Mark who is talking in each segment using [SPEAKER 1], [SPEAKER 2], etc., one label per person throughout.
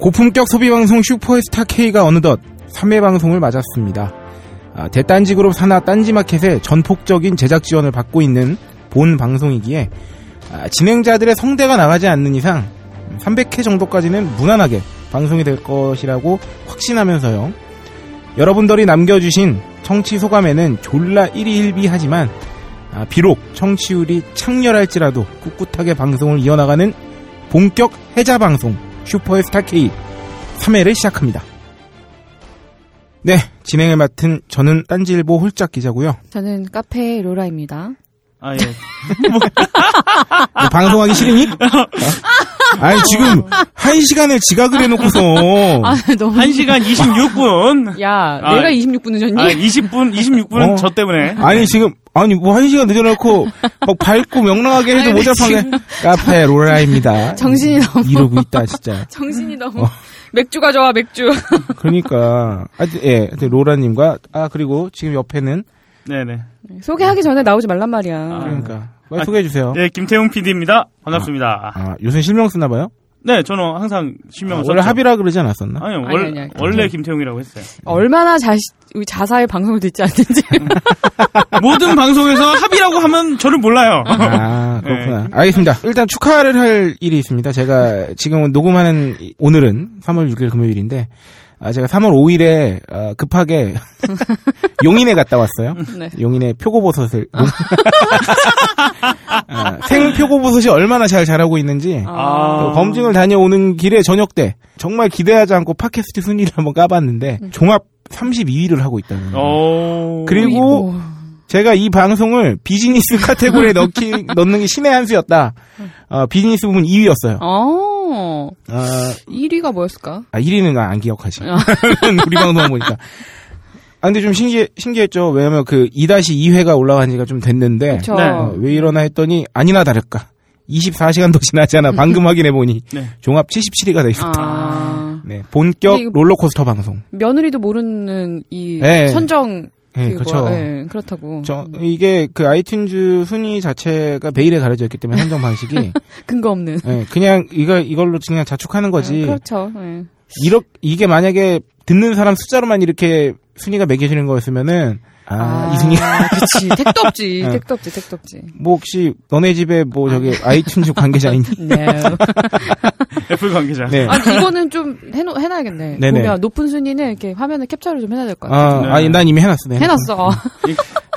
[SPEAKER 1] 고품격 소비방송 슈퍼스타 K가 어느덧 3회 방송을 맞았습니다. 아, 대딴지 그룹 산하 딴지마켓의 전폭적인 제작 지원을 받고 있는 본 방송이기에 아, 진행자들의 성대가 나가지 않는 이상 300회 정도까지는 무난하게 방송이 될 것이라고 확신하면서요. 여러분들이 남겨주신 청취 소감에는 졸라 1위 1비 하지만 아, 비록 청취율이 창렬할지라도 꿋꿋하게 방송을 이어나가는 본격 해자 방송 슈퍼의 스타K 3회를 시작합니다. 네, 진행을 맡은 저는 딴지일보 홀짝 기자고요.
[SPEAKER 2] 저는 카페 로라입니다.
[SPEAKER 3] 아, 예.
[SPEAKER 1] 뭐 방송하기 싫으니? 아? 아니 지금 한 시간을 지각을 해놓고서 어.
[SPEAKER 2] 아, 너무.
[SPEAKER 3] 1시간 26분.
[SPEAKER 2] 야,
[SPEAKER 3] 아,
[SPEAKER 2] 내가 26분 늦었니?
[SPEAKER 3] 아, 20분, 26분은
[SPEAKER 1] 어.
[SPEAKER 3] 저 때문에.
[SPEAKER 1] 아니 지금 아니 뭐 한 시간 늦어놓고 막 밝고 명랑하게 해도 모자판에 카페 로라입니다.
[SPEAKER 2] 정신이 너무.
[SPEAKER 1] 이러고 있다 진짜.
[SPEAKER 2] 정신이 너무.
[SPEAKER 1] 어.
[SPEAKER 2] 맥주 가져와, 맥주.
[SPEAKER 1] 그러니까 아, 예, 하여튼 로라님과 아 그리고 지금 옆에는
[SPEAKER 3] 네네.
[SPEAKER 2] 소개하기 전에 나오지 말란 말이야.
[SPEAKER 3] 아.
[SPEAKER 1] 그러니까 빨리 소개해 주세요.
[SPEAKER 3] 예, 김태용 PD입니다. 반갑습니다.
[SPEAKER 1] 아, 요새 실명 쓰나 봐요?
[SPEAKER 3] 네, 저는 항상 신명을
[SPEAKER 1] 아,
[SPEAKER 3] 썼죠.
[SPEAKER 1] 원래 합의라 그러지 않았었나?
[SPEAKER 3] 아니요,
[SPEAKER 2] 아니,
[SPEAKER 3] 월,
[SPEAKER 2] 아니, 아니.
[SPEAKER 3] 원래 김태용이라고 했어요.
[SPEAKER 2] 얼마나 자시, 우리 자사의 방송을 듣지 않는지.
[SPEAKER 3] 모든 방송에서 합의라고 하면 저를 몰라요.
[SPEAKER 1] 아, 그렇구나.
[SPEAKER 3] 네.
[SPEAKER 1] 알겠습니다. 일단 축하를 할 일이 있습니다. 제가 지금 녹음하는 이- 오늘은 3월 6일 금요일인데, 아, 제가 3월 5일에 어, 급하게 용인에 갔다 왔어요.
[SPEAKER 2] 네.
[SPEAKER 1] 용인의 표고버섯을. 아, 생 표고버섯이 얼마나 잘 자라고 있는지.
[SPEAKER 3] 아.
[SPEAKER 1] 범증을 다녀오는 길에 저녁 때 정말 기대하지 않고 팟캐스트 순위를 한번 까봤는데 종합 32위를 하고 있다는 거예요.
[SPEAKER 3] 어.
[SPEAKER 1] 그리고
[SPEAKER 2] 어이구.
[SPEAKER 1] 제가 이 방송을 비즈니스 카테고리에 넣기, 넣는 게 신의 한 수였다. 어, 비즈니스 부분 2위였어요.
[SPEAKER 2] 어,
[SPEAKER 1] 어,
[SPEAKER 2] 1위가 뭐였을까?
[SPEAKER 1] 아, 1위는 안 기억하지.
[SPEAKER 2] 어.
[SPEAKER 1] 우리 방송 보니까. 아, 근데 좀 신기해, 신기했죠. 왜냐면 그 2-2회가 올라간 지가 좀 됐는데,
[SPEAKER 2] 저,
[SPEAKER 3] 네.
[SPEAKER 1] 어, 왜 이러나 했더니, 아니나 다를까. 24시간 더 지나지 않아. 방금 확인해보니,
[SPEAKER 3] 네.
[SPEAKER 1] 종합 77위가 돼 있었다.
[SPEAKER 2] 아,
[SPEAKER 1] 네, 본격
[SPEAKER 2] 근데 이거-
[SPEAKER 1] 롤러코스터 방송.
[SPEAKER 2] 며느리도 모르는 이
[SPEAKER 1] 네.
[SPEAKER 2] 선정.
[SPEAKER 1] 네,
[SPEAKER 2] 그거,
[SPEAKER 1] 그렇죠.
[SPEAKER 2] 예, 그렇다고.
[SPEAKER 1] 저, 이게 그 아이튠즈 순위 자체가 베일에 가려져 있기 때문에 한정 방식이
[SPEAKER 2] 근거 없는.
[SPEAKER 1] 예, 그냥 이거 이걸로 그냥 자축하는 거지.
[SPEAKER 2] 예, 그렇죠. 예.
[SPEAKER 1] 이렇 이게 만약에 듣는 사람 숫자로만 이렇게 순위가 매겨지는 거였으면은 아, 이순위
[SPEAKER 2] 그치. 택도 없지.
[SPEAKER 1] 예.
[SPEAKER 2] 택도 없지. 택도 없지.
[SPEAKER 1] 뭐 혹시 너네 집에 뭐 저기 아이튠즈 관계자인
[SPEAKER 2] 네.
[SPEAKER 3] 애플 관계자.
[SPEAKER 1] 네.
[SPEAKER 2] 아니, 이거는 좀 해놓, 해놔야겠네.
[SPEAKER 1] 네네.
[SPEAKER 2] 보면 높은 순위는 이렇게 화면에 캡처를 좀 해놔야 될 것 같아.
[SPEAKER 1] 아,
[SPEAKER 3] 네.
[SPEAKER 1] 아니 난 이미 해놨어. 네.
[SPEAKER 2] 해놨어.
[SPEAKER 3] 이-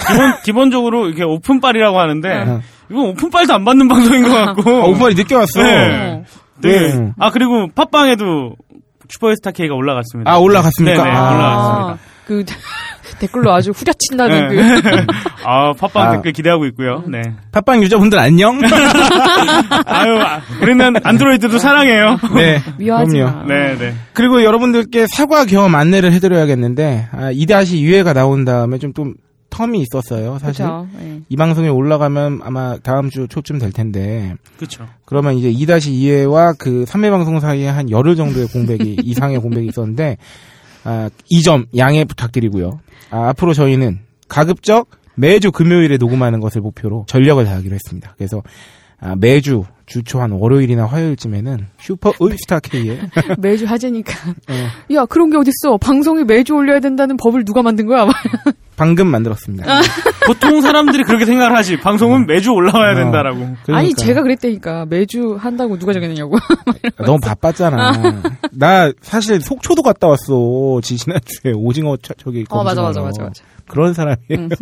[SPEAKER 3] 기본, 기본적으로 이게 오픈빨이라고 하는데,
[SPEAKER 1] 어.
[SPEAKER 3] 이건 오픈빨도 안 받는 방송인 것 같고.
[SPEAKER 1] 어, 오빠이 늦게 왔어.
[SPEAKER 3] 아, 네.
[SPEAKER 2] 어.
[SPEAKER 3] 되게-
[SPEAKER 1] 네.
[SPEAKER 3] 아, 그리고 팟빵에도 슈퍼스타 K가 올라갔습니다.
[SPEAKER 1] 아, 올라갔습니까?
[SPEAKER 3] 네네,
[SPEAKER 1] 아.
[SPEAKER 3] 올라갔습니다.
[SPEAKER 2] 그 댓글로 아주 후려친다는
[SPEAKER 3] 네.
[SPEAKER 2] 그.
[SPEAKER 3] 아, 팟빵
[SPEAKER 1] 아.
[SPEAKER 3] 댓글 기대하고 있고요. 네.
[SPEAKER 1] 팟빵 유저분들 안녕.
[SPEAKER 3] 아유, 아, 우리는 안드로이드도 사랑해요.
[SPEAKER 1] 네.
[SPEAKER 2] 미워하지
[SPEAKER 1] 그럼요.
[SPEAKER 2] 마.
[SPEAKER 3] 네, 네.
[SPEAKER 1] 그리고 여러분들께 사과 겸 안내를 해드려야겠는데 아, 2-2회가 나온 다음에 좀 좀 텀이 있었어요. 사실
[SPEAKER 2] 그렇죠. 예.
[SPEAKER 1] 이 방송에 올라가면 아마 다음 주 초쯤 될 텐데
[SPEAKER 3] 그렇죠.
[SPEAKER 1] 그러면 이제 2-2회와 그 3회 방송 사이에 한 열흘 정도의 공백이, 이상의 공백이 있었는데, 아, 이 점 양해 부탁드리고요. 아, 앞으로 저희는 가급적 매주 금요일에 녹음하는 것을 목표로 전력을 다하기로 했습니다. 그래서, 아, 매주 주초 한 월요일이나 화요일쯤에는 슈퍼 의스타 K의
[SPEAKER 2] 예. 매주 하자니까.
[SPEAKER 1] 네.
[SPEAKER 2] 야, 그런 게 어딨어. 방송에 매주 올려야 된다는 법을 누가 만든 거야? 막.
[SPEAKER 1] 방금 만들었습니다.
[SPEAKER 2] 아,
[SPEAKER 3] 보통 사람들이 그렇게 생각을 하지. 방송은 매주 올라와야
[SPEAKER 1] 어.
[SPEAKER 3] 된다라고.
[SPEAKER 2] 아니,
[SPEAKER 1] 그러니까
[SPEAKER 2] 제가 그랬다니까. 매주 한다고 누가 정했느냐고.
[SPEAKER 1] 아, 너무 바빴잖아. 나 사실 속초도 갔다 왔어. 지 지난주에 오징어 차- 저기
[SPEAKER 2] 어, 맞아, 맞아,
[SPEAKER 1] 검증하러.
[SPEAKER 2] 맞아, 맞아.
[SPEAKER 1] 그런 사람이에요.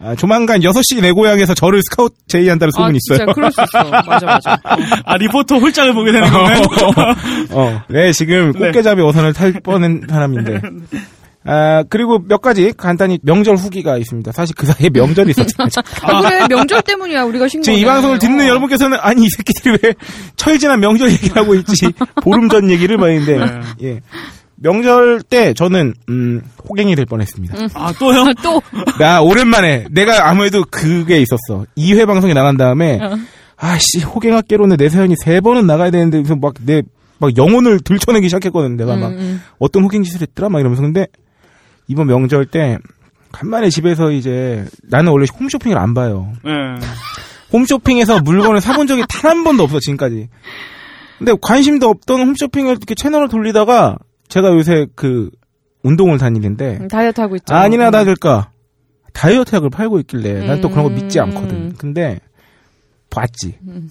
[SPEAKER 1] 아, 조만간 6시 내 고향에서 저를 스카우트 제의한다는 소문이
[SPEAKER 2] 아, 진짜
[SPEAKER 1] 있어요.
[SPEAKER 2] 그럴 수 있어. 맞아, 맞아.
[SPEAKER 3] 아, 리포터 홀짝을 보게 되는 거네.
[SPEAKER 1] 어, 네, 지금 꽃게잡이 어선을 탈 뻔한 사람인데. 아, 그리고 몇 가지 간단히 명절 후기가 있습니다. 사실 그 사이에 명절이 있었잖아요.
[SPEAKER 2] 아, 그래. 명절 때문이야. 우리가 어. 신고.
[SPEAKER 1] 지금 이 방송을 듣는 여러분께서는 아니, 이 새끼들이 왜 철지난 명절 얘기를 하고 있지. 보름 전 얘기를 많이인데. 예. 명절 때 저는 음, 호갱이 될 뻔했습니다.
[SPEAKER 3] 아, 또요?
[SPEAKER 2] 또.
[SPEAKER 1] 나 오랜만에 내가 아무래도 그게 있었어. 2회 방송에 나간 다음에 아씨 호갱학개론에 내 사연이 세 번은 나가야 되는데 무슨 막 내 막 영혼을 들춰내기 시작했거든. 내가 막 어떤 호갱 짓을 했더라 막 이러면서 근데 이번 명절 때 간만에 집에서 이제 나는 원래 홈쇼핑을 안 봐요.
[SPEAKER 3] 네.
[SPEAKER 1] 홈쇼핑에서 물건을 사본 적이 단 한 번도 없어 지금까지. 근데 관심도 없던 홈쇼핑을 이렇게 채널을 돌리다가 제가 요새 그 운동을 다니는데
[SPEAKER 2] 음, 다이어트 하고 있죠.
[SPEAKER 1] 아니나 다를까 다이어트 약을 팔고 있길래 난 또 그런 거 믿지
[SPEAKER 2] 음.
[SPEAKER 1] 않거든. 근데 봤지.
[SPEAKER 2] 음.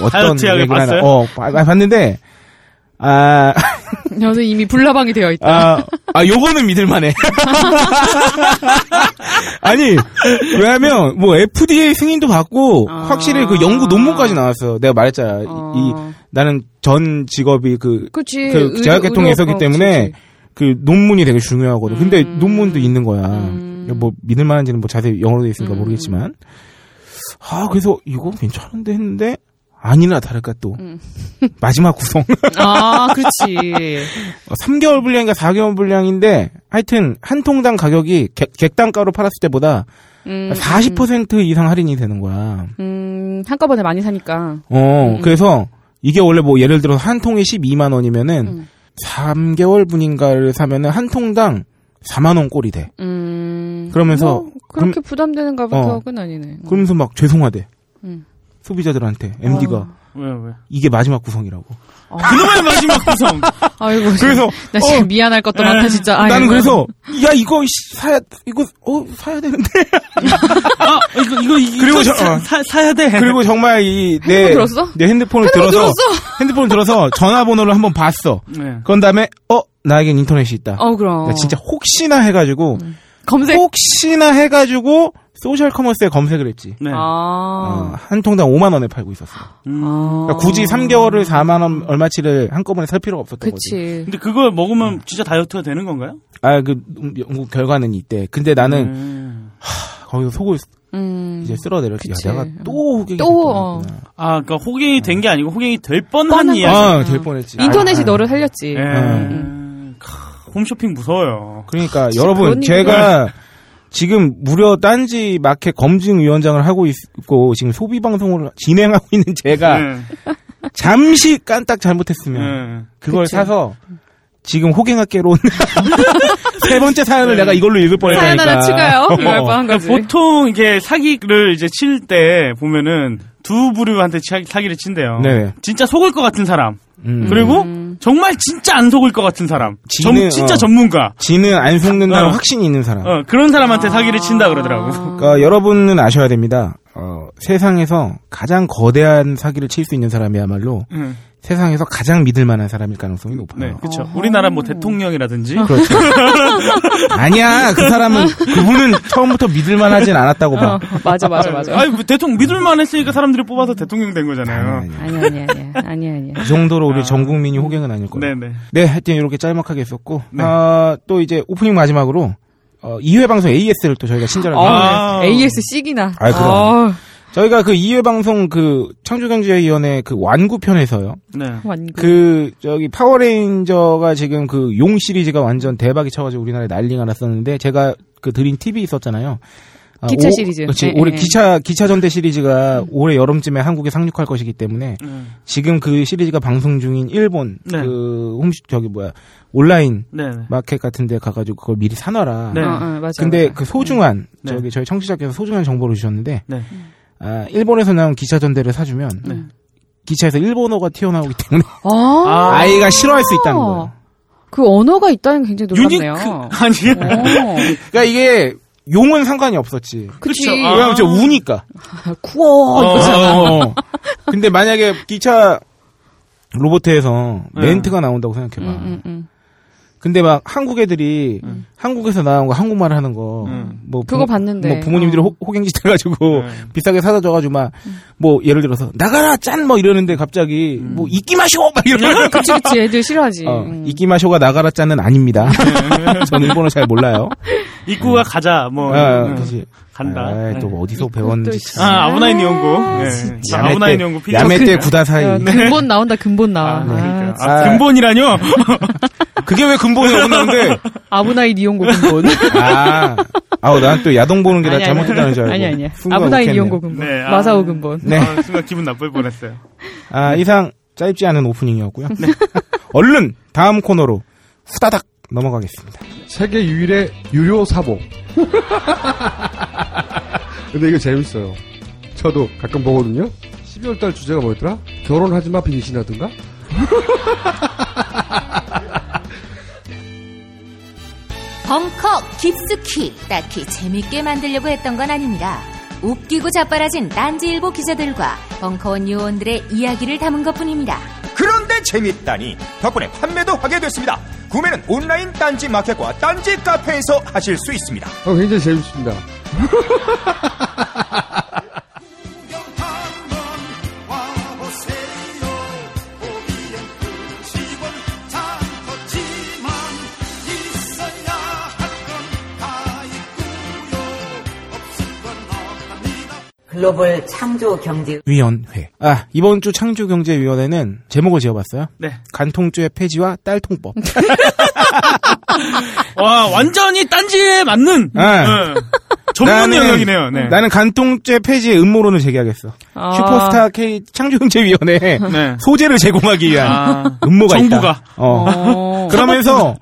[SPEAKER 1] 뭐 어떤
[SPEAKER 3] 다이어트 약을
[SPEAKER 1] 얘기를 하나-
[SPEAKER 3] 봤어요?
[SPEAKER 1] 어 봐- 봤는데 아
[SPEAKER 2] 저는 이미 불나방이 되어 있다.
[SPEAKER 1] 아, 아, 요거는 믿을만해. 아니, 왜냐면, 뭐, FDA 승인도 받고,
[SPEAKER 2] 아.
[SPEAKER 1] 확실히 그 연구 논문까지 나왔어요. 내가 말했잖아. 이- 이,
[SPEAKER 2] 어.
[SPEAKER 1] 나는 전 직업이 그,
[SPEAKER 2] 그치.
[SPEAKER 1] 그
[SPEAKER 2] 의료-
[SPEAKER 1] 제약계통에
[SPEAKER 2] 의료-
[SPEAKER 1] 있었기
[SPEAKER 2] 어,
[SPEAKER 1] 때문에
[SPEAKER 2] 그치,
[SPEAKER 1] 그 논문이 되게 중요하거든. 근데
[SPEAKER 2] 음.
[SPEAKER 1] 논문도 있는 거야.
[SPEAKER 2] 음.
[SPEAKER 1] 뭐, 믿을만한지는 뭐 자세히 영어로 돼 있으니까
[SPEAKER 2] 음.
[SPEAKER 1] 모르겠지만. 아, 그래서 이거 괜찮은데 했는데, 아니나 다를까 또.
[SPEAKER 2] 음.
[SPEAKER 1] 마지막 구성.
[SPEAKER 2] 그치. 아, 그렇지.
[SPEAKER 1] 3개월 분량인가 4개월 분량인데 하여튼 한 통당 가격이 객, 객단가로 팔았을 때보다 아,
[SPEAKER 2] 음,
[SPEAKER 1] 40% 이상 할인이 되는 거야.
[SPEAKER 2] 음, 한꺼번에 많이 사니까.
[SPEAKER 1] 어,
[SPEAKER 2] 음.
[SPEAKER 1] 그래서 이게 원래 뭐 예를 들어 서한 통에 12만 원이면은
[SPEAKER 2] 음.
[SPEAKER 1] 3개월 분인가를 사면은 한 통당 4만 원 꼴이 돼.
[SPEAKER 2] 음.
[SPEAKER 1] 그러면서 음. 어.
[SPEAKER 2] 뭐, 그렇게 부담되는 가격은 아니네.
[SPEAKER 1] 그러면서 막 죄송하대.
[SPEAKER 2] 음. 아.
[SPEAKER 1] 소비자들한테 MD가
[SPEAKER 3] 왜 왜?
[SPEAKER 1] 이게 마지막 구성이라고.
[SPEAKER 2] 어.
[SPEAKER 3] 그놈의 마지막 구성.
[SPEAKER 2] 아이고.
[SPEAKER 1] 그래서 어.
[SPEAKER 2] 나 지금 미안할 것도 많다 진짜. 아이고.
[SPEAKER 1] 나는 그래서 야 이거 씨, 사야 이거 어 사야 되는데.
[SPEAKER 3] 아 이거 이거 이거
[SPEAKER 1] 그리고 저-
[SPEAKER 3] 사,
[SPEAKER 1] 어.
[SPEAKER 3] 사, 사야 돼.
[SPEAKER 1] 그리고 정말 이
[SPEAKER 2] 핸드폰
[SPEAKER 1] 내
[SPEAKER 2] 들었어?
[SPEAKER 1] 내 핸드폰을 들어서
[SPEAKER 2] 핸드폰 들었어?
[SPEAKER 1] 핸드폰을 들어서 전화번호를 한번 봤어.
[SPEAKER 3] 네.
[SPEAKER 1] 그런 다음에 어 나에겐 인터넷이 있다.
[SPEAKER 2] 어 음. 그럼.
[SPEAKER 1] 그러니까 진짜 혹시나 해가지고
[SPEAKER 2] 검색.
[SPEAKER 1] 혹시나 해가지고 소셜 커머스에 검색을 했지.
[SPEAKER 3] 네.
[SPEAKER 1] 어,
[SPEAKER 2] 아.
[SPEAKER 1] 한 통당 5만 원에 팔고 있었어.
[SPEAKER 3] 음.
[SPEAKER 1] 그러니까 굳이 3개월을 4만 원 얼마치를 한꺼번에 살 필요가 없었던 거지.
[SPEAKER 2] 그치.
[SPEAKER 3] 근데 그걸 먹으면 진짜 다이어트가 되는 건가요?
[SPEAKER 1] 아그 연구 결과는 이때. 근데 나는
[SPEAKER 3] 음.
[SPEAKER 1] 거기서 속을
[SPEAKER 2] 음.
[SPEAKER 1] 이제 쓸어내렸지. 야,
[SPEAKER 2] 그치. 음.
[SPEAKER 1] 내가 또 호갱이
[SPEAKER 2] 또, 어.
[SPEAKER 1] 됐구나.
[SPEAKER 3] 아, 그러니까 호갱이 된 게 아니고 호갱이 될 뻔한
[SPEAKER 2] 뻔한
[SPEAKER 3] 이야기.
[SPEAKER 2] 거지.
[SPEAKER 1] 아, 될 뻔했지.
[SPEAKER 2] 인터넷이
[SPEAKER 1] 아, 아.
[SPEAKER 2] 너를 살렸지.
[SPEAKER 3] 예.
[SPEAKER 2] 음.
[SPEAKER 3] 크, 홈쇼핑 무서워요.
[SPEAKER 1] 그러니까
[SPEAKER 2] 진짜
[SPEAKER 1] 여러분
[SPEAKER 2] 아, 그런
[SPEAKER 1] 제가 지금 무려 딴지 마켓 검증 위원장을 하고 있고 지금 소비 방송을 진행하고 있는 제가
[SPEAKER 3] 예.
[SPEAKER 1] 잠시 깐딱 잘못했으면
[SPEAKER 3] 예.
[SPEAKER 1] 그걸
[SPEAKER 2] 그치.
[SPEAKER 1] 사서 지금 호갱학계로 온 세 번째 사연을
[SPEAKER 3] 네.
[SPEAKER 1] 내가 이걸로 읽을 뻔했다니까.
[SPEAKER 2] 사연 하나 추가요. 이럴
[SPEAKER 1] 어.
[SPEAKER 2] 뻔한 거지.
[SPEAKER 3] 보통 이게 사기를 이제 칠 때 보면은 두 부류한테 치- 사기를 친대요.
[SPEAKER 1] 네.
[SPEAKER 3] 진짜 속을 것 같은 사람.
[SPEAKER 1] 음.
[SPEAKER 3] 그리고 정말 진짜 안 속을 것 같은 사람. 전-
[SPEAKER 1] 지는, 어.
[SPEAKER 3] 진짜
[SPEAKER 1] 아.
[SPEAKER 3] 전문가.
[SPEAKER 1] 지는 안 속는다는
[SPEAKER 3] 어.
[SPEAKER 1] 확신이 있는 사람.
[SPEAKER 3] 어, 그런 사람한테
[SPEAKER 2] 아.
[SPEAKER 3] 사기를 친다 그러더라고.
[SPEAKER 1] 그러니까 여러분은 아셔야 됩니다. 어, 세상에서 가장 거대한 사기를 칠 수 있는 사람이야말로
[SPEAKER 3] 음,
[SPEAKER 1] 세상에서 가장 믿을 만한 사람일 가능성이 높아요.
[SPEAKER 3] 네, 그렇죠.
[SPEAKER 2] 어허.
[SPEAKER 3] 우리나라 뭐 대통령이라든지
[SPEAKER 2] 아,
[SPEAKER 1] 그렇죠. 아니야, 그 사람은, 그분은 처음부터 믿을만 하진 않았다고 봐.
[SPEAKER 2] 어, 맞아 맞아 맞아.
[SPEAKER 3] 아니, 뭐 대통령 믿을만 했으니까 사람들이 뽑아서 대통령 된 거잖아요.
[SPEAKER 1] 아니, 아니.
[SPEAKER 2] 아니 아니 아니 아니 아니.
[SPEAKER 1] 이 정도로 우리
[SPEAKER 3] 아.
[SPEAKER 1] 전 국민이 호갱은 아닐 거예요.
[SPEAKER 3] 네, 네.
[SPEAKER 1] 네, 하여튼 이렇게 짤막하게 했었고,
[SPEAKER 3] 네.
[SPEAKER 1] 아, 또 이제 오프닝 마지막으로, 어, 2회 방송 AS를 또 저희가 친절하게.
[SPEAKER 3] 아.
[SPEAKER 2] 아, AS 씩이나.
[SPEAKER 1] 아이, 그럼. 저희가 그 2회 방송 그 창조경제위원회 그 완구편에서요.
[SPEAKER 3] 네.
[SPEAKER 2] 완구.
[SPEAKER 1] 그, 저기 파워레인저가 지금 그 용 시리즈가 완전 대박이 쳐가지고 우리나라에 난리가 났었는데, 제가 그 드린 팁이 있었잖아요. 아,
[SPEAKER 2] 기차
[SPEAKER 1] 오-
[SPEAKER 2] 시리즈.
[SPEAKER 1] 그치.
[SPEAKER 2] 네,
[SPEAKER 1] 올해
[SPEAKER 2] 네.
[SPEAKER 1] 기차, 기차 전대 시리즈가 올해 여름쯤에 한국에 상륙할 것이기 때문에 지금 그 시리즈가 방송 중인 일본
[SPEAKER 3] 네.
[SPEAKER 1] 그 홈쇼 저기 뭐야 온라인
[SPEAKER 3] 네. 네.
[SPEAKER 1] 마켓 같은데 가가지고 그걸 미리 사놔라.
[SPEAKER 3] 네.
[SPEAKER 2] 어, 어, 맞아.
[SPEAKER 1] 근데
[SPEAKER 2] 맞아.
[SPEAKER 1] 그 소중한
[SPEAKER 3] 네.
[SPEAKER 1] 저기 저희 청취자께서 소중한 정보를 주셨는데
[SPEAKER 3] 네.
[SPEAKER 1] 아, 일본에서 나온 기차 전대를 사주면
[SPEAKER 3] 네.
[SPEAKER 1] 기차에서 일본어가 튀어나오기 때문에
[SPEAKER 2] 아,
[SPEAKER 3] 아,
[SPEAKER 1] 아이가 싫어할 수 있다는 거예요.
[SPEAKER 2] 그 언어가 있다는 게 굉장히 놀랍네요.
[SPEAKER 3] 아니,
[SPEAKER 2] 어.
[SPEAKER 1] 그러니까 이게 용은 상관이 없었지.
[SPEAKER 2] 그치.
[SPEAKER 3] 그쵸. 아.
[SPEAKER 1] 왜냐면 저 우니까.
[SPEAKER 2] 아, 쿠어.
[SPEAKER 1] 어, 어. 근데 만약에 기차 로봇에서
[SPEAKER 3] 네.
[SPEAKER 1] 멘트가 나온다고 생각해봐.
[SPEAKER 2] 음, 음, 음.
[SPEAKER 1] 뭐 근데 막 한국 애들이 한국에서 나온 거 한국말 하는 거,
[SPEAKER 3] 음.
[SPEAKER 1] 뭐
[SPEAKER 2] 그거 봤는데.
[SPEAKER 1] 뭐 부모님들이
[SPEAKER 2] 어. 음.
[SPEAKER 1] 호- 호갱짓 해가지고
[SPEAKER 3] 네.
[SPEAKER 1] 비싸게 사다 줘가지고 막 뭐 예를 들어서 나가라 짠 뭐 이러는데 갑자기 뭐 이끼마쇼 막 이러는 거.
[SPEAKER 2] 음, 그치, 그치. 애들 싫어하지.
[SPEAKER 1] 어,
[SPEAKER 2] 음.
[SPEAKER 1] 이끼마쇼가 나가라 짠은 아닙니다. 저는 일본어 잘 몰라요.
[SPEAKER 3] 입구가 가자,
[SPEAKER 2] 어,
[SPEAKER 3] 뭐.
[SPEAKER 1] 아,
[SPEAKER 3] 음,
[SPEAKER 1] 그치.
[SPEAKER 3] 간다.
[SPEAKER 1] 아,
[SPEAKER 3] 네.
[SPEAKER 1] 또 어디서 배웠는지.
[SPEAKER 2] 씨.
[SPEAKER 1] 참.
[SPEAKER 3] 아, 아브나인
[SPEAKER 2] 아,
[SPEAKER 3] 연구. 예.
[SPEAKER 2] 진짜.
[SPEAKER 1] 야매
[SPEAKER 3] 아브나인
[SPEAKER 1] 때-
[SPEAKER 3] 연구 필요.
[SPEAKER 1] 야매 때
[SPEAKER 2] 야,
[SPEAKER 1] 구다사이. 네.
[SPEAKER 2] 근본 나온다, 근본
[SPEAKER 3] 아,
[SPEAKER 2] 나와.
[SPEAKER 3] 그러니까요.
[SPEAKER 2] 아,
[SPEAKER 3] 아, 근본이라뇨?
[SPEAKER 1] 그게 왜 근본에 오는데?
[SPEAKER 2] 아브나이 니온고 근본.
[SPEAKER 1] 아, 아우 난 또 야동 보는 게 나
[SPEAKER 2] 아니, 아니,
[SPEAKER 1] 잘못했다는 줄 알고.
[SPEAKER 2] 아니, 아니야.
[SPEAKER 1] 순간
[SPEAKER 2] 아브나이
[SPEAKER 1] 웃겠네요.
[SPEAKER 2] 니온고 근본.
[SPEAKER 3] 네, 아.
[SPEAKER 2] 마사오 근본.
[SPEAKER 1] 네.
[SPEAKER 3] 아, 순간 기분 나쁠 뻔했어요.
[SPEAKER 1] 아 이상 짧지 않은 오프닝이었고요.
[SPEAKER 2] 네.
[SPEAKER 1] 얼른 다음 코너로 후다닥 넘어가겠습니다.
[SPEAKER 4] 세계 유일의 유료 사복. 근데 이거 재밌어요. 저도 가끔 어, 보거든요. 12월달 주제가 뭐였더라? 결혼하지 마 빙신하든가?
[SPEAKER 5] 벙커 깊숙이 딱히 재밌게 만들려고 했던 건 아닙니다. 웃기고 자빠라진 딴지일보 기자들과 벙커원 요원들의 이야기를 담은 것뿐입니다.
[SPEAKER 6] 그런데 재밌다니 덕분에 판매도 하게 됐습니다. 구매는 온라인 딴지 마켓과 딴지 카페에서 하실 수 있습니다.
[SPEAKER 4] 어, 굉장히 재밌습니다.
[SPEAKER 7] 글로벌 창조 경제
[SPEAKER 1] 위원회. 아, 이번 주 창조경제위원회는 제목을 지어봤어요.
[SPEAKER 3] 네.
[SPEAKER 1] 간통죄 폐지와 딸통법.
[SPEAKER 3] 와, 완전히 딴지에 맞는
[SPEAKER 1] 네.
[SPEAKER 3] 네. 전문
[SPEAKER 1] 나는-
[SPEAKER 3] 영역이네요. 네.
[SPEAKER 1] 나는 간통죄 폐지의 음모론을 제기하겠어.
[SPEAKER 2] 아.
[SPEAKER 1] 슈퍼스타 K 창조경제위원회에
[SPEAKER 3] 네.
[SPEAKER 1] 소재를 제공하기 위한
[SPEAKER 3] 아,
[SPEAKER 1] 음모가 있다.
[SPEAKER 3] 정부가.
[SPEAKER 1] 어.
[SPEAKER 2] 어.
[SPEAKER 1] 그러면서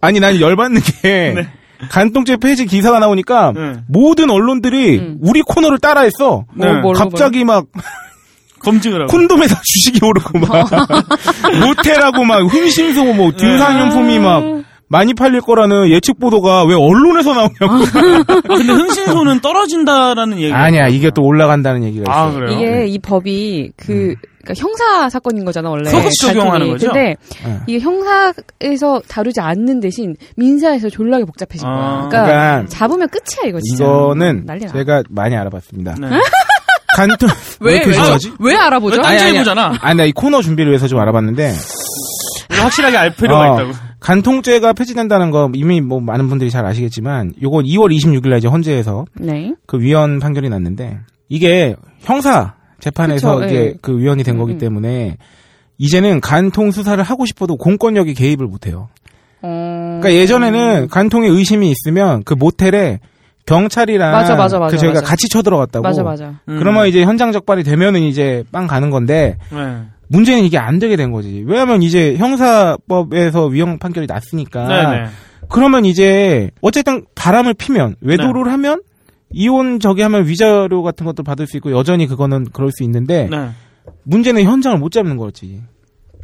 [SPEAKER 1] 아니 난 열받는 게 간통죄 폐지 기사가 나오니까
[SPEAKER 3] 네.
[SPEAKER 1] 모든 언론들이 우리 코너를 따라했어.
[SPEAKER 3] 네.
[SPEAKER 2] 음. 어, 뭘로
[SPEAKER 1] 갑자기 막
[SPEAKER 3] 검증을 하고.
[SPEAKER 1] 콘돔 회사 주식이 오르고 막 모텔하고 막 흥신소
[SPEAKER 3] 네.
[SPEAKER 1] 뭐 등산용품이 막 많이 팔릴 거라는 예측 보도가 왜 언론에서 나오냐고.
[SPEAKER 3] 아, 근데 흥신소는 떨어진다라는 얘기.
[SPEAKER 1] 아니야 이게 또 올라간다는 얘기가 있어.
[SPEAKER 3] 아, 그래요?
[SPEAKER 1] 네.
[SPEAKER 2] 이게 이 법이
[SPEAKER 1] 음.
[SPEAKER 2] 그 그러니까 형사 사건인 거잖아 원래.
[SPEAKER 3] 소급
[SPEAKER 2] 단순히.
[SPEAKER 3] 적용하는 거죠?
[SPEAKER 2] 근데
[SPEAKER 1] 네.
[SPEAKER 2] 이게 형사에서 다루지 않는 대신 민사에서 졸라게 복잡해진 거야.
[SPEAKER 3] 아.
[SPEAKER 2] 그러니까,
[SPEAKER 1] 그러니까
[SPEAKER 2] 잡으면 끝이야 이거 진짜.
[SPEAKER 1] 이거는
[SPEAKER 2] 난리나.
[SPEAKER 1] 제가 많이 알아봤습니다.
[SPEAKER 3] 네.
[SPEAKER 1] 간통 왜 이렇게 좋아하지?
[SPEAKER 2] 왜 알아보죠?
[SPEAKER 3] 왜 딴지 해보잖아.
[SPEAKER 1] 아니 나 이 코너 준비를 위해서 좀 알아봤는데
[SPEAKER 3] 확실하게 알 필요가
[SPEAKER 1] 어,
[SPEAKER 3] 있다고.
[SPEAKER 1] 간통죄가 폐지된다는 거 이미 뭐 많은 분들이 잘 아시겠지만 요건 2월 26일 날 이제 헌재에서
[SPEAKER 2] 네.
[SPEAKER 1] 그 위헌 판결이 났는데 이게 형사 재판에서
[SPEAKER 2] 그쵸,
[SPEAKER 1] 이제
[SPEAKER 2] 예.
[SPEAKER 1] 그 위헌이 된 거기
[SPEAKER 2] 음.
[SPEAKER 1] 때문에 이제는 간통 수사를 하고 싶어도 공권력이 개입을 못 해요.
[SPEAKER 2] 어...
[SPEAKER 1] 그러니까 예전에는 간통에 의심이 있으면 그 모텔에 경찰이랑
[SPEAKER 2] 맞아, 맞아, 맞아,
[SPEAKER 1] 그 저희가
[SPEAKER 2] 맞아.
[SPEAKER 1] 같이 쳐들어갔다고
[SPEAKER 2] 맞아 맞아.
[SPEAKER 3] 음.
[SPEAKER 1] 그러면 이제 현장 적발이 되면은 이제 빵 가는 건데
[SPEAKER 3] 네.
[SPEAKER 1] 문제는 이게 안 되게 된 거지. 왜냐하면 이제 형사법에서 위헌 판결이 났으니까
[SPEAKER 3] 네네.
[SPEAKER 1] 그러면 이제 어쨌든 바람을 피면
[SPEAKER 3] 네.
[SPEAKER 1] 외도를 하면 이혼 저기 하면 위자료 같은 것도 받을 수 있고 여전히 그거는 그럴 수 있는데
[SPEAKER 3] 네.
[SPEAKER 1] 문제는 현장을 못 잡는 거지.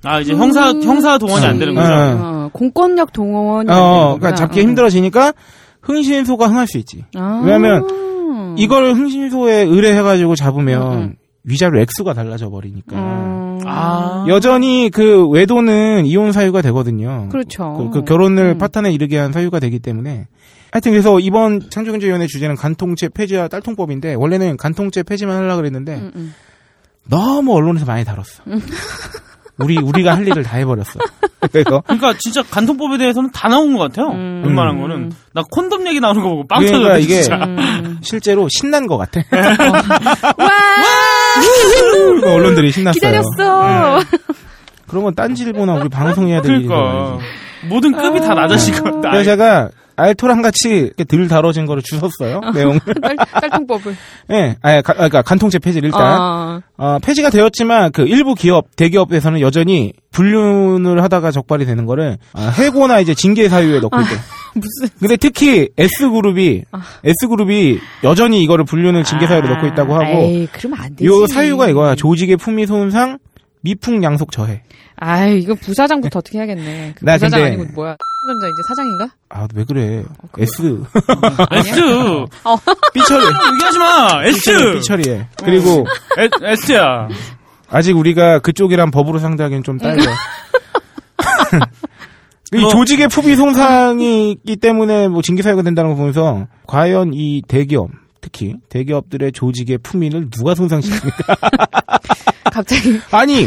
[SPEAKER 3] 아, 이제 형사,
[SPEAKER 2] 음.
[SPEAKER 3] 형사 동원이 안 되는 거죠.
[SPEAKER 1] 음.
[SPEAKER 2] 어, 공권력 동원이 안 되는
[SPEAKER 1] 어,
[SPEAKER 2] 거구나.
[SPEAKER 1] 그러니까 잡기
[SPEAKER 2] 어.
[SPEAKER 1] 힘들어지니까 흥신소가 흥할 수 있지.
[SPEAKER 2] 아.
[SPEAKER 1] 이걸 흥신소에 의뢰해가지고 잡으면
[SPEAKER 2] 음, 음.
[SPEAKER 1] 위자료 액수가 달라져 버리니까
[SPEAKER 2] 어.
[SPEAKER 3] 아.
[SPEAKER 1] 여전히 그 외도는 이혼 사유가 되거든요.
[SPEAKER 2] 그렇죠.
[SPEAKER 1] 그, 그 결혼을
[SPEAKER 2] 음.
[SPEAKER 1] 파탄에 이르게 한 사유가 되기 때문에 하여튼 그래서 이번 창조경제위원회 주제는 간통죄 폐지와 딸통법인데 원래는 간통죄 폐지만 하려고 그랬는데
[SPEAKER 2] 음, 음.
[SPEAKER 1] 너무 언론에서 많이 다뤘어. 우리 우리가 할 일을 다 해버렸어. 그래서
[SPEAKER 3] 그러니까 진짜 간통법에 대해서는 다 나온 것 같아요.
[SPEAKER 2] 음.
[SPEAKER 3] 웬만한 거는. 나 콘돔 얘기 나오는 거 보고 빵
[SPEAKER 1] 그러니까
[SPEAKER 3] 터졌는데
[SPEAKER 1] 이게-
[SPEAKER 3] 진짜.
[SPEAKER 2] 음.
[SPEAKER 1] 실제로 신난 것 같아.
[SPEAKER 2] 와!
[SPEAKER 1] 그러니까 언론들이 신났어요.
[SPEAKER 2] 기다렸어.
[SPEAKER 1] 그런 건 딴지일보나 우리 방송해야 될 일이잖아요.
[SPEAKER 3] 그러니까. 모든 급이 다 낮아질 것 같다.
[SPEAKER 1] 그래서 제가 알토랑 같이 이렇게 덜 다뤄진 거를 주웠어요. 내용.
[SPEAKER 2] 딸, 딸통법을.
[SPEAKER 1] 예, 아, 가- 그러니까 간통죄 폐지를 일단
[SPEAKER 2] 아.
[SPEAKER 1] 어, 폐지가 되었지만 그 일부 기업 대기업에서는 여전히 불륜을 하다가 적발이 되는 거를 아, 해고나 이제 징계 사유에 넣고 있대.
[SPEAKER 2] 어. 무슨. 어.
[SPEAKER 1] 근데 특히 S 그룹이 S 그룹이 여전히 이거를 불륜을 징계 사유로
[SPEAKER 2] 아,
[SPEAKER 1] 넣고 있다고 하고
[SPEAKER 2] 에이, 그러면 안 되지.
[SPEAKER 1] 요 사유가 이거야 조직의 품위 손상 미풍 양속 저해.
[SPEAKER 2] 아이, 이거 부사장부터 어떻게 해야겠네. 그
[SPEAKER 1] 나
[SPEAKER 2] 부사장
[SPEAKER 1] 근데-
[SPEAKER 2] 아니고 뭐야. 전자 이제 사장인가?
[SPEAKER 1] 아 왜 그래?
[SPEAKER 2] 어,
[SPEAKER 1] S
[SPEAKER 3] S!
[SPEAKER 1] 삐처리
[SPEAKER 3] 얘기하지 마! S!
[SPEAKER 1] 삐처리해. 그리고
[SPEAKER 3] S야.
[SPEAKER 1] 아직 우리가 그쪽이란 법으로 상대하기는 좀 딸려. 이
[SPEAKER 3] 뭐-
[SPEAKER 1] 조직의 품위 손상이 있기 때문에 뭐 징계 사유가 된다는 거 보면서 과연 이 대기업 특히 대기업들의 조직의 품위를 누가 손상시킵니까?
[SPEAKER 2] 갑자기.
[SPEAKER 1] 아니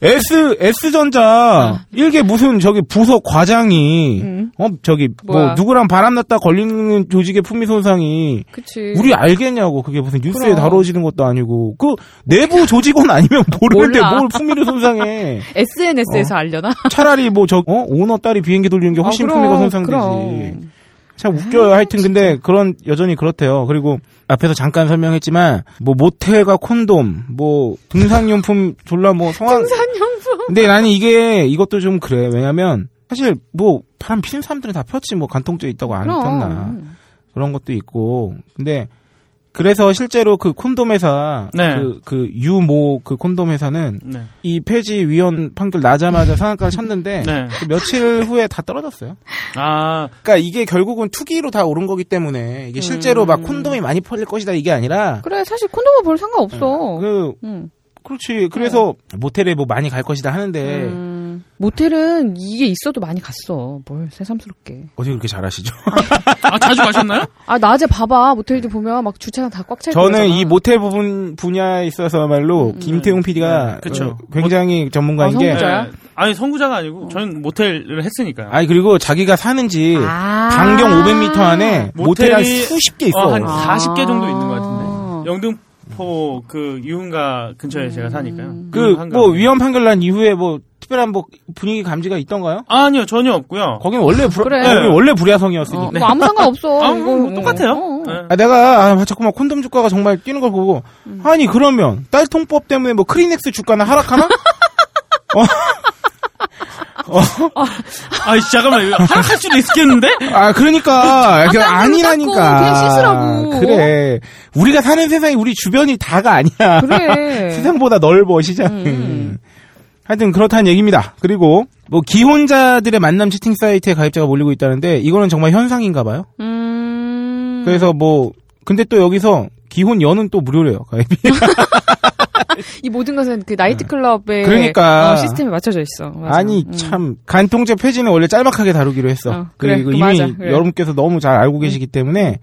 [SPEAKER 1] S S 전자 일개 무슨 저기 부서 과장이
[SPEAKER 2] 음.
[SPEAKER 1] 어 저기 뭐
[SPEAKER 2] 뭐야.
[SPEAKER 1] 누구랑 바람났다 걸리는 조직의 품위 손상이
[SPEAKER 2] 그치.
[SPEAKER 1] 우리 알겠냐고 그게 무슨 뉴스에
[SPEAKER 2] 그럼.
[SPEAKER 1] 다뤄지는 것도 아니고 그 내부 조직원 아니면 모르는데
[SPEAKER 2] 몰라.
[SPEAKER 1] 뭘 품위를 손상해
[SPEAKER 2] SNS에서 알려나?
[SPEAKER 1] 차라리 뭐 저 어? 오너 어. 딸이 비행기 돌리는 게 훨씬
[SPEAKER 2] 아, 그럼,
[SPEAKER 1] 품위가 손상되지
[SPEAKER 2] 그럼. 음,
[SPEAKER 1] 참 웃겨요 하여튼 근데 그런 여전히 그렇대요 그리고 앞에서 잠깐 설명했지만 뭐 모텔과 콘돔 뭐 등산용품 졸라 뭐 성황
[SPEAKER 2] 산용품.
[SPEAKER 1] 근데 나는 이게 이것도 좀 그래 왜냐면 사실 뭐 바람 피는 사람들은 다 폈지 뭐 간통죄 있다고 안 폈나
[SPEAKER 2] 그럼.
[SPEAKER 1] 그런 것도 있고 근데 그래서 실제로 그 콘돔 회사
[SPEAKER 3] 네.
[SPEAKER 1] 그, 그 유모 그 콘돔 회사는
[SPEAKER 3] 네.
[SPEAKER 1] 이 폐지 위원 판결 나자마자 상한가를 쳤는데
[SPEAKER 3] 네.
[SPEAKER 1] 그 며칠 후에 다 떨어졌어요.
[SPEAKER 3] 아,
[SPEAKER 1] 그러니까 이게 결국은 투기로 다 오른 거기 때문에 이게 실제로
[SPEAKER 2] 음.
[SPEAKER 1] 막 콘돔이 많이 팔릴 것이다 이게 아니라
[SPEAKER 2] 그래 사실 콘돔은 별 상관없어.
[SPEAKER 1] 그
[SPEAKER 2] 음.
[SPEAKER 1] 그렇지. 그래서 모텔에 뭐 많이 갈 것이다 하는데
[SPEAKER 2] 네. 음, 모텔은 이게 있어도 많이 갔어. 뭘 새삼스럽게.
[SPEAKER 1] 어떻게 그렇게 잘하시죠?
[SPEAKER 3] 아, 자주 가셨나요?
[SPEAKER 2] 아 낮에 봐봐 모텔들 보면 막 주차장 다 꽉 차 있고.
[SPEAKER 1] 저는
[SPEAKER 2] 그러잖아.
[SPEAKER 1] 이 모텔 부분 분야에 있어서 말로
[SPEAKER 2] 음.
[SPEAKER 1] 김태용 PD가
[SPEAKER 3] 네, 그쵸.
[SPEAKER 1] 굉장히 전문가인
[SPEAKER 2] 아,
[SPEAKER 1] 게
[SPEAKER 2] 성공자야?
[SPEAKER 3] 네. 아니, 선구자가 아니고, 저는 모텔을 했으니까요.
[SPEAKER 1] 아니 그리고 자기가 사는 집
[SPEAKER 2] 아.
[SPEAKER 1] 반경 500m 안에 모텔 한 수십 개 있어.
[SPEAKER 3] 어, 한
[SPEAKER 1] 아.
[SPEAKER 3] 40개 정도 있는 것
[SPEAKER 2] 아.
[SPEAKER 3] 같은데. 영등포 그 이운가 근처에
[SPEAKER 2] 음.
[SPEAKER 3] 제가 사니까요.
[SPEAKER 1] 그
[SPEAKER 3] 한강.
[SPEAKER 1] 뭐 위험 판결 난 이후에 뭐 특별한 뭐 분위기 감지가 있던가요?
[SPEAKER 3] 아니요, 전혀 없고요.
[SPEAKER 1] 거긴 원래 불,
[SPEAKER 2] 그래.
[SPEAKER 1] 거긴 원래
[SPEAKER 2] 어,
[SPEAKER 1] 불야성이었으니까.
[SPEAKER 2] 뭐 아무 상관 없어.
[SPEAKER 3] 아, 뭐 똑같아요.
[SPEAKER 2] 어, 어.
[SPEAKER 3] 네.
[SPEAKER 1] 아, 내가 아, 자꾸만 콘돔 주가가 정말 뛰는 걸 보고
[SPEAKER 2] 음.
[SPEAKER 1] 아니 그러면 딸통법 때문에 뭐 크리넥스 주가는 하락하나?
[SPEAKER 3] 아, 잠깐만, 이거 하락할 수도 있겠는데?
[SPEAKER 1] 아 그러니까 아,
[SPEAKER 2] 딴 걸로
[SPEAKER 1] 아니라니까
[SPEAKER 2] 닦고 그냥 씻으라고.
[SPEAKER 1] 그래 우리가 사는 세상이 우리 주변이 다가 아니야
[SPEAKER 2] 그래.
[SPEAKER 1] 세상보다 넓어 시장은
[SPEAKER 2] 네. 음.
[SPEAKER 1] 하여튼 그렇다는 얘기입니다 그리고 뭐 기혼자들의 만남 채팅 사이트에 가입자가 몰리고 있다는데 이거는 정말 현상인가 봐요
[SPEAKER 2] 음.
[SPEAKER 1] 그래서 뭐 근데 또 여기서 기혼 연은 또 무료래요 가입이
[SPEAKER 2] 이 모든 것은 그 나이트클럽의
[SPEAKER 1] 그러니까.
[SPEAKER 2] 어, 시스템에 맞춰져 있어. 맞아.
[SPEAKER 1] 아니
[SPEAKER 2] 음.
[SPEAKER 1] 참 간통죄 폐지는 원래 짤막하게 다루기로 했어.
[SPEAKER 2] 어, 그래,
[SPEAKER 1] 그리고
[SPEAKER 2] 그
[SPEAKER 1] 이미
[SPEAKER 2] 맞아, 그래. 음.
[SPEAKER 1] 여러분께서 너무 잘 알고 계시기 때문에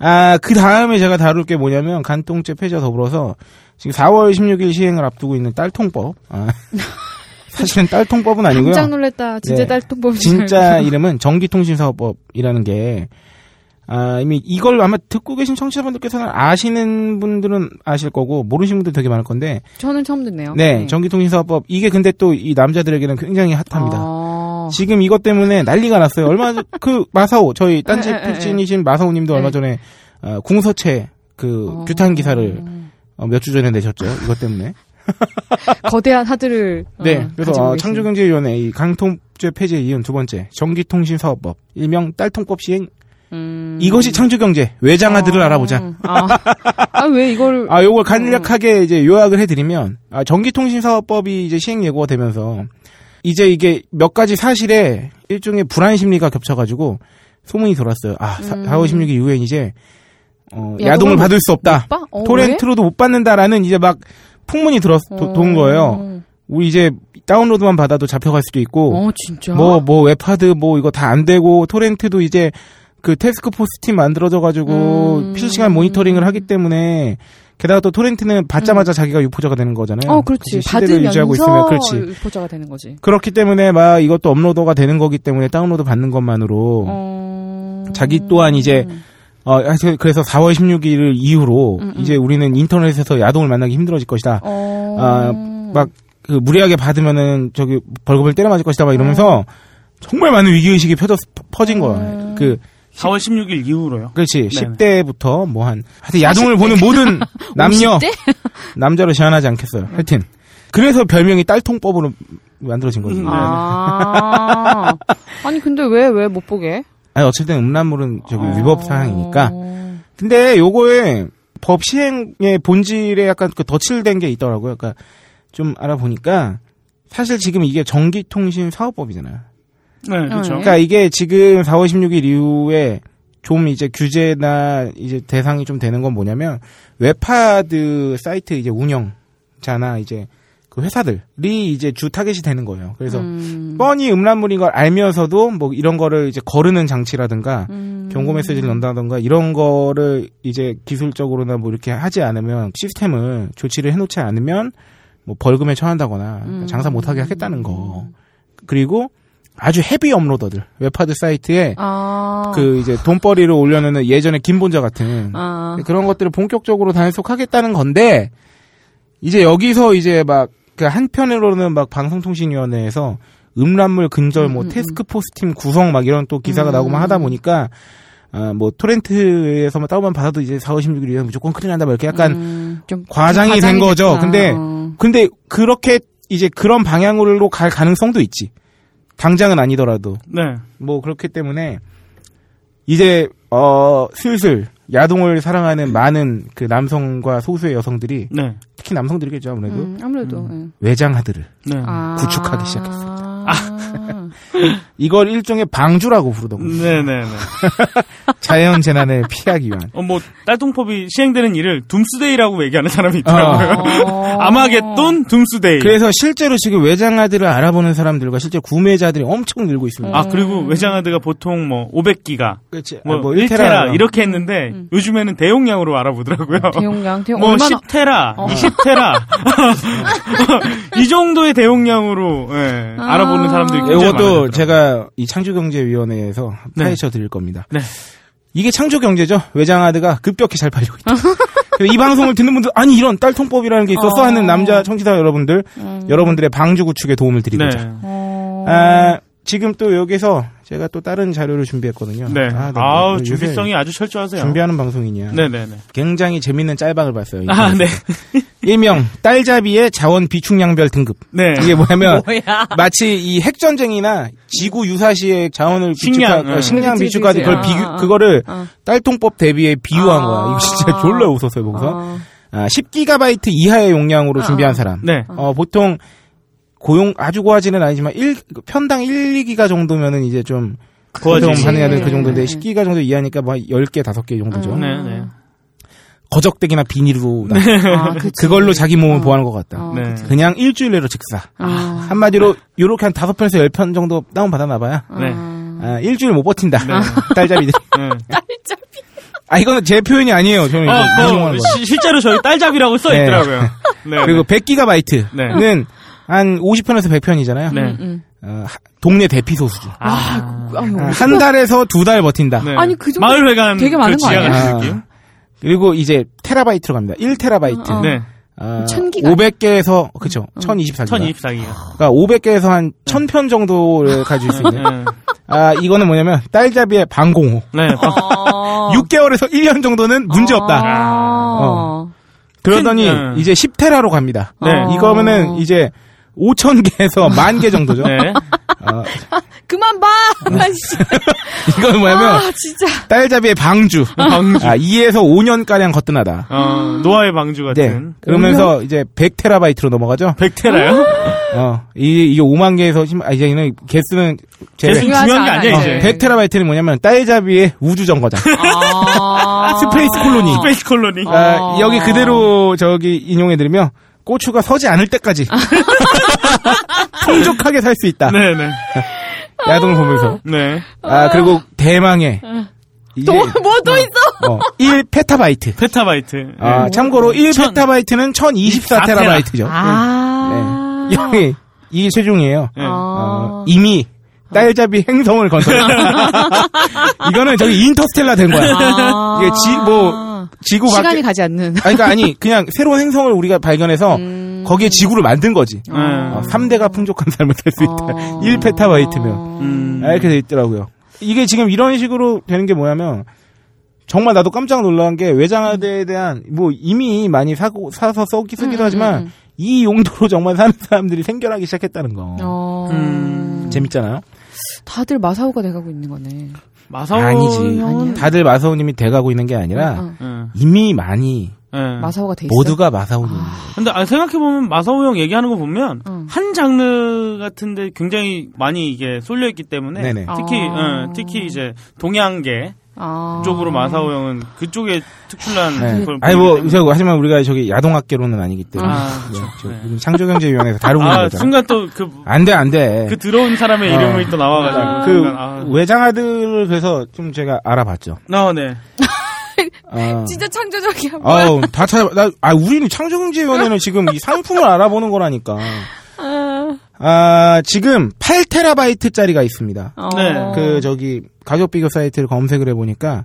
[SPEAKER 1] 아그 다음에 제가 다룰 게 뭐냐면 간통죄 폐지와 더불어서 지금 4월 16일 시행을 앞두고 있는 딸통법. 아, 사실은 딸통법은 아니고요.
[SPEAKER 2] 깜짝 놀랐다. 진짜
[SPEAKER 1] 네.
[SPEAKER 2] 딸통법이
[SPEAKER 1] 진짜 이름은 전기통신사업법이라는 게, 아, 이미 이걸 아마 듣고 계신 청취자분들께서는 아시는 분들은 아실 거고, 모르시는 분들 되게 많을 건데,
[SPEAKER 2] 저는 처음 듣네요.
[SPEAKER 1] 네, 전기통신사업법. 이게 근데 또 이 남자들에게는 굉장히 핫합니다.
[SPEAKER 2] 아.
[SPEAKER 1] 지금 이것 때문에 난리가 났어요. 얼마 전, 그, 마사오, 저희 딴지
[SPEAKER 2] 에, 에, 에, 에.
[SPEAKER 1] 필진이신 마사오 님도 얼마
[SPEAKER 2] 네.
[SPEAKER 1] 전에, 어, 궁서체, 그,
[SPEAKER 2] 어.
[SPEAKER 1] 규탄 기사를 어, 몇 주 전에 내셨죠. 이것 때문에.
[SPEAKER 2] 거대한 하드를 어,
[SPEAKER 1] 네. 그래서
[SPEAKER 2] 가지고
[SPEAKER 1] 어,
[SPEAKER 2] 계신.
[SPEAKER 1] 창조경제위원회 이 강통죄 폐지에 이은 두 번째, 전기통신사업법, 일명 딸통법 시행.
[SPEAKER 2] 음.
[SPEAKER 1] 이것이 창조경제, 외장하드를
[SPEAKER 2] 어.
[SPEAKER 1] 알아보자.
[SPEAKER 2] 아, 아, 왜 이걸
[SPEAKER 1] 아, 요걸 간략하게 이제 요약을 해드리면, 아, 전기통신사업법이 이제 시행 예고가 되면서, 이제 이게 몇 가지 사실에 일종의 불안 심리가 겹쳐가지고, 소문이 돌았어요. 아, 사, 4월 16일 이후엔 이제, 어,
[SPEAKER 2] 음. 야동을
[SPEAKER 1] 야동을
[SPEAKER 2] 못-
[SPEAKER 1] 받을 수 없다.
[SPEAKER 2] 오빠? 어,
[SPEAKER 1] 토렌트로도 못 받는다라는 이제 막 풍문이 들었,
[SPEAKER 2] 왜?
[SPEAKER 1] 도, 돈 거예요.
[SPEAKER 2] 어.
[SPEAKER 1] 우리 이제 다운로드만 받아도 잡혀갈 수도 있고,
[SPEAKER 2] 어, 진짜.
[SPEAKER 1] 뭐, 뭐, 웹하드, 뭐, 이거 다 안 되고, 토렌트도 이제, 그, 태스크포스 팀 만들어져가지고,
[SPEAKER 2] 음.
[SPEAKER 1] 실시간 모니터링을 하기 때문에, 게다가 또 토렌트는 받자마자 자기가 유포자가 되는 거잖아요.
[SPEAKER 2] 음. 어, 그렇지.
[SPEAKER 1] 네. 그래서 시대를
[SPEAKER 2] 받으면서
[SPEAKER 1] 유지하고 있으면, 그렇지.
[SPEAKER 2] 보자가 되는 거지.
[SPEAKER 1] 그렇기 때문에 막 이것도 업로더가 되는 거기 때문에 다운로드 받는 것만으로,
[SPEAKER 2] 어.
[SPEAKER 1] 자기 또한 이제, 어, 하여튼 그래서 4월 16일을 이후로,
[SPEAKER 2] 음, 음.
[SPEAKER 1] 이제 우리는 인터넷에서 야동을 만나기 힘들어질 것이다.
[SPEAKER 2] 어.
[SPEAKER 1] 아, 막, 그, 무리하게 받으면은, 저기, 벌금을 때려 맞을 것이다, 막
[SPEAKER 3] 음.
[SPEAKER 1] 이러면서, 정말 많은 위기의식이 펴졌, 퍼진 거야. 그,
[SPEAKER 3] 4월 16일 이후로요.
[SPEAKER 1] 그렇지.
[SPEAKER 3] 음. 네네.
[SPEAKER 1] 10대부터 뭐 한, 하여튼 야동을 보는 모든 남녀, 남자로 제한하지 않겠어요.
[SPEAKER 3] 음.
[SPEAKER 1] 하여튼. 그래서 별명이 딸통법으로 만들어진 거지.
[SPEAKER 3] 음.
[SPEAKER 2] 아. 아니 근데 왜 왜 못 보게?
[SPEAKER 1] 아니, 어쨌든 음란물은 저기
[SPEAKER 3] 어.
[SPEAKER 1] 위법 사항이니까.
[SPEAKER 2] 어.
[SPEAKER 1] 근데 요거에 법 시행의 본질에 약간 그 덧칠된 게 있더라고요. 그러니까 좀 알아보니까 사실 지금 이게 전기통신 사업법이잖아요.
[SPEAKER 3] 네,
[SPEAKER 2] 어,
[SPEAKER 3] 그렇죠.
[SPEAKER 2] 예.
[SPEAKER 1] 그러니까 이게 지금 4월 16일 이후에 좀 이제 규제나 이제 대상이 좀 되는 건 뭐냐면 웹하드 사이트 이제 운영자나 이제 그 회사들이 이제 주 타겟이 되는 거예요. 그래서
[SPEAKER 2] 음.
[SPEAKER 1] 뻔히 음란물인 걸 알면서도 뭐 이런 거를 이제 거르는 장치라든가
[SPEAKER 2] 음.
[SPEAKER 1] 경고 메시지를 넣는다던가 이런 거를 이제 기술적으로나 뭐 이렇게 하지 않으면 시스템을 조치를 해놓지 않으면 뭐 벌금에 처한다거나 그러니까
[SPEAKER 2] 음.
[SPEAKER 1] 장사 못하게 하겠다는 거 그리고 아주 헤비 업로더들 웹하드 사이트에
[SPEAKER 2] 아.
[SPEAKER 1] 그 이제 돈벌이로 올려놓는 예전에 김본자 같은
[SPEAKER 2] 아.
[SPEAKER 1] 네, 그런 것들을 본격적으로 단속하겠다는 건데 이제 여기서 이제 막 그 한편으로는 막 방송통신위원회에서 음란물 근절 뭐
[SPEAKER 2] 음, 음,
[SPEAKER 1] 테스크포스 팀 구성 막 이런 또 기사가
[SPEAKER 2] 음.
[SPEAKER 1] 나오고 막 하다 보니까 아 뭐 토렌트에서만 다운만 받아도 이제 4월 16일 이후에 무조건 큰일 난다 뭐 이렇게 약간
[SPEAKER 2] 음, 좀
[SPEAKER 1] 과장이 된 거죠.
[SPEAKER 2] 됐구나.
[SPEAKER 1] 근데
[SPEAKER 2] 어.
[SPEAKER 1] 근데 그렇게 이제 그런 방향으로 갈 가능성도 있지. 당장은 아니더라도
[SPEAKER 3] 네.
[SPEAKER 1] 뭐 그렇기 때문에 이제 어 슬슬 야동을 사랑하는 많은 그 남성과 소수의 여성들이
[SPEAKER 3] 네.
[SPEAKER 1] 특히 남성들이겠죠 아무래도
[SPEAKER 2] 음, 아무래도 예.
[SPEAKER 1] 외장하드를
[SPEAKER 3] 네.
[SPEAKER 2] 아.
[SPEAKER 1] 구축하기 시작했습니다.
[SPEAKER 2] 아.
[SPEAKER 1] 이걸 일종의 방주라고
[SPEAKER 3] 음.
[SPEAKER 1] 부르더군요.
[SPEAKER 3] 네네네.
[SPEAKER 1] 자연 재난을 피하기 위한.
[SPEAKER 3] 어, 뭐, 딸통법이 시행되는 일을 둠스데이라고 얘기하는 사람이 있더라고요.
[SPEAKER 2] 어.
[SPEAKER 3] 아마겟돈 둠스데이.
[SPEAKER 1] 그래서 실제로 지금 외장하드를 알아보는 사람들과 실제 구매자들이 엄청 늘고 있습니다.
[SPEAKER 3] 아, 그리고 외장하드가 보통 뭐, 500기가,
[SPEAKER 1] 그렇지.
[SPEAKER 3] 뭐,
[SPEAKER 1] 아, 뭐
[SPEAKER 3] 1테라,
[SPEAKER 1] 1테라
[SPEAKER 3] 이렇게 했는데, 요즘에는 대용량으로 알아보더라고요.
[SPEAKER 2] 음. 어. 대용량, 대용
[SPEAKER 3] 뭐
[SPEAKER 2] 얼마나 어.
[SPEAKER 3] 10테라, 20테라 이 정도의 대용량으로 예,
[SPEAKER 2] 아.
[SPEAKER 3] 알아보는 사람들이 굉장히 많아요.
[SPEAKER 1] 이것도 제가 이 창조경제위원회에서 파헤쳐 드릴 겁니다.
[SPEAKER 3] 네.
[SPEAKER 1] 이게 창조경제죠. 외장하드가 급격히 잘 팔리고 있다. 그래서 이 방송을 듣는 분들 아니 이런 딸통법이라는 게 있었어
[SPEAKER 2] 어.
[SPEAKER 1] 하는 남자 청취자 여러분들 여러분들의 방주 구축에 도움을 드리고자.
[SPEAKER 3] 음. 네.
[SPEAKER 2] 어.
[SPEAKER 1] 아, 지금 또 여기서 제가 또 다른 자료를 준비했거든요.
[SPEAKER 3] 네.
[SPEAKER 1] 아,
[SPEAKER 3] 아,
[SPEAKER 1] 나
[SPEAKER 3] 우
[SPEAKER 1] 요새
[SPEAKER 3] 준비성이 아주 철저하세요.
[SPEAKER 1] 준비하는 방송이냐.
[SPEAKER 3] 네네네.
[SPEAKER 1] 굉장히 재밌는 짤방을 봤어요.
[SPEAKER 3] 아, 네.
[SPEAKER 1] 일명 딸잡이의 자원 비축량별 등급.
[SPEAKER 3] 네.
[SPEAKER 1] 이게 뭐냐면
[SPEAKER 2] 뭐야?
[SPEAKER 1] 마치 이 핵전쟁이나 지구 유사시의 자원을
[SPEAKER 3] 식량, 네.
[SPEAKER 1] 비축하,
[SPEAKER 3] 응.
[SPEAKER 1] 어, 식량
[SPEAKER 2] 그치,
[SPEAKER 1] 비축까지
[SPEAKER 2] 그치.
[SPEAKER 1] 그걸 비교
[SPEAKER 2] 아, 아.
[SPEAKER 1] 그거를
[SPEAKER 2] 아.
[SPEAKER 1] 딸통법 대비에 비유한
[SPEAKER 2] 아.
[SPEAKER 1] 거야. 이거 진짜 졸라 웃었어요 거기서.
[SPEAKER 2] 어.
[SPEAKER 1] 아, 10기가바이트 이하의 용량으로 준비한 사람.
[SPEAKER 3] 네.
[SPEAKER 1] 어, 보통 고용 아주 고하지는 아니지만 일 편당 1, 2기가 정도면은 이제 좀
[SPEAKER 3] 고하지.
[SPEAKER 1] 가능해야 될 그 정도인데
[SPEAKER 2] 네.
[SPEAKER 1] 10기가 정도 이하니까 뭐 10개, 5개 정도죠.
[SPEAKER 2] 음.
[SPEAKER 3] 네네.
[SPEAKER 1] 거적대기나 비닐로 나-
[SPEAKER 2] 아, 그치.
[SPEAKER 1] 그걸로 자기 몸을
[SPEAKER 2] 어.
[SPEAKER 1] 보호하는 것 같다.
[SPEAKER 2] 어,
[SPEAKER 3] 네.
[SPEAKER 2] 그치.
[SPEAKER 1] 그냥 일주일 내로 직사.
[SPEAKER 2] 아.
[SPEAKER 1] 한마디로 요렇게 한 다섯 편에서 열 편 정도 다운 받아나 봐야
[SPEAKER 3] 네.
[SPEAKER 2] 아.
[SPEAKER 1] 아, 일주일 못 버틴다.
[SPEAKER 3] 네.
[SPEAKER 1] 딸잡이들.
[SPEAKER 3] 네.
[SPEAKER 1] 아 이거는 제 표현이 아니에요. 저는 이거
[SPEAKER 3] 아,
[SPEAKER 1] 인용한 거예요.
[SPEAKER 3] 그, 시- 실제로 저희 딸잡이라고 써
[SPEAKER 1] 어, 네.
[SPEAKER 3] 있더라고요. 네.
[SPEAKER 1] 그리고 100기가바이트는 한 50편에서 100편이잖아요.
[SPEAKER 3] 네.
[SPEAKER 2] 음, 음.
[SPEAKER 1] 어, 동네 대피 소수죠.
[SPEAKER 3] 아,
[SPEAKER 2] 아, 뭐.
[SPEAKER 1] 아, 한 달에서 두 달 버틴다.
[SPEAKER 3] 네.
[SPEAKER 2] 아니, 그 정도
[SPEAKER 3] 마을회관
[SPEAKER 2] 되게 많은
[SPEAKER 3] 그
[SPEAKER 2] 거 아니야?
[SPEAKER 3] 지나가는
[SPEAKER 1] 아.
[SPEAKER 3] 느낌?
[SPEAKER 1] 그리고 이제 테라바이트로 갑니다. 1테라바이트.
[SPEAKER 2] 어, 어.
[SPEAKER 3] 네.
[SPEAKER 1] 아,
[SPEAKER 2] 천 기가. 어.
[SPEAKER 1] 500개에서 그쵸 1024기가.
[SPEAKER 3] 1024기가.
[SPEAKER 1] 그러니까 500개에서 한 1000편
[SPEAKER 2] 네.
[SPEAKER 1] 정도를 가질 수 있는. 아 이거는 뭐냐면 딸잡이의 방공호.
[SPEAKER 3] 네.
[SPEAKER 2] 어.
[SPEAKER 1] 6개월에서 1년 정도는 문제 없다.
[SPEAKER 2] 아. 어.
[SPEAKER 1] 그러더니
[SPEAKER 3] 음.
[SPEAKER 1] 이제 10테라로 갑니다.
[SPEAKER 3] 네.
[SPEAKER 2] 어.
[SPEAKER 1] 이거면은 이제 5,000개에서 10,000개 정도죠.
[SPEAKER 3] 네.
[SPEAKER 1] 어,
[SPEAKER 2] 그만 봐! 아, 씨.
[SPEAKER 1] 이건 뭐냐면
[SPEAKER 2] 아, 진짜.
[SPEAKER 1] 딸잡이의 방주.
[SPEAKER 3] 방주.
[SPEAKER 1] 아, 2에서 5년가량 거뜬하다.
[SPEAKER 3] 어, 노아의 방주
[SPEAKER 1] 네.
[SPEAKER 3] 같은.
[SPEAKER 1] 그러면서 이제 100테라바이트로 넘어가죠.
[SPEAKER 3] 백
[SPEAKER 2] 음,
[SPEAKER 3] 100테라요?
[SPEAKER 1] 어, 이, 이게 5만 개에서, 10만- 아, 이제는 개수는
[SPEAKER 3] 계속
[SPEAKER 1] 제외.
[SPEAKER 3] 중요한 게
[SPEAKER 2] 중요하지
[SPEAKER 3] 아니야,
[SPEAKER 1] 어,
[SPEAKER 2] 않아요.
[SPEAKER 3] 이제.
[SPEAKER 1] 100테라바이트는 뭐냐면 딸잡이의 우주 정거장.
[SPEAKER 2] 아.
[SPEAKER 1] 스페이스 콜로니.
[SPEAKER 3] 어, 스페이스 콜로니.
[SPEAKER 1] 아, 여기 그대로 저기 인용해드리면 고추가 서지 않을 때까지 풍족하게 살 수 있다.
[SPEAKER 3] 네네.
[SPEAKER 1] 야동을 보면서.
[SPEAKER 3] 네.
[SPEAKER 1] 아, 그리고 대망의 이게
[SPEAKER 2] 또, 뭐 또 있어?
[SPEAKER 1] 어, 1페타바이트.
[SPEAKER 3] 페타바이트.
[SPEAKER 1] 아, 참고로 1페타바이트는 1024테라바이트죠.
[SPEAKER 2] 아.
[SPEAKER 1] 네. 여기 이게 최종이에요.
[SPEAKER 3] 네.
[SPEAKER 1] 어,
[SPEAKER 2] 아.
[SPEAKER 1] 이미 딸잡이 행성을 건설. 이거는 저기 인터스텔라 된 거야.
[SPEAKER 2] 아.
[SPEAKER 1] 이게 지- 뭐, 지구 밖에
[SPEAKER 2] 시간이 가지 않는.
[SPEAKER 1] 아니, 그러니까 아니 그냥 새로운 행성을 우리가 발견해서
[SPEAKER 2] 음.
[SPEAKER 1] 거기에 지구를 만든 거지.
[SPEAKER 3] 음.
[SPEAKER 1] 어, 3대가 풍족한 삶을 살 수 있다.
[SPEAKER 2] 어.
[SPEAKER 1] 1페타바이트면
[SPEAKER 3] 음.
[SPEAKER 1] 이렇게 돼 있더라고요. 이게 지금 이런 식으로 되는 게 뭐냐면 정말 나도 깜짝 놀란 게 외장하드에
[SPEAKER 2] 음.
[SPEAKER 1] 대한 뭐 이미 많이 사고 사서 써기 쓰기도 하지만
[SPEAKER 2] 음,
[SPEAKER 1] 이 용도로 정말 사는 사람들이 생겨나기 시작했다는 거.
[SPEAKER 2] 어.
[SPEAKER 3] 음.
[SPEAKER 1] 재밌잖아요.
[SPEAKER 2] 다들 마사오가 돼가고 있는 거네.
[SPEAKER 3] 마사오
[SPEAKER 1] 아니지.
[SPEAKER 3] 형은
[SPEAKER 1] 다들 마사오님이 돼가고 있는 게 아니라
[SPEAKER 2] 어.
[SPEAKER 3] 응,
[SPEAKER 1] 이미 많이
[SPEAKER 3] 응.
[SPEAKER 2] 마사오가 돼 있어.
[SPEAKER 1] 네. 모두가 마사오님.
[SPEAKER 3] 근데 아, 생각해보면 마사오 형 얘기하는 거 보면
[SPEAKER 2] 응.
[SPEAKER 3] 한 장르 같은데 굉장히 많이 이게 쏠려있기 때문에
[SPEAKER 1] 네네.
[SPEAKER 3] 특히
[SPEAKER 2] 아.
[SPEAKER 3] 응, 특히 이제 동양계
[SPEAKER 2] 아.
[SPEAKER 3] 쪽으로 마사오 형은 그쪽에 특출난
[SPEAKER 1] 네.
[SPEAKER 3] 걸
[SPEAKER 1] 아니 뭐
[SPEAKER 3] 보이기 때문에.
[SPEAKER 1] 저거 하지만 우리가 저기 야동학계로는 아니기 때문에
[SPEAKER 3] 아, 그렇죠.
[SPEAKER 1] 저
[SPEAKER 3] 네.
[SPEAKER 1] 지금 창조경제위원회에서 다루고 있는
[SPEAKER 3] 아
[SPEAKER 1] 거잖아.
[SPEAKER 3] 순간 또그
[SPEAKER 1] 안돼 안돼.
[SPEAKER 3] 그 들어온 사람의
[SPEAKER 1] 아.
[SPEAKER 3] 이름이 또 나와가지고
[SPEAKER 1] 그
[SPEAKER 3] 순간, 아.
[SPEAKER 1] 외장하드를 그래서 좀 제가 알아봤죠.
[SPEAKER 3] 아, 네.
[SPEAKER 1] 아.
[SPEAKER 2] 진짜 창조적이야.
[SPEAKER 1] 아우 다 찾아. 나, 아 우리는 창조경제위원회는 지금 이 상품을 알아보는 거라니까. 아 지금 8테라바이트짜리가 있습니다.
[SPEAKER 2] 어.
[SPEAKER 3] 네.
[SPEAKER 1] 그 저기 가격 비교 사이트를 검색을 해보니까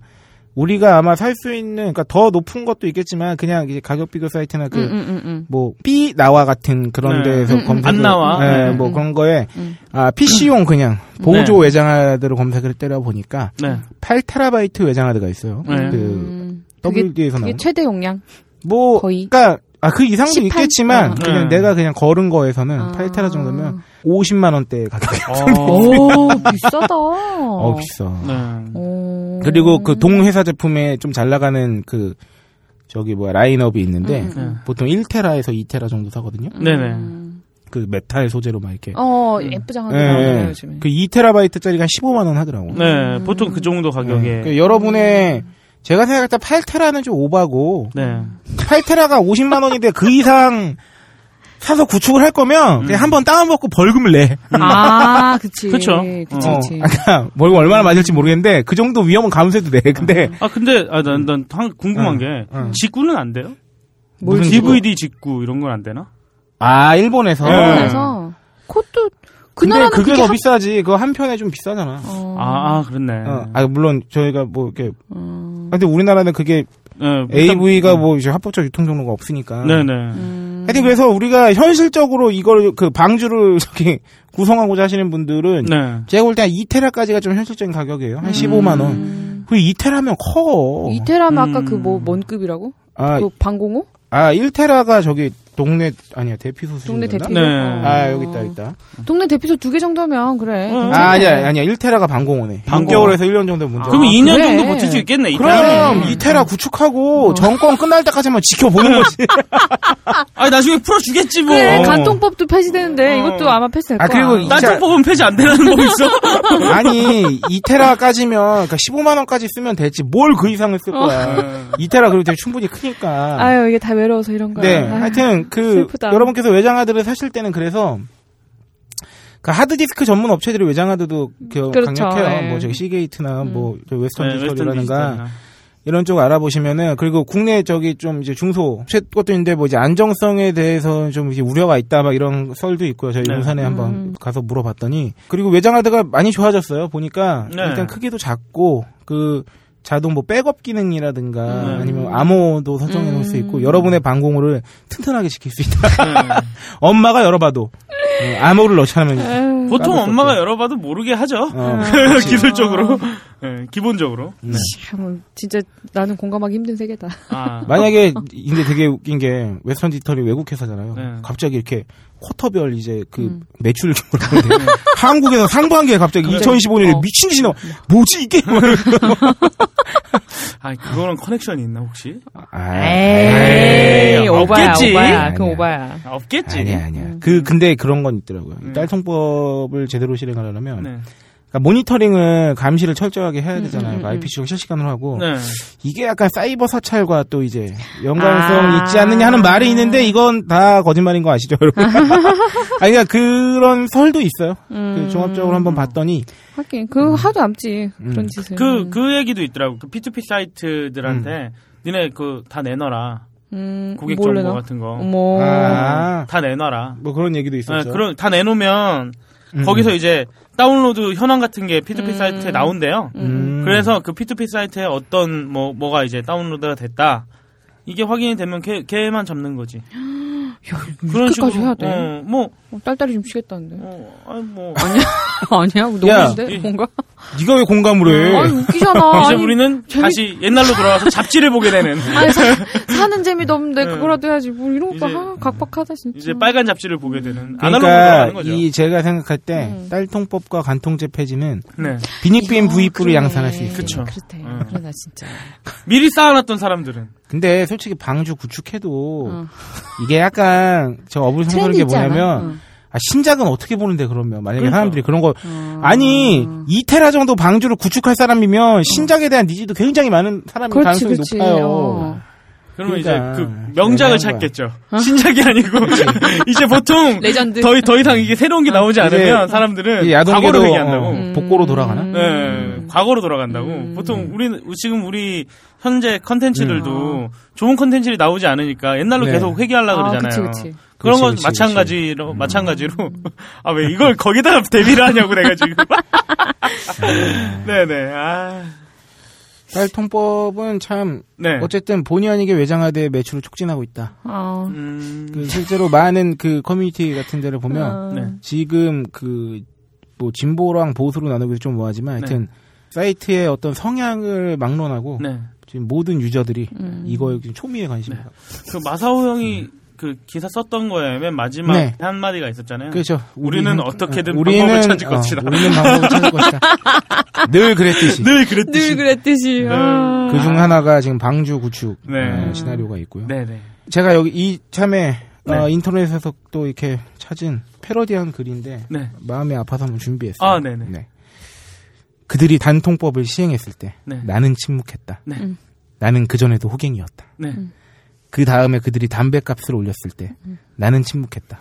[SPEAKER 1] 우리가 아마 살 수 있는 그러니까 더 높은 것도 있겠지만 그냥 이제 가격 비교 사이트나 그
[SPEAKER 2] 음, 음, 음, 음.
[SPEAKER 1] 뭐, 삐 나와 같은 그런
[SPEAKER 3] 네.
[SPEAKER 1] 데에서
[SPEAKER 2] 음, 음.
[SPEAKER 1] 검색을.
[SPEAKER 3] 안 나와.
[SPEAKER 1] 예,
[SPEAKER 3] 음,
[SPEAKER 1] 뭐
[SPEAKER 2] 음.
[SPEAKER 1] 그런 거에,
[SPEAKER 2] 음. 네.
[SPEAKER 1] 아, PC용 그냥, 보조 외장하드로 검색을 때려보니까,
[SPEAKER 3] 네.
[SPEAKER 1] 8테라바이트 외장하드가 있어요.
[SPEAKER 3] 네.
[SPEAKER 1] 그,
[SPEAKER 2] 음. 그게,
[SPEAKER 1] WD에서 나온.
[SPEAKER 2] 그게 최대 용량.
[SPEAKER 1] 뭐,
[SPEAKER 2] 거의?
[SPEAKER 1] 그니까, 아, 그 이상도
[SPEAKER 2] 18?
[SPEAKER 1] 있겠지만,
[SPEAKER 2] 어.
[SPEAKER 1] 그냥
[SPEAKER 3] 네.
[SPEAKER 1] 내가 그냥 걸은 거에서는
[SPEAKER 2] 아.
[SPEAKER 1] 네, 8테라 정도면 50만원대 가격이.
[SPEAKER 3] 어,
[SPEAKER 2] 오, 비싸다.
[SPEAKER 1] 어, 비싸.
[SPEAKER 3] 네.
[SPEAKER 2] 오.
[SPEAKER 1] 그리고
[SPEAKER 2] 음.
[SPEAKER 1] 그 동회사 제품에 좀 잘 나가는 그 저기 뭐야 라인업이 있는데
[SPEAKER 2] 음.
[SPEAKER 1] 보통 1테라에서 2테라 정도 사거든요.
[SPEAKER 3] 네네.
[SPEAKER 1] 그 메탈 소재로 막 이렇게
[SPEAKER 2] 어 예쁘장하게
[SPEAKER 1] 예,
[SPEAKER 2] 나오네요
[SPEAKER 1] 예.
[SPEAKER 2] 요즘에.
[SPEAKER 1] 그 2테라바이트짜리가 15만 원 하더라고.
[SPEAKER 3] 네,
[SPEAKER 2] 음.
[SPEAKER 3] 보통 그 정도 가격에.
[SPEAKER 1] 그 여러분의 제가 생각할 때 8테라는 좀 오바고
[SPEAKER 3] 네.
[SPEAKER 1] 8테라가 50만 원인데 그 이상 사서 구축을 할 거면
[SPEAKER 3] 음.
[SPEAKER 1] 그냥 한번 다운받고 벌금을 내.
[SPEAKER 2] 아 그치.
[SPEAKER 3] 그쵸.
[SPEAKER 2] 그치
[SPEAKER 1] 어,
[SPEAKER 2] 그치.
[SPEAKER 1] 아까 벌금 얼마나 맞을지 모르겠는데 그 정도 위험은 감수해도 돼. 근데
[SPEAKER 2] 어.
[SPEAKER 3] 아, 근데, 아, 난, 난 한- 궁금한
[SPEAKER 1] 응,
[SPEAKER 3] 게,
[SPEAKER 1] 응.
[SPEAKER 3] 직구는 안 돼요?
[SPEAKER 1] 뭘
[SPEAKER 3] 무슨
[SPEAKER 1] 직구?
[SPEAKER 3] DVD 직구 이런 건 안 되나?
[SPEAKER 1] 아 일본에서.
[SPEAKER 2] 일본에서 그것도 어. 그
[SPEAKER 1] 네. 근데
[SPEAKER 2] 나라는
[SPEAKER 1] 그게
[SPEAKER 2] 그게
[SPEAKER 1] 더
[SPEAKER 2] 합-
[SPEAKER 1] 비싸지. 그거 한 편에 좀 비싸잖아.
[SPEAKER 2] 어.
[SPEAKER 3] 아, 아, 그렇네.
[SPEAKER 1] 어, 아 물론 저희가 뭐 이렇게
[SPEAKER 2] 음.
[SPEAKER 1] 근데 우리나라는 그게
[SPEAKER 3] 네, 일단- 음.
[SPEAKER 1] AV가 뭐 음. 이제 합법적 유통 경로가 없으니까.
[SPEAKER 3] 네네.
[SPEAKER 2] 음.
[SPEAKER 1] 하여튼 그래서 우리가 현실적으로 이걸 그 방주를 저기 구성하고자 하시는 분들은
[SPEAKER 3] 네.
[SPEAKER 1] 제가 볼 때 한 2테라까지가 좀 현실적인 가격이에요. 한 15만 원. 그 2테라면 커.
[SPEAKER 2] 음. 이테라는 아까
[SPEAKER 3] 음.
[SPEAKER 2] 그 뭐 뭔 급이라고?
[SPEAKER 1] 아,
[SPEAKER 2] 그 방공호?
[SPEAKER 1] 아 1테라가 저기 동네 아니야 대피소 수준.
[SPEAKER 2] 동네 대피소.
[SPEAKER 3] 네.
[SPEAKER 2] 어.
[SPEAKER 1] 아 여기 있다 여기 있다.
[SPEAKER 2] 동네 대피소 두 개 정도면 그래.
[SPEAKER 3] 어.
[SPEAKER 1] 아 아니야 아니야 1테라가 방공호네.
[SPEAKER 3] 방공호.
[SPEAKER 1] 6개월에서 1년 정도 문제.
[SPEAKER 3] 그러면 2년
[SPEAKER 2] 그래.
[SPEAKER 3] 정도 버틸 수 있겠네, 이
[SPEAKER 1] 아, 그럼 이테라 구축하고 정권 끝날 때까지만 지켜보는 거지.
[SPEAKER 3] 아, 나중에 풀어주겠지, 뭐.
[SPEAKER 2] 그래
[SPEAKER 1] 어.
[SPEAKER 2] 간통법도 폐지되는데 이것도 아마 폐지될
[SPEAKER 1] 아,
[SPEAKER 2] 거야.
[SPEAKER 1] 그리고 이-
[SPEAKER 3] 딴쪽 뽑으면 폐지 안 되는 법 있어?
[SPEAKER 1] 아니 이테라까지면 그러니까 15만 원까지 쓰면 되지 뭘 그 이상을 쓸 거야.
[SPEAKER 3] 네,
[SPEAKER 1] 이테라 그래도 되게 충분히 크니까.
[SPEAKER 2] 아유 이게 다 외로워서 이런 거야.
[SPEAKER 1] 네,
[SPEAKER 2] 아유,
[SPEAKER 1] 하여튼 그
[SPEAKER 2] 슬프다.
[SPEAKER 1] 여러분께서 외장하드를 사실 때는 그래서 그 하드디스크 전문 업체들이 외장하드도 그
[SPEAKER 2] 그렇죠,
[SPEAKER 1] 강력해요.
[SPEAKER 2] 예.
[SPEAKER 1] 뭐 저기 시게이트나 뭐저 웨스턴
[SPEAKER 3] 네, 웨스턴
[SPEAKER 1] 디지털이라든가
[SPEAKER 3] 디지털이나.
[SPEAKER 1] 이런 쪽 알아보시면은 그리고 국내 저기 좀 이제 중소 업체 것도 있는데 뭐 이제 안정성에 대해서 좀 이제 우려가 있다 막 이런 썰도 있고요. 저희
[SPEAKER 3] 네.
[SPEAKER 1] 용산에 한번 가서 물어봤더니 그리고 외장하드가 많이 좋아졌어요. 보니까
[SPEAKER 3] 네.
[SPEAKER 1] 일단 크기도 작고 그 자동 뭐 백업 기능이라든가
[SPEAKER 3] 네.
[SPEAKER 1] 아니면 암호도 설정해 놓을 수 있고 여러분의 방공호를 튼튼하게 지킬 수
[SPEAKER 3] 네.
[SPEAKER 1] 있다. 엄마가 열어봐도 어, 암호를 넣지 않으면
[SPEAKER 2] 아유,
[SPEAKER 3] 보통
[SPEAKER 1] 까먹었죠.
[SPEAKER 3] 엄마가 열어봐도 모르게 하죠.
[SPEAKER 2] 음.
[SPEAKER 1] 어, 음.
[SPEAKER 3] 기술적으로. 네, 기본적으로.
[SPEAKER 2] 참 진짜 나는 공감하기 힘든 세계다.
[SPEAKER 3] 아.
[SPEAKER 1] 만약에 근데 되게 웃긴 게 웨스턴 디지털이 외국 회사잖아요.
[SPEAKER 3] 네.
[SPEAKER 1] 갑자기 이렇게 쿼터별 이제 그 매출 규모를 보는데 한국에서 상반기에 갑자기 2015년에
[SPEAKER 2] 네. 어.
[SPEAKER 1] 미친 듯이 나와. 뭐지 이게?
[SPEAKER 3] 아, 그거랑 커넥션이 있나, 혹시?
[SPEAKER 2] 에이, 오바야,
[SPEAKER 3] 없겠지.
[SPEAKER 2] 오바야. 음. 그
[SPEAKER 1] 아, 아니야.
[SPEAKER 2] 오바야.
[SPEAKER 3] 아, 없겠지.
[SPEAKER 1] 아니야 아니야. 그 근데 그런 건 있더라고요.
[SPEAKER 2] 음.
[SPEAKER 1] 이 딸통법을 제대로 실행하려면
[SPEAKER 3] 네.
[SPEAKER 1] 그러니까 모니터링을 감시를 철저하게
[SPEAKER 2] 음,
[SPEAKER 1] 해야 되잖아요. IPC로 실시간으로 하고
[SPEAKER 3] 네.
[SPEAKER 1] 이게 약간 사이버 사찰과 또 이제 연관성이
[SPEAKER 2] 아.
[SPEAKER 1] 있지 않느냐 하는 말이 있는데 이건 다 거짓말인 거 아시죠, 여러분? 아니, 그러니까 그런 설도 있어요.
[SPEAKER 2] 음.
[SPEAKER 1] 그 종합적으로 한번 봤더니
[SPEAKER 2] 하긴
[SPEAKER 1] 음.
[SPEAKER 2] 그 하도 남지 그런 짓을.
[SPEAKER 3] 그, 그 얘기도 있더라고. 그 P2P
[SPEAKER 1] 음.
[SPEAKER 3] 사이트들한테 니네 그 다 내놔라.
[SPEAKER 2] 음,
[SPEAKER 3] 고객
[SPEAKER 2] 뭘
[SPEAKER 3] 정보
[SPEAKER 2] 내놔? 음.
[SPEAKER 3] 같은 거.
[SPEAKER 2] 어머.
[SPEAKER 1] 아,
[SPEAKER 3] 다 내놔라.
[SPEAKER 1] 뭐 그런 얘기도
[SPEAKER 3] 네,
[SPEAKER 1] 있었죠. 음.
[SPEAKER 3] 그럼 다 내놓으면 거기서 이제 다운로드 현황 같은 게 P2P
[SPEAKER 2] 음.
[SPEAKER 3] 사이트에 나온대요.
[SPEAKER 1] 음.
[SPEAKER 3] 그래서 그 P2P 사이트에 어떤 뭐 뭐가 이제 다운로드가 됐다. 이게 확인이 되면 걔, 걔만 잡는 거지.
[SPEAKER 2] 이렇게까지 해야 돼.
[SPEAKER 3] 어, 뭐,
[SPEAKER 2] 어, 딸딸이 좀 쉬겠다는데.
[SPEAKER 3] 어, 아니 뭐.
[SPEAKER 2] 아니야, 너무
[SPEAKER 1] 야.
[SPEAKER 2] 힘든데 뭔가.
[SPEAKER 1] 네가 왜 공감을
[SPEAKER 2] 아니
[SPEAKER 1] 해?
[SPEAKER 2] 웃기잖아.
[SPEAKER 3] 이제
[SPEAKER 2] 아니,
[SPEAKER 3] 우리는
[SPEAKER 2] 재밌-
[SPEAKER 3] 다시 옛날로 돌아와서 잡지를 보게 되는.
[SPEAKER 2] 아니, 사, 사는 재미도 없는데 그거라도 해야지. 뭐 이런 거
[SPEAKER 3] 네. 이제-
[SPEAKER 2] 아, 각박하다 진짜.
[SPEAKER 3] 이제 빨간 잡지를 보게 되는. 아날로그로 가는
[SPEAKER 1] 그러니까
[SPEAKER 3] 거죠.
[SPEAKER 1] 이 제가 생각할 때
[SPEAKER 2] 음.
[SPEAKER 1] 딸통법과 간통죄 폐지는
[SPEAKER 3] 네.
[SPEAKER 1] 비닉빈 부익부를
[SPEAKER 2] 아, 그러네.
[SPEAKER 1] 양산할 수 있어요.
[SPEAKER 3] 그쵸.
[SPEAKER 2] 음, 그렇대.
[SPEAKER 3] 응.
[SPEAKER 2] 그러다 진짜.
[SPEAKER 3] 미리 쌓아놨던 사람들은.
[SPEAKER 1] 근데 솔직히 방주 구축해도
[SPEAKER 2] 어.
[SPEAKER 1] 이게 약간 저 어불성설한 게
[SPEAKER 2] 트렌드 있잖아.
[SPEAKER 1] 뭐냐면
[SPEAKER 2] 어.
[SPEAKER 1] 아, 신작은 어떻게 보는데 그러면 만약에
[SPEAKER 3] 그러니까.
[SPEAKER 1] 사람들이 그런 거
[SPEAKER 2] 어.
[SPEAKER 1] 아니 2테라 정도 방주를 구축할 사람이면 신작에 대한 니즈도 굉장히 많은 사람일
[SPEAKER 2] 그렇지,
[SPEAKER 1] 가능성이
[SPEAKER 2] 그렇지.
[SPEAKER 1] 높아요.
[SPEAKER 2] 어.
[SPEAKER 3] 그러면
[SPEAKER 1] 그러니까.
[SPEAKER 3] 이제 그 명작을
[SPEAKER 1] 대단한
[SPEAKER 3] 찾겠죠. 신작이 아니고 이제 보통
[SPEAKER 2] 레전드.
[SPEAKER 3] 더, 더 이상 이게 새로운 게 나오지 않으면 사람들은
[SPEAKER 1] 아, 이게
[SPEAKER 3] 과거로
[SPEAKER 1] 야동계도
[SPEAKER 3] 회귀한다고.
[SPEAKER 2] 음.
[SPEAKER 1] 어, 복고로 돌아가나?
[SPEAKER 3] 네, 과거로 돌아간다고.
[SPEAKER 1] 음.
[SPEAKER 3] 보통 우리는 지금 우리 현재 컨텐츠들도 좋은 컨텐츠들이 나오지 않으니까
[SPEAKER 1] 음.
[SPEAKER 3] 옛날로
[SPEAKER 1] 아. 네.
[SPEAKER 3] 계속 회귀하려고
[SPEAKER 2] 아,
[SPEAKER 3] 그러잖아요.
[SPEAKER 2] 그치, 그치.
[SPEAKER 3] 런건
[SPEAKER 1] 그치, 그치,
[SPEAKER 3] 마찬가지로 마찬가지로 아 왜 이걸 거기다가 대비를 하냐고 내가 지금. 네네. 아
[SPEAKER 1] 딸통법은 참
[SPEAKER 3] 네.
[SPEAKER 1] 어쨌든 본의 아니게 외장하드의 매출을 촉진하고 있다.
[SPEAKER 2] 아.
[SPEAKER 3] 음,
[SPEAKER 1] 그 실제로 많은 그 커뮤니티 같은 데를 보면
[SPEAKER 2] 아.
[SPEAKER 3] 네.
[SPEAKER 1] 지금 그 뭐 진보랑 보수로 나누기도 좀 뭐하지만 하여튼 사이트의 어떤 성향을 막론하고
[SPEAKER 3] 네.
[SPEAKER 1] 지금 모든 유저들이 이거에 지금 초미의 관심을 갖고
[SPEAKER 3] 그 마사오 형이 그 기사 썼던 거에 맨 마지막
[SPEAKER 1] 네.
[SPEAKER 3] 한 마디가 있었잖아요.
[SPEAKER 1] 그렇죠.
[SPEAKER 3] 우리는
[SPEAKER 1] 우리는-
[SPEAKER 3] 어떻게든
[SPEAKER 1] 어, 우리는-
[SPEAKER 3] 방법을 찾을
[SPEAKER 1] 어,
[SPEAKER 3] 것이다.
[SPEAKER 1] 우리는 방법을 찾을 것이다. 늘 그랬듯이.
[SPEAKER 3] 늘 그랬듯이.
[SPEAKER 2] 늘 그랬듯이. 아.
[SPEAKER 1] 그 중 하나가 지금 방주 구축
[SPEAKER 3] 네.
[SPEAKER 1] 어, 시나리오가 있고요.
[SPEAKER 3] 네네.
[SPEAKER 1] 제가 여기 이 참에 어,
[SPEAKER 3] 네.
[SPEAKER 1] 인터넷에서 또 이렇게 찾은 패러디한 글인데
[SPEAKER 3] 네.
[SPEAKER 1] 마음이 아파서 한번 준비했어요.
[SPEAKER 3] 아, 네네.
[SPEAKER 1] 네. 그들이 단통법을 시행했을 때
[SPEAKER 3] 네.
[SPEAKER 1] 나는 침묵했다.
[SPEAKER 3] 네.
[SPEAKER 2] 음.
[SPEAKER 1] 나는 그 전에도 호갱이었다.
[SPEAKER 3] 네.
[SPEAKER 1] 그 다음에 그들이 담배값을 올렸을 때 나는 침묵했다.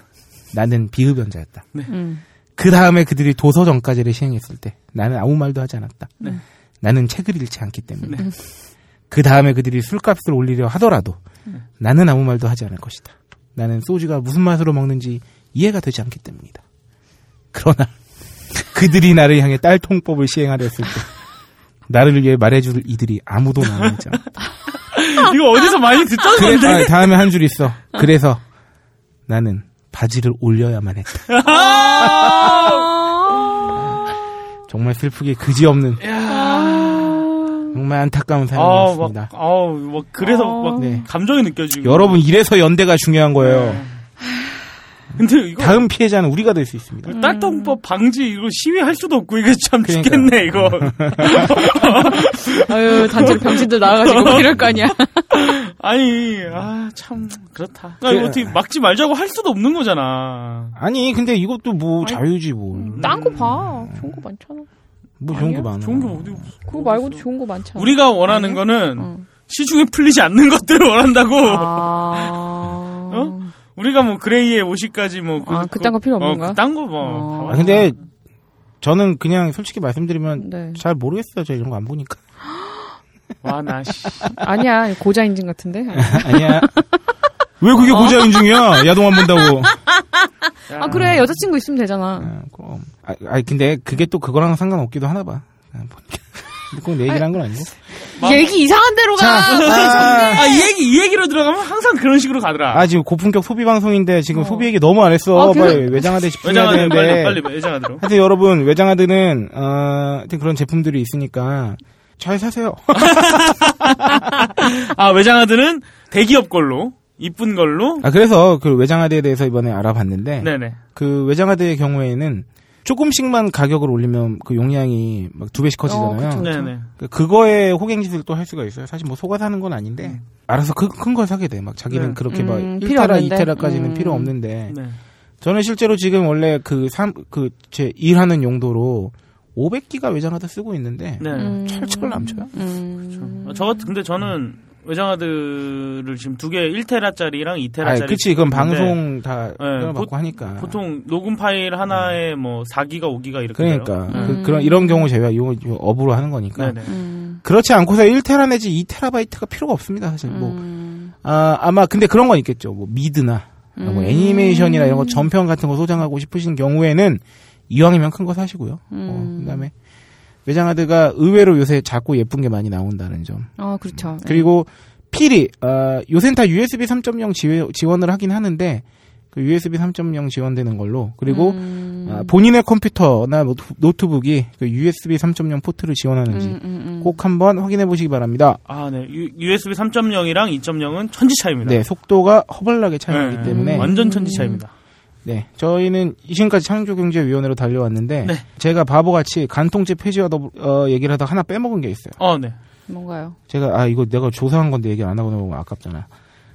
[SPEAKER 1] 나는 비흡연자였다.
[SPEAKER 2] 음.
[SPEAKER 1] 그 다음에 그들이 도서정가제를 시행했을 때 나는 아무 말도 하지 않았다. 나는 책을 읽지 않기 때문에. 그 다음에 그들이 술값을 올리려 하더라도 나는 아무 말도 하지 않을 것이다. 나는 소주가 무슨 맛으로 먹는지 이해가 되지 않기 때문이다. 그러나 그들이 나를 향해 딸통법을 시행하려 했을 때 나를 위해 말해줄 이들이 아무도 남아있지 않았다.
[SPEAKER 3] 이거 어디서 많이 듣던
[SPEAKER 1] 그래,
[SPEAKER 3] 건데.
[SPEAKER 1] 아, 다음에 한 줄 있어. 그래서 나는 바지를 올려야만 했다. 정말 슬프게 그지없는 정말 안타까운
[SPEAKER 3] 아우,
[SPEAKER 1] 사연이었습니다.
[SPEAKER 3] 막, 아우, 막, 그래서
[SPEAKER 2] 어.
[SPEAKER 3] 막,
[SPEAKER 1] 네.
[SPEAKER 3] 감정이 느껴지고.
[SPEAKER 1] 여러분 이래서 연대가 중요한 거예요.
[SPEAKER 3] 근데 이거,
[SPEAKER 1] 다음 피해자는 우리가 될 수 있습니다.
[SPEAKER 2] 음.
[SPEAKER 3] 딸통법 방지, 이거 시위할 수도 없고, 이거 참
[SPEAKER 1] 그러니까요. 음.
[SPEAKER 3] 죽겠네, 이거.
[SPEAKER 2] 아유, 단체로 병신들 나와가지고 막 이럴 거 아니야.
[SPEAKER 3] 아니, 아, 참, 그렇다. 아,
[SPEAKER 1] 그래.
[SPEAKER 3] 이거 어떻게 막지 말자고 할 수도 없는 거잖아.
[SPEAKER 1] 아니 근데 이것도 뭐 자유지 뭐.
[SPEAKER 2] 딴 거 봐. 좋은 거 많잖아.
[SPEAKER 1] 뭐 좋은 게
[SPEAKER 2] 아니야?
[SPEAKER 1] 많아.
[SPEAKER 3] 좋은 게 어디 없어.
[SPEAKER 2] 그거 말고도 어. 좋은 거 많잖아.
[SPEAKER 3] 우리가 원하는 거는
[SPEAKER 2] 응.
[SPEAKER 3] 시중에 풀리지 않는 것들을 원한다고.
[SPEAKER 2] 아.
[SPEAKER 3] 어? 우리가 뭐 그레이의 50까지 뭐.
[SPEAKER 2] 아, 그딴 거 필요 없는
[SPEAKER 3] 어,
[SPEAKER 2] 거야?
[SPEAKER 3] 그딴 거 뭐.
[SPEAKER 2] 어.
[SPEAKER 1] 아, 근데 저는 그냥 솔직히 말씀드리면
[SPEAKER 2] 네.
[SPEAKER 1] 잘 모르겠어요. 저 이런 거 안 보니까.
[SPEAKER 3] 와, 나, 씨.
[SPEAKER 2] 아니야, 고자 인증 같은데.
[SPEAKER 1] 아니야. 왜 그게 고자 인중이야? 야동 안 본다고.
[SPEAKER 2] 아, 그래. 여자친구 있으면 되잖아.
[SPEAKER 1] 아, 그럼. 아, 아니, 근데 그게 또 그거랑 상관없기도 하나 봐. 그냥 보니까. 근데 꼭내 얘기를 한 건 아니고.
[SPEAKER 3] 네.
[SPEAKER 2] 얘기 이상한 데로 가!
[SPEAKER 1] 아,
[SPEAKER 3] 아, 이 얘기, 이 얘기로 들어가면 항상 그런 식으로 가더라.
[SPEAKER 1] 아, 지금 고품격 소비 방송인데 지금
[SPEAKER 2] 어.
[SPEAKER 1] 소비 얘기 너무 안 했어.
[SPEAKER 2] 아, 그래?
[SPEAKER 1] 빨리 외장하드 집중해야
[SPEAKER 3] 외장하드,
[SPEAKER 1] 되는데.
[SPEAKER 3] 빨리, 빨리, 외장하드로.
[SPEAKER 1] 하여튼 여러분, 외장하드는, 어, 하여튼 그런 제품들이 있으니까 잘 사세요.
[SPEAKER 3] 아, 외장하드는 대기업 걸로, 이쁜 걸로.
[SPEAKER 1] 아, 그래서 그 외장하드에 대해서 이번에 알아봤는데.
[SPEAKER 3] 네네.
[SPEAKER 1] 그 외장하드의 경우에는 조금씩만 가격을 올리면 그 용량이 막 두 배씩 커지잖아요.
[SPEAKER 2] 어, 그쵸.
[SPEAKER 3] 네네.
[SPEAKER 1] 그- 그거에 호갱짓을 또 할 수가 있어요. 사실 뭐 속아 사는 건 아닌데 알아서 큰 걸 사게 돼. 막 자기는
[SPEAKER 3] 네.
[SPEAKER 1] 그렇게 막
[SPEAKER 2] 음,
[SPEAKER 1] 1테라,
[SPEAKER 2] 필요 없는데.
[SPEAKER 1] 2테라까지는
[SPEAKER 2] 음.
[SPEAKER 1] 필요 없는데
[SPEAKER 3] 네.
[SPEAKER 1] 저는 실제로 지금 원래 그 그삼그제 일하는 용도로 500기가 외장하드 쓰고 있는데
[SPEAKER 3] 네.
[SPEAKER 2] 음.
[SPEAKER 1] 철철 남쳐요.
[SPEAKER 2] 음.
[SPEAKER 3] 어, 저 같은, 근데 저는 외장하드를 지금 두 개 1테라짜리랑
[SPEAKER 1] 아,
[SPEAKER 3] 2테라짜리.
[SPEAKER 1] 그치 그건 방송 다
[SPEAKER 3] 네,
[SPEAKER 1] 끊어받고
[SPEAKER 3] 보-
[SPEAKER 1] 하니까
[SPEAKER 3] 보통 녹음 파일 하나에 뭐 4기가, 5기가 이렇게.
[SPEAKER 1] 네. 그러니까
[SPEAKER 3] 돼요.
[SPEAKER 2] 음.
[SPEAKER 1] 그, 런 이런 경우 제외 이거 이거 업으로 하는 거니까
[SPEAKER 3] 네네.
[SPEAKER 2] 음.
[SPEAKER 1] 그렇지 않고서 1테라 내지 2테라바이트가 필요가 없습니다 사실 뭐
[SPEAKER 2] 음.
[SPEAKER 1] 아, 아마 근데 그런 건 있겠죠. 뭐 미드나 뭐 애니메이션이나 이런 거 전편 같은 거 소장하고 싶으신 경우에는 이왕이면 큰 거 사시고요. 어, 그다음에 외장하드가 의외로 요새 작고 예쁜 게 많이 나온다는 점.
[SPEAKER 2] 아, 그렇죠.
[SPEAKER 1] 그리고 필이 어, 요새는 다 USB 3.0 지원, 지원을 하긴 하는데 그 USB 3.0 지원되는 걸로 그리고
[SPEAKER 2] 음.
[SPEAKER 1] 아, 본인의 컴퓨터나 노트- 노트북이 그 USB 3.0 포트를 지원하는지
[SPEAKER 2] 음, 음, 음.
[SPEAKER 1] 꼭 한번 확인해 보시기 바랍니다.
[SPEAKER 3] 아, 네. 유- USB 3.0이랑 2.0은 천지 차이입니다.
[SPEAKER 1] 네, 속도가 허벌나게 차이나기
[SPEAKER 3] 네.
[SPEAKER 1] 때문에
[SPEAKER 3] 완전
[SPEAKER 2] 음.
[SPEAKER 3] 천지 차이입니다.
[SPEAKER 1] 네, 저희는 지금까지 창조경제위원회로 달려왔는데
[SPEAKER 3] 네.
[SPEAKER 1] 제가 바보같이 간통죄 폐지와 더불 어, 얘기를 하다 하나 빼먹은 게 있어요.
[SPEAKER 3] 어, 네.
[SPEAKER 2] 뭔가요?
[SPEAKER 1] 제가 아 이거 내가 조사한 건데 얘기 안 하고 넘어가면 아깝잖아.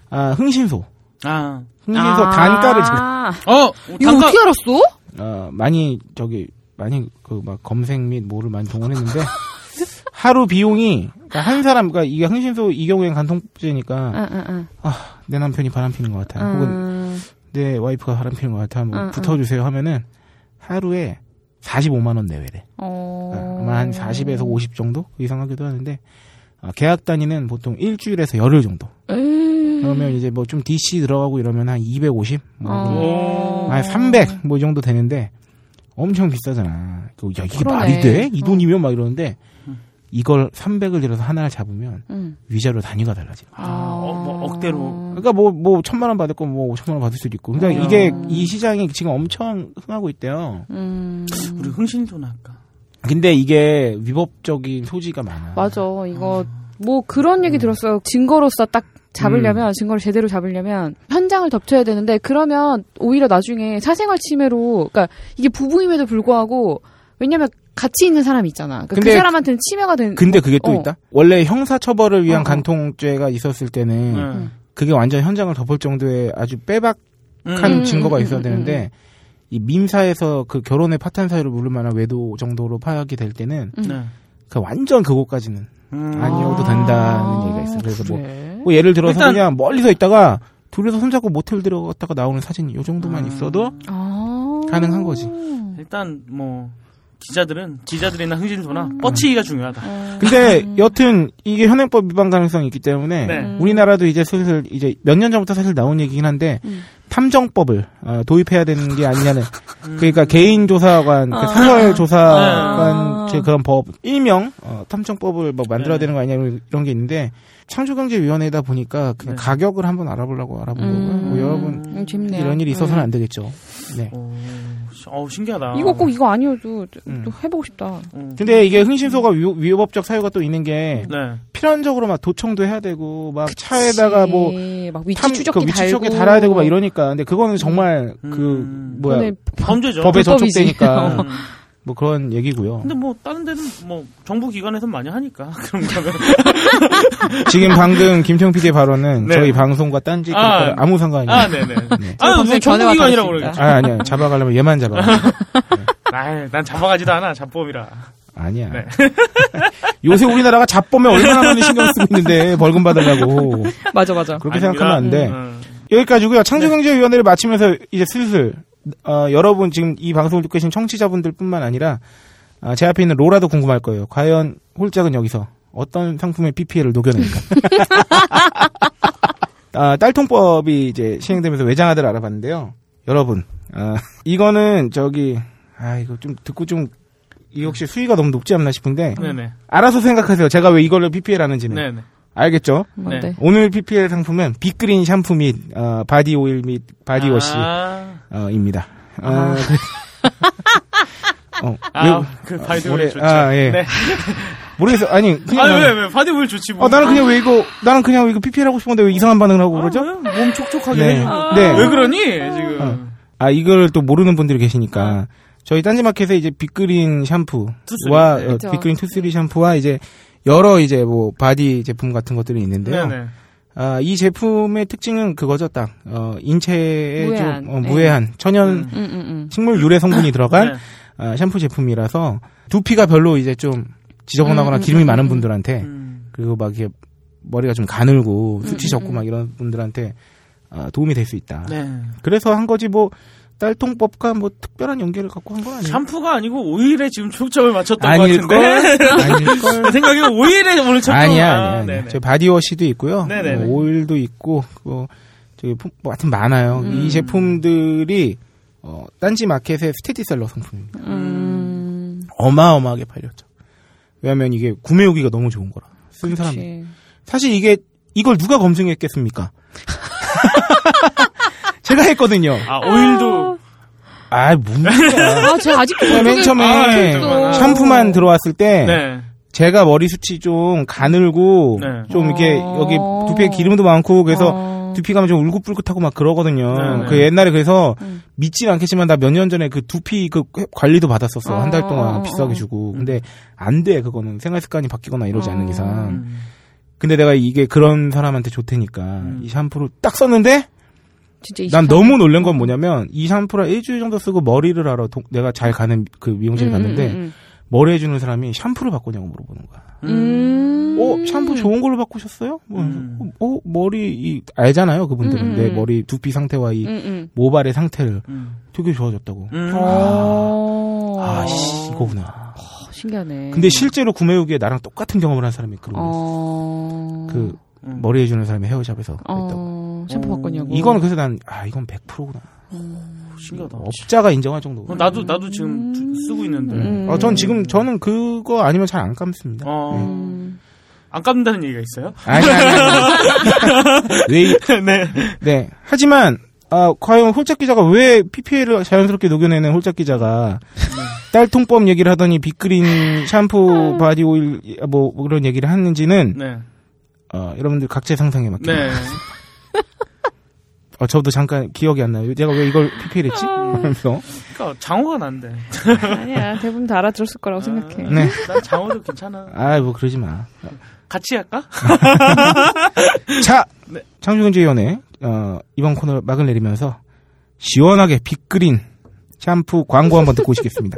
[SPEAKER 1] 아 흥신소,
[SPEAKER 3] 아.
[SPEAKER 1] 흥신소
[SPEAKER 2] 아.
[SPEAKER 1] 단가를 제가
[SPEAKER 3] 어,
[SPEAKER 2] 이거
[SPEAKER 3] 단가
[SPEAKER 2] 뭐 어떻게 알았어?
[SPEAKER 1] 어, 많이 저기 많이 그 막 검색 및 뭐를 많이 동원했는데 하루 비용이 그러니까 한 사람 그러니까 이게 흥신소 이 경우엔 간통죄니까 아,
[SPEAKER 2] 응, 응, 응.
[SPEAKER 1] 내 남편이 바람 피는 것 어. 같아, 혹은
[SPEAKER 2] 음.
[SPEAKER 1] 내 와이프가 바람 피는 것 같아, 뭐
[SPEAKER 2] 응, 응.
[SPEAKER 1] 붙어주세요 하면은 하루에 45만 원 내외래.
[SPEAKER 2] 어.
[SPEAKER 1] 아, 아마 한 40에서 50 정도 그 이상 하기도 하는데 아, 계약 단위는 보통 일주일에서 열흘 정도.
[SPEAKER 2] 에이.
[SPEAKER 1] 그러면 이제 뭐 좀 DC 들어가고 이러면 한 250, 뭐 그런-
[SPEAKER 3] 오.
[SPEAKER 2] 음. 어.
[SPEAKER 1] 아, 300 뭐 이 정도 되는데 엄청 비싸잖아. 그, 야 이게
[SPEAKER 2] 그러네.
[SPEAKER 1] 말이 돼? 이
[SPEAKER 2] 어.
[SPEAKER 1] 돈이면 막 이러는데 이걸 300을 들여서 하나를 잡으면
[SPEAKER 2] 음.
[SPEAKER 1] 위자료 단위가 달라져.
[SPEAKER 3] 아, 어, 뭐 억대로.
[SPEAKER 1] 그러니까 뭐 뭐 천만 원 받을 거뭐 오천만 원 받을 수도 있고. 그러니까
[SPEAKER 3] 어.
[SPEAKER 1] 이게 이 시장이 지금 엄청 흥하고 있대요.
[SPEAKER 2] 음.
[SPEAKER 3] 우리 흥신소나 할까?
[SPEAKER 1] 근데 이게 위법적인 소지가 많아. 음.
[SPEAKER 2] 맞아. 이거 뭐 그런 얘기 들었어요. 증거로서 딱
[SPEAKER 1] 음.
[SPEAKER 2] 잡으려면 증거를 제대로 잡으려면 현장을 덮쳐야 되는데 그러면 오히려 나중에 사생활 침해로 그러니까 이게 부부임에도 불구하고 왜냐면 같이 있는 사람이 있잖아. 그러니까 그
[SPEAKER 1] 근데
[SPEAKER 2] 사람한테는 침해가 된
[SPEAKER 1] 근데 그게 또
[SPEAKER 2] 어.
[SPEAKER 1] 있다. 원래 형사 처벌을 위한
[SPEAKER 2] 어, 네. 어.
[SPEAKER 1] 간통죄가 있었을 때는
[SPEAKER 3] 음.
[SPEAKER 1] 그게 완전 현장을 덮을 정도의 아주 빼박한
[SPEAKER 2] 음,
[SPEAKER 1] 증거가
[SPEAKER 2] 음,
[SPEAKER 1] 있어야
[SPEAKER 2] 음,
[SPEAKER 1] 되는데 이 민사에서 그 결혼의 파탄 사유를 물을 만한 외도 정도로 파악이 될 때는
[SPEAKER 2] 음.
[SPEAKER 3] 네.
[SPEAKER 1] 그 완전 그거까지는
[SPEAKER 3] 음.
[SPEAKER 1] 아니어도
[SPEAKER 2] 아,
[SPEAKER 1] 된다는 얘기가 있어요. 그래서 뭐
[SPEAKER 2] 그래?
[SPEAKER 1] 뭐 예를 들어서
[SPEAKER 3] 일단-
[SPEAKER 1] 그냥 멀리서 있다가 둘이서 손잡고 모텔 들어갔다가 나오는 사진 이 정도만
[SPEAKER 3] 음.
[SPEAKER 1] 있어도
[SPEAKER 2] 아.
[SPEAKER 1] 가능한 거지.
[SPEAKER 3] 일단 뭐 기자들은 기자들이나 흥신소나
[SPEAKER 2] 음.
[SPEAKER 3] 뻗치기가 중요하다.
[SPEAKER 2] 어.
[SPEAKER 1] 근데 여튼 이게 현행법 위반 가능성이 있기 때문에
[SPEAKER 3] 네.
[SPEAKER 2] 음.
[SPEAKER 1] 우리나라도 이제 슬슬 이제 몇 년 전부터 사실 나온 얘기긴 한데
[SPEAKER 2] 음.
[SPEAKER 1] 탐정법을 어, 도입해야 되는 게 아니냐는
[SPEAKER 3] 음.
[SPEAKER 1] 그러니까 개인 조사관 그 사설
[SPEAKER 2] 아.
[SPEAKER 1] 조사관 제 그런 법 일명 어, 탐정법을 뭐 만들어야
[SPEAKER 3] 네.
[SPEAKER 1] 되는 거 아니냐 이런- 이런 게 있는데 창조경제위원회다 보니까 그냥
[SPEAKER 3] 네.
[SPEAKER 1] 가격을 한번 알아보려고 알아본 거고요. 뭐 여러분
[SPEAKER 2] 음, 재밌네요.
[SPEAKER 1] 이런 일이 있어서는
[SPEAKER 2] 음.
[SPEAKER 1] 안 되겠죠. 네.
[SPEAKER 3] 어 신기하다.
[SPEAKER 2] 이거 꼭 이거 아니어도 또
[SPEAKER 1] 음.
[SPEAKER 2] 해보고 싶다.
[SPEAKER 3] 음.
[SPEAKER 1] 근데 이게 흥신소가 위, 법적 사유가 또 있는 게
[SPEAKER 3] 네.
[SPEAKER 1] 필연적으로 막 도청도 해야 되고 막 차에다가 뭐
[SPEAKER 2] 예, 막 위치
[SPEAKER 1] 탐-
[SPEAKER 2] 추적기
[SPEAKER 1] 그 위치 추적기
[SPEAKER 2] 달고
[SPEAKER 1] 달아야 되고 막 이러니까 근데 그거는 정말
[SPEAKER 3] 음.
[SPEAKER 1] 그 뭐야
[SPEAKER 2] 근데
[SPEAKER 3] 범죄죠.
[SPEAKER 1] 법에
[SPEAKER 2] 불법이지. 어.
[SPEAKER 1] 저촉되니까
[SPEAKER 3] 음.
[SPEAKER 1] 뭐 그런 얘기고요.
[SPEAKER 3] 근데 뭐 다른 데는 뭐 정부 기관에서 많이 하니까 그런 거면
[SPEAKER 1] 지금 방금 김청 PD의 발언은
[SPEAKER 3] 뭐 네.
[SPEAKER 1] 저희 방송과 딴지
[SPEAKER 3] 아.
[SPEAKER 1] 아, 아무 상관이
[SPEAKER 3] 아
[SPEAKER 1] 아,
[SPEAKER 3] 네네
[SPEAKER 1] 네.
[SPEAKER 3] 아
[SPEAKER 2] 저는
[SPEAKER 3] 무슨 정부
[SPEAKER 2] 전에 와서
[SPEAKER 3] 기관이라고 그러겠지
[SPEAKER 2] 했습니다.
[SPEAKER 1] 아 아니야 잡아가려면 얘만 잡아.
[SPEAKER 3] 아이 난 잡아가지도 않아 잡범이라
[SPEAKER 1] 아니야.
[SPEAKER 3] 네.
[SPEAKER 1] 요새 우리나라가 잡범에 얼마나 많은 신경 쓰고 있는데 벌금 받으려고
[SPEAKER 2] 맞아 맞아.
[SPEAKER 1] 그렇게
[SPEAKER 3] 아닙니다.
[SPEAKER 1] 생각하면 안 돼.
[SPEAKER 3] 음.
[SPEAKER 1] 여기까지고요. 창조경제위원회를 마치면서 이제 슬슬 어, 여러분 지금 이 방송을 듣고 계신 청취자분들뿐만 아니라 아, 제 앞에 있는 로라도 궁금할 거예요. 과연 홀짝은 여기서 어떤 상품의 PPL을 녹여낼까? 아, 딸통법이 이제 시행되면서 외장하들 알아봤는데요. 여러분, 아, 이거는 저기 아 이거 좀 듣고 좀 이 혹시 수위가 너무 높지 않나 싶은데
[SPEAKER 3] 음. 네네
[SPEAKER 1] 알아서 생각하세요. 제가 왜 이걸로 PPL 하는지는
[SPEAKER 3] 네네
[SPEAKER 1] 알겠죠?
[SPEAKER 2] 뭔데?
[SPEAKER 1] 오늘 PPL 상품은 빅그린 샴푸 및 어, 바디 오일 및 바디 워시입니다.
[SPEAKER 3] 아,
[SPEAKER 1] 어, 그- 어,
[SPEAKER 3] 아,
[SPEAKER 1] 왜-
[SPEAKER 3] 그
[SPEAKER 1] 아,
[SPEAKER 3] 바디오일
[SPEAKER 1] 모르-
[SPEAKER 3] 좋지.
[SPEAKER 1] 아, 예.
[SPEAKER 3] 네.
[SPEAKER 1] 모르겠어. 아니 그냥
[SPEAKER 3] 아니
[SPEAKER 1] 나는,
[SPEAKER 3] 왜왜 바디오일 좋지 뭐.
[SPEAKER 1] 어, 나는 그냥 왜 이거 나는 그냥 이거 PPL 하고 싶은데 왜 이상한 반응을 하고
[SPEAKER 3] 아,
[SPEAKER 1] 그러죠?
[SPEAKER 3] 왜몸 촉촉하게
[SPEAKER 1] 네.
[SPEAKER 3] 해주고
[SPEAKER 1] 아. 네.
[SPEAKER 3] 왜 그러니 지금
[SPEAKER 1] 아 이걸 또 모르는 분들이 계시니까 저희 딴지마켓에 이제 빅그린
[SPEAKER 3] 투쓰리.
[SPEAKER 1] 샴푸와 어,
[SPEAKER 2] 그렇죠.
[SPEAKER 1] 빅그린 투쓰리 샴푸와 이제 여러 이제 뭐 바디 제품 같은 것들이 있는데요.
[SPEAKER 3] 네네
[SPEAKER 1] 아, 이 제품의 특징은 그거죠, 딱. 어, 인체에
[SPEAKER 2] 무해한.
[SPEAKER 1] 좀 어,
[SPEAKER 2] 네.
[SPEAKER 1] 무해한 천연
[SPEAKER 3] 음.
[SPEAKER 2] 음, 음, 음.
[SPEAKER 1] 식물 유래 성분이 들어간
[SPEAKER 3] 네.
[SPEAKER 1] 아, 샴푸 제품이라서 두피가 별로 이제 좀 지저분하거나
[SPEAKER 2] 음, 음,
[SPEAKER 1] 기름이
[SPEAKER 2] 음,
[SPEAKER 1] 많은
[SPEAKER 2] 음.
[SPEAKER 1] 분들한테
[SPEAKER 3] 음.
[SPEAKER 1] 그리고 막 이게 머리가 좀 가늘고 수치
[SPEAKER 2] 음,
[SPEAKER 1] 적고
[SPEAKER 2] 음.
[SPEAKER 1] 막 이런 분들한테 아, 도움이 될 수 있다.
[SPEAKER 3] 네.
[SPEAKER 1] 그래서 한 거지 뭐 딸통법과 뭐 특별한 연계를 갖고 한 건 아니에요.
[SPEAKER 3] 샴푸가 아니고 오일에 지금 초점을 맞췄던 것
[SPEAKER 1] 아닐걸?
[SPEAKER 3] 같은데
[SPEAKER 1] 아닐걸?
[SPEAKER 3] 내 생각에 오일에 오늘 초점
[SPEAKER 1] 아니야,
[SPEAKER 3] 아,
[SPEAKER 1] 아니야. 아니야.
[SPEAKER 3] 네네.
[SPEAKER 1] 저 바디워시도 있고요.
[SPEAKER 3] 네네네.
[SPEAKER 1] 뭐 오일도 있고, 뭐, 저기, 품- 뭐, 하여튼 많아요.
[SPEAKER 2] 음.
[SPEAKER 1] 이 제품들이, 어, 딴지 마켓의 스테디셀러 상품입니다.
[SPEAKER 2] 음.
[SPEAKER 1] 어마어마하게 팔렸죠. 왜냐면 이게 구매 후기가 너무 좋은 거라. 쓴 사람.
[SPEAKER 2] 그치.
[SPEAKER 1] 사실 이게, 이걸 누가 검증했겠습니까? 제가 했거든요.
[SPEAKER 3] 아 오일도
[SPEAKER 1] 아, 뭡니까.
[SPEAKER 2] 아, 제가 아직도
[SPEAKER 1] 맨
[SPEAKER 2] 모르겠-
[SPEAKER 3] 아,
[SPEAKER 1] 처음에
[SPEAKER 3] 네.
[SPEAKER 2] 그렇죠.
[SPEAKER 1] 샴푸만 들어왔을 때,
[SPEAKER 3] 네.
[SPEAKER 1] 제가 머리 숱이 좀 가늘고
[SPEAKER 3] 네.
[SPEAKER 1] 좀 이렇게
[SPEAKER 2] 어.
[SPEAKER 1] 여기 두피에 기름도 많고 그래서
[SPEAKER 2] 어.
[SPEAKER 1] 두피가 좀 울긋불긋하고 막 그러거든요.
[SPEAKER 3] 네, 네.
[SPEAKER 1] 그 옛날에 그래서
[SPEAKER 2] 음.
[SPEAKER 1] 믿진 않겠지만 나 몇 년 전에 그 두피 그 관리도 받았었어.
[SPEAKER 2] 어.
[SPEAKER 1] 한 달 동안
[SPEAKER 2] 어.
[SPEAKER 1] 비싸게 주고. 근데 안 돼. 그거는 생활 습관이 바뀌거나 이러지
[SPEAKER 2] 어.
[SPEAKER 1] 않는 이상.
[SPEAKER 3] 음.
[SPEAKER 1] 근데 내가 이게 그런 사람한테 좋다니까. 이 샴푸를 딱 썼는데
[SPEAKER 2] 진짜 음. 이
[SPEAKER 1] 난
[SPEAKER 2] 시간-
[SPEAKER 1] 너무 놀란 건 뭐냐면 이 샴푸를 일주일 정도 쓰고 머리를 하러 동- 내가 잘 가는 그 미용실
[SPEAKER 2] 음,
[SPEAKER 1] 갔는데
[SPEAKER 2] 음,
[SPEAKER 1] 머리 해주는 사람이 샴푸를 바꾸냐고 물어보는 거야.
[SPEAKER 2] 음, 음.
[SPEAKER 1] 어, 샴푸 좋은 걸로 바꾸셨어요? 뭐,
[SPEAKER 3] 음.
[SPEAKER 1] 어, 머리, 이, 알잖아요, 그분들은.
[SPEAKER 2] 음, 음,
[SPEAKER 1] 내
[SPEAKER 2] 음.
[SPEAKER 1] 머리 두피 상태와 이
[SPEAKER 2] 음, 음.
[SPEAKER 1] 모발의 상태를
[SPEAKER 3] 음.
[SPEAKER 1] 되게 좋아졌다고.
[SPEAKER 3] 음.
[SPEAKER 2] 어.
[SPEAKER 1] 아, 씨, 이거구나.
[SPEAKER 2] 어, 신기하네. 아.
[SPEAKER 1] 근데 실제로 구매 후기에 나랑 똑같은 경험을 한 사람이 그러고
[SPEAKER 2] 어.
[SPEAKER 1] 그,
[SPEAKER 3] 음.
[SPEAKER 1] 머리 해주는 사람이 헤어샵에서 그랬다고.
[SPEAKER 2] 어. 샴푸 바꿨냐고.
[SPEAKER 1] 이거는 그래서 난, 아, 이건 100%구나.
[SPEAKER 3] 신기하다.
[SPEAKER 1] 업자가 인정할 정도고.
[SPEAKER 3] 어, 나도 나도 지금 두- 쓰고 있는데
[SPEAKER 2] 음.
[SPEAKER 1] 어, 전 지금, 저는 그거 아니면 잘 안 감습니다.
[SPEAKER 3] 어,
[SPEAKER 1] 네.
[SPEAKER 2] 음.
[SPEAKER 3] 안 깎는다는 얘기가 있어요?
[SPEAKER 1] 아니, 아니, 아니. 왜, 이-
[SPEAKER 3] 네.
[SPEAKER 1] 네.
[SPEAKER 3] 음.
[SPEAKER 1] 하지만 아, 과연 홀짝 기자가 왜 PPL을 자연스럽게 녹여내는 홀짝 기자가 딸통법 얘기를 하더니 빅그린 샴푸 바디 오일 뭐 그런 얘기를 하는지는
[SPEAKER 3] 네.
[SPEAKER 1] 어, 여러분들 각자 상상에 맞게.
[SPEAKER 3] 네.
[SPEAKER 1] 어, 저도 잠깐 기억이 안 나요. 내가 왜 이걸 PPL 했지?
[SPEAKER 2] 아.
[SPEAKER 1] 하면서.
[SPEAKER 3] 그러니까 장어가 난데.
[SPEAKER 2] 아니야 대부분 다 알아들었을 거라고 생각해.
[SPEAKER 1] 네.
[SPEAKER 3] 난 장어도 괜찮아.
[SPEAKER 1] 아, 뭐 그러지 마.
[SPEAKER 3] 같이 할까?
[SPEAKER 1] 자,
[SPEAKER 2] 네.
[SPEAKER 1] 창조경제위원회 어, 이번 코너 막을 내리면서 시원하게 빅그린 샴푸 광고 한번 듣고 오시겠습니다.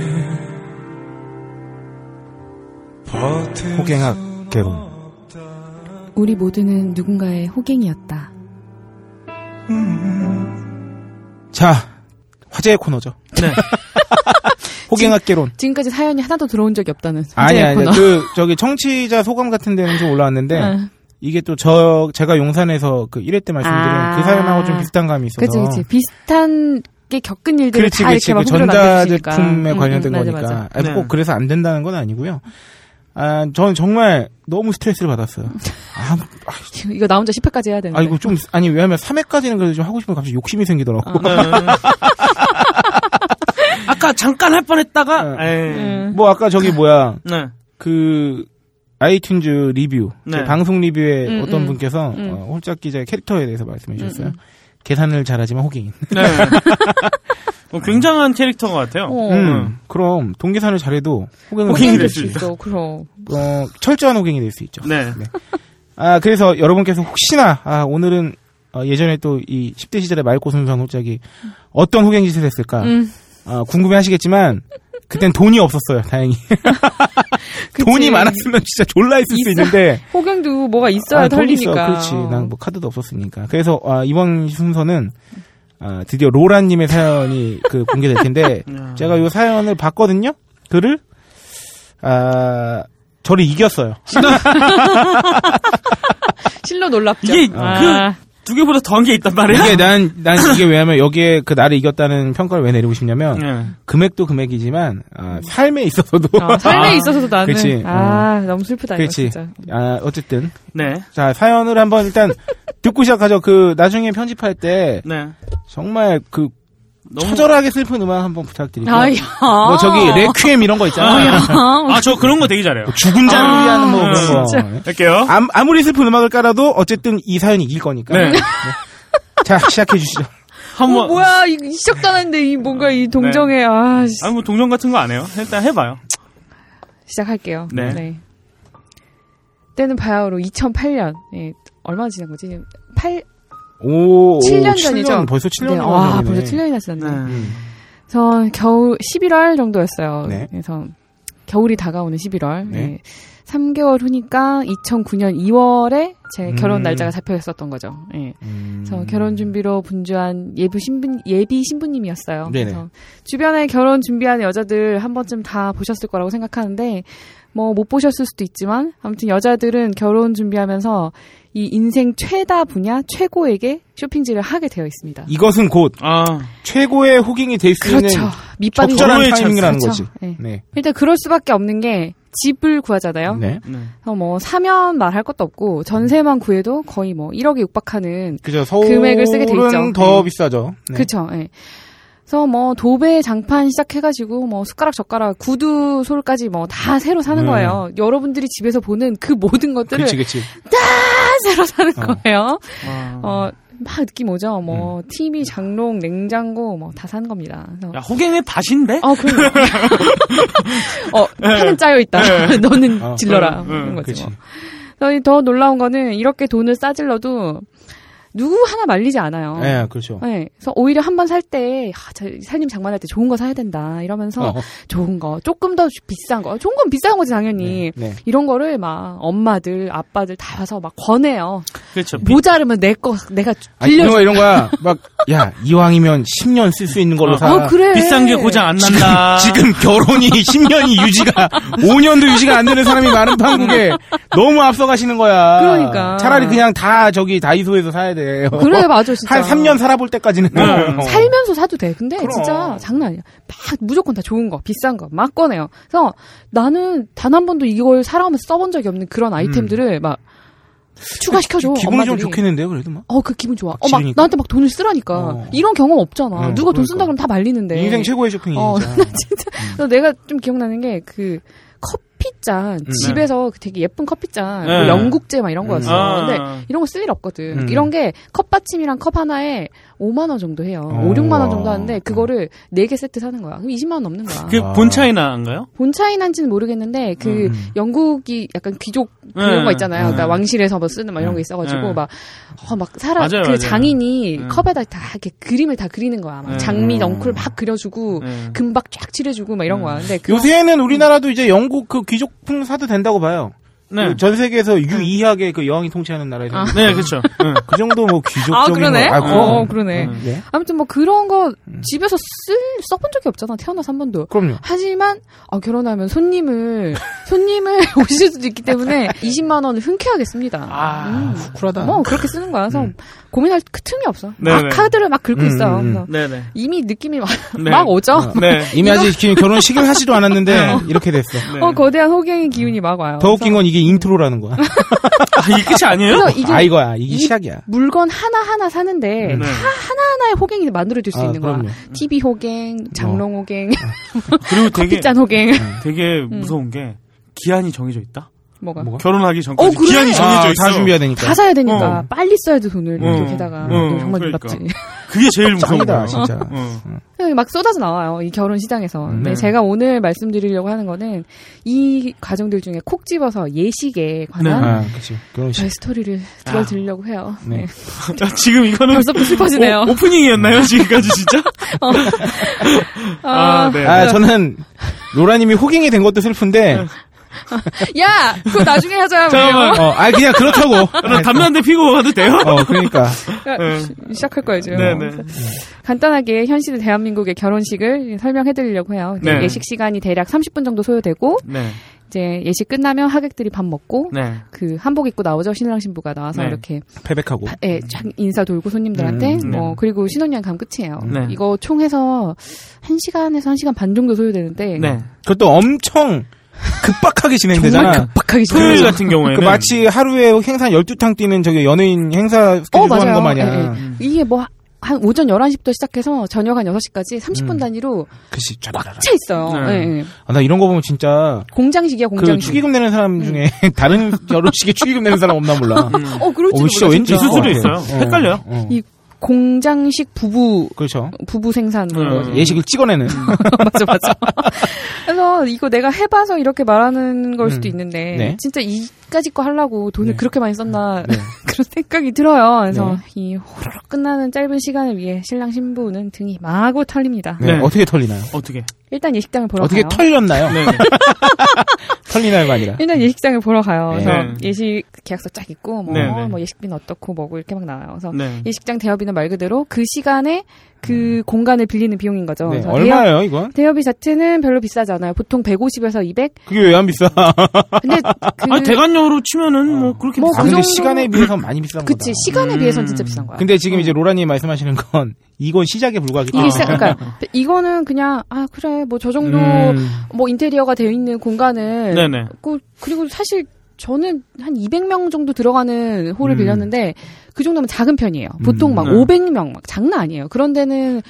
[SPEAKER 1] 호갱학 개론.
[SPEAKER 2] 우리 모두는 누군가의 호갱이었다.
[SPEAKER 1] 자, 화제의 코너죠.
[SPEAKER 3] 네.
[SPEAKER 1] 호갱학 개론.
[SPEAKER 2] 지금까지 사연이 하나도 들어온 적이 없다는
[SPEAKER 1] 아니,
[SPEAKER 2] 문제의
[SPEAKER 1] 아니,
[SPEAKER 2] 코너. 네.
[SPEAKER 1] 그, 저기, 청취자 소감 같은 데는 좀 올라왔는데,
[SPEAKER 2] 응.
[SPEAKER 1] 이게 또 저, 제가 용산에서 그 1회 때 말씀드린
[SPEAKER 2] 아.
[SPEAKER 1] 그 사연하고 좀 비슷한 감이 있어서.
[SPEAKER 2] 그치 그치 비슷한 게 겪은 일들을
[SPEAKER 1] 그렇지,
[SPEAKER 2] 다
[SPEAKER 1] 그렇지.
[SPEAKER 2] 이렇게 막
[SPEAKER 1] 그
[SPEAKER 2] 홍보를 만들어주시니까.
[SPEAKER 1] 전자제품에
[SPEAKER 2] 응, 응,
[SPEAKER 1] 관련된
[SPEAKER 2] 맞아, 음.
[SPEAKER 1] 거니까.
[SPEAKER 2] 맞아.
[SPEAKER 1] 아,
[SPEAKER 3] 네.
[SPEAKER 1] 꼭 그래서 안 된다는 건 아니고요. 아, 저는 정말 너무 스트레스를 받았어요. 아,
[SPEAKER 2] 지금 이거 나 혼자 10회까지 해야 되는데.
[SPEAKER 1] 아, 이거 좀, 아니, 왜냐면 3회까지는 그래도 좀 하고 싶으면 갑자기 욕심이
[SPEAKER 2] 어.
[SPEAKER 1] 생기더라고.
[SPEAKER 3] 네. 아까 잠깐 할 뻔했다가. 네. 에이.
[SPEAKER 2] 응.
[SPEAKER 1] 뭐, 아까 저기 뭐야,
[SPEAKER 3] 네.
[SPEAKER 1] 그, 아이튠즈 리뷰,
[SPEAKER 3] 네.
[SPEAKER 1] 그 방송 리뷰에
[SPEAKER 2] 음,
[SPEAKER 1] 어떤
[SPEAKER 2] 음.
[SPEAKER 1] 분께서
[SPEAKER 2] 음.
[SPEAKER 1] 어, 홀짝 기자의 캐릭터에 대해서 말씀해 주셨어요.
[SPEAKER 2] 음,
[SPEAKER 1] 계산을 잘하지만 호갱인.
[SPEAKER 3] 네. 어, 굉장한 캐릭터인 것 같아요.
[SPEAKER 2] 어.
[SPEAKER 1] 음, 그럼 동계산을 잘해도 호갱은
[SPEAKER 3] 호갱이
[SPEAKER 1] 호갱이
[SPEAKER 3] 될
[SPEAKER 1] 될
[SPEAKER 3] 수
[SPEAKER 1] 수
[SPEAKER 3] 있다.
[SPEAKER 1] 있죠.
[SPEAKER 2] 있어, 그럼.
[SPEAKER 1] 어, 철저한 호갱이 될 수 있죠.
[SPEAKER 3] 네.
[SPEAKER 1] 아, 그래서 여러분께서 혹시나, 아, 오늘은, 어, 예전에 또 이 10대 시절의 맑고 순수한 홀짝이 어떤 호갱짓을 했을까,
[SPEAKER 2] 음,
[SPEAKER 1] 아, 궁금해 하시겠지만, 그땐 돈이 없었어요, 다행히.
[SPEAKER 2] 그치.
[SPEAKER 1] 돈이 많았으면 진짜 졸라 했을 수
[SPEAKER 2] 있어.
[SPEAKER 1] 있는데.
[SPEAKER 2] 호갱도 뭐가 있어야
[SPEAKER 1] 아, 돈이 있어.
[SPEAKER 2] 털리니까.
[SPEAKER 1] 그렇지. 난 뭐 카드도 없었으니까. 그래서, 아, 이번 순서는, 아, 드디어 로라님의 사연이 그 공개될 텐데,
[SPEAKER 3] 음.
[SPEAKER 1] 제가 요 사연을 봤거든요? 글을, 아, 저를 이겼어요.
[SPEAKER 2] 실로 놀랍죠.
[SPEAKER 3] 이게 그
[SPEAKER 2] 아,
[SPEAKER 3] 두 개보다 더한 게 있단
[SPEAKER 2] 네?
[SPEAKER 3] 말이야.
[SPEAKER 1] 이게 난, 난 이게 왜냐면 여기에 그 나를 이겼다는 평가를 왜 내리고 싶냐면,
[SPEAKER 3] 네.
[SPEAKER 1] 금액도 금액이지만 아, 삶에 있어서도
[SPEAKER 2] 어, 삶에
[SPEAKER 3] 아,
[SPEAKER 2] 있어서도 나는
[SPEAKER 1] 그치.
[SPEAKER 2] 아 너무 슬프다 이거
[SPEAKER 1] 어. 그렇지.
[SPEAKER 2] 진짜.
[SPEAKER 1] 아, 어쨌든
[SPEAKER 3] 네.
[SPEAKER 1] 자 사연을 한번 일단 듣고 시작하죠. 그 나중에 편집할 때
[SPEAKER 3] 네.
[SPEAKER 1] 정말 그
[SPEAKER 3] 너무-
[SPEAKER 1] 처절하게 슬픈 음악 한번 부탁드리고
[SPEAKER 2] 아야. 어,
[SPEAKER 1] 뭐 저기 레퀴엠 이런 거 있잖아요.
[SPEAKER 3] 아, 저 그런 거 되게 잘해요.
[SPEAKER 1] 죽은 자를
[SPEAKER 2] 아,
[SPEAKER 1] 위하는 뭐 그런 거.
[SPEAKER 3] 할게요.
[SPEAKER 1] 암- 아무리 슬픈 음악을 깔아도 어쨌든 이 사연이 이길 거니까.
[SPEAKER 3] 네.
[SPEAKER 1] 네. 자 시작해 주시죠.
[SPEAKER 3] 한번.
[SPEAKER 2] 어, 뭐야 이 시작도 안 했는데 이 뭔가 이 동정에 아 씨.
[SPEAKER 3] 아니, 뭐, 동전 같은 거 안 해요. 일단 해봐요.
[SPEAKER 2] 시작할게요.
[SPEAKER 3] 네.
[SPEAKER 2] 때는 바야흐로 2008년. 예, 얼마나 지난 거지? 8,
[SPEAKER 1] 오,
[SPEAKER 2] 7년
[SPEAKER 1] 칠 년,
[SPEAKER 2] 전이죠.
[SPEAKER 1] 벌써 7년
[SPEAKER 2] 네,
[SPEAKER 1] 전이네.
[SPEAKER 2] 와, 벌써 7년이나 지났네.
[SPEAKER 3] 음.
[SPEAKER 2] 그래서 겨우 11월 정도였어요.
[SPEAKER 1] 네.
[SPEAKER 2] 그래서 겨울이 다가오는 11월.
[SPEAKER 1] 네.
[SPEAKER 2] 네. 3개월 후니까 2009년 2월에 제
[SPEAKER 1] 음.
[SPEAKER 2] 결혼 날짜가 잡혀 있었던 거죠. 예. 그래서 결혼 준비로 분주한 예비 신부 예비 신부님이었어요.
[SPEAKER 1] 네네.
[SPEAKER 2] 그래서 주변에 결혼 준비하는 여자들 한 번쯤 다 보셨을 거라고 생각하는데 뭐 못 보셨을 수도 있지만 아무튼 여자들은 결혼 준비하면서 이 인생 최다 분야 최고에게 쇼핑질을 하게 되어 있습니다.
[SPEAKER 1] 이것은 곧
[SPEAKER 3] 아,
[SPEAKER 1] 최고의 호갱이 될 수
[SPEAKER 2] 그렇죠.
[SPEAKER 1] 있는
[SPEAKER 2] 밑바닥이
[SPEAKER 1] 적절한
[SPEAKER 3] 경우의
[SPEAKER 1] 타이밍이라는
[SPEAKER 2] 그렇죠.
[SPEAKER 1] 거지.
[SPEAKER 2] 네.
[SPEAKER 1] 네.
[SPEAKER 2] 일단 그럴 수밖에 없는 게 집을 구하잖아요.
[SPEAKER 1] 네.
[SPEAKER 3] 네.
[SPEAKER 2] 그래서 뭐 사면 말할 것도 없고 전세만 구해도 거의 뭐 1억에 육박하는
[SPEAKER 1] 그죠. 서울은
[SPEAKER 2] 금액을 쓰게 돼 있죠.
[SPEAKER 1] 더
[SPEAKER 2] 네.
[SPEAKER 1] 비싸죠. 네.
[SPEAKER 2] 그쵸. 예. 그래서 뭐 도배 장판 시작해가지고 뭐 숟가락 젓가락 구두 솔까지 뭐 다 새로 사는
[SPEAKER 1] 음.
[SPEAKER 2] 거예요. 여러분들이 집에서 보는 그 모든 것들을
[SPEAKER 1] 그치, 그치.
[SPEAKER 2] 다 새로 사는
[SPEAKER 1] 어.
[SPEAKER 2] 거예요.
[SPEAKER 3] 아.
[SPEAKER 2] 어. 막 느낌 오죠. 뭐
[SPEAKER 1] 음.
[SPEAKER 2] TV, 장롱, 냉장고 뭐 다 사는 겁니다. 그래서
[SPEAKER 3] 야, 호갱의 밭인데?
[SPEAKER 2] 어, 그럼. 어, 판은 짜여 있다. 너는
[SPEAKER 1] 어,
[SPEAKER 2] 질러라.
[SPEAKER 3] 음,
[SPEAKER 2] 이런
[SPEAKER 3] 음,
[SPEAKER 2] 거지
[SPEAKER 1] 그치.
[SPEAKER 2] 뭐. 저희 더 놀라운 거는 이렇게 돈을 싸질러도 누구 하나 말리지 않아요.
[SPEAKER 1] 예, 그렇죠.
[SPEAKER 2] 네, 그래서 오히려 한 번 살 때, 아, 저 살림 장만할 때 좋은 거 사야 된다, 이러면서
[SPEAKER 1] 어,
[SPEAKER 2] 좋은 거, 조금 더 주- 비싼 거, 좋은 건 비싼 거지, 당연히.
[SPEAKER 1] 네.
[SPEAKER 2] 이런 거를 막 엄마들, 아빠들 다 와서 막 권해요.
[SPEAKER 3] 그렇죠. 비-
[SPEAKER 2] 모자르면 내 거, 내가
[SPEAKER 1] 아니, 이런
[SPEAKER 2] 빌려줘.
[SPEAKER 1] 거, 이런 거야. 막, 야, 이왕이면 10년 쓸 수 있는 걸로
[SPEAKER 3] 어,
[SPEAKER 1] 사.
[SPEAKER 2] 어, 그래.
[SPEAKER 3] 비싼 게 고장 안 난다.
[SPEAKER 1] 지금 결혼이 10년이 유지가 5년도 유지가 안 되는 사람이 많은 한국에 너무 앞서가시는 거야.
[SPEAKER 2] 그러니까.
[SPEAKER 1] 차라리 그냥 다 저기 다이소에서 사야 돼.
[SPEAKER 2] 그래, 맞아,
[SPEAKER 1] 한
[SPEAKER 2] 진짜. 네.
[SPEAKER 1] 3년 살아볼 때까지는
[SPEAKER 3] 응.
[SPEAKER 1] 어.
[SPEAKER 2] 살면서 사도 돼. 근데
[SPEAKER 1] 그럼.
[SPEAKER 2] 진짜 장난 아니야. 막 무조건 다 좋은 거, 비싼 거 막 꺼내요. 그래서 나는 단 한 번도 이걸 살아오면서 써본 적이 없는 그런 아이템들을 막 추가시켜줘.
[SPEAKER 1] 음. 그 기분이 좀
[SPEAKER 2] 엄마들이.
[SPEAKER 1] 좋겠는데요, 그래도 뭐. 막.
[SPEAKER 2] 어, 그 기분 좋아.
[SPEAKER 1] 막
[SPEAKER 2] 어, 막
[SPEAKER 1] 지르니까.
[SPEAKER 2] 나한테 막 돈을 쓰라니까.
[SPEAKER 1] 어.
[SPEAKER 2] 이런 경험 없잖아.
[SPEAKER 1] 응,
[SPEAKER 2] 누가 돈
[SPEAKER 1] 그러니까.
[SPEAKER 2] 쓴다 그러면 다 말리는데.
[SPEAKER 1] 인생 최고의 쇼핑이
[SPEAKER 2] 어,
[SPEAKER 1] 진짜.
[SPEAKER 3] 음.
[SPEAKER 2] 그래서 내가 좀 기억나는 게 그 커피잔 집에서 그 되게 예쁜 커피잔
[SPEAKER 3] 음. 네.
[SPEAKER 2] 뭐 영국제 막 이런 거였어.
[SPEAKER 3] 아.
[SPEAKER 2] 근데 이런 거 쓸 일 없거든.
[SPEAKER 1] 음.
[SPEAKER 2] 이런 게 컵받침이랑 컵 하나에 5만 원 정도 해요.
[SPEAKER 1] 어.
[SPEAKER 2] 5, 6만 원 정도 하는데 그거를 4개 세트 사는 거야. 그럼 20만 원 넘는 거야.
[SPEAKER 3] 그게 본 차이나인가요?
[SPEAKER 2] 본 차이난지는 모르겠는데 그
[SPEAKER 1] 음.
[SPEAKER 2] 영국이 약간 귀족
[SPEAKER 3] 네.
[SPEAKER 2] 그런 거 있잖아요.
[SPEAKER 3] 네.
[SPEAKER 2] 그러니까 왕실에서 뭐 쓰는 막 이런 거 있어가지고
[SPEAKER 3] 네.
[SPEAKER 2] 막, 어, 막 사람,
[SPEAKER 3] 맞아요,
[SPEAKER 2] 그
[SPEAKER 3] 맞아요.
[SPEAKER 2] 장인이
[SPEAKER 3] 네.
[SPEAKER 2] 컵에다 다 이렇게 그림을 다 그리는 거야. 막
[SPEAKER 3] 네.
[SPEAKER 2] 장미,
[SPEAKER 1] 음.
[SPEAKER 2] 넝쿨 막 그려주고
[SPEAKER 3] 네.
[SPEAKER 2] 금박 쫙 칠해주고 막 이런
[SPEAKER 3] 네.
[SPEAKER 2] 거야. 근데 그
[SPEAKER 1] 요새는 우리나라도 이제 영국 그 귀족품 사도 된다고 봐요.
[SPEAKER 3] 네.
[SPEAKER 1] 그전 세계에서 유이하게 그 여왕이 통치하는 나라에서
[SPEAKER 2] 아.
[SPEAKER 3] 네, 그렇죠. 응.
[SPEAKER 1] 그 정도 뭐 귀족적인
[SPEAKER 2] 아 그러네.
[SPEAKER 1] 거. 아, 그럼.
[SPEAKER 2] 어 그러네.
[SPEAKER 3] 음.
[SPEAKER 1] 예?
[SPEAKER 2] 아무튼 뭐 그런 거 집에서 쓸 써본 적이 없잖아. 태어나서 한 번도.
[SPEAKER 1] 그럼요.
[SPEAKER 2] 하지만 아, 결혼하면 손님을 손님을 오실 수도 있기 때문에 20만 원을 흔쾌하게 씁니다.
[SPEAKER 1] 아,
[SPEAKER 2] 음.
[SPEAKER 1] 후쿨하다.
[SPEAKER 2] 뭐 그렇게 쓰는 거야. 그래서 고민할 그 틈이 없어.
[SPEAKER 3] 네네.
[SPEAKER 2] 막 카드를 막 긁고
[SPEAKER 1] 음,
[SPEAKER 2] 있어.
[SPEAKER 1] 음,
[SPEAKER 2] 그래서
[SPEAKER 3] 네네.
[SPEAKER 2] 이미 느낌이 막,
[SPEAKER 3] 네.
[SPEAKER 2] 막 오죠.
[SPEAKER 3] 네.
[SPEAKER 1] 이미 아직 지금 결혼식을 하지도 않았는데 이렇게 됐어.
[SPEAKER 3] 네.
[SPEAKER 2] 어 거대한 호갱의 기운이 막 와요.
[SPEAKER 1] 더 웃긴 건 이게 인트로라는 거야.
[SPEAKER 3] 아, 이 끝이 아니에요?
[SPEAKER 2] 그래서 이게
[SPEAKER 1] 아 이거야. 이게
[SPEAKER 2] 이-
[SPEAKER 1] 시작이야.
[SPEAKER 2] 물건 하나 하나 사는데
[SPEAKER 3] 네.
[SPEAKER 2] 하나의 호갱이 만들어줄 수
[SPEAKER 1] 아,
[SPEAKER 2] 있는
[SPEAKER 1] 그럼요.
[SPEAKER 2] 거야. TV 호갱, 장롱 호갱,
[SPEAKER 3] 그리고 되게
[SPEAKER 2] 커피잔 호갱.
[SPEAKER 3] 되게 무서운 게 기한이 정해져 있다.
[SPEAKER 2] 뭐가?
[SPEAKER 1] 뭐가?
[SPEAKER 3] 결혼하기 전까지
[SPEAKER 2] 어, 그래?
[SPEAKER 3] 기한이 정해져
[SPEAKER 1] 아,
[SPEAKER 3] 있어.
[SPEAKER 1] 다 준비해야 되니까.
[SPEAKER 2] 다 사야 되니까
[SPEAKER 3] 어.
[SPEAKER 2] 빨리 써야 돼 돈을
[SPEAKER 3] 어.
[SPEAKER 2] 또 게다가 네,
[SPEAKER 3] 어,
[SPEAKER 2] 정말
[SPEAKER 3] 그러니까.
[SPEAKER 2] 놀랍지.
[SPEAKER 3] 그게 제일 무서운
[SPEAKER 1] 짱이다
[SPEAKER 3] 거야.
[SPEAKER 1] 진짜.
[SPEAKER 3] 어.
[SPEAKER 2] 막 쏟아져 나와요 이 결혼 시장에서.
[SPEAKER 1] 음.
[SPEAKER 3] 네.
[SPEAKER 2] 근데 제가 오늘 말씀드리려고 하는 거는 이 과정들 중에 콕 집어서 예식에 관한
[SPEAKER 3] 네.
[SPEAKER 1] 아, 그치. 결혼식.
[SPEAKER 2] 저의 스토리를 들려드리려고 해요.
[SPEAKER 1] 네.
[SPEAKER 2] 네.
[SPEAKER 3] 어. 자, 지금 이거는
[SPEAKER 2] 벌써부터 슬퍼지네요.
[SPEAKER 3] 아, 오, 오프닝이었나요? 지금까지 진짜?
[SPEAKER 2] 아,
[SPEAKER 3] 네.
[SPEAKER 1] 아, 저는 로라님이 호갱이 된 것도 슬픈데,
[SPEAKER 2] 야, 그거 나중에 하자. 뭐
[SPEAKER 3] 잠깐만.
[SPEAKER 1] 어, 아 그냥 그렇다고.
[SPEAKER 3] 나 담배 한 대 피고 가도 돼요? 네.
[SPEAKER 1] 어, 그러니까.
[SPEAKER 2] 야, 네. 시- 시작할 거예요 지금.
[SPEAKER 3] 네네.
[SPEAKER 2] 간단하게 현실 대한민국의 결혼식을 설명해드리려고 해요. 이제
[SPEAKER 3] 네.
[SPEAKER 2] 예식 시간이 대략 30분 정도 소요되고
[SPEAKER 3] 네.
[SPEAKER 2] 이제 예식 끝나면 하객들이 밥 먹고
[SPEAKER 3] 네.
[SPEAKER 2] 그 한복 입고 나오죠 신랑 신부가 나와서
[SPEAKER 3] 네.
[SPEAKER 2] 이렇게
[SPEAKER 1] 패백하고.
[SPEAKER 2] 바- 예, 쫙 인사 돌고 손님들한테
[SPEAKER 3] 음, 네.
[SPEAKER 2] 뭐 그리고 신혼여행 가면 끝이에요.
[SPEAKER 3] 네.
[SPEAKER 2] 이거 총해서 1시간에서 1시간 반 정도 소요되는데
[SPEAKER 3] 네.
[SPEAKER 1] 그것도 엄청 급박하게 진행되잖아.
[SPEAKER 2] 정말 급박하게
[SPEAKER 3] 토요일
[SPEAKER 2] 진행되죠.
[SPEAKER 3] 같은 경우에는
[SPEAKER 1] 그 마치 하루에 행사 12탕 뛰는 저기 연예인 행사
[SPEAKER 2] 어,
[SPEAKER 1] 스케줄 하는
[SPEAKER 2] 맞아요.
[SPEAKER 1] 거 마냥.
[SPEAKER 2] 예, 예. 이게 뭐 한 오전 11시부터 시작해서 저녁 한 6시까지 30분
[SPEAKER 1] 음.
[SPEAKER 2] 단위로
[SPEAKER 1] 그치, 쫙.
[SPEAKER 2] 차 있어요.
[SPEAKER 3] 네.
[SPEAKER 2] 예, 예.
[SPEAKER 1] 아, 나 이런 거 보면 진짜
[SPEAKER 2] 공장식이야,
[SPEAKER 1] 그
[SPEAKER 2] 공장식.
[SPEAKER 1] 축의금 내는 사람 중에 다른 결혼식에 축의금 내는 사람 없나 몰라.
[SPEAKER 2] 어, 그럴
[SPEAKER 1] 어,
[SPEAKER 2] 줄
[SPEAKER 1] 진짜
[SPEAKER 2] 몰라.
[SPEAKER 1] 왠지
[SPEAKER 3] 있을 수도
[SPEAKER 1] 어,
[SPEAKER 3] 있어요.
[SPEAKER 1] 어,
[SPEAKER 3] 헷갈려요.
[SPEAKER 1] 어.
[SPEAKER 2] 이 공장식 부부
[SPEAKER 1] 그렇죠.
[SPEAKER 2] 부부 생산
[SPEAKER 1] 네.
[SPEAKER 3] 음.
[SPEAKER 2] 거지.
[SPEAKER 1] 예식을 찍어내는.
[SPEAKER 2] 맞아 맞아. 그래서 이거 내가 해봐서 이렇게 말하는 걸 수도
[SPEAKER 1] 음.
[SPEAKER 2] 있는데
[SPEAKER 1] 네.
[SPEAKER 2] 진짜 이까지 거 하려고 돈을
[SPEAKER 1] 네.
[SPEAKER 2] 그렇게 많이 썼나
[SPEAKER 1] 네.
[SPEAKER 2] 그런 생각이 들어요. 그래서 이 호로록 끝나는 짧은 시간을 위해 신랑 신부는 등이 마구 털립니다.
[SPEAKER 1] 네,
[SPEAKER 3] 네.
[SPEAKER 1] 어떻게 털리나요?
[SPEAKER 3] 어떻게?
[SPEAKER 2] 일단 예식장을 보러
[SPEAKER 1] 어떻게
[SPEAKER 2] 가요.
[SPEAKER 1] 털렸나요?
[SPEAKER 3] 네.
[SPEAKER 1] 털리나요가 그 아니라.
[SPEAKER 2] 일단 예식장을 보러 가요. 그래서
[SPEAKER 3] 네.
[SPEAKER 2] 예식 계약서 쫙 있고 뭐,
[SPEAKER 3] 네, 네.
[SPEAKER 2] 뭐 예식비는 어떻고 뭐고 이렇게 막 나와요. 그래서
[SPEAKER 3] 네.
[SPEAKER 2] 예식장 대여비는 말 그대로 그 시간에 그 공간을 빌리는 비용인 거죠.
[SPEAKER 1] 음. 네,
[SPEAKER 2] 그래서 어, 대여-
[SPEAKER 1] 얼마예요, 이건?
[SPEAKER 2] 대여비 자체는 별로 비싸지 않아요. 보통 150에서 200.
[SPEAKER 1] 그게 왜 안 비싸?
[SPEAKER 2] 근데 그
[SPEAKER 3] 아니 대관료로 치면은 뭐 그렇게
[SPEAKER 2] 뭐
[SPEAKER 1] 아,
[SPEAKER 2] 그
[SPEAKER 1] 근데
[SPEAKER 2] 정도-
[SPEAKER 1] 시간에 비해서 많이 비싼 거다.
[SPEAKER 2] 그치 시간에
[SPEAKER 3] 음.
[SPEAKER 2] 비해서는 진짜 비싼 거야.
[SPEAKER 1] 근데 아. 지금 이제 로라님 말씀하시는 건 이건 시작에 어. 불과하기
[SPEAKER 2] 어. 이게
[SPEAKER 1] 때문에.
[SPEAKER 2] 시작, 그러니까 이거는 그냥 아 그래 뭐 저 정도
[SPEAKER 1] 음,
[SPEAKER 2] 뭐 인테리어가 되어 있는 공간을
[SPEAKER 3] 네네.
[SPEAKER 2] 그, 그리고 사실 저는 한 200명 정도 들어가는 홀을
[SPEAKER 1] 음.
[SPEAKER 2] 빌렸는데 그 정도면 작은 편이에요. 보통
[SPEAKER 1] 음.
[SPEAKER 2] 막
[SPEAKER 3] 네.
[SPEAKER 2] 500명 막 장난 아니에요. 그런 데는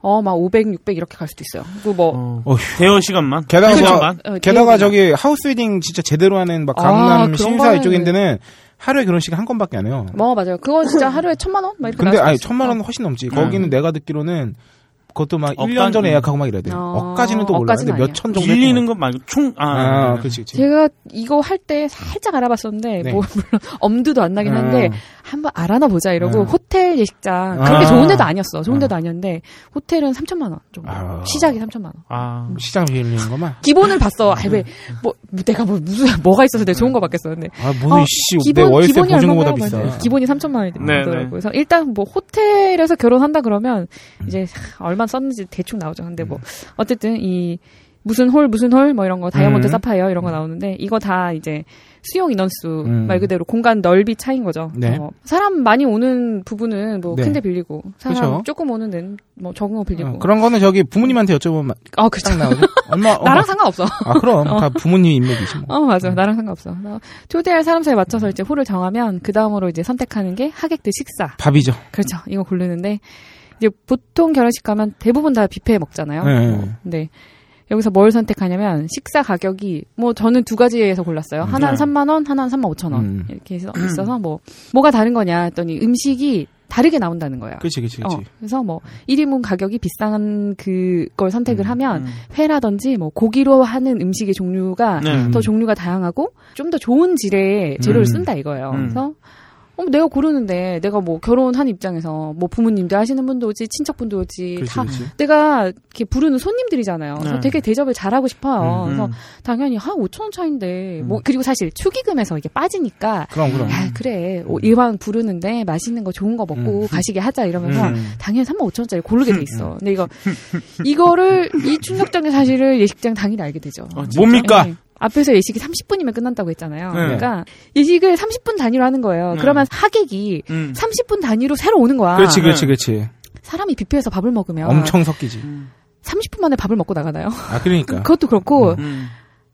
[SPEAKER 2] 어 막 500, 600 이렇게 갈 수도 있어요. 그리고 뭐
[SPEAKER 3] 어,
[SPEAKER 1] 어휴.
[SPEAKER 3] 대여 시간만.
[SPEAKER 1] 게다가
[SPEAKER 3] 그
[SPEAKER 1] 뭐-
[SPEAKER 3] 시간만?
[SPEAKER 2] 어,
[SPEAKER 1] 게다가
[SPEAKER 2] 대여비가-
[SPEAKER 1] 저기 하우스 웨딩 진짜 제대로 하는 막
[SPEAKER 2] 아,
[SPEAKER 1] 강남
[SPEAKER 2] 그런
[SPEAKER 1] 신사
[SPEAKER 2] 거는-
[SPEAKER 1] 이쪽인데는 하루에 결혼식 한 건밖에 안 해요.
[SPEAKER 2] 뭐 맞아요. 그거 진짜 하루에 천만 원? 막 이렇게
[SPEAKER 1] 근데
[SPEAKER 2] 나올 수도
[SPEAKER 1] 아니
[SPEAKER 2] 있어요.
[SPEAKER 1] 천만 원 훨씬 넘지. 거기는 내가 듣기로는 그것도 막
[SPEAKER 3] 음. 억간-
[SPEAKER 1] 1년 전에 예약하고 막 이래야 돼요.
[SPEAKER 2] 어,
[SPEAKER 1] 억까지는 또 몰라요.
[SPEAKER 2] 억까지는
[SPEAKER 1] 근데 몇 천 정도.
[SPEAKER 3] 빌리는
[SPEAKER 1] 했던
[SPEAKER 3] 것 말고 총,
[SPEAKER 1] 것
[SPEAKER 3] 아.
[SPEAKER 1] 같아요. 아,
[SPEAKER 3] 네.
[SPEAKER 1] 그렇지, 그렇지.
[SPEAKER 2] 제가 이거 할 때 살짝 알아봤었는데
[SPEAKER 1] 네.
[SPEAKER 2] 뭐 물론 엄두도 안 나긴 한데 한번 알아나 보자 이러고
[SPEAKER 1] 아.
[SPEAKER 2] 호텔 예식장
[SPEAKER 1] 아.
[SPEAKER 2] 그렇게 좋은 데도 아니었어. 좋은
[SPEAKER 1] 아.
[SPEAKER 2] 데도 아니었는데 호텔은 3천만 원 정도.
[SPEAKER 1] 아.
[SPEAKER 2] 시작이 3천만 원.
[SPEAKER 3] 아.
[SPEAKER 1] 시장 빌리는 거만.
[SPEAKER 2] 기본을 봤어. 아, 왜,
[SPEAKER 1] 음.
[SPEAKER 2] 뭐, 내가 뭐, 무슨, 뭐가 있어서 내가 좋은 거 받겠어. 근데.
[SPEAKER 1] 아, 뭐,
[SPEAKER 2] 어,
[SPEAKER 1] 씨, 내 월세 보증금보다
[SPEAKER 2] 얼마냐고
[SPEAKER 1] 비싸.
[SPEAKER 2] 말해요. 기본이 3천만 원이
[SPEAKER 3] 네, 네.
[SPEAKER 2] 되더라고요. 그래서 일단 뭐, 호텔에서 결혼한다 그러면, 이제, 하, 얼마 썼는지 대충 나오죠. 근데
[SPEAKER 1] 음.
[SPEAKER 2] 뭐, 어쨌든 이, 무슨 홀, 무슨 홀, 뭐 이런 거, 다이아몬드
[SPEAKER 1] 음.
[SPEAKER 2] 사파이어 이런 거 나오는데, 이거 다 이제, 수용 인원수,
[SPEAKER 1] 음.
[SPEAKER 2] 말 그대로 공간 넓이 차인 거죠.
[SPEAKER 1] 네.
[SPEAKER 2] 어, 사람 많이 오는 부분은 뭐,
[SPEAKER 1] 네.
[SPEAKER 2] 큰 데 빌리고, 사람
[SPEAKER 1] 그쵸.
[SPEAKER 2] 조금 오는 데는 뭐, 적은 거 빌리고.
[SPEAKER 1] 어, 그런 거는 저기 부모님한테 여쭤보면
[SPEAKER 2] 어, 그쵸.
[SPEAKER 1] 딱 나오죠. 엄마, 엄마.
[SPEAKER 2] 나랑 상관없어.
[SPEAKER 1] 아, 그럼. 다 부모님 인맥이지 뭐.
[SPEAKER 2] 어, 맞아. 나랑 상관없어. 나 초대할 사람 수에
[SPEAKER 1] 음.
[SPEAKER 2] 맞춰서 이제 홀을 정하면 그 다음으로 이제 선택하는 게 하객들 식사.
[SPEAKER 1] 밥이죠.
[SPEAKER 2] 그렇죠. 이거 고르는데 이제 보통 결혼식 가면 대부분 다 뷔페 먹잖아요.
[SPEAKER 1] 네.
[SPEAKER 2] 어, 근데 여기서 뭘 선택하냐면 식사 가격이 뭐 저는 두 가지에서 골랐어요. 하나는
[SPEAKER 3] 네.
[SPEAKER 2] 3만 원, 하나는 3만 5천 원.
[SPEAKER 1] 음.
[SPEAKER 2] 이렇게 해서 있어서 뭐 뭐가 다른 거냐 했더니 음식이 다르게 나온다는 거예요.
[SPEAKER 1] 그렇지, 그렇지,
[SPEAKER 2] 어,
[SPEAKER 1] 그렇지.
[SPEAKER 2] 그래서 뭐 1인분 가격이 비싼 그걸 선택을 하면
[SPEAKER 3] 음.
[SPEAKER 2] 회라든지 뭐 고기로 하는 음식의 종류가
[SPEAKER 3] 네.
[SPEAKER 1] 음.
[SPEAKER 2] 더 종류가 다양하고 좀 더 좋은 질의 재료를
[SPEAKER 1] 음.
[SPEAKER 2] 쓴다 이거예요.
[SPEAKER 3] 음.
[SPEAKER 2] 그래서 어, 내가 고르는데 내가 뭐 결혼한 입장에서 뭐 부모님도 하시는 분도 오지 친척분도 오지
[SPEAKER 1] 그렇지,
[SPEAKER 2] 다
[SPEAKER 1] 그렇지.
[SPEAKER 2] 내가 이렇게 부르는 손님들이잖아요. 그래서
[SPEAKER 3] 네.
[SPEAKER 2] 되게 대접을 잘하고 싶어요.
[SPEAKER 3] 음.
[SPEAKER 2] 그래서 당연히 한 5천 원 차인데 뭐 그리고 사실 축의금에서 이게 빠지니까
[SPEAKER 1] 음. 그럼, 음. 그럼.
[SPEAKER 2] 야 그래 어, 이왕 부르는데 맛있는 거 좋은 거 먹고 가시게 하자 이러면서
[SPEAKER 1] 음.
[SPEAKER 2] 당연히 3만 5천 원짜리 고르게 돼 있어. 근데 이거 이거를 이 충격적인 사실을 예식장 당일에 알게 되죠.
[SPEAKER 3] 어, 진짜?
[SPEAKER 1] 뭡니까?
[SPEAKER 2] 네. 앞에서 예식이 30분이면 끝난다고 했잖아요.
[SPEAKER 3] 네.
[SPEAKER 2] 그러니까 예식을 30분 단위로 하는 거예요.
[SPEAKER 3] 네.
[SPEAKER 2] 그러면 하객이
[SPEAKER 3] 음.
[SPEAKER 2] 30분 단위로 새로 오는 아, 네. 거야.
[SPEAKER 1] 그렇지, 그렇지, 그렇지.
[SPEAKER 2] 사람이 뷔페에서 밥을 먹으면
[SPEAKER 1] 엄청 섞이지.
[SPEAKER 2] 30분 만에 밥을 먹고 나가나요?
[SPEAKER 1] 아, 그러니까.
[SPEAKER 2] 그것도 그렇고
[SPEAKER 3] 음.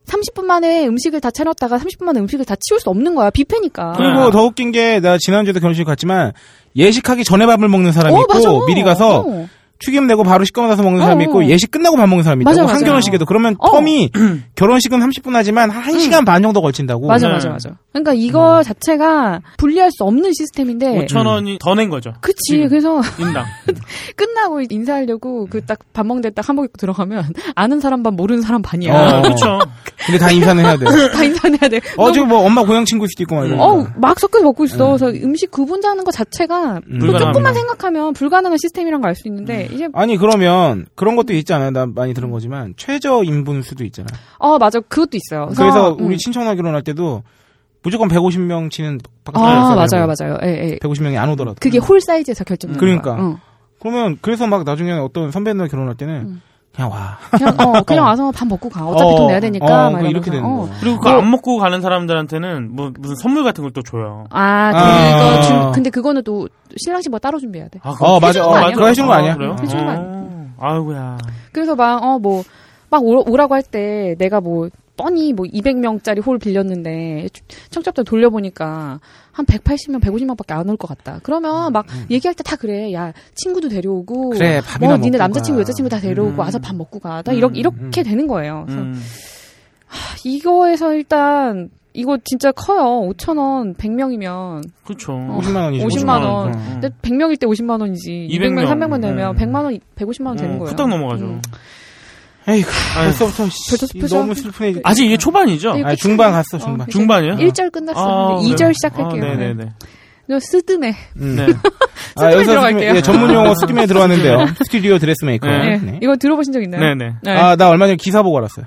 [SPEAKER 2] 30분 만에 음식을 다 차렸다가 30분 만에 음식을 다 치울 수 없는 거야. 뷔페니까. 어,
[SPEAKER 1] 그리고 더 웃긴 게, 나 지난주에도 결혼식 갔지만, 예식하기 전에 밥을 먹는 사람이
[SPEAKER 2] 어,
[SPEAKER 1] 있고,
[SPEAKER 2] 맞아.
[SPEAKER 1] 미리 가서
[SPEAKER 2] 어.
[SPEAKER 1] 튀김 내고 바로 식권 가서 먹는 사람이
[SPEAKER 2] 어.
[SPEAKER 1] 있고, 예식 끝나고 밥 먹는 사람이 있고,
[SPEAKER 2] 맞아, 맞아.
[SPEAKER 1] 한결혼식에도. 그러면
[SPEAKER 2] 어. 음.
[SPEAKER 1] 텀이, 결혼식은 30분 하지만, 한시간반 정도 걸친다고.
[SPEAKER 2] 맞아,
[SPEAKER 3] 네.
[SPEAKER 2] 맞아, 맞아. 그러니까
[SPEAKER 1] 음.
[SPEAKER 2] 이거 자체가 분리할 수 없는 시스템인데.
[SPEAKER 3] 5천 원이 더 낸 거죠.
[SPEAKER 2] 그치. 그래서
[SPEAKER 3] 인당.
[SPEAKER 2] 끝나고 인사하려고 그 딱 밥 먹는데 딱 한복 입고 들어가면 아는 사람 반 모르는 사람 반이야.
[SPEAKER 1] 어.
[SPEAKER 3] 그렇죠.
[SPEAKER 1] 근데 다 인사는 해야 돼.
[SPEAKER 2] 다 인사해야 돼.
[SPEAKER 1] 어, 지금 뭐 엄마 고향 친구일 수도 있고, 막 이러니까. 음.
[SPEAKER 2] 어우, 막 섞여 먹고 있어. 그래서 음식 구분자는 것 자체가
[SPEAKER 1] 음.
[SPEAKER 2] 또
[SPEAKER 3] 불가능합니다.
[SPEAKER 2] 조금만 생각하면 불가능한 시스템이란 걸 알 수 있는데 이제
[SPEAKER 1] 아니 그러면 그런 것도 있잖아요. 나 많이 들은 거지만 최저 인분수도 있잖아.
[SPEAKER 2] 어 맞아 그것도 있어요.
[SPEAKER 1] 그래서
[SPEAKER 2] 음.
[SPEAKER 1] 우리 친척나 결혼할 때도 무조건 150명 치는 바깥
[SPEAKER 2] 아 맞아요 맞아요. 예 예.
[SPEAKER 1] 150명이 안 오더라도.
[SPEAKER 2] 그게 홀 사이즈에서 결정되는
[SPEAKER 1] 음. 그러니까.
[SPEAKER 2] 거야. 어. 응.
[SPEAKER 1] 그러면 그래서 막 나중에 어떤 선배나 결혼할 때는
[SPEAKER 2] 음.
[SPEAKER 1] 그냥 와.
[SPEAKER 2] 그냥 어 그냥 와서 밥 먹고 가. 어차피
[SPEAKER 1] 어,
[SPEAKER 2] 돈 내야 되니까.
[SPEAKER 1] 어,
[SPEAKER 2] 막
[SPEAKER 1] 그 이렇게
[SPEAKER 2] 이러면서.
[SPEAKER 1] 되는
[SPEAKER 2] 어.
[SPEAKER 1] 거.
[SPEAKER 3] 그리고 그 안 먹고 가는 사람들한테는 뭐 무슨 선물 같은 걸 또 줘요.
[SPEAKER 2] 아
[SPEAKER 1] 아.
[SPEAKER 2] 그거 준- 근데 그거는 또 신랑 씨뭐 따로 준비해야 돼.
[SPEAKER 3] 아,
[SPEAKER 1] 어 맞아. 어,
[SPEAKER 2] 해주는 거
[SPEAKER 1] 맞아.
[SPEAKER 2] 아니야?
[SPEAKER 1] 그거 해주는 거
[SPEAKER 2] 어,
[SPEAKER 1] 아니야?
[SPEAKER 3] 그래요?
[SPEAKER 2] 해주는 거 아니야?
[SPEAKER 3] 어, 아이고야.
[SPEAKER 2] 그래서 막, 어, 뭐, 막 오라, 고 할 때 내가 뭐, 뻔히 뭐 200명짜리 홀 빌렸는데, 청첩장 돌려보니까 한 180명, 150명 밖에 안 올 것 같다. 그러면 막 얘기할 때 다 그래. 야, 친구도
[SPEAKER 1] 음,
[SPEAKER 2] 데려오고.
[SPEAKER 1] 그래, 밥이나
[SPEAKER 2] 뭐,
[SPEAKER 1] 먹고
[SPEAKER 2] 니네 남자친구,
[SPEAKER 1] 가.
[SPEAKER 2] 여자친구 다 데려오고
[SPEAKER 3] 음.
[SPEAKER 2] 와서 밥 먹고 가. 나
[SPEAKER 3] 음,
[SPEAKER 2] 이렇게, 이렇게 되는 거예요. 그래서
[SPEAKER 3] 음.
[SPEAKER 2] 이거에서 일단, 이거 진짜 커요. 5,000원,
[SPEAKER 1] 음.
[SPEAKER 2] 100명이면.
[SPEAKER 3] 그렇죠.
[SPEAKER 1] 50만 원이죠.
[SPEAKER 2] 50만 어, 원.
[SPEAKER 3] 음.
[SPEAKER 2] 근데 100명일 때 50만 원이지.
[SPEAKER 3] 200 명,
[SPEAKER 2] 200명, 300명 되면
[SPEAKER 1] 음.
[SPEAKER 3] 네.
[SPEAKER 2] 100만 원, 150만 원 되는
[SPEAKER 3] 어,
[SPEAKER 2] 거예요.
[SPEAKER 3] 후딱 넘어가죠.
[SPEAKER 2] 음.
[SPEAKER 1] 에이구. 그
[SPEAKER 3] 아유.
[SPEAKER 1] 벌써부터 씨,
[SPEAKER 2] 벌써
[SPEAKER 1] 이거
[SPEAKER 2] 벌써
[SPEAKER 1] 너무 슬프네. 이제.
[SPEAKER 3] 아직 이게 초반이죠?
[SPEAKER 2] 이렇게
[SPEAKER 1] 아, 중반
[SPEAKER 2] 쭉-
[SPEAKER 1] 갔어,
[SPEAKER 2] 어,
[SPEAKER 1] 중반.
[SPEAKER 2] 이제
[SPEAKER 3] 중반이에요?
[SPEAKER 2] 1절 끝났어요.
[SPEAKER 3] 네.
[SPEAKER 2] 이 2절 시작할게요.
[SPEAKER 3] 아,
[SPEAKER 2] 네.
[SPEAKER 3] 네네네.
[SPEAKER 2] 저 스드메.
[SPEAKER 1] 음.
[SPEAKER 3] 네.
[SPEAKER 1] 아, 여기서
[SPEAKER 2] 들어갈게요.
[SPEAKER 1] 스튜디오- 예, 전문 용어 스튜디오에 들어왔는데요. 스튜디오 드레스메이커.
[SPEAKER 3] 네.
[SPEAKER 2] 네.
[SPEAKER 1] 네.
[SPEAKER 2] 이거 들어보신 적 있나요?
[SPEAKER 3] 네네.
[SPEAKER 2] 네. 아,
[SPEAKER 1] 아, 나 얼마 전에 기사 보고 알았어요.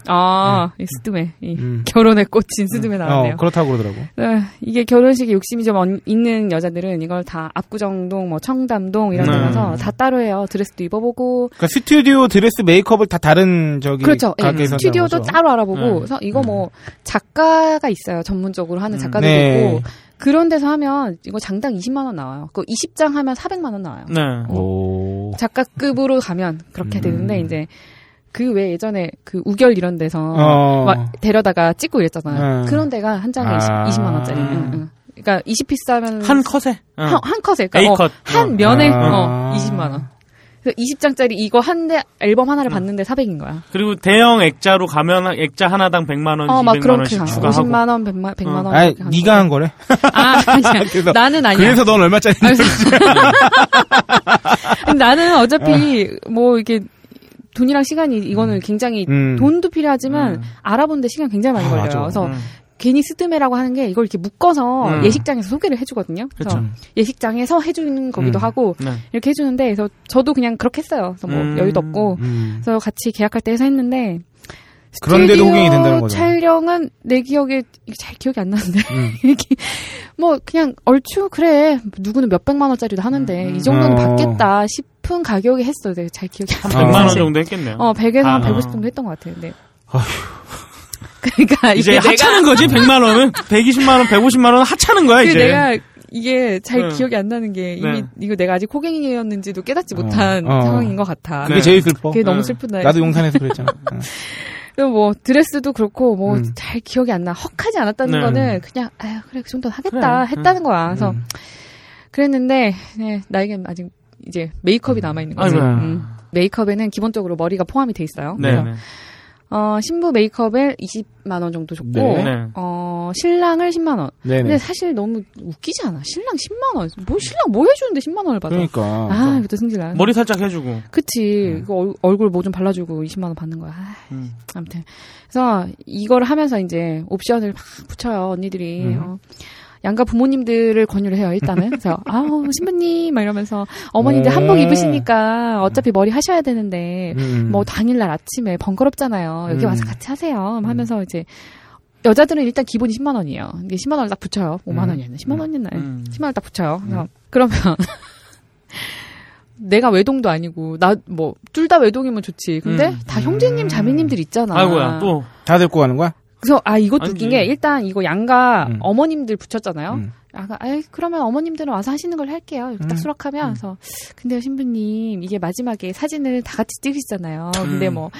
[SPEAKER 2] 이 스드메. 이
[SPEAKER 1] 음.
[SPEAKER 2] 결혼의 꽃인 스드메 나왔네요.
[SPEAKER 1] 어, 그렇다고 그러더라고.
[SPEAKER 2] 네, 이게 결혼식에 욕심이 좀 얹- 있는 여자들은 이걸 다 압구정동, 뭐 청담동 이런 데
[SPEAKER 3] 네.
[SPEAKER 2] 가서 다 따로 해요. 드레스도 입어보고
[SPEAKER 1] 그러니까 스튜디오 드레스 메이크업을 다 다른 저기
[SPEAKER 2] 그렇죠. 예,
[SPEAKER 1] 가게에서 한다는 거죠.
[SPEAKER 2] 스튜디오도
[SPEAKER 1] 음.
[SPEAKER 2] 따로 알아보고
[SPEAKER 3] 네.
[SPEAKER 2] 그래서 이거 뭐 작가가 있어요. 전문적으로 하는
[SPEAKER 3] 음.
[SPEAKER 2] 작가들도
[SPEAKER 1] 네.
[SPEAKER 2] 있고 그런 데서 하면 이거 장당 20만 원 나와요. 그 20장 하면 400만 원 나와요.
[SPEAKER 3] 네.
[SPEAKER 1] 오.
[SPEAKER 2] 작가급으로 가면 그렇게
[SPEAKER 1] 음.
[SPEAKER 2] 되는데 이제 그 외 예전에 그 우결 이런 데서
[SPEAKER 1] 어.
[SPEAKER 2] 막 데려다가 찍고 이랬잖아요.
[SPEAKER 1] 음.
[SPEAKER 2] 그런 데가 한 장에
[SPEAKER 1] 아.
[SPEAKER 2] 20, 만 원짜리. 응, 응. 그러니까 20피스 하면
[SPEAKER 3] 한 컷에. 어.
[SPEAKER 2] 한, 한 컷에 그러니까
[SPEAKER 3] A컷.
[SPEAKER 2] 어, 한 면에
[SPEAKER 1] 아.
[SPEAKER 2] 어, 20만 원. 그래서 20장짜리 이거 한 대 앨범
[SPEAKER 1] 음.
[SPEAKER 2] 하나를 봤는데 400인 거야.
[SPEAKER 3] 그리고 대형 액자로 가면 액자 하나당 100만 원,
[SPEAKER 2] 어, 막
[SPEAKER 3] 200만
[SPEAKER 2] 그렇게
[SPEAKER 3] 원씩
[SPEAKER 2] 가.
[SPEAKER 3] 추가하고
[SPEAKER 2] 50만 원, 100만, 100만 원.
[SPEAKER 1] 아,
[SPEAKER 2] 이렇게 가는
[SPEAKER 1] 네가
[SPEAKER 2] 거야.
[SPEAKER 1] 한 거래.
[SPEAKER 2] 아, 아니야.
[SPEAKER 1] 그래서-
[SPEAKER 2] 나는 아니야.
[SPEAKER 1] 그래서 넌 얼마짜리?
[SPEAKER 2] 아니, 근데 나는 어차피 뭐 이게 돈이랑 시간이 이거는 굉장히
[SPEAKER 1] 아. 음.
[SPEAKER 2] 돈도 필요하지만
[SPEAKER 3] 음.
[SPEAKER 2] 알아보는데 시간 굉장히 많이
[SPEAKER 1] 아,
[SPEAKER 2] 걸려요.
[SPEAKER 1] 맞아.
[SPEAKER 2] 그래서
[SPEAKER 3] 음.
[SPEAKER 2] 괜히 스드메라고 하는 게 이걸 이렇게 묶어서
[SPEAKER 3] 음.
[SPEAKER 2] 예식장에서 소개를 해주거든요. 그래서
[SPEAKER 3] 그쵸.
[SPEAKER 2] 예식장에서 해주는
[SPEAKER 1] 그렇죠.
[SPEAKER 2] 거기도
[SPEAKER 1] 음.
[SPEAKER 2] 하고
[SPEAKER 3] 네.
[SPEAKER 2] 이렇게 해주는데 그래서 저도 그냥 그렇게 했어요. 그래서 뭐
[SPEAKER 3] 음.
[SPEAKER 2] 여유도 없고
[SPEAKER 1] 음.
[SPEAKER 2] 그래서 같이 계약할 때 해서 했는데
[SPEAKER 1] 그런데도
[SPEAKER 2] 스튜디오
[SPEAKER 1] 흥행이 된다는 거죠.
[SPEAKER 2] 촬영은 내 기억에 이게 잘 기억이 안 나는데
[SPEAKER 1] 음.
[SPEAKER 2] 이렇게 뭐 그냥 얼추 그래 누구는 몇 백만 원짜리도 하는데
[SPEAKER 3] 음, 음.
[SPEAKER 2] 이 정도는
[SPEAKER 1] 어.
[SPEAKER 2] 받겠다 싶은 가격에 했어요. 내가 잘 기억이 안 나.
[SPEAKER 3] 100만 원
[SPEAKER 1] 어.
[SPEAKER 3] 정도 했겠네요.
[SPEAKER 2] 어 100에서 한
[SPEAKER 3] 아.
[SPEAKER 2] 150 정도 했던 것 같아요. 네. 그러니까
[SPEAKER 3] 이제
[SPEAKER 2] 이게 내가
[SPEAKER 3] 하찮은 거지 100만 원은 120만 원, 150만 원은 하찮은 거야
[SPEAKER 2] 그
[SPEAKER 3] 이제.
[SPEAKER 2] 내가 이게 잘
[SPEAKER 3] 네.
[SPEAKER 2] 기억이 안 나는 게 이미
[SPEAKER 3] 네.
[SPEAKER 2] 이거 내가 아직 호갱이었는지도 깨닫지
[SPEAKER 1] 어.
[SPEAKER 2] 못한
[SPEAKER 1] 어.
[SPEAKER 2] 상황인 것 같아.
[SPEAKER 1] 그게
[SPEAKER 3] 네.
[SPEAKER 1] 제일 슬퍼.
[SPEAKER 2] 그게 너무
[SPEAKER 3] 네.
[SPEAKER 2] 슬프다.
[SPEAKER 1] 나도 용산에서 그랬잖아. 어.
[SPEAKER 2] 그리고 뭐 드레스도 그렇고 뭐
[SPEAKER 1] 음.
[SPEAKER 2] 잘 기억이 안 나. 헉하지 않았다는
[SPEAKER 3] 네.
[SPEAKER 2] 거는 그냥 아유 그래 그 정도는 하겠다 했다는 거야. 그래서
[SPEAKER 1] 음.
[SPEAKER 2] 그랬는데 네, 나에겐 아직 이제 메이크업이 남아 있는 거지.
[SPEAKER 3] 아이고야.
[SPEAKER 2] 음. 메이크업에는 기본적으로 머리가 포함이 돼 있어요.
[SPEAKER 3] 네.
[SPEAKER 2] 그래서
[SPEAKER 3] 네.
[SPEAKER 2] 어, 신부 메이크업에 20만 원 정도 줬고
[SPEAKER 1] 네.
[SPEAKER 3] 네.
[SPEAKER 2] 어, 신랑을 10만 원.
[SPEAKER 1] 네네.
[SPEAKER 2] 근데 사실 너무 웃기지 않아. 신랑 10만 원. 뭐 신랑 뭐 해주는데 10만 원을 받아.
[SPEAKER 1] 그러니까.
[SPEAKER 2] 아 이것도 승질나.
[SPEAKER 3] 머리 살짝 해주고.
[SPEAKER 2] 그치. 이거 얼- 얼굴 뭐 좀 발라주고 20만 원 받는 거야. 아,
[SPEAKER 3] 음.
[SPEAKER 2] 아무튼 그래서 이걸 하면서 이제 옵션을 막 붙여요 언니들이.
[SPEAKER 1] 음.
[SPEAKER 2] 어, 양가 부모님들을 권유를 해요 일단은. 그래서 아우 신부님 막 이러면서 어머니 이제 한복
[SPEAKER 1] 음.
[SPEAKER 2] 입으시니까 어차피 머리 하셔야 되는데
[SPEAKER 1] 음.
[SPEAKER 2] 뭐 당일날 아침에 번거롭잖아요. 여기
[SPEAKER 1] 음.
[SPEAKER 2] 와서 같이 하세요. 하면서 이제 여자들은 일단 기본이 10만 원이에요. 이게 10만 원을 딱 붙여요. 뭐 5만
[SPEAKER 1] 음.
[SPEAKER 2] 원이었나? 10만 원이었나?
[SPEAKER 3] 음.
[SPEAKER 2] 10만 원을 딱 붙여요. 그래서 그러면 내가 외동도 아니고 나 뭐 둘 다 외동이면 좋지. 근데
[SPEAKER 3] 음.
[SPEAKER 2] 다 형제님 자매님들 있잖아.
[SPEAKER 3] 아이고야 또.
[SPEAKER 1] 다 데리고 가는 거야?
[SPEAKER 2] 그래서 아 이것도
[SPEAKER 3] 아니지. 네.
[SPEAKER 2] 웃긴 게 일단 이거 양가
[SPEAKER 1] 음.
[SPEAKER 2] 어머님들 붙였잖아요.
[SPEAKER 1] 음.
[SPEAKER 2] 아가 아 그러면 어머님들은 와서 하시는 걸 할게요. 이렇게
[SPEAKER 1] 음.
[SPEAKER 2] 딱 수락하면 그래서 근데요 신부님 이게 마지막에 사진을 다 같이 찍으시잖아요. 근데
[SPEAKER 3] 음.
[SPEAKER 2] 뭐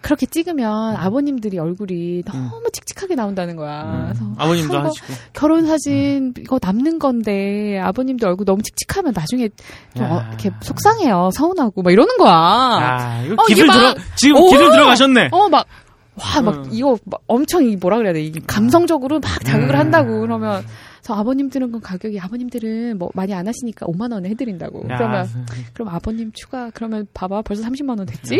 [SPEAKER 2] 그렇게 찍으면 아버님들이 얼굴이 너무 칙칙하게 나온다는 거야. 그래서
[SPEAKER 3] 음. 아버님도
[SPEAKER 2] 아, 이거
[SPEAKER 3] 하시고. 음.
[SPEAKER 2] 결혼 사진 이거 남는 건데 아버님들 얼굴 너무 칙칙하면 나중에 좀 어,
[SPEAKER 3] 야.
[SPEAKER 2] 이렇게 속상해요. 서운하고 막 이러는 거야.
[SPEAKER 3] 아, 이거
[SPEAKER 2] 어,
[SPEAKER 3] 길을
[SPEAKER 2] 이게
[SPEAKER 3] 들어
[SPEAKER 2] 막-
[SPEAKER 3] 지금
[SPEAKER 2] 오!
[SPEAKER 3] 길을 들어가셨네.
[SPEAKER 2] 어, 막, 와, 막,
[SPEAKER 3] 음.
[SPEAKER 2] 이거, 막 엄청, 이 뭐라 그래야 돼. 이게 감성적으로 막 자극을
[SPEAKER 3] 음.
[SPEAKER 2] 한다고. 그러면, 저 아버님들은 그 가격이, 아버님들은 뭐, 많이 안 하시니까 5만원에 해드린다고.
[SPEAKER 3] 야,
[SPEAKER 2] 그러면, 그럼 아버님 추가, 그러면 봐봐, 벌써 30만원 됐지?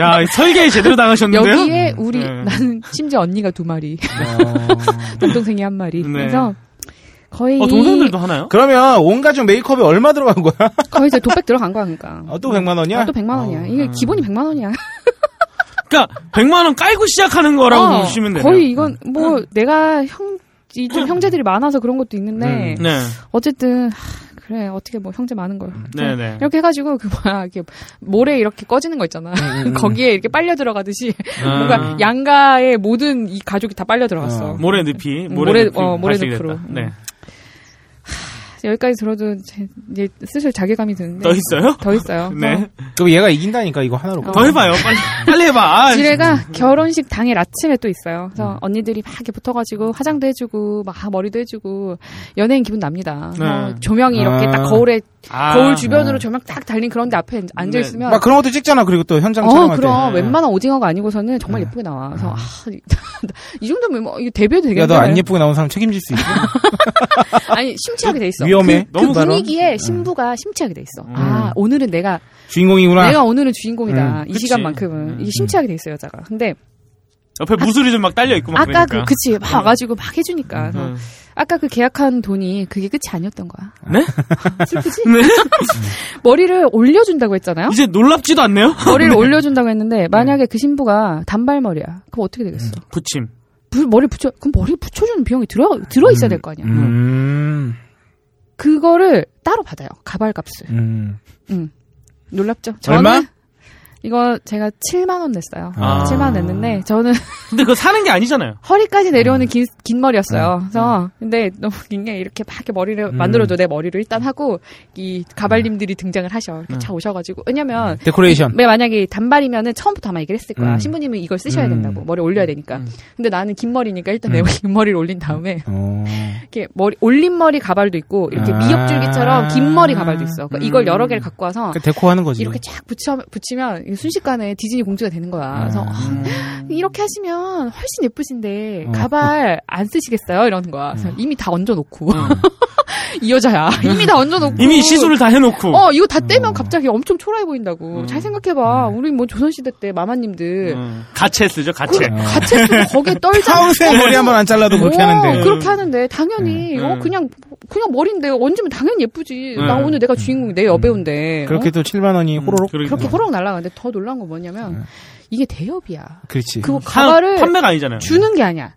[SPEAKER 3] 야, 설계 제대로 당하셨는데요?
[SPEAKER 2] 여기에 우리,
[SPEAKER 3] 네. 아.
[SPEAKER 2] 나는 심지어 언니가 두 마리, 동동생이 한 마리.
[SPEAKER 3] 네.
[SPEAKER 2] 그래서, 거의,
[SPEAKER 3] 어, 동생들도 하나요?
[SPEAKER 1] 그러면 온 가족 메이크업에 얼마 들어간 거야?
[SPEAKER 2] 거의 이제 도백 들어간 거야, 그러니까.
[SPEAKER 1] 아, 또 100만 원이야?
[SPEAKER 2] 아, 또 100만 원이야. 이게
[SPEAKER 3] 음.
[SPEAKER 2] 기본이 100만 원이야.
[SPEAKER 3] 그러니까 100만 원 깔고 시작하는 거라고
[SPEAKER 2] 어,
[SPEAKER 3] 보시면 돼요. 음.
[SPEAKER 2] 거의 이건 뭐 내가 형, 이 좀 형제들이 많아서 그런 것도 있는데
[SPEAKER 1] 음.
[SPEAKER 3] 네.
[SPEAKER 2] 어쨌든 하, 그래 어떻게 뭐 형제 많은 걸
[SPEAKER 3] 네, 네.
[SPEAKER 2] 이렇게 해가지고 그 뭐야 이게 모래 이렇게 꺼지는 거
[SPEAKER 3] 음,
[SPEAKER 2] 있잖아 거기에 이렇게 빨려 들어가듯이
[SPEAKER 3] 아.
[SPEAKER 2] 뭔가 양가의 모든 이 가족이 다 빨려 들어갔어
[SPEAKER 1] 어.
[SPEAKER 3] 모래 늪이 모래,
[SPEAKER 2] 모래-
[SPEAKER 3] 늪이
[SPEAKER 2] 어, 모래
[SPEAKER 3] 발색이
[SPEAKER 2] 늪으로.
[SPEAKER 3] 됐다. 네.
[SPEAKER 2] 여기까지 들어도 제- 이제 슬슬 자괴감이 드는데
[SPEAKER 3] 더 있어요?
[SPEAKER 2] 더 네. 있어요 뭐
[SPEAKER 3] 네.
[SPEAKER 1] 그럼 얘가 이긴다니까 이거 하나로.
[SPEAKER 2] 어.
[SPEAKER 3] 더 해봐요. 빨리 빨리 해봐. 아, 음.
[SPEAKER 2] 지뢰가 결혼식 당일 아침에 또 있어요. 그래서 언니들이 막 이렇게 붙어가지고 화장도 해주고 막 머리도 해주고 연예인 기분 납니다. 그래서
[SPEAKER 3] 네.
[SPEAKER 2] 조명이 이렇게
[SPEAKER 1] 아.
[SPEAKER 2] 딱 거울에
[SPEAKER 3] 아,
[SPEAKER 2] 거울 주변으로 조명 딱 달린 그런데 앞에 앉아 있으면
[SPEAKER 1] 막 그런 것도 찍잖아. 그리고 또 현장
[SPEAKER 2] 어
[SPEAKER 1] 촬영할
[SPEAKER 2] 그럼
[SPEAKER 3] 네.
[SPEAKER 2] 웬만한 오징어가 아니고서는 정말 예쁘게 나와. 그래서 아, 이- 이 정도면 뭐 이거 데뷔해도
[SPEAKER 1] 때.
[SPEAKER 2] 되겠네.
[SPEAKER 1] 야, 너 안 예쁘게 나온 사람 책임질 수 있어?
[SPEAKER 2] 아니 심취하게 돼 있어.
[SPEAKER 1] 위험해.
[SPEAKER 2] 그,
[SPEAKER 1] 너무
[SPEAKER 2] 그
[SPEAKER 1] 발언.
[SPEAKER 2] 분위기에 신부가 심취하게 돼 있어. 아 오늘은 내가
[SPEAKER 1] 주인공이구나.
[SPEAKER 2] 내가 오늘은 주인공이다. 이
[SPEAKER 3] 그치.
[SPEAKER 2] 시간만큼은
[SPEAKER 3] 음.
[SPEAKER 2] 이게 심취하게 돼 있어 여자가. 근데
[SPEAKER 3] 옆에 무술이 좀 막 딸려 있고 막
[SPEAKER 2] 아까 그
[SPEAKER 3] 그러니까.
[SPEAKER 2] 그치 막 와가지고 막 해주니까. 그래서
[SPEAKER 3] 음.
[SPEAKER 2] 아까 그 계약한 돈이 그게 끝이 아니었던 거야.
[SPEAKER 3] 네?
[SPEAKER 2] 슬프지?
[SPEAKER 3] 네?
[SPEAKER 2] 머리를 올려준다고 했잖아요.
[SPEAKER 3] 이제 놀랍지도 않네요.
[SPEAKER 2] 머리를 올려준다고 했는데 만약에 그 신부가 단발머리야. 그럼 어떻게 되겠어?
[SPEAKER 3] 붙임.
[SPEAKER 2] 부- 머리 붙여 그럼 머리 붙여주는 비용이 들어 들어 있어야 될 거 아니야.
[SPEAKER 1] 음.
[SPEAKER 2] 그거를 따로 받아요. 가발값을.
[SPEAKER 1] 음.
[SPEAKER 2] 놀랍죠?
[SPEAKER 1] 얼마?
[SPEAKER 2] 저는 이거 제가 7만 원 냈어요.
[SPEAKER 1] 아.
[SPEAKER 2] 7만 원 냈는데 저는
[SPEAKER 3] 근데 그거 사는 게 아니잖아요.
[SPEAKER 2] 허리까지 내려오는 긴, 긴 머리였어요. 그래서 근데 너무 긴 게 이렇게 막 이렇게 머리를
[SPEAKER 1] 네. 음.
[SPEAKER 2] 만들어도 내 머리를 일단 하고 이 가발님들이 등장을 하셔.
[SPEAKER 1] 음.
[SPEAKER 2] 이렇게 차 오셔가지고 왜냐면
[SPEAKER 1] 데코레이션.
[SPEAKER 2] 왜 만약에 단발이면은 처음부터 아마 얘기를 했을 거야.
[SPEAKER 1] 음.
[SPEAKER 2] 신부님은 이걸 쓰셔야 된다고 머리 올려야 되니까. 근데 나는 긴 머리니까 일단
[SPEAKER 1] 음.
[SPEAKER 2] 내 긴 머리를 올린 다음에
[SPEAKER 1] 어.
[SPEAKER 2] 이렇게 머리 올린 머리 가발도 있고 이렇게
[SPEAKER 1] 아.
[SPEAKER 2] 미역줄기처럼 긴 머리 가발도 있어. 그러니까 이걸 여러 개를 갖고 와서
[SPEAKER 1] 그러니까 데코하는 거지.
[SPEAKER 2] 이렇게 쫙 붙여, 붙이면 이게 순식간에 디즈니 공주가 되는 거야. 그래서
[SPEAKER 1] 아.
[SPEAKER 2] 아, 이렇게 하시면 훨씬 예쁘신데
[SPEAKER 1] 어.
[SPEAKER 2] 가발 안 쓰시겠어요? 이러는 거야. 그래서 이미 다 얹어놓고 이 여자야 이미 다 얹어놓고
[SPEAKER 3] 이미 시술을 다 해놓고.
[SPEAKER 2] 어 이거 다 떼면 갑자기 엄청 초라해 보인다고. 잘 생각해봐. 우리 뭐 조선시대 때 마마님들
[SPEAKER 3] 음. 가채 쓰죠, 가채.
[SPEAKER 2] 같이 쓰고 거기에 떨잖아.
[SPEAKER 1] 평생 머리 한 번 안 잘라도 그렇게
[SPEAKER 2] 어,
[SPEAKER 1] 하는데. 네.
[SPEAKER 2] 그렇게 하는데 당연히
[SPEAKER 3] 음.
[SPEAKER 2] 어
[SPEAKER 3] 음.
[SPEAKER 2] 그냥 그냥 머리인데 얹으면 당연히 예쁘지. 나
[SPEAKER 3] 음.
[SPEAKER 2] 오늘 내가 주인공 내 여배우인데
[SPEAKER 1] 음. 그렇게
[SPEAKER 2] 어?
[SPEAKER 1] 또 7만 원이 호로록.
[SPEAKER 3] 그러니까.
[SPEAKER 2] 그렇게 호롱 날라가는데 더 놀란 건
[SPEAKER 1] 네.
[SPEAKER 2] 뭐냐면 이게 대여비야.
[SPEAKER 1] 그렇지.
[SPEAKER 2] 그거
[SPEAKER 3] 사는-
[SPEAKER 2] 가발을
[SPEAKER 3] 판매가 아니잖아요.
[SPEAKER 2] 주는 게 아니야.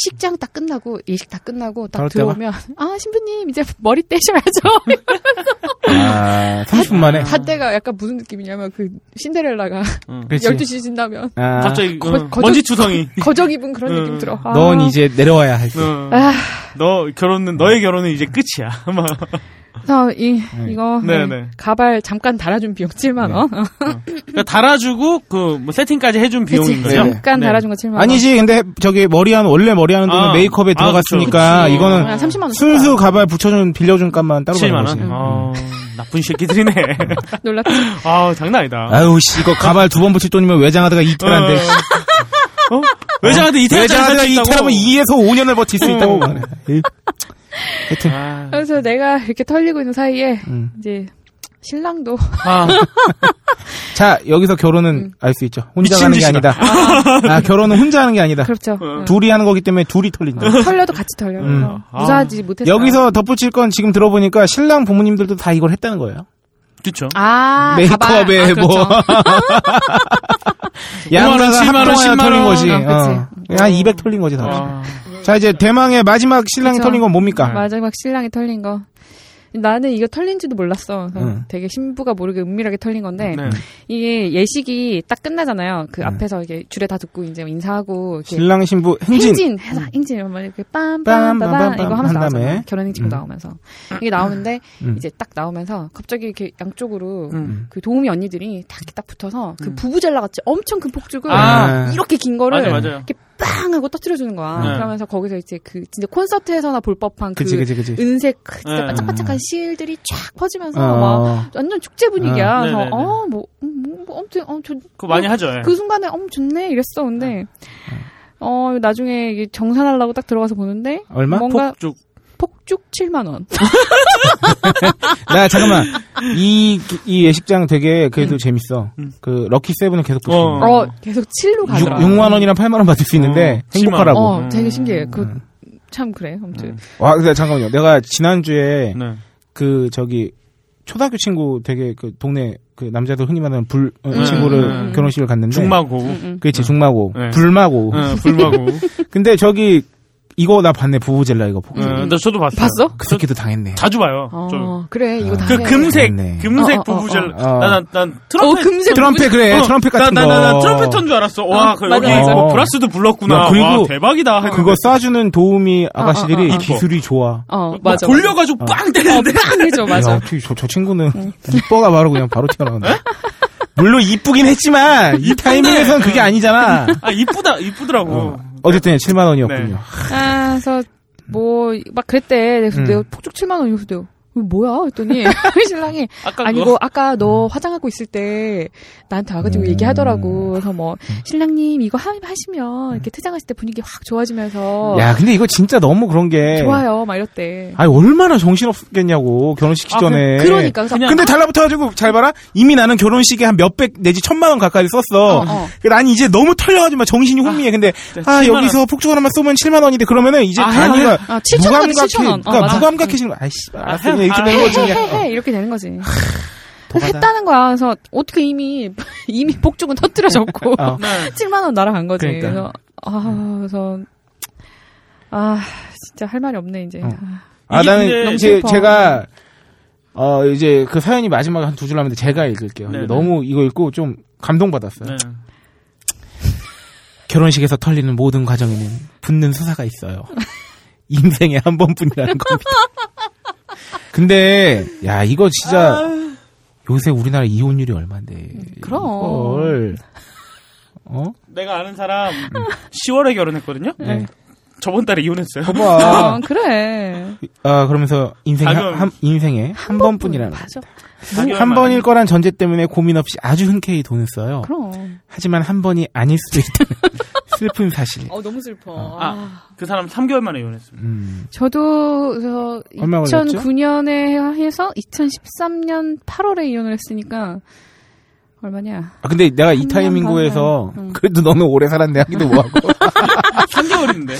[SPEAKER 2] 식장 딱 끝나고 예식 다 끝나고 딱
[SPEAKER 1] 바로
[SPEAKER 2] 들어오면 아 신부님 이제 머리 떼셔야죠.
[SPEAKER 1] 아, 30분 만에.
[SPEAKER 2] 다 떼가 약간 무슨 느낌이냐면 그 신데렐라가
[SPEAKER 1] 음, 그렇지.
[SPEAKER 2] 12시 진다면
[SPEAKER 1] 아,
[SPEAKER 3] 갑자기
[SPEAKER 2] 거-
[SPEAKER 3] 어,
[SPEAKER 2] 거저-
[SPEAKER 3] 먼지 추성이.
[SPEAKER 2] 거적 입은 그런
[SPEAKER 3] 음.
[SPEAKER 2] 느낌 들어. 아.
[SPEAKER 1] 네. 넌 이제 내려와야 할 때.
[SPEAKER 3] 어.
[SPEAKER 2] 아.
[SPEAKER 3] 너 결혼은 너의 결혼은 이제 끝이야. 뭐. 막.
[SPEAKER 2] 그래서 이 이거
[SPEAKER 3] 네,
[SPEAKER 2] 네.
[SPEAKER 3] 네.
[SPEAKER 2] 가발 잠깐 달아준 비용 7만
[SPEAKER 1] 네.
[SPEAKER 2] 원.
[SPEAKER 3] 그러니까 달아주고 그 뭐 세팅까지 해준
[SPEAKER 2] 그치,
[SPEAKER 3] 비용인 거죠.
[SPEAKER 2] 잠깐
[SPEAKER 3] 네.
[SPEAKER 2] 달아준 거 7만 원.
[SPEAKER 1] 아니지, 근데 저기 머리 한, 원래 머리 하는 돈은
[SPEAKER 3] 아.
[SPEAKER 1] 메이크업에
[SPEAKER 3] 아,
[SPEAKER 1] 들어갔으니까
[SPEAKER 3] 그렇죠.
[SPEAKER 1] 이거는
[SPEAKER 2] 그냥 30만 원.
[SPEAKER 1] 순수 가발 붙여준, 빌려준 값만 따로 가는
[SPEAKER 3] 7만
[SPEAKER 1] 거지.
[SPEAKER 3] 아. 원. 어,
[SPEAKER 2] 음.
[SPEAKER 3] 나쁜 새끼들이네.
[SPEAKER 2] 놀랍지.
[SPEAKER 3] 아 장난 아니다.
[SPEAKER 1] 아유, 씨, 이거 가발 두 번 붙일 돈이면 외장하다가 이태란데. 씨.
[SPEAKER 3] 어? 어? 외장한테 이태리
[SPEAKER 1] 외장하다가 이태라면 2에서 5년을 버틸 수
[SPEAKER 3] 어.
[SPEAKER 1] 있다고. 말해. 에이. 하여튼,
[SPEAKER 3] 아,
[SPEAKER 2] 그래서 내가 이렇게 털리고 있는 사이에
[SPEAKER 1] 음.
[SPEAKER 2] 이제 신랑도
[SPEAKER 3] 아,
[SPEAKER 1] 자, 여기서
[SPEAKER 2] 음.
[SPEAKER 1] 결혼은 알 수 있죠. 혼자
[SPEAKER 3] 미친
[SPEAKER 1] 하는 게
[SPEAKER 3] 짓이다.
[SPEAKER 1] 아니다. 아, 결혼은 혼자 하는 게 아니다.
[SPEAKER 2] 그렇죠. 응.
[SPEAKER 1] 둘이 하는 거기 때문에 둘이 털린다.
[SPEAKER 2] 털려도 같이 털려요.
[SPEAKER 1] 음.
[SPEAKER 2] 그래서 무사하지 못했어요.
[SPEAKER 1] 여기서 덧붙일 건 지금 들어보니까 신랑 부모님들도 다 이걸 했다는 거예요.
[SPEAKER 3] 그쵸.
[SPEAKER 2] 아
[SPEAKER 1] 메이크업에
[SPEAKER 2] 가발. 아,
[SPEAKER 1] 뭐.
[SPEAKER 2] 그렇죠.
[SPEAKER 3] 오만 원,
[SPEAKER 1] 양가가
[SPEAKER 3] 칠만 원,
[SPEAKER 1] 합동하여
[SPEAKER 3] 십만
[SPEAKER 1] 털린
[SPEAKER 3] 원.
[SPEAKER 1] 거지.
[SPEAKER 2] 어,
[SPEAKER 1] 어. 한 200 털린 거지, 다.
[SPEAKER 3] 아,
[SPEAKER 1] 자, 이제 대망의 마지막 신랑이
[SPEAKER 2] 그쵸.
[SPEAKER 1] 털린 건 뭡니까?
[SPEAKER 2] 마지막 신랑이 털린 거. 나는 이거 털린지도 몰랐어. 그래서
[SPEAKER 1] 응.
[SPEAKER 2] 되게 신부가 모르게 은밀하게 털린 건데
[SPEAKER 3] 네.
[SPEAKER 2] 이게 예식이 딱 끝나잖아요. 그 앞에서 이게 줄에 다 듣고 이제 인사하고 이렇게
[SPEAKER 1] 네. 신랑 신부 행진. 음.
[SPEAKER 2] 행진 해서 행진 이런 말 이렇게
[SPEAKER 1] 빰,
[SPEAKER 2] 빰빰빰빰
[SPEAKER 1] 빰,
[SPEAKER 2] 이거
[SPEAKER 1] 빰, 한
[SPEAKER 2] 하면서 나오잖아요.
[SPEAKER 1] 다음에.
[SPEAKER 2] 결혼 행진
[SPEAKER 1] 음.
[SPEAKER 2] 나오면서 이게 나오는데
[SPEAKER 1] 음.
[SPEAKER 2] 이제 딱 나오면서 갑자기 이렇게 양쪽으로
[SPEAKER 3] 음.
[SPEAKER 2] 그 도우미 언니들이 딱 이렇게 딱 붙어서
[SPEAKER 1] 음.
[SPEAKER 2] 그 부부젤라 같이 엄청 큰 폭죽을
[SPEAKER 3] 아.
[SPEAKER 2] 이렇게 긴 거를
[SPEAKER 3] 맞아, 맞아요.
[SPEAKER 2] 이렇게 빵 하고 터뜨려 주는 거야.
[SPEAKER 3] 네.
[SPEAKER 2] 그러면서 거기서 이제 그 진짜 콘서트에서나 볼 법한 그
[SPEAKER 1] 그치, 그치, 그치. 음.
[SPEAKER 2] 은색 그 진짜
[SPEAKER 3] 네.
[SPEAKER 2] 반짝반짝한 실들이 쫙 퍼지면서 막
[SPEAKER 1] 어.
[SPEAKER 2] 완전 축제 분위기야.
[SPEAKER 3] 아.
[SPEAKER 2] 그래서
[SPEAKER 3] 네네네.
[SPEAKER 2] 어뭐 뭐, 뭐, 아무튼 어저
[SPEAKER 3] 그거 많이 하죠. 예.
[SPEAKER 2] 그 순간에 엄 좋네 이랬어 근데 어 나중에 이게 정산하려고 딱 들어가서 보는데
[SPEAKER 1] 얼마?
[SPEAKER 2] 뭔가
[SPEAKER 3] 폭죽.
[SPEAKER 2] 폭죽 7만 원
[SPEAKER 1] 나 잠깐만 이, 이 예식장 되게 그래도 재밌어. 그 럭키 세븐을 계속 볼수
[SPEAKER 3] 어.
[SPEAKER 1] 있는.
[SPEAKER 2] 음. 어, 계속 7로 가더라
[SPEAKER 1] 6만 원이랑 8만 원 받을 수 있는데
[SPEAKER 3] 어,
[SPEAKER 1] 행복하라고.
[SPEAKER 2] 어 되게 신기해
[SPEAKER 3] 음.
[SPEAKER 2] 그 참 그래 아무튼
[SPEAKER 1] 와 근데 잠깐만요. 내가 지난 주에
[SPEAKER 3] 네.
[SPEAKER 1] 그 저기 초등학교 친구 되게 그 동네 그 남자들 흔히 말하는 불 어,
[SPEAKER 3] 음,
[SPEAKER 1] 친구를
[SPEAKER 3] 음.
[SPEAKER 1] 결혼식을 갔는데.
[SPEAKER 3] 중마고,
[SPEAKER 1] 그렇지 중마고
[SPEAKER 3] 네.
[SPEAKER 1] 어, 불마고.
[SPEAKER 3] 예, 불마고.
[SPEAKER 1] 근데 저기 이거 나 봤네 부부젤라 이거 보고.
[SPEAKER 3] 예, 근데 저도 봤어요.
[SPEAKER 2] 봤어?
[SPEAKER 1] 그 새끼도 당했네.
[SPEAKER 3] 자주 봐요.
[SPEAKER 2] 어
[SPEAKER 3] 좀.
[SPEAKER 2] 그래 이거
[SPEAKER 3] 그
[SPEAKER 2] 다그
[SPEAKER 3] 금색,
[SPEAKER 1] 그렇네.
[SPEAKER 3] 금색
[SPEAKER 2] 어, 어,
[SPEAKER 3] 부부젤라.
[SPEAKER 1] 어, 어.
[SPEAKER 3] 난, 난, 난
[SPEAKER 2] 어
[SPEAKER 3] 트럼펫.
[SPEAKER 2] 금색
[SPEAKER 1] 트럼펫 그래
[SPEAKER 3] 어,
[SPEAKER 1] 트럼펫
[SPEAKER 3] 나-
[SPEAKER 1] 같은
[SPEAKER 3] 나,
[SPEAKER 1] 거.
[SPEAKER 3] 나, 나, 트럼펫 턴줄 알았어. 와,
[SPEAKER 2] 어,
[SPEAKER 3] 그
[SPEAKER 2] 맞아,
[SPEAKER 3] 여기
[SPEAKER 2] 맞아.
[SPEAKER 3] 뭐 브라스도 불렀구나.
[SPEAKER 1] 야, 그리고
[SPEAKER 3] 와, 대박이다.
[SPEAKER 1] 그거 쏴주는 도우미 아가씨들이
[SPEAKER 2] 어, 어, 어.
[SPEAKER 1] 기술이 좋아.
[SPEAKER 2] 어
[SPEAKER 3] 막
[SPEAKER 2] 맞아 어.
[SPEAKER 3] 돌려가지고 빵 때리는데.
[SPEAKER 2] 빵 해줘
[SPEAKER 1] 야,
[SPEAKER 2] 맞아
[SPEAKER 1] 어떻게 저, 저 친구는
[SPEAKER 2] 네.
[SPEAKER 1] 이뻐가 바로 그냥 바로 튀어나온다. 물론 이쁘긴 했지만 이 타이밍에선 그게 아니잖아.
[SPEAKER 3] 아, 이쁘다, 이쁘더라고.
[SPEAKER 1] 어쨌든 7만 원이었군요.
[SPEAKER 3] 네.
[SPEAKER 2] 아 그래서 뭐 막 그랬대 그래서
[SPEAKER 1] 음.
[SPEAKER 2] 내가 폭죽 7만 원 이거 내가 이거 뭐야 했더니 신랑이
[SPEAKER 3] 아까
[SPEAKER 2] 아니
[SPEAKER 3] 그거.
[SPEAKER 2] 고 아까 너 화장하고 있을 때 나한테 와가지고
[SPEAKER 1] 음.
[SPEAKER 2] 얘기하더라고. 그래서 뭐 신랑님 이거 하, 하시면 이렇게 퇴장하실 때 분위기 확 좋아지면서
[SPEAKER 1] 야, 근데 이거 진짜 너무 그런 게
[SPEAKER 2] 좋아요 막 이랬대.
[SPEAKER 1] 아니 얼마나 정신 없겠냐고 결혼식
[SPEAKER 3] 아,
[SPEAKER 1] 전에.
[SPEAKER 2] 그러니까 그래서
[SPEAKER 3] 그냥-
[SPEAKER 1] 근데 달라붙어가지고 잘 봐라 이미 나는 결혼식에 한 몇백 내지 천만 원 가까이 썼어.
[SPEAKER 2] 어, 어.
[SPEAKER 1] 그 난 이제 너무 털려가지고 막 정신이 혼미해. 근데
[SPEAKER 3] 진짜
[SPEAKER 1] 아
[SPEAKER 3] 7만 원.
[SPEAKER 1] 여기서 폭죽 하나만 쏘면 7만 원인데 그러면은 이제
[SPEAKER 3] 아,
[SPEAKER 1] 단위가
[SPEAKER 3] 해,
[SPEAKER 2] 아, 7천 원이지, 7천 원. 어,
[SPEAKER 1] 그러니까
[SPEAKER 2] 맞아.
[SPEAKER 1] 무감각해지는 거. 아이씨 알았어 그냥
[SPEAKER 3] 해,
[SPEAKER 1] 이렇게
[SPEAKER 3] 아,
[SPEAKER 1] 되는 거지. 그냥.
[SPEAKER 2] 해해해 이렇게 되는 거지. 그래서
[SPEAKER 1] 도가다.
[SPEAKER 2] 했다는 거야. 그래서 어떻게 이미 이미 폭죽은 터뜨려졌고
[SPEAKER 1] 어.
[SPEAKER 3] 네.
[SPEAKER 2] 7만 원 날아간 거지. 그
[SPEAKER 1] 그러니까.
[SPEAKER 2] 래서아 그래서 아 진짜 할 말이 없네 이제.
[SPEAKER 1] 어.
[SPEAKER 2] 아,
[SPEAKER 1] 아,
[SPEAKER 3] 이게
[SPEAKER 1] 나는
[SPEAKER 3] 근데
[SPEAKER 1] 이제
[SPEAKER 2] 슬퍼.
[SPEAKER 1] 제가 어 이제 그 사연이 마지막에 한 두 줄 남았는데 제가 읽을게요.
[SPEAKER 3] 네네.
[SPEAKER 1] 너무 이거 읽고 좀 감동받았어요.
[SPEAKER 3] 네.
[SPEAKER 1] 결혼식에서 털리는 모든 과정에는 붙는 수사가 있어요. 인생에 한 번뿐이라는 겁니다. 근데 야 이거 진짜 요새 우리나라 이혼율이 얼마인데?
[SPEAKER 2] 그럼.
[SPEAKER 1] 헐. 어?
[SPEAKER 3] 내가 아는 사람 10월에 결혼했거든요.
[SPEAKER 1] 네.
[SPEAKER 3] 저번 달에 이혼했어요.
[SPEAKER 1] 봐봐.
[SPEAKER 2] 아, 그래.
[SPEAKER 1] 아 그러면서 인생
[SPEAKER 3] 가끔.
[SPEAKER 1] 한, 인생에 한 번뿐이라는
[SPEAKER 2] 맞아.
[SPEAKER 3] 자기만
[SPEAKER 1] 한 번일 거란 전제 때문에 고민 없이 아주 흔쾌히 돈을 써요.
[SPEAKER 2] 그럼.
[SPEAKER 1] 하지만 한 번이 아닐 수도 있다는 슬픈 사실.
[SPEAKER 2] 어, 너무 슬퍼.
[SPEAKER 3] 아, 그 사람 3개월 만에 이혼했습니다.
[SPEAKER 1] 음.
[SPEAKER 2] 저도 저
[SPEAKER 1] 얼마 걸렸죠?
[SPEAKER 2] 2009년에 해서 2013년 8월에 이혼을 했으니까 얼마냐?
[SPEAKER 1] 아, 근데 내가 이
[SPEAKER 2] 한
[SPEAKER 1] 타이밍구에서
[SPEAKER 2] 번 반. 응.
[SPEAKER 1] 그래도 너는 오래 살았네 하기도 뭐하고
[SPEAKER 3] 3개월인데.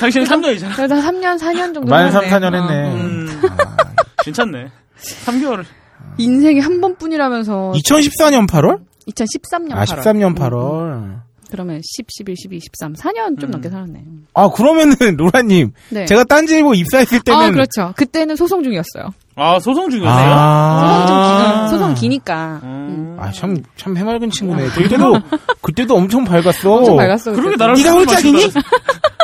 [SPEAKER 3] 당신은 3개월이잖아.
[SPEAKER 2] 그래도 한 3년 4년 정도
[SPEAKER 1] 만
[SPEAKER 2] 살았네.
[SPEAKER 1] 3, 4년
[SPEAKER 2] 어.
[SPEAKER 1] 했네.
[SPEAKER 3] 음, 괜찮네. 3개월.
[SPEAKER 2] 인생에 한 번뿐이라면서
[SPEAKER 1] 2014년 8월?
[SPEAKER 2] 2013년
[SPEAKER 1] 아,
[SPEAKER 2] 8월.
[SPEAKER 1] 13년
[SPEAKER 2] 음, 음.
[SPEAKER 1] 8월.
[SPEAKER 2] 그러면 10, 11, 12, 13, 4년 좀
[SPEAKER 3] 음.
[SPEAKER 2] 넘게 살았네. 요
[SPEAKER 1] 아, 그러면은, 로라님.
[SPEAKER 2] 네.
[SPEAKER 1] 제가 딴지일보 뭐 입사했을 때는.
[SPEAKER 2] 아, 그렇죠. 그때는 소송 중이었어요.
[SPEAKER 3] 아, 소송 중이었어요?
[SPEAKER 2] 소송 좀 기니까.
[SPEAKER 1] 아,
[SPEAKER 2] 소송 기니까.
[SPEAKER 3] 음.
[SPEAKER 1] 아, 참, 참 해맑은 친구네. 그때도, 그때도 엄청 밝았어.
[SPEAKER 2] 엄청 밝았어.
[SPEAKER 3] 그러게
[SPEAKER 2] 그때.
[SPEAKER 3] 나랑
[SPEAKER 1] 네가
[SPEAKER 3] 술을
[SPEAKER 1] 홀짝이니?
[SPEAKER 3] 마시고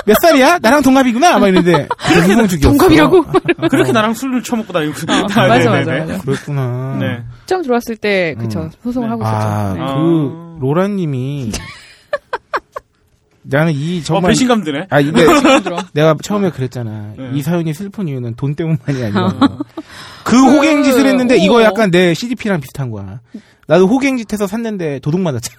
[SPEAKER 1] 몇 살이야? 나랑 동갑이구나? 막 이랬는데. 그렇게
[SPEAKER 2] 동갑이라고?
[SPEAKER 3] 나- 그렇게 나랑 술을 처먹고 다니고. 아,
[SPEAKER 2] 맞아, 맞아,
[SPEAKER 3] 네네네.
[SPEAKER 2] 맞아.
[SPEAKER 1] 그랬구나.
[SPEAKER 3] 네.
[SPEAKER 2] 처음 들어왔을 때, 그쵸.
[SPEAKER 1] 음.
[SPEAKER 2] 소송을
[SPEAKER 3] 네.
[SPEAKER 2] 하고 있었죠.
[SPEAKER 1] 아,
[SPEAKER 2] 네.
[SPEAKER 3] 어.
[SPEAKER 1] 그, 로라님이. 나는 이,
[SPEAKER 3] 어,
[SPEAKER 1] 정말.
[SPEAKER 3] 배신감 드네.
[SPEAKER 1] 아, 이게
[SPEAKER 2] 들어.
[SPEAKER 1] 내가 처음에 그랬잖아.
[SPEAKER 3] 네.
[SPEAKER 1] 이 사연이 슬픈 이유는 돈 때문만이
[SPEAKER 2] 어.
[SPEAKER 1] 아니야. 그 호갱짓을 했는데 이거
[SPEAKER 2] 오.
[SPEAKER 1] 약간 내 CDP랑 비슷한 거야. 나도 호갱짓해서 샀는데 도둑 맞았잖아.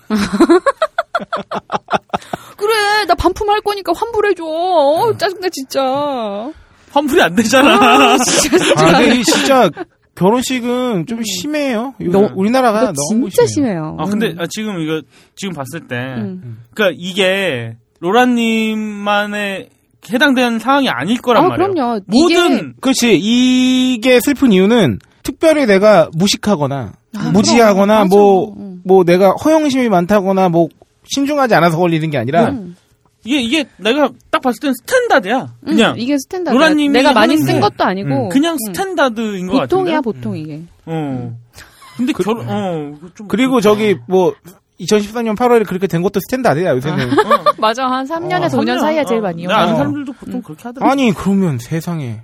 [SPEAKER 2] 그래, 나 반품할 거니까 환불해줘. 어, 짜증나, 진짜.
[SPEAKER 3] 환불이 안 되잖아.
[SPEAKER 2] 진짜, 진짜.
[SPEAKER 1] 아, 근데 이 진짜 결혼식은 좀 심해요. 이거
[SPEAKER 3] 너-
[SPEAKER 1] 우리나라가
[SPEAKER 2] 음. 너
[SPEAKER 1] 너무
[SPEAKER 2] 진짜 심해요. 음.
[SPEAKER 3] 아, 근데 아, 지금 이거, 지금 봤을 때. 그러니까 이게, 로라님만의 해당되는 상황이 아닐 거란
[SPEAKER 2] 아,
[SPEAKER 3] 말이에요.
[SPEAKER 2] 그럼요.
[SPEAKER 3] 모든,
[SPEAKER 1] 그렇지. 이게 슬픈 이유는 특별히 내가 무식하거나
[SPEAKER 2] 아,
[SPEAKER 1] 무지하거나
[SPEAKER 2] 그럼.
[SPEAKER 1] 뭐 뭐
[SPEAKER 2] 맞아. 음. 응.
[SPEAKER 1] 내가 허영심이 많다거나 뭐 신중하지 않아서 걸리는 게 아니라
[SPEAKER 2] 음.
[SPEAKER 3] 이게, 이게 내가 딱 봤을 땐 스탠다드야.
[SPEAKER 2] 음,
[SPEAKER 3] 그냥.
[SPEAKER 2] 이게 스탠다드.
[SPEAKER 3] 로라님이
[SPEAKER 2] 내가 많이
[SPEAKER 3] 하는
[SPEAKER 2] 쓴
[SPEAKER 3] 게-
[SPEAKER 2] 것도 아니고.
[SPEAKER 1] 음,
[SPEAKER 3] 그냥
[SPEAKER 2] 음.
[SPEAKER 3] 스탠다드인 것 음.
[SPEAKER 2] 보통이야,
[SPEAKER 3] 같은데.
[SPEAKER 2] 보통 이게.
[SPEAKER 3] 어. 근데
[SPEAKER 1] 그-
[SPEAKER 3] 결혼, 어. 그거 좀
[SPEAKER 1] 그리고 저기 뭐 2014년 8월에 그렇게 된 것도 스탠다드야 요새는.
[SPEAKER 2] 맞아, 한 3년에서
[SPEAKER 3] 삼
[SPEAKER 2] 5년
[SPEAKER 3] 년,
[SPEAKER 2] 사이야
[SPEAKER 3] 어,
[SPEAKER 2] 제일 많이.
[SPEAKER 3] 내가 아는
[SPEAKER 1] 어.
[SPEAKER 3] 사람들도 보통 그렇게 하더라고.
[SPEAKER 1] 아니 그러면 세상에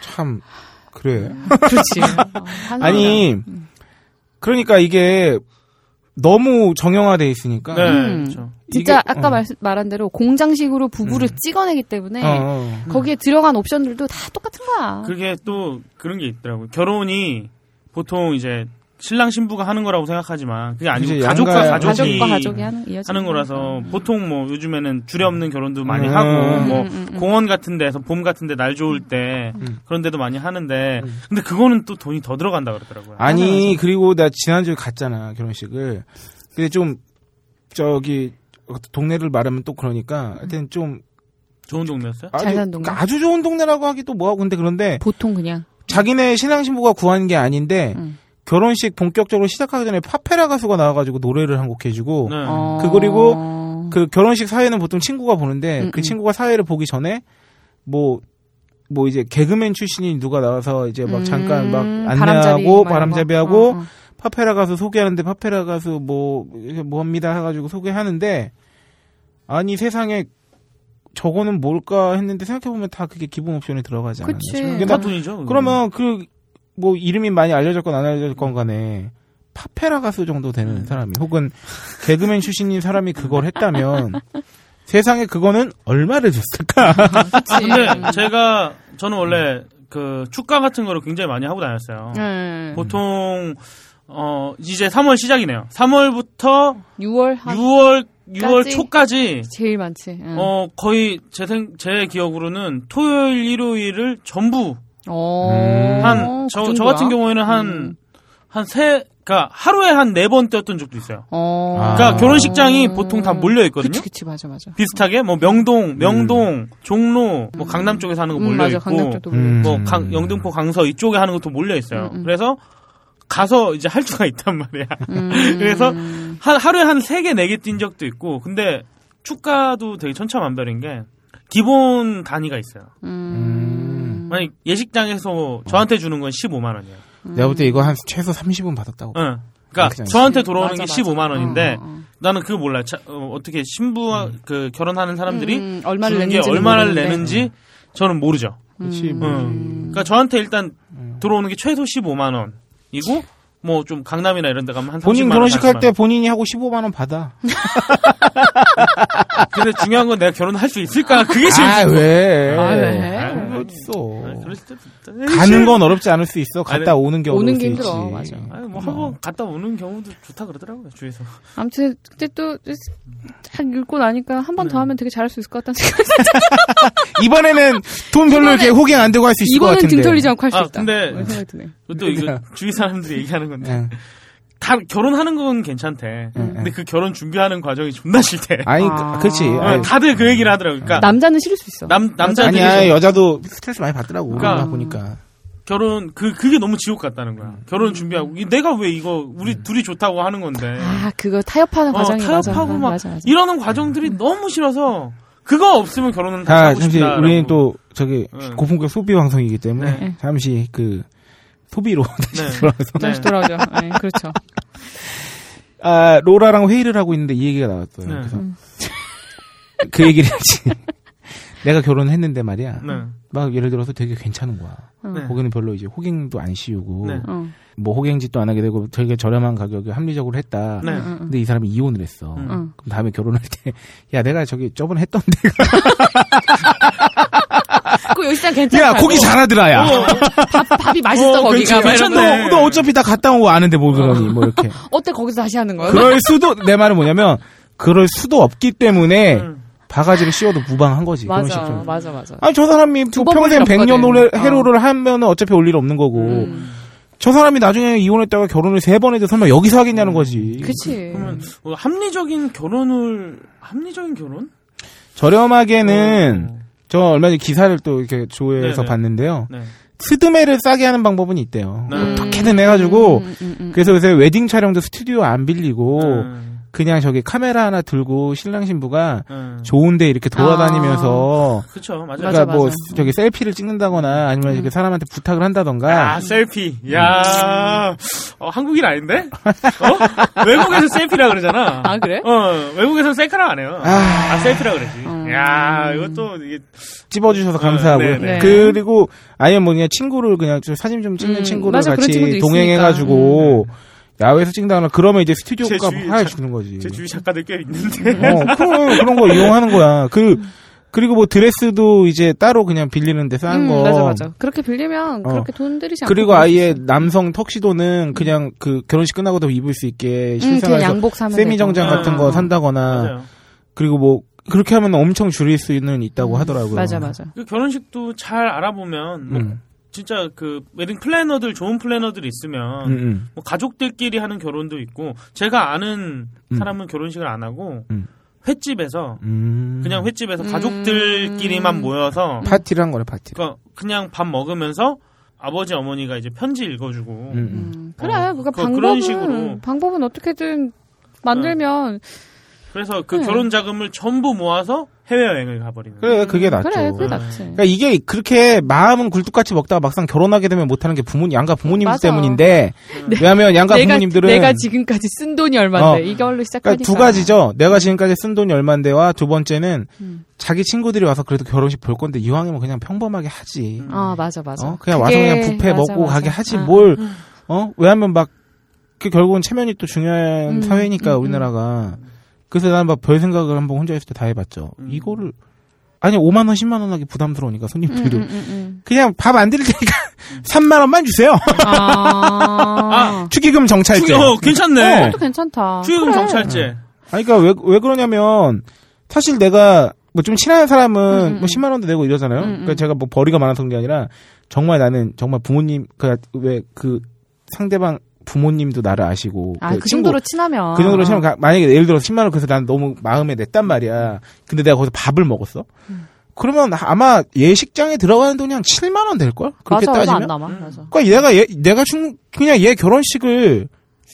[SPEAKER 1] 참 그래
[SPEAKER 2] 그렇지. 어, 한
[SPEAKER 1] 아니 그러니까 이게 너무 정형화돼 있으니까
[SPEAKER 3] 네,
[SPEAKER 2] 음.
[SPEAKER 3] 그렇죠.
[SPEAKER 2] 진짜
[SPEAKER 1] 이게-
[SPEAKER 2] 아까
[SPEAKER 1] 어.
[SPEAKER 2] 말, 말한 대로 공장식으로 부부를
[SPEAKER 3] 음.
[SPEAKER 2] 찍어내기 때문에
[SPEAKER 1] 어, 어.
[SPEAKER 2] 거기에 들어간 옵션들도 다 똑같은 거야.
[SPEAKER 3] 그게 또 그런 게 있더라고요. 결혼이 보통 이제 신랑 신부가 하는 거라고 생각하지만 그게 아니고
[SPEAKER 1] 이제
[SPEAKER 3] 가족과
[SPEAKER 1] 양가-
[SPEAKER 3] 가족이
[SPEAKER 2] 가족과 가족이 하는 이어지는
[SPEAKER 3] 하는 거라서 보통 뭐 요즘에는 주례 없는 결혼도 많이
[SPEAKER 1] 음.
[SPEAKER 3] 하고
[SPEAKER 1] 음,
[SPEAKER 3] 뭐
[SPEAKER 2] 음, 음.
[SPEAKER 3] 공원 같은 데서 봄 같은 데 날 좋을 때
[SPEAKER 1] 음.
[SPEAKER 3] 그런 데도 많이 하는데 근데 그거는 또 돈이 더 들어간다 그러더라고요.
[SPEAKER 1] 아니 그리고 나 지난주에 갔잖아 결혼식을 근데 좀 저기 동네를 말하면 또 그러니까 하여튼 좀
[SPEAKER 3] 좋은 동네였어요?
[SPEAKER 1] 아주,
[SPEAKER 2] 잘 사는 동네?
[SPEAKER 1] 아주 좋은 동네라고 하기 또 뭐하고 근데 그런데
[SPEAKER 2] 보통 그냥
[SPEAKER 1] 자기네 신랑 신부가 구한 게 아닌데
[SPEAKER 2] 음.
[SPEAKER 1] 결혼식 본격적으로 시작하기 전에 파페라 가수가 나와가지고 노래를 한 곡 해주고
[SPEAKER 3] 네.
[SPEAKER 2] 어.
[SPEAKER 1] 그 그리고 그 결혼식 사회는 보통 친구가 보는데
[SPEAKER 2] 음,
[SPEAKER 1] 그
[SPEAKER 2] 음.
[SPEAKER 1] 친구가 사회를 보기 전에 뭐 뭐 이제 개그맨 출신이 누가 나와서 이제 막 잠깐 막
[SPEAKER 2] 음,
[SPEAKER 1] 안내하고
[SPEAKER 2] 막 이런 거.
[SPEAKER 1] 바람잡이하고
[SPEAKER 2] 어, 어.
[SPEAKER 1] 파페라 가수 소개하는데 파페라 가수 뭐 이렇게 뭐합니다 해가지고 소개하는데 아니 세상에 저거는 뭘까 했는데 생각해보면 다 그게 기본 옵션에 들어가지 않아요. 그러니까
[SPEAKER 2] 그치.
[SPEAKER 3] 다 돈이죠.
[SPEAKER 2] 음.
[SPEAKER 3] 그거.
[SPEAKER 1] 뭐 그러면 그 뭐 이름이 많이 알려졌건 안 알려졌건 간에 파페라 가수 정도 되는
[SPEAKER 2] 음.
[SPEAKER 1] 사람이 혹은 개그맨 출신인 사람이 그걸 했다면 세상에 그거는 얼마를 줬을까?
[SPEAKER 2] 그치.
[SPEAKER 3] 아, 근데 제가 저는 원래 그 축가 같은 거를 굉장히 많이 하고 다녔어요.
[SPEAKER 2] 음.
[SPEAKER 3] 뭐 보통 어 이제 3월 시작이네요. 3월부터
[SPEAKER 2] 6월 음. 한
[SPEAKER 3] 6월 6월
[SPEAKER 2] 아. 까지?
[SPEAKER 3] 초까지
[SPEAKER 2] 제일 많지. 음. 응.
[SPEAKER 3] 어 거의 제생 제 기억으로는 토요일 일요일을 전부
[SPEAKER 2] 어.
[SPEAKER 1] 음.
[SPEAKER 3] 한 저 저
[SPEAKER 2] 그
[SPEAKER 3] 같은
[SPEAKER 2] 정도야?
[SPEAKER 3] 경우에는
[SPEAKER 2] 음.
[SPEAKER 3] 한 한세 그러니까 하루에 한 네 번 뛰었던 적도 있어요.
[SPEAKER 2] 어.
[SPEAKER 3] 그러니까
[SPEAKER 1] 아.
[SPEAKER 3] 결혼식장이 보통 다 몰려 있거든요.
[SPEAKER 2] 그치, 그치, 맞아, 맞아.
[SPEAKER 3] 비슷하게 뭐 명동, 명동, 종로, 뭐 강남 쪽에서 하는 거
[SPEAKER 2] 음,
[SPEAKER 3] 몰려
[SPEAKER 2] 맞아,
[SPEAKER 3] 있고
[SPEAKER 2] 강남 쪽도
[SPEAKER 1] 음.
[SPEAKER 3] 뭐 강, 영등포 강서 이쪽에 하는 것도 몰려 있어요.
[SPEAKER 2] 음, 음.
[SPEAKER 3] 그래서 가서 이제 할 수가 있단 말이야.
[SPEAKER 2] 음.
[SPEAKER 3] 그래서 한 하루에 한 세 개 네 개 뛴 적도 있고 근데 축가도 되게 천차만별인 게 기본 단위가 있어요.
[SPEAKER 1] 음.
[SPEAKER 3] 만약 예식장에서 저한테 주는 건 15만 원이에요.
[SPEAKER 1] 음.
[SPEAKER 2] 음.
[SPEAKER 1] 내가 볼 때 이거 한 최소 30은 받았다고.
[SPEAKER 3] 응. 그러니까
[SPEAKER 1] 그냥
[SPEAKER 3] 저한테 돌아오는
[SPEAKER 2] 맞아,
[SPEAKER 3] 게
[SPEAKER 2] 맞아.
[SPEAKER 3] 15만 원인데
[SPEAKER 2] 어, 어, 어.
[SPEAKER 3] 나는 그거 몰라. 자, 어, 떻게 신부 와그 결혼하는 사람들이
[SPEAKER 2] 음, 얼마를
[SPEAKER 3] 주는 게
[SPEAKER 2] 냈는지는
[SPEAKER 3] 얼마를
[SPEAKER 2] 모르는데.
[SPEAKER 3] 내는지 저는 모르죠.
[SPEAKER 4] 그렇지.
[SPEAKER 3] 음. 그러니까 저한테 일단 들어오는 게 최소 15만 원이고 뭐 좀 강남이나 이런 데 가면 한 30만 원.
[SPEAKER 1] 본인 결혼식
[SPEAKER 3] 40만
[SPEAKER 1] 할
[SPEAKER 3] 원.
[SPEAKER 1] 때 본인이 하고 15만 원 받아.
[SPEAKER 3] 근데 중요한 건 내가 결혼할 수 있을까? 그게 지금
[SPEAKER 1] 아 왜?
[SPEAKER 2] 아, 왜?
[SPEAKER 1] 어딨어.
[SPEAKER 3] 아, 그럴 때 진짜
[SPEAKER 1] 가는 건 어렵지 않을 수 있어. 갔다
[SPEAKER 3] 아니,
[SPEAKER 1] 오는 게
[SPEAKER 2] 오는
[SPEAKER 1] 어려울
[SPEAKER 2] 게
[SPEAKER 1] 수
[SPEAKER 2] 힘들어,
[SPEAKER 1] 있지.
[SPEAKER 2] 맞아.
[SPEAKER 3] 아니 뭐 한번 갔다 오는 경우도 좋다 그러더라고요 주위에서.
[SPEAKER 2] 아무튼 그때 또딱 읽고 나니까 한 번
[SPEAKER 3] 네.
[SPEAKER 2] 더 하면 되게 잘할 수 있을 것 같다는 생각이 들어요.
[SPEAKER 1] 이번에는 돈 별로 이렇게 호갱 안 되고 할 수 있을 것
[SPEAKER 2] 이번엔
[SPEAKER 1] 같은데.
[SPEAKER 2] 등 돌리지 않고 할 수
[SPEAKER 3] 아,
[SPEAKER 2] 있다.
[SPEAKER 3] 근데-
[SPEAKER 2] 그런 생각이 드네.
[SPEAKER 3] 또 이거 주위 사람들이 얘기하는 건데
[SPEAKER 1] 예.
[SPEAKER 3] 다 결혼하는 건 괜찮대. 근데 그 결혼 준비하는 과정이 존나 싫대.
[SPEAKER 1] 아니,
[SPEAKER 2] 아.
[SPEAKER 1] 그, 그렇지.
[SPEAKER 3] 어,
[SPEAKER 1] 아니,
[SPEAKER 3] 다들 그 얘기를 하더라고. 그러니까
[SPEAKER 2] 남자는 싫을 수 있어.
[SPEAKER 3] 남 남자들이
[SPEAKER 1] 아니야 여자도 스트레스 많이 받더라고.
[SPEAKER 3] 그러니까.
[SPEAKER 1] 그러다 보니까.
[SPEAKER 3] 결혼 그 그게 너무 지옥 같다는 거야. 결혼 준비하고 이- 내가 왜 이거 우리 둘이 좋다고 하는 건데.
[SPEAKER 2] 아, 그거 타협하는
[SPEAKER 3] 어,
[SPEAKER 2] 과정이 맞아.
[SPEAKER 3] 타협하고 막
[SPEAKER 2] 맞아, 맞아.
[SPEAKER 3] 이러는
[SPEAKER 2] 음.
[SPEAKER 3] 과정들이 너무 싫어서 그거 없으면 결혼은 다시
[SPEAKER 1] 자,
[SPEAKER 3] 하고 네.
[SPEAKER 1] 잠시
[SPEAKER 3] 싶다.
[SPEAKER 1] 우리는 또 저기
[SPEAKER 3] 응.
[SPEAKER 1] 고품격 소비 방송이기 때문에
[SPEAKER 3] 네.
[SPEAKER 1] 잠시 그 소비로 다시
[SPEAKER 3] 네.
[SPEAKER 1] 돌아와서
[SPEAKER 3] 네.
[SPEAKER 2] 다시 돌아오죠. 네, 그렇죠.
[SPEAKER 1] 아, 로라랑 회의를 하고 있는데 이 얘기가 나왔어요.
[SPEAKER 3] 네.
[SPEAKER 1] 그래서 그 얘기를 했지. 내가 결혼했는데 말이야.
[SPEAKER 3] 네.
[SPEAKER 1] 막 예를 들어서 되게 괜찮은 거야.
[SPEAKER 3] 네.
[SPEAKER 1] 거기는 별로 이제 호갱도 안 씌우고
[SPEAKER 3] 네.
[SPEAKER 2] 어.
[SPEAKER 1] 뭐 호갱짓도 안 하게 되고 되게 저렴한 가격에 합리적으로 했다.
[SPEAKER 3] 네.
[SPEAKER 2] 응, 응.
[SPEAKER 1] 근데 이 사람이 이혼을 했어.
[SPEAKER 3] 음.
[SPEAKER 2] 응.
[SPEAKER 1] 그럼 다음에 결혼할 때, 야, 내가 저기 저번에 했던 데가.
[SPEAKER 2] 그 요시장 괜찮아.
[SPEAKER 1] 잘하더라, 야.
[SPEAKER 2] 밥이 맛있어
[SPEAKER 3] 어,
[SPEAKER 2] 거기가. 막 이런
[SPEAKER 3] 괜찮네.
[SPEAKER 2] 거.
[SPEAKER 1] 너, 너 어차피 다 갔다 온 거 아는데 뭐 그러니, 뭐 이렇게.
[SPEAKER 2] 어때 거기서 다시 하는 거야?
[SPEAKER 1] 그럴 수도, 내 말은 뭐냐면, 그럴 수도 없기 때문에,
[SPEAKER 3] 음.
[SPEAKER 1] 바가지를 씌워도 무방한 거지. 그런
[SPEAKER 2] 맞아,
[SPEAKER 1] 식으로.
[SPEAKER 2] 맞아, 맞아.
[SPEAKER 1] 아니, 저 사람이 뭐
[SPEAKER 2] 번볼
[SPEAKER 1] 평생
[SPEAKER 2] 일
[SPEAKER 1] 100년
[SPEAKER 2] 없거든. 어.
[SPEAKER 1] 노래, 해로를 하면 어차피 올 일 없는 거고.
[SPEAKER 2] 음.
[SPEAKER 1] 저 사람이 나중에 이혼했다가 결혼을 세 번 해도 설마 여기서 하겠냐는
[SPEAKER 2] 음.
[SPEAKER 1] 거지.
[SPEAKER 2] 그치.
[SPEAKER 3] 그러면 어, 합리적인 결혼을 합리적인 결혼?
[SPEAKER 1] 저렴하게는,
[SPEAKER 3] 어,
[SPEAKER 1] 저 얼마 전에 기사를 또 이렇게 조회해서
[SPEAKER 3] 네네.
[SPEAKER 1] 봤는데요.
[SPEAKER 3] 네.
[SPEAKER 1] 스드메를 싸게 하는 방법은 있대요.
[SPEAKER 3] 네.
[SPEAKER 1] 어떻게든 해가지고
[SPEAKER 2] 음, 음, 음.
[SPEAKER 1] 그래서 요새 웨딩 촬영도 스튜디오 안 빌리고
[SPEAKER 3] 음,
[SPEAKER 1] 그냥 저기 카메라 하나 들고 신랑 신부가
[SPEAKER 3] 음.
[SPEAKER 1] 좋은데 이렇게 돌아다니면서
[SPEAKER 3] 그쵸 맞아요.
[SPEAKER 1] 그러니까
[SPEAKER 2] 맞아,
[SPEAKER 1] 뭐
[SPEAKER 2] 맞아.
[SPEAKER 1] 저기 셀피를 찍는다거나 아니면 이렇게 사람한테 부탁을 한다던가
[SPEAKER 3] 음. 아, 셀피. 야 어, 한국인 아닌데? 어? 외국에서 셀피라 그러잖아.
[SPEAKER 2] 아, 그래?
[SPEAKER 3] 어, 외국에서는 셀카라 안 해요. 아, 셀피라 그러지.
[SPEAKER 2] 음.
[SPEAKER 3] 야 이것도 이게.
[SPEAKER 1] 찝어주셔서
[SPEAKER 3] 어,
[SPEAKER 1] 감사하고요.
[SPEAKER 3] 네네.
[SPEAKER 2] 네.
[SPEAKER 1] 그리고 아니면 뭐 그냥 친구를 그냥 좀 사진 좀 찍는
[SPEAKER 2] 음,
[SPEAKER 1] 친구를
[SPEAKER 2] 맞아, 그런
[SPEAKER 1] 같이
[SPEAKER 2] 친구도 음, 네.
[SPEAKER 1] 동행해가지고 야외에서 찍는다거나 그러면 이제 스튜디오
[SPEAKER 3] 제
[SPEAKER 1] 값
[SPEAKER 3] 주위에
[SPEAKER 1] 하나
[SPEAKER 3] 참-
[SPEAKER 1] 주는 거지.
[SPEAKER 3] 제 주위 작가들 꽤 있는데.
[SPEAKER 1] 어, 그런, 그런 거 이용하는 거야. 그, 그리고 뭐 드레스도 이제 따로 그냥 빌리는데 싸는
[SPEAKER 2] 음,
[SPEAKER 1] 거.
[SPEAKER 2] 맞아, 맞아. 그렇게 빌리면
[SPEAKER 1] 어.
[SPEAKER 2] 그렇게 돈 들이지 않고.
[SPEAKER 1] 그리고 아예 남성 턱시도는 그냥 그 결혼식 끝나고도 입을 수 있게
[SPEAKER 2] 응, 음, 그냥
[SPEAKER 1] 실생활에서
[SPEAKER 2] 양복 사면 음.
[SPEAKER 1] 세미 정장
[SPEAKER 3] 되고.
[SPEAKER 1] 같은
[SPEAKER 3] 아,
[SPEAKER 1] 거 산다거나
[SPEAKER 3] 맞아요.
[SPEAKER 1] 그리고 뭐 그렇게 하면 엄청 줄일 수는 있다고 하더라고요.
[SPEAKER 2] 음, 맞아, 맞아.
[SPEAKER 3] 그 결혼식도 잘 알아보면, 뭐
[SPEAKER 1] 음,
[SPEAKER 3] 진짜 그, 웨딩 플래너들, 좋은 플래너들이 있으면,
[SPEAKER 1] 음, 음.
[SPEAKER 3] 뭐 가족들끼리 하는 결혼도 있고, 제가 아는 사람은 결혼식을 안 하고,
[SPEAKER 1] 음.
[SPEAKER 3] 횟집에서,
[SPEAKER 1] 음.
[SPEAKER 3] 그냥 횟집에서 가족들끼리만
[SPEAKER 2] 음.
[SPEAKER 3] 모여서,
[SPEAKER 1] 파티를 한 거래 파티.
[SPEAKER 3] 그러니까 그냥 밥 먹으면서 아버지 어머니가 이제 편지 읽어주고
[SPEAKER 1] 음, 음.
[SPEAKER 2] 음, 그래,
[SPEAKER 3] 어,
[SPEAKER 2] 그니까
[SPEAKER 3] 그-
[SPEAKER 2] 방법은,
[SPEAKER 3] 그런 식으로.
[SPEAKER 2] 방법은 어떻게든 만들면,
[SPEAKER 1] 네.
[SPEAKER 3] 그래서 그
[SPEAKER 2] 네.
[SPEAKER 3] 결혼 자금을 전부 모아서 해외 여행을 가버리는.
[SPEAKER 1] 그래 그게 낫죠.
[SPEAKER 2] 그래, 그게
[SPEAKER 1] 러니
[SPEAKER 2] 낫지.
[SPEAKER 1] 까 이게 그렇게 마음은 굴뚝같이 먹다가 막상 결혼하게 되면 못하는 게 부모 양가 부모님
[SPEAKER 2] 맞아. 네.
[SPEAKER 1] 때문인데 왜냐하면 양가
[SPEAKER 2] 내가,
[SPEAKER 1] 부모님들은
[SPEAKER 2] 내가 지금까지 쓴 돈이 얼만데,
[SPEAKER 1] 어.
[SPEAKER 2] 이걸로
[SPEAKER 1] 그러니까
[SPEAKER 2] 시작하니까.
[SPEAKER 1] 두 가지죠. 내가 지금까지 쓴 돈이 얼만데와 두 번째는
[SPEAKER 2] 음.
[SPEAKER 1] 자기 친구들이 와서 그래도 결혼식 볼 건데 이왕이면 그냥 평범하게 하지.
[SPEAKER 2] 아, 맞아, 맞아.
[SPEAKER 1] 어? 그냥 와서
[SPEAKER 2] 그게-
[SPEAKER 1] 그냥 뷔페
[SPEAKER 2] 맞아,
[SPEAKER 1] 먹고
[SPEAKER 2] 맞아.
[SPEAKER 1] 가게 하지
[SPEAKER 2] 아,
[SPEAKER 1] 뭘 어? 왜냐면 막 그 결국은 체면이 또 중요한
[SPEAKER 2] 음,
[SPEAKER 1] 사회니까
[SPEAKER 2] 음, 음.
[SPEAKER 1] 우리나라가. 그래서 나는 막 별 생각을 한번 혼자 있을 때 다 해봤죠.
[SPEAKER 3] 음.
[SPEAKER 1] 이거를 아니 5만 원, 10만 원 하기 부담스러우니까 손님들도
[SPEAKER 2] 음, 음, 음.
[SPEAKER 1] 그냥 밥 안 드릴 테니까 3만 원만 주세요.
[SPEAKER 2] 어. 아,
[SPEAKER 1] 축의금 정찰제.
[SPEAKER 3] 어, 괜찮네.
[SPEAKER 2] 그것도 괜찮다.
[SPEAKER 3] 추의금
[SPEAKER 2] 그래.
[SPEAKER 3] 정찰제.
[SPEAKER 1] 아니, 그러니까 왜, 왜 그러냐면, 사실 내가, 뭐 좀 친한 사람은
[SPEAKER 2] 음, 음.
[SPEAKER 1] 뭐 10만 원도 내고 이러잖아요.
[SPEAKER 2] 음, 음.
[SPEAKER 1] 그러니까 제가 뭐 벌이가 많아서 그런 게 아니라, 정말 나는, 정말 부모님, 그, 왜, 그, 상대방 부모님도 나를 아시고.
[SPEAKER 2] 아, 그
[SPEAKER 1] 친구,
[SPEAKER 2] 정도로 아. 친하면.
[SPEAKER 1] 그 정도로 친하면, 가- 만약에 예를 들어서 10만 원 그래서 난 너무 마음에 냈단 말이야. 근데 내가 거기서 밥을 먹었어?
[SPEAKER 2] 음.
[SPEAKER 1] 그러면 아마 예식장에 들어가는 돈이 한 7만 원 될걸? 그렇게
[SPEAKER 2] 맞아, 얼마
[SPEAKER 1] 따지면?
[SPEAKER 2] 안 남아. 맞아.
[SPEAKER 1] 그러니까 얘가 얘, 내가 춘, 그냥 얘 결혼식을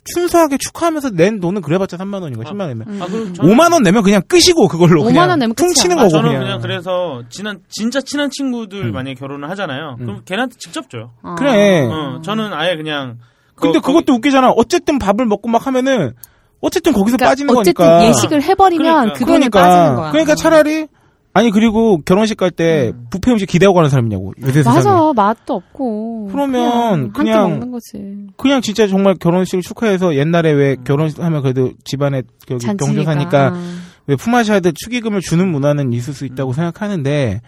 [SPEAKER 1] 순수하게 축하하면서 낸 돈은 그래봤자 3만 원인
[SPEAKER 2] 어.
[SPEAKER 1] 거야. 10만 원이면.
[SPEAKER 3] 아, 그럼 저는-
[SPEAKER 1] 5만 원 내면 그냥 끄시고 그걸로
[SPEAKER 2] 5만
[SPEAKER 1] 그냥
[SPEAKER 2] 원 내면 끝이야.
[SPEAKER 1] 퉁치는
[SPEAKER 3] 아,
[SPEAKER 1] 거고
[SPEAKER 3] 저는
[SPEAKER 1] 그냥.
[SPEAKER 3] 그냥 그래서 친한 진짜 친한
[SPEAKER 1] 음.
[SPEAKER 3] 친구들 만약에 결혼을 하잖아요. 그럼 걔네한테 직접 줘요.
[SPEAKER 2] 아.
[SPEAKER 1] 그래.
[SPEAKER 3] 어, 저는 아예 그냥
[SPEAKER 1] 근데
[SPEAKER 3] 거-
[SPEAKER 1] 그것도 웃기잖아. 어쨌든 밥을 먹고 막 하면은 어쨌든 거기서
[SPEAKER 2] 그러니까
[SPEAKER 1] 빠지는
[SPEAKER 2] 어쨌든
[SPEAKER 1] 거니까.
[SPEAKER 2] 예식을 해버리면
[SPEAKER 3] 그러니까.
[SPEAKER 2] 그돈에 빠지는 거야. 어.
[SPEAKER 1] 그러니까 차라리 아니 그리고 결혼식 갈 때 부페 음식 기대하고 가는 사람이냐고 요새 세상에.
[SPEAKER 2] 맞아 맛도 없고
[SPEAKER 1] 그러면
[SPEAKER 2] 한끼
[SPEAKER 1] 그냥
[SPEAKER 2] 먹는 거지
[SPEAKER 1] 그냥 진짜 정말 결혼식을 축하해서 옛날에 왜 결혼식 하면 그래도 집안에 저기
[SPEAKER 2] 음. 잔치니까
[SPEAKER 1] 경조사니까
[SPEAKER 2] 아.
[SPEAKER 1] 왜 품앗이하듯 축의금을 주는 문화는 있을 수
[SPEAKER 2] 음.
[SPEAKER 1] 있다고 생각하는데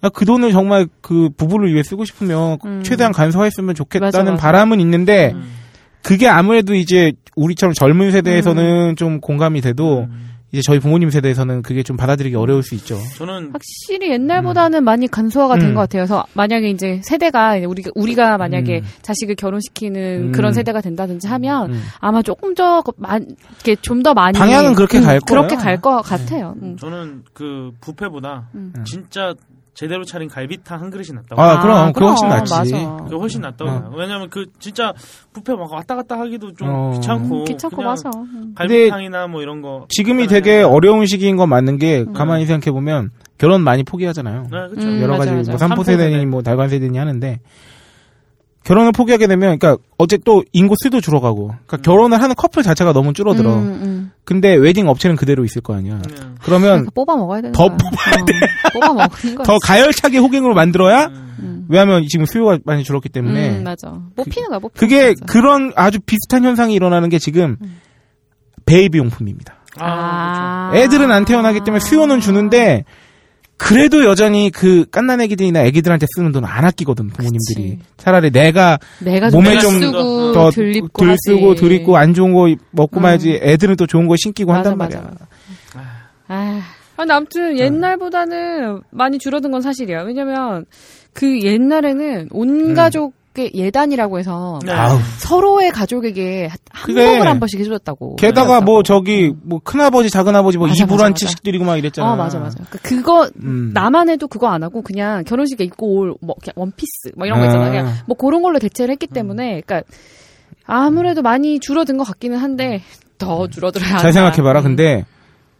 [SPEAKER 1] 아, 그 돈을 정말 그 부부를 위해 쓰고 싶으면
[SPEAKER 2] 음.
[SPEAKER 1] 최대한 간소화했으면 좋겠다는
[SPEAKER 2] 맞아, 맞아.
[SPEAKER 1] 바람은 있는데
[SPEAKER 3] 음.
[SPEAKER 1] 그게 아무래도 이제 우리처럼 젊은
[SPEAKER 2] 음.
[SPEAKER 1] 세대에서는 좀 공감이 돼도 이제 저희 부모님 세대에서는 그게 좀 받아들이기 어려울 수 있죠.
[SPEAKER 3] 음, 저는
[SPEAKER 2] 확실히 옛날보다는 많이 간소화가 된
[SPEAKER 1] 음.
[SPEAKER 2] 것 같아요. 그래서 만약에 이제 세대가 이제 우리가 우리가 만약에 자식을 결혼시키는
[SPEAKER 1] 음.
[SPEAKER 2] 그런 세대가 된다든지 하면
[SPEAKER 1] 음.
[SPEAKER 2] 아마 조금 더 많, 이렇게 좀 더 많이 음,
[SPEAKER 1] 방향은 그렇게 갈
[SPEAKER 2] 그렇게
[SPEAKER 1] 거예요.
[SPEAKER 2] 갈 것 같아요. 음.
[SPEAKER 3] 저는 그 부페보다
[SPEAKER 2] 음.
[SPEAKER 3] 진짜 제대로 차린 갈비탕 한 그릇이 낫다고.
[SPEAKER 1] 네. 아, 그럼 그거 훨씬 낫지.
[SPEAKER 2] 맞아.
[SPEAKER 3] 그게 훨씬 낫다고.
[SPEAKER 1] 어.
[SPEAKER 3] 생각해요. 왜냐면 그 진짜 부페 막 왔다 갔다 하기도 좀
[SPEAKER 1] 어.
[SPEAKER 2] 음,
[SPEAKER 3] 귀찮고.
[SPEAKER 2] 귀찮고
[SPEAKER 3] 그냥
[SPEAKER 2] 맞아. 음.
[SPEAKER 3] 갈비탕이나 뭐 이런 거.
[SPEAKER 1] 지금이
[SPEAKER 3] 간단하게
[SPEAKER 1] 되게
[SPEAKER 3] 하면.
[SPEAKER 1] 어려운 시기인 건 맞는 게 가만히 생각해 보면 결혼 많이 포기하잖아요.
[SPEAKER 3] 네, 그렇죠.
[SPEAKER 2] 음,
[SPEAKER 1] 여러
[SPEAKER 2] 맞아,
[SPEAKER 1] 가지
[SPEAKER 2] 맞아.
[SPEAKER 1] 뭐 삼포
[SPEAKER 3] 삼포
[SPEAKER 1] 세대니
[SPEAKER 3] 세대.
[SPEAKER 1] 뭐 달관 세대니 하는데 결혼을 포기하게 되면 그러니까 어째 또 인구 수도 줄어가고 그러니까 결혼을 하는 커플 자체가 너무 줄어들어.
[SPEAKER 2] 음, 음.
[SPEAKER 1] 근데 웨딩 업체는 그대로 있을 거 아니야.
[SPEAKER 3] 네.
[SPEAKER 1] 그러면
[SPEAKER 2] 그러니까 뽑아 먹어야 되는
[SPEAKER 1] 더
[SPEAKER 2] 거야. 어, 뽑아 먹는 거야.
[SPEAKER 1] 더 가열차게 호갱으로 만들어야
[SPEAKER 2] 음.
[SPEAKER 1] 왜냐하면 지금 수요가 많이 줄었기 때문에
[SPEAKER 2] 음, 맞아. 뽑히는 거야. 뽑히는
[SPEAKER 1] 그게
[SPEAKER 2] 거야.
[SPEAKER 1] 그런 아주 비슷한 현상이 일어나는 게 지금
[SPEAKER 2] 음.
[SPEAKER 1] 베이비 용품입니다.
[SPEAKER 3] 아,
[SPEAKER 2] 그렇죠.
[SPEAKER 1] 애들은 안 태어나기 때문에 수요는 주는데 그래도 여전히 그 깐난 애기들이나 애기들한테 쓰는 돈 안 아끼거든 부모님들이
[SPEAKER 2] 그치.
[SPEAKER 1] 차라리 내가
[SPEAKER 2] 내가
[SPEAKER 1] 몸에
[SPEAKER 2] 덜
[SPEAKER 1] 좀
[SPEAKER 2] 쓰고
[SPEAKER 1] 더
[SPEAKER 2] 덜 어, 입고
[SPEAKER 1] 덜 쓰고
[SPEAKER 2] 하지.
[SPEAKER 1] 덜 입고 안 좋은 거 먹고
[SPEAKER 2] 음.
[SPEAKER 1] 말지 애들은 또 좋은 거 신기고
[SPEAKER 2] 맞아,
[SPEAKER 1] 한단 말이야.
[SPEAKER 2] 맞아, 아, 근데 아무튼 옛날보다는 많이 줄어든 건 사실이야. 왜냐면 그 옛날에는 온 가족의 예단이라고 해서
[SPEAKER 3] 네.
[SPEAKER 1] 아우.
[SPEAKER 2] 서로의 가족에게 한복을
[SPEAKER 1] 그래.
[SPEAKER 2] 한 번씩 해줬다고.
[SPEAKER 1] 게다가 뭐 저기 뭐 큰아버지 작은아버지 뭐
[SPEAKER 2] 음. 맞아, 맞아,
[SPEAKER 1] 이불한
[SPEAKER 2] 맞아.
[SPEAKER 1] 치식들이고 막 이랬잖아.
[SPEAKER 2] 어 맞아 맞아. 그거
[SPEAKER 1] 음.
[SPEAKER 2] 나만 해도 그거 안 하고 그냥 결혼식에 입고 올뭐 원피스 뭐 이런 거
[SPEAKER 1] 아. 음.
[SPEAKER 2] 있잖아. 그냥 뭐 그런 걸로 대체를 했기 때문에 그러니까 아무래도 많이 줄어든 것 같기는 한데 더 줄어들어야
[SPEAKER 1] 음.
[SPEAKER 2] 한다.
[SPEAKER 1] 잘 생각해 봐라.
[SPEAKER 2] 음.
[SPEAKER 1] 근데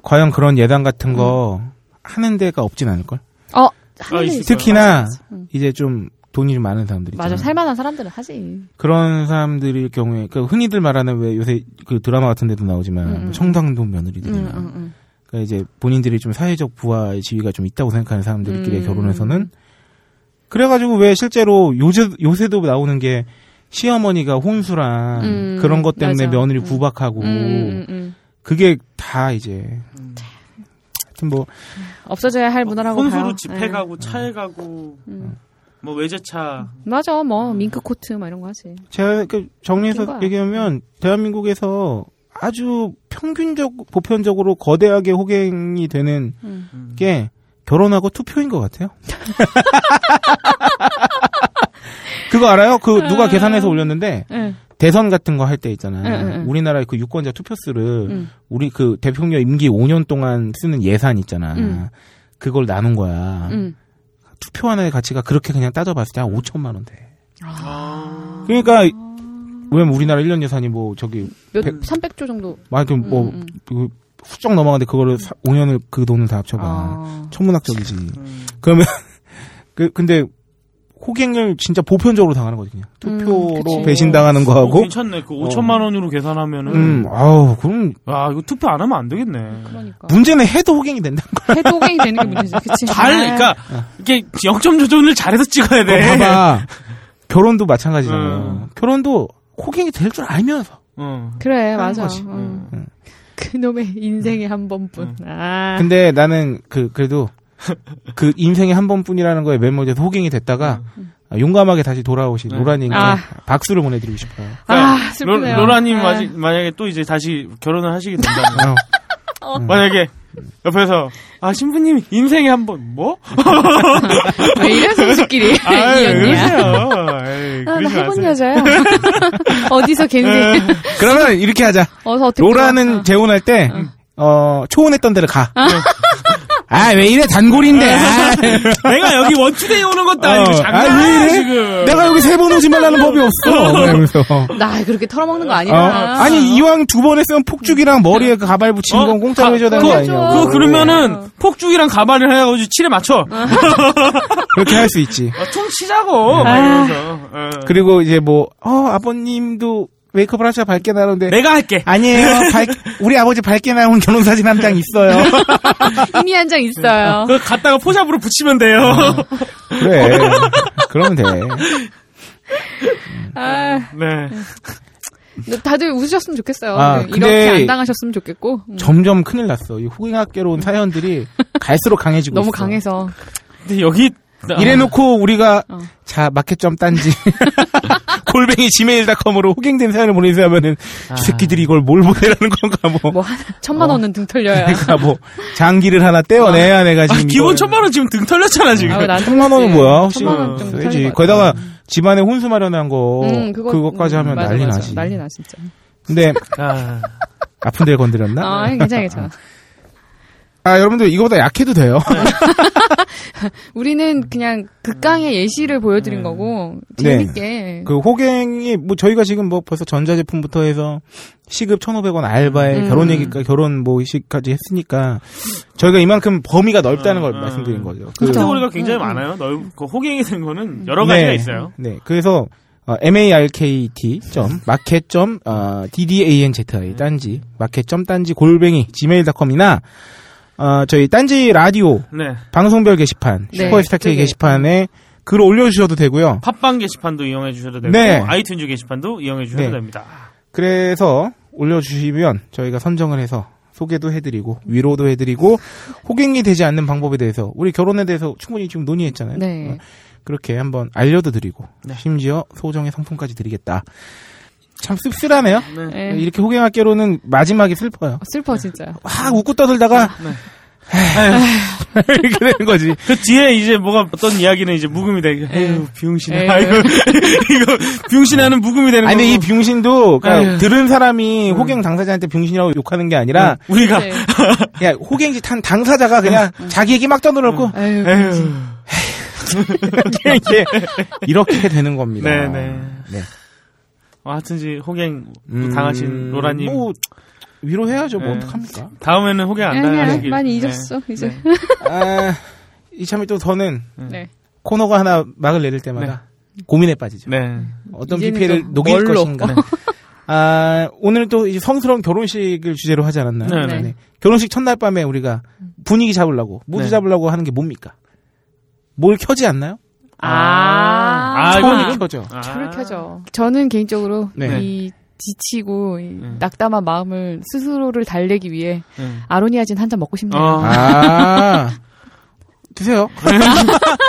[SPEAKER 1] 과연 그런 예단 같은 거 하는 데가 없진 않을 걸.
[SPEAKER 2] 어 하는
[SPEAKER 3] 아,
[SPEAKER 2] 일
[SPEAKER 3] 있을
[SPEAKER 2] 있어.
[SPEAKER 3] 거야.
[SPEAKER 1] 특히나
[SPEAKER 2] 음.
[SPEAKER 1] 이제 좀 돈이 좀 많은 사람들이
[SPEAKER 2] 맞아
[SPEAKER 1] 있잖아. 음,
[SPEAKER 2] 살만한 사람들은 하지.
[SPEAKER 1] 그런 사람들일 경우에 그 흔히들 말하는 왜 요새 그 드라마 같은 데도 나오지만
[SPEAKER 2] 음, 음.
[SPEAKER 1] 뭐 청당동
[SPEAKER 2] 음,
[SPEAKER 1] 며느리들이나
[SPEAKER 2] 음, 음.
[SPEAKER 1] 그러니까 이제 본인들이 좀 사회적 부하의 지위가 좀 있다고 생각하는 사람들끼리 의
[SPEAKER 2] 음.
[SPEAKER 1] 결혼해서는 그래가지고 왜 실제로 요새 요새도 나오는 게 시어머니가 혼수랑
[SPEAKER 2] 음,
[SPEAKER 1] 그런 것 때문에
[SPEAKER 2] 맞아.
[SPEAKER 1] 며느리
[SPEAKER 2] 음.
[SPEAKER 1] 구박하고
[SPEAKER 2] 음, 음, 음.
[SPEAKER 1] 그게 다 이제 하여튼 뭐
[SPEAKER 2] 없어져야 할 문화라고 봐요.
[SPEAKER 3] 혼수로 집회
[SPEAKER 2] 예.
[SPEAKER 3] 가고 차에 가고
[SPEAKER 2] 음.
[SPEAKER 3] 뭐 외제차
[SPEAKER 2] 맞아, 뭐 밍크 코트 막 이런 거 하지.
[SPEAKER 1] 제가 그
[SPEAKER 2] 웃긴
[SPEAKER 1] 정리해서
[SPEAKER 2] 거야.
[SPEAKER 1] 얘기하면 대한민국에서 아주 평균적 보편적으로 거대하게 호갱이 되는
[SPEAKER 2] 음.
[SPEAKER 1] 게 결혼하고 투표인 것 같아요. 그거 알아요? 그 누가
[SPEAKER 2] 음.
[SPEAKER 1] 계산해서 올렸는데
[SPEAKER 2] 예.
[SPEAKER 1] 대선 같은 거 할 때 있잖아.
[SPEAKER 2] 응, 응, 응.
[SPEAKER 1] 우리나라 그 유권자 투표수를
[SPEAKER 2] 음.
[SPEAKER 1] 우리 그 대통령 임기 5년 동안 쓰는 예산 있잖아.
[SPEAKER 2] 음.
[SPEAKER 1] 그걸 나눈 거야.
[SPEAKER 2] 음.
[SPEAKER 1] 투표 하나의 가치가 그렇게 그냥 따져봤을 때 한 5천만 원 돼.
[SPEAKER 3] 아,
[SPEAKER 1] 그러니까 왜냐면 우리나라 1년 예산이 뭐 저기
[SPEAKER 2] 몇
[SPEAKER 1] 백-
[SPEAKER 2] 300조 정도.
[SPEAKER 1] 만약에 뭐
[SPEAKER 2] 음, 음.
[SPEAKER 1] 이거 훌쩍 넘어가는데 그거를 5년을 그 돈을 다 합쳐봐.
[SPEAKER 2] 아.
[SPEAKER 1] 천문학적이지.
[SPEAKER 3] 음.
[SPEAKER 1] 그러면 그 근데 호갱을 진짜 보편적으로 당하는 거지 그냥
[SPEAKER 2] 음,
[SPEAKER 1] 투표로
[SPEAKER 2] 그치.
[SPEAKER 1] 배신당하는
[SPEAKER 3] 어,
[SPEAKER 1] 거하고.
[SPEAKER 3] 괜찮네. 그 5천만 원으로 계산하면은
[SPEAKER 1] 음, 아우 그럼
[SPEAKER 3] 와 이거 투표 안 하면 안 되겠네.
[SPEAKER 2] 그러니까.
[SPEAKER 1] 문제는 해도 호갱이 된다.
[SPEAKER 2] 해독이 되는 게 문제지. 그치?
[SPEAKER 3] 잘, 그러니까 이게 영점 조정을 잘해서 찍어야
[SPEAKER 1] 어,
[SPEAKER 3] 돼.
[SPEAKER 1] 봐봐. 결혼도 마찬가지잖아요.
[SPEAKER 3] 네. 음.
[SPEAKER 1] 결혼도 호갱이 될 줄 알면서.
[SPEAKER 3] 어.
[SPEAKER 2] 그래, 맞아.
[SPEAKER 1] 거지.
[SPEAKER 2] 음.
[SPEAKER 1] 음.
[SPEAKER 2] 그놈의 인생에 한 번뿐. 아.
[SPEAKER 1] 근데 나는 그 그래도 그 인생에 한 번뿐이라는 거에 매몰돼서 호갱이 됐다가 아, 용감하게 다시 돌아오신
[SPEAKER 3] 네.
[SPEAKER 1] 로라님께
[SPEAKER 2] 아.
[SPEAKER 1] 박수를 보내드리고 싶어요.
[SPEAKER 2] 아,
[SPEAKER 3] 그러니까
[SPEAKER 2] 슬프네요.
[SPEAKER 3] 로, 로라님
[SPEAKER 2] 아.
[SPEAKER 3] 마지- 만약에 또 이제 다시 결혼을 하시게 된다면
[SPEAKER 1] 어.
[SPEAKER 3] 만약에 옆에서 아 신부님 인생에 한 번 뭐?
[SPEAKER 2] 왜 이래서 우리끼리.
[SPEAKER 3] 아유,
[SPEAKER 2] 그 이 언니야.
[SPEAKER 3] 그러세요. 에이,
[SPEAKER 2] 아, 나
[SPEAKER 3] 그러지
[SPEAKER 2] 해본
[SPEAKER 3] 마세요.
[SPEAKER 2] 여자야. 어디서
[SPEAKER 1] 네.
[SPEAKER 2] 갠지.
[SPEAKER 1] 그러면 이렇게 하자.
[SPEAKER 2] 어서 어떻게.
[SPEAKER 3] 아.
[SPEAKER 1] 로라는 재혼할 때, 어, 초혼했던 데를 가. 아 왜 이래 단골인데 아,
[SPEAKER 3] 내가 여기 원투데이 오는 것도 아니고
[SPEAKER 1] 어,
[SPEAKER 3] 장난
[SPEAKER 1] 아, 왜
[SPEAKER 3] 아니야
[SPEAKER 1] 이래?
[SPEAKER 3] 지금.
[SPEAKER 1] 내가 여기 세 번 오지 말라는 법이 없어 그러면서
[SPEAKER 2] 나 그렇게 털어먹는 거
[SPEAKER 1] 어.
[SPEAKER 2] 아니야.
[SPEAKER 1] 아니 이왕 두 번 했으면 폭죽이랑 머리에 그 가발 붙이는
[SPEAKER 3] 어?
[SPEAKER 1] 건 공짜로
[SPEAKER 3] 가-
[SPEAKER 1] 해줘야 되는 거
[SPEAKER 3] 그거-
[SPEAKER 2] 어.
[SPEAKER 1] 아니냐고
[SPEAKER 3] 그거 그러면은 폭죽이랑 가발을 해가지고 칠에 맞춰.
[SPEAKER 2] 어.
[SPEAKER 1] 그렇게 할 수 있지
[SPEAKER 3] 어, 총 치자고. 막 이러면서. 어.
[SPEAKER 1] 그리고 이제 뭐 어, 아버님도 메이크업을 하셔 밝게 나오는데
[SPEAKER 3] 그 내가 할게.
[SPEAKER 1] 아니에요 밝- 우리 아버지 밝게 나온 결혼사진 한 장 있어요
[SPEAKER 2] 이미 한 장 있어요.
[SPEAKER 1] 네.
[SPEAKER 3] 그거 갖다가 포샵으로 붙이면 돼요. 아.
[SPEAKER 1] 그래 그러면 돼
[SPEAKER 2] 아,
[SPEAKER 3] 네.
[SPEAKER 2] 근데 다들 웃으셨으면 좋겠어요.
[SPEAKER 1] 아,
[SPEAKER 2] 네,
[SPEAKER 1] 근데-
[SPEAKER 2] 이렇게 안 당하셨으면 좋겠고. 음,
[SPEAKER 1] 점점 큰일 났어 이 후행학계로 온 사연들이 갈수록 강해지고
[SPEAKER 2] 너무
[SPEAKER 1] 있어.
[SPEAKER 2] 강해서.
[SPEAKER 3] 근데 여기
[SPEAKER 1] 이래놓고 우리가
[SPEAKER 2] 어.
[SPEAKER 1] 자 마켓점 딴지 골뱅이 지메일닷컴으로 호갱된 사연을 보내세요 하면은 이 새끼들이 이걸 뭘 보내라는 건가 뭐
[SPEAKER 2] 뭐, 한, 천만 원은 등 털려야.
[SPEAKER 1] 내가 뭐 장기를 하나 떼어내야 내가
[SPEAKER 3] 아,
[SPEAKER 1] 지금
[SPEAKER 3] 기본
[SPEAKER 1] 이걸-
[SPEAKER 3] 천만 원 지금 등 털렸잖아 지금.
[SPEAKER 2] 아우, 나한테
[SPEAKER 1] 천만 원은
[SPEAKER 2] 그랬지.
[SPEAKER 1] 뭐야 혹시
[SPEAKER 2] 네. 천만 원좀 털린
[SPEAKER 1] 되지
[SPEAKER 2] 것 같아.
[SPEAKER 1] 거기다가 집안에 혼수 마련한 거
[SPEAKER 2] 음,
[SPEAKER 1] 그것까지
[SPEAKER 2] 음,
[SPEAKER 1] 하면
[SPEAKER 2] 맞아,
[SPEAKER 1] 난리
[SPEAKER 2] 맞아.
[SPEAKER 1] 나지
[SPEAKER 2] 난리 나, 진짜.
[SPEAKER 1] 근데
[SPEAKER 3] 아,
[SPEAKER 1] 아픈 데를 건드렸나
[SPEAKER 2] 아, 괜찮아, 괜찮아.
[SPEAKER 1] 아 여러분들 이거보다 약해도 돼요
[SPEAKER 2] 네. 우리는 그냥 극강의 예시를 보여드린 거고,
[SPEAKER 1] 네.
[SPEAKER 2] 재밌게.
[SPEAKER 1] 그 호갱이 뭐 저희가 지금 뭐 벌써 전자제품부터 해서 시급 1,500원 알바에
[SPEAKER 2] 음.
[SPEAKER 1] 결혼 얘기까 결혼 뭐 시까지 했으니까 저희가 이만큼 범위가 넓다는 걸
[SPEAKER 3] 음.
[SPEAKER 1] 말씀드린 거죠. 그-
[SPEAKER 3] 카테고리가 굉장히
[SPEAKER 2] 음, 음.
[SPEAKER 3] 많아요. 넓, 그 호갱이 된 거는 여러 가지가 있어요.
[SPEAKER 1] 네. 그래서 m a r k t 마켓 어, d d a n z i 딴지 마켓 딴지 골뱅이 gmail.com이나 어, 저희 딴지 라디오
[SPEAKER 3] 네.
[SPEAKER 1] 방송별 게시판
[SPEAKER 2] 네,
[SPEAKER 1] 슈퍼스타 K
[SPEAKER 2] 그쪽에.
[SPEAKER 1] 게시판에 글을 올려주셔도 되고요.
[SPEAKER 3] 팟빵 게시판도 이용해 주셔도 되고
[SPEAKER 1] 네.
[SPEAKER 3] 아이튠즈 게시판도 이용해 주셔도
[SPEAKER 1] 네.
[SPEAKER 3] 됩니다.
[SPEAKER 1] 그래서 올려주시면 저희가 선정을 해서 소개도 해드리고 위로도 해드리고 호갱이 되지 않는 방법에 대해서 우리 결혼에 대해서 충분히 지금 논의했잖아요.
[SPEAKER 2] 네.
[SPEAKER 1] 어, 그렇게 한번 알려도 드리고
[SPEAKER 3] 네.
[SPEAKER 1] 심지어 소정의 상품까지 드리겠다. 참 씁쓸하네요.
[SPEAKER 2] 예.
[SPEAKER 1] 이렇게 호갱학계로는 마지막이 슬퍼요.
[SPEAKER 2] 슬퍼, 진짜.
[SPEAKER 1] 확 웃고 떠들다가
[SPEAKER 3] 네.
[SPEAKER 1] 네. 이렇게 되는 거지.
[SPEAKER 3] 그 뒤에 이제 뭐가 어떤 이야기는 이제 묵음이 되게 에휴
[SPEAKER 2] 에휴.
[SPEAKER 3] 비용신아 이거 이거 비용신하는 네. 묵음이 되는
[SPEAKER 1] 아니 근데 이
[SPEAKER 3] 거고.
[SPEAKER 1] 병신도 그러니까
[SPEAKER 3] 아유. 음.
[SPEAKER 1] 들은 사람이 호갱 당사자한테 병신이라고 욕하는 게 아니라
[SPEAKER 3] 우리가
[SPEAKER 2] 네.
[SPEAKER 1] 그냥 호갱지 탄 당사자가 그냥
[SPEAKER 3] 음.
[SPEAKER 1] 자기 얘기 막 떠들어놓고
[SPEAKER 2] 아유,
[SPEAKER 3] 에휴.
[SPEAKER 1] 이렇게 이렇게 되는 겁니다.
[SPEAKER 3] 네네.
[SPEAKER 1] 네.
[SPEAKER 3] 어, 하여튼 이제 호갱
[SPEAKER 1] 음,
[SPEAKER 3] 당하신 로라님
[SPEAKER 1] 뭐 위로해야죠. 뭐
[SPEAKER 3] 네.
[SPEAKER 1] 어떡합니까?
[SPEAKER 3] 다음에는 호갱 안
[SPEAKER 2] 아니야,
[SPEAKER 3] 당하시길
[SPEAKER 2] 많이
[SPEAKER 3] 네.
[SPEAKER 2] 잊었어, 이제.
[SPEAKER 3] 네.
[SPEAKER 1] 아, 이참에 또 저는
[SPEAKER 2] 네.
[SPEAKER 1] 코너가 하나 막을 내릴 때마다 고민에 빠지죠.
[SPEAKER 3] 네.
[SPEAKER 1] 어떤
[SPEAKER 2] 이제는
[SPEAKER 1] PPL을
[SPEAKER 2] 좀
[SPEAKER 1] 녹일
[SPEAKER 2] 뭘로? 네.
[SPEAKER 1] 것인가. 아, 오늘 또 이제 성스러운 결혼식을 주제로 하지 않았나요?
[SPEAKER 3] 네,
[SPEAKER 2] 네.
[SPEAKER 1] 결혼식 첫날 밤에 우리가 분위기 잡으려고, 모두
[SPEAKER 3] 네.
[SPEAKER 1] 잡으려고 하는 게 뭡니까? 뭘 켜지 않나요?
[SPEAKER 2] 아,
[SPEAKER 3] 아, 이건
[SPEAKER 1] 켜는
[SPEAKER 3] 이건-
[SPEAKER 1] 켜죠.
[SPEAKER 3] 아.
[SPEAKER 2] 불을 켜죠. 저는 개인적으로
[SPEAKER 1] 네.
[SPEAKER 2] 이 지치고 이
[SPEAKER 3] 네.
[SPEAKER 2] 낙담한 마음을 스스로를 달래기 위해
[SPEAKER 3] 네.
[SPEAKER 2] 아로니아진 한 잔 먹고 싶네요.
[SPEAKER 3] 어.
[SPEAKER 1] 아, 드세요.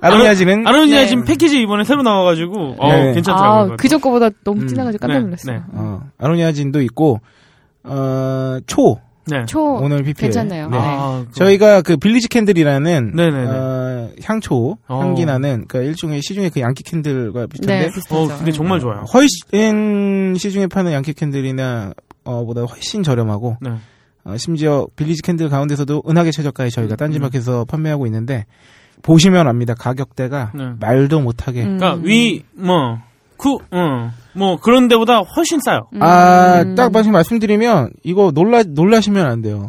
[SPEAKER 1] 아로니아지는
[SPEAKER 3] 아로니아
[SPEAKER 2] 네. 아,
[SPEAKER 3] 지금 패키지 이번에 새로 나와가지고 어
[SPEAKER 1] 네.
[SPEAKER 3] 괜찮더라고요. 그것도.
[SPEAKER 2] 그전 거보다 너무
[SPEAKER 1] 음.
[SPEAKER 2] 진해가지고 깜짝
[SPEAKER 3] 네,
[SPEAKER 2] 놀랐어요.
[SPEAKER 3] 네.
[SPEAKER 1] 어, 아로니아진도 있고 어, 초
[SPEAKER 3] 네.
[SPEAKER 2] 초
[SPEAKER 1] 오늘 PPL
[SPEAKER 2] 괜찮네요.
[SPEAKER 1] 네.
[SPEAKER 3] 아, 그-
[SPEAKER 1] 저희가 그 빌리지 캔들이라는
[SPEAKER 3] 네네네.
[SPEAKER 1] 어, 향초
[SPEAKER 3] 어.
[SPEAKER 1] 향기 나는 그 일종의 시중에 그 양키 캔들과 비슷한데
[SPEAKER 2] 네, 비슷하죠.
[SPEAKER 3] 어 근데 정말 좋아요.
[SPEAKER 1] 훨씬 시중에 파는 양키 캔들이나 어, 보다 훨씬 저렴하고
[SPEAKER 3] 네.
[SPEAKER 1] 어, 심지어 빌리지 캔들 가운데서도 은하계 최저가에 저희가 딴지마켓에서 판매하고 있는데 보시면 압니다 가격대가
[SPEAKER 3] 음. 네.
[SPEAKER 1] 말도 못하게
[SPEAKER 2] 음.
[SPEAKER 3] 그러니까 위뭐쿠뭐 그런 데보다 훨씬 싸요.
[SPEAKER 2] 음,
[SPEAKER 1] 아딱 마침 말씀드리면 이거 놀라 놀라시면 안 돼요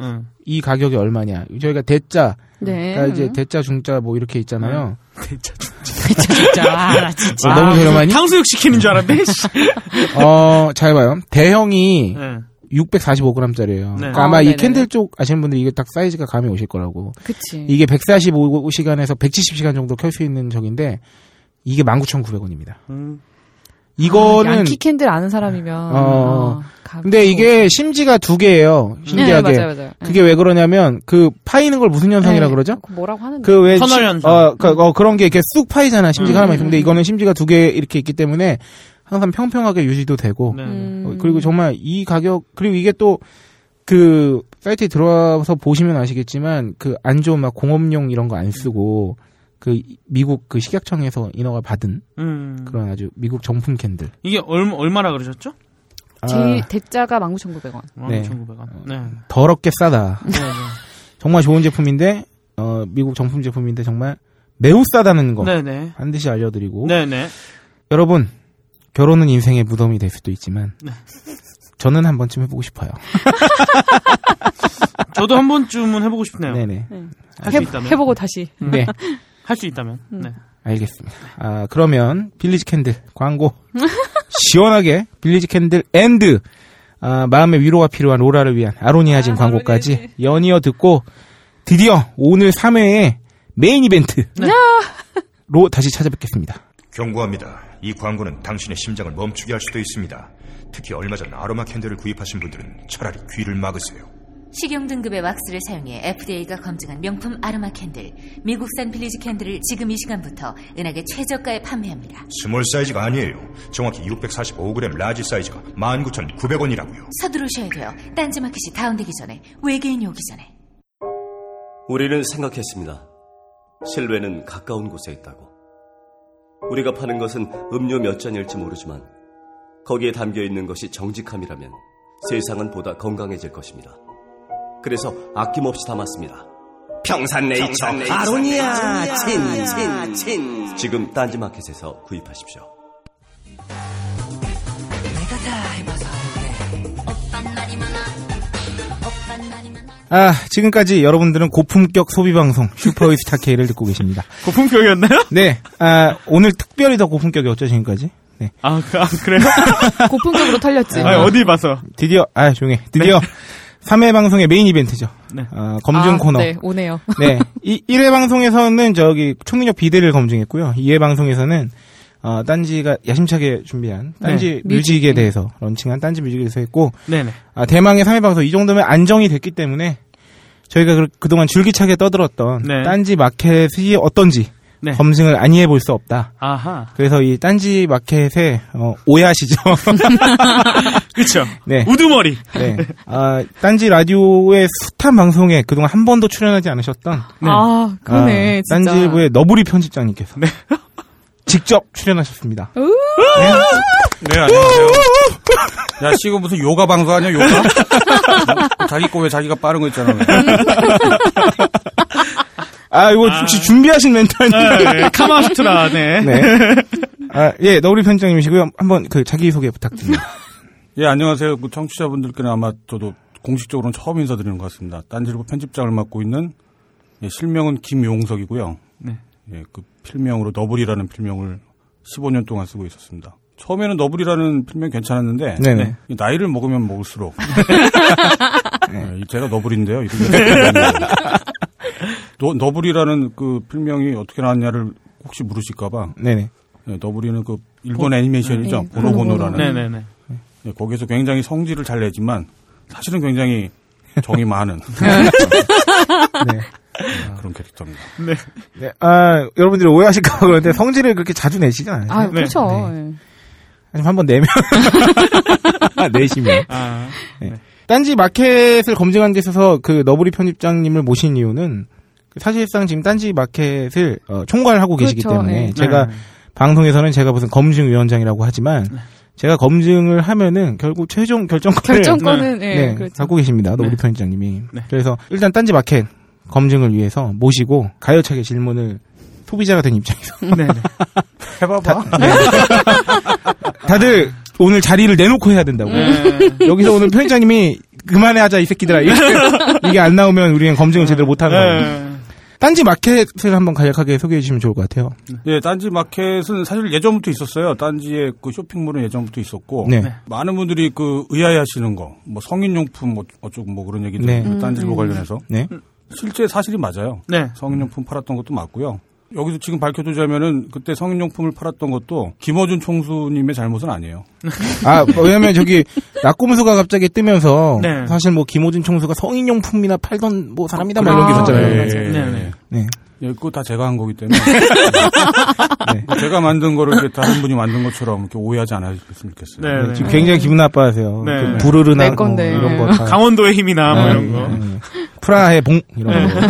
[SPEAKER 3] 응.
[SPEAKER 1] 이 가격이 얼마냐 저희가 대짜
[SPEAKER 2] 네.
[SPEAKER 1] 그러니까 이제 대자 중자 뭐 이렇게 있잖아요.
[SPEAKER 2] 진짜. 아, 나
[SPEAKER 3] 음.
[SPEAKER 2] 진짜.
[SPEAKER 1] 아, 너무 저렴하니?
[SPEAKER 3] 탕수육 시키는 줄 알았네. 씨.
[SPEAKER 1] 어, 잘 봐요. 대형이
[SPEAKER 3] 네.
[SPEAKER 1] 645g짜리예요.
[SPEAKER 3] 네.
[SPEAKER 1] 그러니까 아마
[SPEAKER 2] 아,
[SPEAKER 1] 이
[SPEAKER 2] 네네네.
[SPEAKER 1] 캔들 쪽 아시는 분들 이게 딱 사이즈가 감이 오실 거라고.
[SPEAKER 2] 그치.
[SPEAKER 1] 이게 145시간에서 170시간 정도 켤 수 있는 적인데 이게 19,900원입니다.
[SPEAKER 3] 음.
[SPEAKER 2] 아,
[SPEAKER 1] 이거는
[SPEAKER 2] 양키 캔들 아는 사람이면.
[SPEAKER 1] 어.
[SPEAKER 2] 어, 가고.
[SPEAKER 1] 근데 이게 심지가 두 개예요. 신기하게.
[SPEAKER 2] 네, 맞아요, 맞아요.
[SPEAKER 1] 그게 왜 그러냐면 그 파이는 걸 무슨 현상이라
[SPEAKER 2] 네.
[SPEAKER 1] 그러죠?
[SPEAKER 2] 그 뭐라고 하는데.
[SPEAKER 1] 그 왜
[SPEAKER 3] 터널 현상.
[SPEAKER 1] 어, 그, 어, 그런 게 이렇게 쑥 파이잖아. 심지가
[SPEAKER 3] 음.
[SPEAKER 1] 하나만 있는데 이거는 심지가 두 개 이렇게 있기 때문에 항상 평평하게 유지도 되고
[SPEAKER 3] 네.
[SPEAKER 2] 음.
[SPEAKER 1] 어, 그리고 정말 이 가격 그리고 이게 또 그 사이트에 들어와서 보시면 아시겠지만 그 안 좋은 막 공업용 이런 거 안 쓰고 그 이- 미국 그 식약청에서 인허가 받은
[SPEAKER 3] 음.
[SPEAKER 1] 그런 아주 미국 정품 캔들.
[SPEAKER 3] 이게 얼마 얼마나 그러셨죠?
[SPEAKER 1] 아,
[SPEAKER 2] 제 대자가 19,900원.
[SPEAKER 1] 네.
[SPEAKER 3] 19,900원. 뭐, 네.
[SPEAKER 1] 더럽게 싸다.
[SPEAKER 3] 네. 네.
[SPEAKER 1] 정말 좋은 제품인데 어, 미국 정품 제품인데 정말 매우 싸다는 거
[SPEAKER 3] 네네.
[SPEAKER 1] 반드시 알려드리고
[SPEAKER 3] 네네.
[SPEAKER 1] 여러분 결혼은 인생의 무덤이 될 수도 있지만
[SPEAKER 3] 네.
[SPEAKER 1] 저는 한 번쯤 해보고 싶어요.
[SPEAKER 3] 저도 한 번쯤은 해보고 싶네요.
[SPEAKER 1] 네네.
[SPEAKER 3] 할 수 있다면.
[SPEAKER 2] 해보고 다시.
[SPEAKER 1] 네.
[SPEAKER 3] 할 수 있다면. 네.
[SPEAKER 1] 알겠습니다. 아, 그러면 빌리지 캔들 광고 시원하게 빌리지 캔들 앤드 아, 마음의 위로가 필요한 로라를 위한 아로니아진 네. 광고까지 연이어 듣고 드디어 오늘 3회의 메인 이벤트로 다시 찾아뵙겠습니다.
[SPEAKER 6] 경고합니다. 이 광고는 당신의 심장을 멈추게 할 수도 있습니다. 특히 얼마 전 아로마 캔들을 구입하신 분들은 차라리 귀를 막으세요.
[SPEAKER 5] 식용 등급의 왁스를 사용해 FDA가 검증한 명품 아로마 캔들, 미국산 빌리지 캔들을 지금 이 시간부터 은하계 최저가에 판매합니다.
[SPEAKER 6] 스몰 사이즈가 아니에요. 정확히 645g 라지 사이즈가 19,900원이라고요.
[SPEAKER 5] 서두르셔야 돼요. 딴지마켓이 다운되기 전에, 외계인이 오기 전에.
[SPEAKER 7] 우리는 생각했습니다. 실외는 가까운 곳에 있다고. 우리가 파는 것은 음료 몇 잔일지 모르지만 거기에 담겨 있는 것이 정직함이라면 세상은 보다 건강해질 것입니다. 그래서 아낌없이 담았습니다. 평산네이처 아로니아 진진진 지금 딴지마켓에서 구입하십시오.
[SPEAKER 1] 아 지금까지 여러분들은 고품격 소비 방송 슈퍼이스타 K를 듣고 계십니다.
[SPEAKER 3] 고품격이었나요?
[SPEAKER 1] 네, 아, 오늘 특별히 더 고품격이었죠 지금까지. 네,
[SPEAKER 3] 아, 그, 아 그래요?
[SPEAKER 2] 고품격으로 털렸지.
[SPEAKER 3] 아니, 어디 봐서.
[SPEAKER 1] 드디어 아 조용해. 드디어 3회 방송의 메인 이벤트죠.
[SPEAKER 3] 네.
[SPEAKER 1] 아, 검증
[SPEAKER 2] 아,
[SPEAKER 1] 코너.
[SPEAKER 2] 네, 오네요.
[SPEAKER 1] 네. 이 1회 방송에서는 저기 총력 비대를 검증했고요. 2회 방송에서는 어, 딴지가 야심차게 준비한 딴지
[SPEAKER 2] 네.
[SPEAKER 1] 뮤직에 대해서 런칭한 딴지 뮤직에 대해서 했고
[SPEAKER 3] 네네.
[SPEAKER 1] 아, 대망의 3회 방송 이 정도면 안정이 됐기 때문에 저희가 그- 그동안 줄기차게 떠들었던
[SPEAKER 3] 네.
[SPEAKER 1] 딴지 마켓이 어떤지
[SPEAKER 3] 네.
[SPEAKER 1] 검증을 아니해 볼 수 없다.
[SPEAKER 3] 아하.
[SPEAKER 1] 그래서 이 딴지 마켓의 어, 오야시죠.
[SPEAKER 3] 그쵸.
[SPEAKER 1] 네.
[SPEAKER 3] 우두머리.
[SPEAKER 1] 네. 아, 딴지 라디오의 숱한 방송에 그동안 한 번도 출연하지 않으셨던
[SPEAKER 2] 아, 그러네.
[SPEAKER 1] 네. 아,
[SPEAKER 2] 진짜. 네.
[SPEAKER 1] 딴지일보의 너부리 편집장님께서 직접 출연하셨습니다.
[SPEAKER 2] 어?
[SPEAKER 8] 네, 안녕하세요. 야, 씨, 이거 무슨 요가 방송 아니야, 요가? 자기 거 왜 자기가 빠른 거 있잖아.
[SPEAKER 1] 아 이거 혹시 준비하신 멘트 아니에요?
[SPEAKER 3] 네, 카마스트라, 네.
[SPEAKER 1] 네. 아, 예, 너부리 편집장님이시고요. 한번 그 자기 소개 부탁드립니다.
[SPEAKER 8] 예, 안녕하세요. 그 청취자분들께는 아마 저도 공식적으로는 처음 인사드리는 것 같습니다. 딴지일보 편집장을 맡고 있는 예, 실명은 김용석이고요.
[SPEAKER 3] 네.
[SPEAKER 8] 예, 그 필명으로 너블이라는 필명을 15년 동안 쓰고 있었습니다. 처음에는 너블이라는 필명 괜찮았는데
[SPEAKER 1] 네네.
[SPEAKER 8] 이 나이를 먹으면 먹을수록 예,
[SPEAKER 4] 네,
[SPEAKER 8] 이 제가 너블인데요. 이거 왜 너, 너블이라는 그 필명이 어떻게 나왔냐를 혹시 물으실까봐
[SPEAKER 1] 네네.
[SPEAKER 8] 예, 너블이는 그 일본 애니메이션이죠.
[SPEAKER 2] 네,
[SPEAKER 8] 보노보노라는
[SPEAKER 3] 네네네.
[SPEAKER 8] 예, 거기에서 굉장히 성질을 잘 내지만 사실은 굉장히 정이 많은 예, 그런 캐릭터입니다.
[SPEAKER 1] 네. 아 여러분들이 오해하실까 봐 그런데 성질을 그렇게 자주 내시지 않아요.
[SPEAKER 3] 네.
[SPEAKER 2] 아, 그렇죠.
[SPEAKER 1] 네.
[SPEAKER 2] 예.
[SPEAKER 1] 좀 한번 내면 내시면.
[SPEAKER 3] 아,
[SPEAKER 1] 딴지 마켓을 검증한 데 있어서 그 너부리 편집장님을 모신 이유는 사실상 지금 딴지 마켓을 어, 총괄하고 계시기
[SPEAKER 2] 그렇죠,
[SPEAKER 1] 때문에
[SPEAKER 2] 네.
[SPEAKER 1] 제가
[SPEAKER 3] 네.
[SPEAKER 1] 방송에서는 제가 무슨 검증위원장이라고 하지만 제가 검증을 하면은 결국 최종 결정권을
[SPEAKER 2] 결정권은 예,
[SPEAKER 1] 네,
[SPEAKER 2] 그렇죠.
[SPEAKER 1] 갖고 계십니다. 너부리
[SPEAKER 3] 네.
[SPEAKER 1] 편집장님이.
[SPEAKER 3] 네.
[SPEAKER 1] 그래서 일단 딴지 마켓 검증을 위해서 모시고 가열차게 질문을 소비자가 된 입장에서 네.
[SPEAKER 3] 네네.
[SPEAKER 8] 해봐봐.
[SPEAKER 1] 다들 오늘 자리를 내놓고 해야 된다고.
[SPEAKER 3] 네.
[SPEAKER 1] 여기서 오늘 편집장님이 그만해 하자 이 새끼들아 이게, 이게 안 나오면 우리는 검증을 제대로 못하는 거예요.
[SPEAKER 3] 네.
[SPEAKER 1] 딴지 마켓을 한번 간략하게 소개해 주시면 좋을 것 같아요.
[SPEAKER 8] 예, 딴지 마켓은 사실 예전부터 있었어요. 딴지의 그 쇼핑몰은 예전부터
[SPEAKER 4] 뭐,
[SPEAKER 8] 있었고
[SPEAKER 1] 네.
[SPEAKER 8] 많은 분들이 그 의아해하시는 거, 뭐 성인용품 뭐 어쩌고 뭐 그런 얘기들
[SPEAKER 1] 네.
[SPEAKER 8] 네. 딴지보 관련해서
[SPEAKER 1] 네.
[SPEAKER 8] 실제 사실이 맞아요.
[SPEAKER 3] 네.
[SPEAKER 8] 성인용품 팔았던 것도 맞고요. 여기서 지금 밝혀두자면은 그때 성인용품을 팔았던 것도 김어준 총수님의 잘못은 아니에요.
[SPEAKER 1] 아, 왜냐면 저기 낙곰수가 갑자기 뜨면서
[SPEAKER 3] 네.
[SPEAKER 1] 사실 뭐 김호준 총수가 성인용품이나 팔던 뭐 사람이다 막
[SPEAKER 2] 아,
[SPEAKER 1] 이런 게
[SPEAKER 2] 네,
[SPEAKER 1] 있었잖아요.
[SPEAKER 2] 맞아요.
[SPEAKER 3] 네, 네.
[SPEAKER 1] 네.
[SPEAKER 8] 예, 그거 다 제가 한 거기 때문에. 뭐 제가 만든 거를 이렇게 다른 분이 만든 것처럼 이렇게 오해하지 않았으면 좋겠어요.
[SPEAKER 3] 네, 네.
[SPEAKER 1] 지금 굉장히 기분 나빠하세요.
[SPEAKER 3] 네.
[SPEAKER 1] 그 부르르나
[SPEAKER 2] 내 건데.
[SPEAKER 1] 뭐 이런 거. 다.
[SPEAKER 3] 강원도의 힘이나 뭐
[SPEAKER 1] 아,
[SPEAKER 3] 이런
[SPEAKER 1] 예,
[SPEAKER 3] 거.
[SPEAKER 1] 예. 프라하의 봉 이런 거.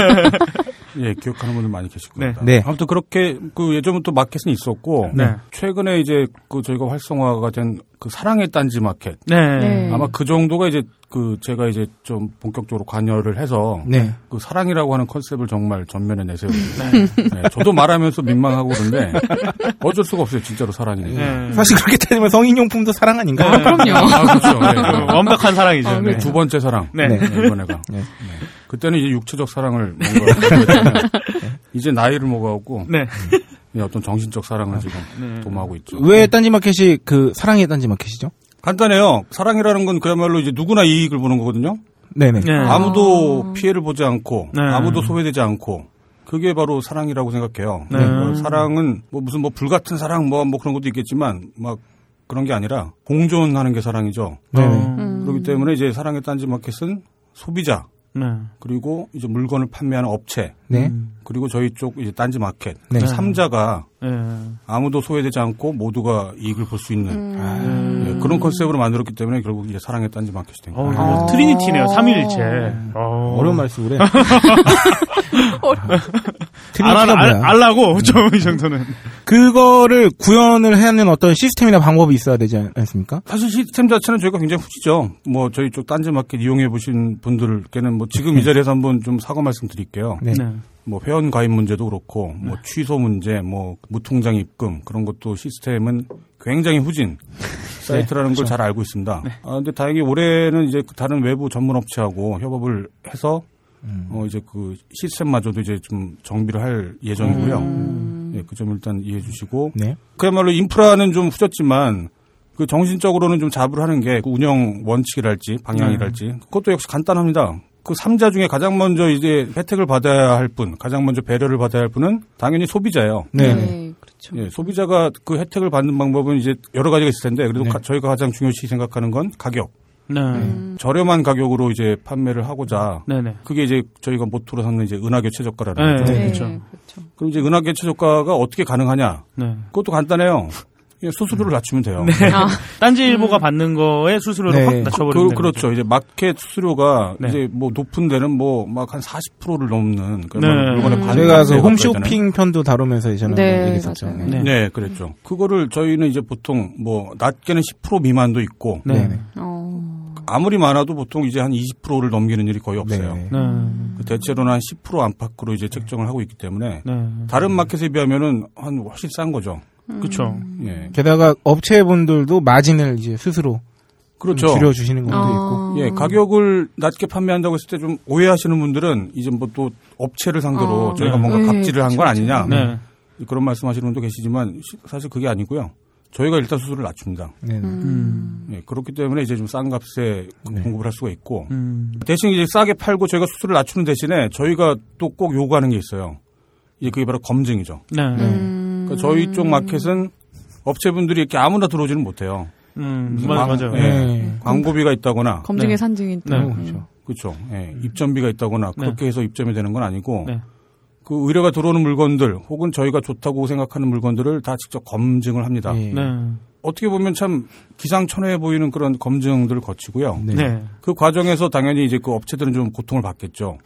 [SPEAKER 8] 예, 기억하는 분들 많이 계실
[SPEAKER 3] 네.
[SPEAKER 8] 겁니다.
[SPEAKER 1] 네.
[SPEAKER 8] 아무튼 그렇게 그 예전부터 마켓은 있었고
[SPEAKER 3] 네.
[SPEAKER 8] 최근에 이제 그 저희가 활성화가 된
[SPEAKER 4] 그 사랑의 딴지 마켓.
[SPEAKER 3] 네.
[SPEAKER 2] 네.
[SPEAKER 4] 아마 그 정도가 이제 그 제가 이제 좀 본격적으로 관여를 해서
[SPEAKER 1] 네.
[SPEAKER 4] 그 사랑이라고 하는 컨셉을 정말 전면에 내세우고 네, 저도 말하면서 민망하고 그런데 어쩔 수가 없어요 진짜로 사랑이니까
[SPEAKER 3] 네.
[SPEAKER 1] 사실 그렇게 따지면 성인용품도 사랑 아닌가?
[SPEAKER 3] 네.
[SPEAKER 2] 그럼요.
[SPEAKER 4] 아, 그렇죠. 네,
[SPEAKER 3] 그 완벽한 사랑이죠.
[SPEAKER 2] 아,
[SPEAKER 3] 네.
[SPEAKER 4] 네. 두 번째 사랑
[SPEAKER 3] 네.
[SPEAKER 4] 네, 이번에가
[SPEAKER 1] 네.
[SPEAKER 4] 네. 그때는 이제 육체적 사랑을 뭔가 이제 나이를 먹어갖고
[SPEAKER 3] 네.
[SPEAKER 4] 네, 어떤 정신적 사랑을 지금 도모하고 있죠.
[SPEAKER 1] 왜 딴지마켓이 그 사랑의 딴지마켓이죠?
[SPEAKER 4] 간단해요. 사랑이라는 건 그야말로 이제 누구나 이익을 보는 거거든요.
[SPEAKER 1] 네네.
[SPEAKER 3] 네.
[SPEAKER 4] 아무도 피해를 보지 않고
[SPEAKER 3] 네.
[SPEAKER 4] 아무도 소외되지 않고 그게 바로 사랑이라고 생각해요.
[SPEAKER 3] 네.
[SPEAKER 4] 뭐 사랑은 뭐 무슨 뭐 불같은 사랑 뭐 뭐 그런 것도 있겠지만 막 그런 게 아니라 공존하는 게 사랑이죠.
[SPEAKER 3] 어.
[SPEAKER 1] 네네.
[SPEAKER 4] 그렇기 때문에 이제 사랑의 딴지 마켓은 소비자
[SPEAKER 3] 네.
[SPEAKER 4] 그리고 이제 물건을 판매하는 업체
[SPEAKER 1] 네.
[SPEAKER 3] 음.
[SPEAKER 4] 그리고 저희 쪽 이제 딴지 마켓
[SPEAKER 1] 네.
[SPEAKER 4] 이 3자가
[SPEAKER 3] 네.
[SPEAKER 4] 아무도 소외되지 않고 모두가 이익을 볼 수 있는 예, 그런 컨셉으로 만들었기 때문에 결국 이제 사랑의 딴지 마켓이 된 거예요.
[SPEAKER 3] 어, 이거 트리니티네요. 삼일체.
[SPEAKER 1] 어려운 말씀을 해.
[SPEAKER 3] 안
[SPEAKER 1] 트리니티가
[SPEAKER 3] 아, 알, 알,
[SPEAKER 1] 뭐야?
[SPEAKER 3] 알라고 좀 이 정도는.
[SPEAKER 1] 그거를 구현을 하는 어떤 시스템이나 방법이 있어야 되지 않- 않습니까?
[SPEAKER 4] 사실 시스템 자체는 저희가 굉장히 후지죠. 뭐 저희 쪽 딴지 마켓 이용해 보신 분들께는 뭐 지금
[SPEAKER 3] 네.
[SPEAKER 4] 이 자리에서 한번 좀 사과 말씀드릴게요.
[SPEAKER 1] 네.
[SPEAKER 4] 뭐 회원 가입 문제도 그렇고 뭐
[SPEAKER 3] 네.
[SPEAKER 4] 취소 문제, 뭐 무통장 입금 그런 것도 시스템은 굉장히 후진
[SPEAKER 3] 네.
[SPEAKER 4] 사이트라는
[SPEAKER 3] 그렇죠.
[SPEAKER 4] 걸 잘 알고 있습니다. 아, 근데 다행히 올해는 이제 그 다른 외부 전문 업체하고 협업을 해서
[SPEAKER 3] 음.
[SPEAKER 4] 어 이제 그 시스템마저도 이제 좀 정비를 할 예정이고요. 예, 그 점 일단 이해해 주시고
[SPEAKER 1] 네.
[SPEAKER 4] 그야말로 인프라는 좀 후졌지만 그 정신적으로는 좀 자부를 하는 게그 운영 원칙이랄지
[SPEAKER 3] 네.
[SPEAKER 4] 방향이랄지 그것도 역시 간단합니다. 그 3자 중에 가장 먼저 이제 혜택을 받아야 할 분, 가장 먼저 배려를 받아야 할 분은 당연히 소비자예요.
[SPEAKER 1] 네.
[SPEAKER 2] 네, 그렇죠.
[SPEAKER 4] 예, 소비자가 그 혜택을 받는 방법은 이제 여러 가지가 있을 텐데 그래도
[SPEAKER 1] 네.
[SPEAKER 4] 가- 저희가 가장 중요시 생각하는 건 가격.
[SPEAKER 3] 네.
[SPEAKER 4] 저렴한 가격으로 이제 판매를 하고자
[SPEAKER 3] 네네.
[SPEAKER 4] 그게 이제 저희가 모토로 삼는 이제 은하교 최저가라는
[SPEAKER 3] 네.
[SPEAKER 4] 거죠.
[SPEAKER 3] 네.
[SPEAKER 2] 네,
[SPEAKER 3] 그렇죠.
[SPEAKER 2] 그렇죠.
[SPEAKER 4] 그럼 이제 은하교 최저가가 어떻게 가능하냐?
[SPEAKER 3] 네.
[SPEAKER 4] 그것도 간단해요. 그냥 수수료를 낮추면 돼요. 네.
[SPEAKER 3] 아, 딴지 일보가 받는 거에 수수료를
[SPEAKER 1] 네.
[SPEAKER 3] 확
[SPEAKER 4] 음. 그,
[SPEAKER 3] 낮춰버리는
[SPEAKER 4] 그-
[SPEAKER 3] 거죠.
[SPEAKER 4] 그렇죠. 이제 마켓 수수료가
[SPEAKER 3] 네.
[SPEAKER 4] 이제 뭐 높은 데는 뭐 막 한 40%를 넘는 그런
[SPEAKER 3] 네.
[SPEAKER 4] 물건의
[SPEAKER 3] 음.
[SPEAKER 1] 저희가 그
[SPEAKER 4] 반. 가격을 받아야 되는.
[SPEAKER 1] 홈쇼핑 편도 다루면서 이제는
[SPEAKER 2] 네,
[SPEAKER 1] 얘기했었죠.
[SPEAKER 2] 맞아요.
[SPEAKER 1] 네.
[SPEAKER 3] 네.
[SPEAKER 4] 네, 그랬죠. 그거를 저희는 이제 보통 뭐 낮게는 10% 미만도 있고
[SPEAKER 3] 네.
[SPEAKER 1] 네.
[SPEAKER 2] 어.
[SPEAKER 4] 아무리 많아도 보통 이제 한 20%를 넘기는 일이 거의
[SPEAKER 1] 네.
[SPEAKER 4] 없어요.
[SPEAKER 1] 네.
[SPEAKER 3] 네.
[SPEAKER 4] 그 대체로는 한 10% 안팎으로 이제 책정을 하고 있기 때문에
[SPEAKER 3] 네.
[SPEAKER 4] 다른 마켓에 비하면은 한 훨씬 싼 거죠.
[SPEAKER 3] 그렇죠.
[SPEAKER 4] 예.
[SPEAKER 1] 게다가 업체분들도 마진을 이제 스스로
[SPEAKER 4] 그렇죠.
[SPEAKER 1] 좀 줄여주시는 것도
[SPEAKER 2] 어.
[SPEAKER 4] 예, 가격을 낮게 판매한다고 했을 때 좀 오해하시는 분들은 이제 뭐 또 업체를 상대로
[SPEAKER 2] 어,
[SPEAKER 4] 저희가
[SPEAKER 3] 네.
[SPEAKER 4] 뭔가
[SPEAKER 2] 네,
[SPEAKER 4] 갑질을 한 건 아니냐
[SPEAKER 3] 네.
[SPEAKER 4] 그런 말씀하시는 분도 계시지만 시- 사실 그게 아니고요. 저희가 일단 수수료를 낮춥니다.
[SPEAKER 1] 있고. 네. 네.
[SPEAKER 3] 음.
[SPEAKER 4] 예, 그렇기 때문에 이제 좀 싼 값에 그 공급을 할 수가 있고
[SPEAKER 3] 음.
[SPEAKER 4] 대신 이제 싸게 팔고 저희가 수수료를 낮추는 대신에 저희가 또 꼭 요구하는 게 있어요. 이제 그게 바로 검증이죠.
[SPEAKER 3] 네.
[SPEAKER 4] 그러니까 저희 쪽 마켓은 업체분들이 이렇게 아무나 들어오지는 못해요.
[SPEAKER 3] 음.
[SPEAKER 4] 무슨
[SPEAKER 3] 맞,
[SPEAKER 4] 광-
[SPEAKER 1] 네.
[SPEAKER 3] 맞아요.
[SPEAKER 4] 예, 광고비가 있다거나
[SPEAKER 2] 검증의
[SPEAKER 3] 네.
[SPEAKER 2] 산증인 또.
[SPEAKER 3] 네.
[SPEAKER 2] 음.
[SPEAKER 4] 그렇죠. 예, 입점비가 있다거나 그렇게 해서 입점이 되는 건 아니고
[SPEAKER 3] 네.
[SPEAKER 4] 그 의뢰가 들어오는 물건들 혹은 저희가 좋다고 생각하는 물건들을 다 직접 검증을 합니다.
[SPEAKER 1] 예.
[SPEAKER 3] 네.
[SPEAKER 4] 어떻게 보면 참 기상천외해 보이는 그런 검증들을 거치고요.
[SPEAKER 1] 네.
[SPEAKER 3] 네.
[SPEAKER 4] 그 과정에서 당연히 이제 그 업체들은 좀 고통을 받겠죠.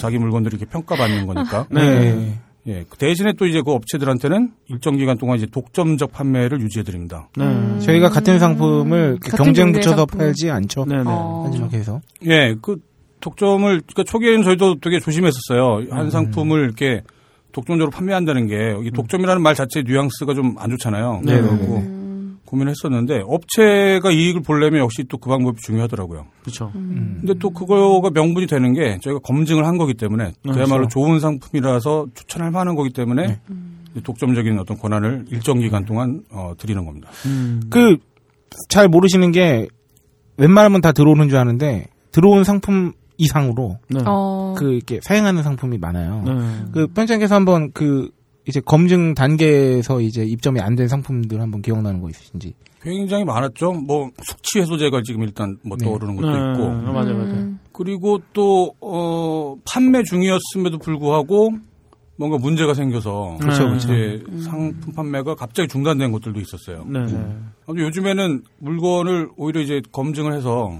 [SPEAKER 4] 자기 물건들이 이렇게 평가받는 거니까.
[SPEAKER 3] 네.
[SPEAKER 1] 네.
[SPEAKER 4] 예. 그 대신에 또 이제 그 업체들한테는 일정 기간 동안 이제 독점적 판매를 유지해 드립니다.
[SPEAKER 3] 네.
[SPEAKER 1] 저희가 같은 상품을 그
[SPEAKER 2] 음. 같은
[SPEAKER 1] 경쟁
[SPEAKER 2] 종류의
[SPEAKER 1] 붙여서
[SPEAKER 2] 상품.
[SPEAKER 1] 팔지 않죠.
[SPEAKER 3] 네. 네.
[SPEAKER 2] 어.
[SPEAKER 1] 딴지마켓에서.
[SPEAKER 4] 예, 그 독점을 그러니까 초기에는 저희도 되게 조심했었어요. 한 상품을 이렇게 독점적으로 판매한다는 게 여기 독점이라는 말 자체의 뉘앙스가 좀 안 좋잖아요.
[SPEAKER 3] 네.
[SPEAKER 4] 그래갖고 고민을 했었는데 업체가 이익을 보려면 역시 또 그 방법이 중요하더라고요.
[SPEAKER 3] 그렇죠.
[SPEAKER 4] 근데 또 그거가 명분이 되는 게 저희가 검증을 한 거기 때문에 그야말로 좋은 상품이라서 추천할 만한 거기 때문에 독점적인 어떤 권한을 일정 기간 동안 어, 드리는 겁니다.
[SPEAKER 3] 음.
[SPEAKER 1] 그 잘 모르시는 게 웬만하면 다 들어오는 줄 아는데 들어온 상품 이상으로
[SPEAKER 3] 네.
[SPEAKER 2] 어.
[SPEAKER 1] 그 이렇게 사행하는 상품이 많아요.
[SPEAKER 3] 네.
[SPEAKER 1] 그 편장께서 한번 그 이제 검증 단계에서 이제 입점이 안 된 상품들 한번 기억나는 거 있으신지.
[SPEAKER 4] 굉장히 많았죠. 뭐 숙취 해소제가 지금 일단 뭐
[SPEAKER 1] 네.
[SPEAKER 4] 떠오르는 것도
[SPEAKER 3] 네.
[SPEAKER 4] 있고
[SPEAKER 3] 아, 맞아요, 맞아요.
[SPEAKER 2] 음.
[SPEAKER 4] 그리고 또, 어, 판매 중이었음에도 불구하고 뭔가 문제가 생겨서.
[SPEAKER 3] 그렇죠, 그렇죠.
[SPEAKER 4] 이제 상품 판매가 갑자기 중단된 것들도 있었어요.
[SPEAKER 3] 네. 네.
[SPEAKER 4] 아무튼 요즘에는 물건을 오히려 이제 검증을 해서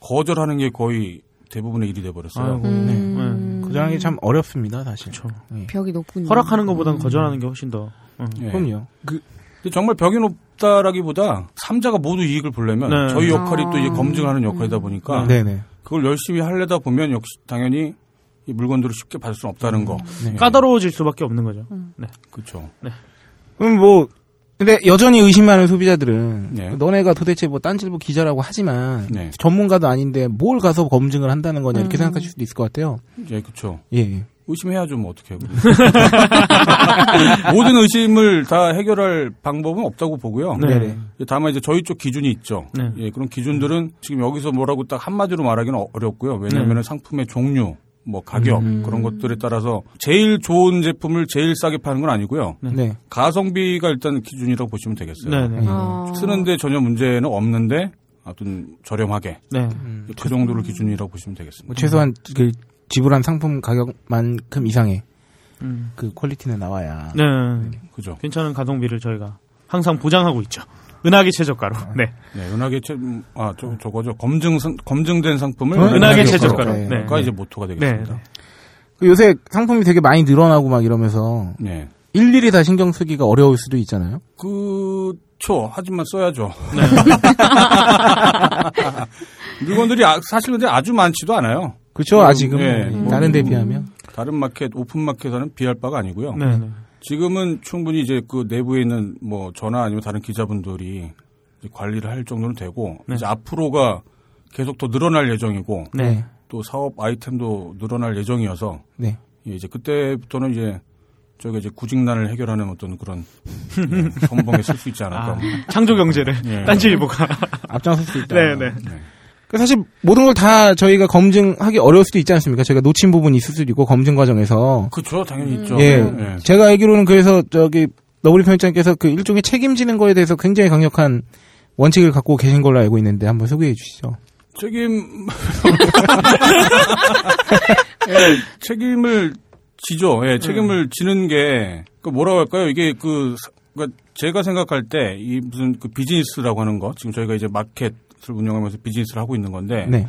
[SPEAKER 4] 거절하는 게 거의 대부분의 일이 돼버렸어요.
[SPEAKER 3] 아이고. 네.
[SPEAKER 1] 거절하는 게 참 어렵습니다, 사실.
[SPEAKER 3] 그렇죠.
[SPEAKER 1] 예.
[SPEAKER 2] 벽이 높군요.
[SPEAKER 3] 허락하는 것보단 거절하는 게 훨씬 더. 음.
[SPEAKER 4] 예.
[SPEAKER 1] 그럼요. 그
[SPEAKER 4] 근데 정말 벽이 높다라기보다 삼자가 모두 이익을 보려면
[SPEAKER 3] 네.
[SPEAKER 4] 그러니까 저희 역할이
[SPEAKER 2] 아.
[SPEAKER 4] 또 이제 검증하는 역할이다 보니까
[SPEAKER 1] 네네.
[SPEAKER 4] 그걸 열심히 하려다 보면 역시 당연히 이 물건들을 쉽게 받을 수는 없다는 거.
[SPEAKER 3] 네.
[SPEAKER 7] 예.
[SPEAKER 3] 까다로워질 수밖에 없는 거죠.
[SPEAKER 4] 그렇죠.
[SPEAKER 1] 그럼 뭐 근데 여전히 의심하는 소비자들은
[SPEAKER 4] 네.
[SPEAKER 1] 너네가 도대체 뭐 딴질보 기자라고 하지만
[SPEAKER 4] 네.
[SPEAKER 1] 전문가도 아닌데 뭘 가서 검증을 한다는 거냐 이렇게 생각하실 수도 있을 것 같아요.
[SPEAKER 4] 예, 그렇죠.
[SPEAKER 1] 예, 예.
[SPEAKER 4] 의심해야죠, 뭐 어떻게. 해요. 모든 의심을 다 해결할 방법은 없다고 보고요.
[SPEAKER 1] 네.
[SPEAKER 4] 예, 다만 이제 저희 쪽 기준이 있죠.
[SPEAKER 3] 네.
[SPEAKER 4] 예, 그런 기준들은 지금 여기서 뭐라고 딱 한마디로 말하기는 어- 어렵고요. 왜냐하면 상품의 종류, 뭐 가격 그런 것들에 따라서 제일 좋은 제품을 제일 싸게 파는 건 아니고요.
[SPEAKER 1] 네.
[SPEAKER 4] 가성비가 일단 기준이라고 보시면 되겠어요.
[SPEAKER 3] 네, 네.
[SPEAKER 2] 아.
[SPEAKER 4] 쓰는데 전혀 문제는 없는데 아무튼 저렴하게
[SPEAKER 3] 네.
[SPEAKER 7] 음.
[SPEAKER 4] 그 정도를 기준이라고 보시면 되겠습니다.
[SPEAKER 1] 뭐 최소한 그 지불한 상품 가격만큼 이상의
[SPEAKER 3] 음.
[SPEAKER 1] 그 퀄리티는 나와야.
[SPEAKER 3] 네.
[SPEAKER 4] 그죠.
[SPEAKER 3] 괜찮은 가성비를 저희가 항상 보장하고 있죠. 은하계 최저가로. 네.
[SPEAKER 4] 네, 은하계 채, 음, 아, 저, 저거죠. 검증, 상- 검증된 상품을
[SPEAKER 7] 네.
[SPEAKER 1] 어?
[SPEAKER 3] 은하계
[SPEAKER 1] 최저가로.
[SPEAKER 3] 최저가로.
[SPEAKER 1] 네.
[SPEAKER 3] 네.
[SPEAKER 4] 가 이제 모토가 되겠습니다.
[SPEAKER 1] 그 요새 상품이 되게 많이 늘어나고 막 이러면서
[SPEAKER 4] 네.
[SPEAKER 1] 일일이 다 신경 쓰기가 어려울 수도 있잖아요.
[SPEAKER 4] 그쵸. 하지만 써야죠. 물건들이 아- 사실 근데 아주 많지도 않아요.
[SPEAKER 1] 그렇죠?
[SPEAKER 4] 음,
[SPEAKER 1] 아직은
[SPEAKER 4] 예.
[SPEAKER 1] 뭐 다른 데 비하면.
[SPEAKER 4] 다른 마켓, 오픈 마켓에는 비할 바가 아니고요.
[SPEAKER 3] 네. 네.
[SPEAKER 4] 지금은 충분히 이제 그 내부에 있는 뭐 저나 아니면 다른 기자분들이 이제 관리를 할 정도는 되고
[SPEAKER 3] 네.
[SPEAKER 4] 이제 앞으로가 계속 더 늘어날 예정이고
[SPEAKER 1] 네.
[SPEAKER 4] 또 사업 아이템도 늘어날 예정이어서
[SPEAKER 1] 네.
[SPEAKER 4] 예, 이제 그때부터는 이제 저게 이제 구직난을 해결하는 어떤 그런 예, 선봉에 쓸 수 있지 않을까.
[SPEAKER 3] 아, 창조 경제를
[SPEAKER 4] 네.
[SPEAKER 3] 딴지일보가.
[SPEAKER 1] 앞장설 수 있다.
[SPEAKER 3] 네, 네.
[SPEAKER 1] 그 사실 모든 걸 다 저희가 검증하기 어려울 수도 있지 않습니까? 저희가 놓친 부분이 있을 수도 있고 검증 과정에서
[SPEAKER 4] 그렇죠, 당연히 있죠.
[SPEAKER 1] 예.
[SPEAKER 4] 예.
[SPEAKER 1] 제가 알기로는 그래서 저기 너구리 편집장께서 그 일종의 책임지는 거에 대해서 굉장히 강력한 원칙을 갖고 계신 걸로 알고 있는데 한번 소개해 주시죠.
[SPEAKER 4] 책임 예, 책임을 지죠. 예, 책임을 지는 게 그 뭐라고 할까요? 이게 그 사- 그러니까 제가 생각할 때 이 무슨 그 비즈니스라고 하는 거 지금 저희가 이제 마켓을 운영하면서 비즈니스를 하고 있는 건데
[SPEAKER 1] 네.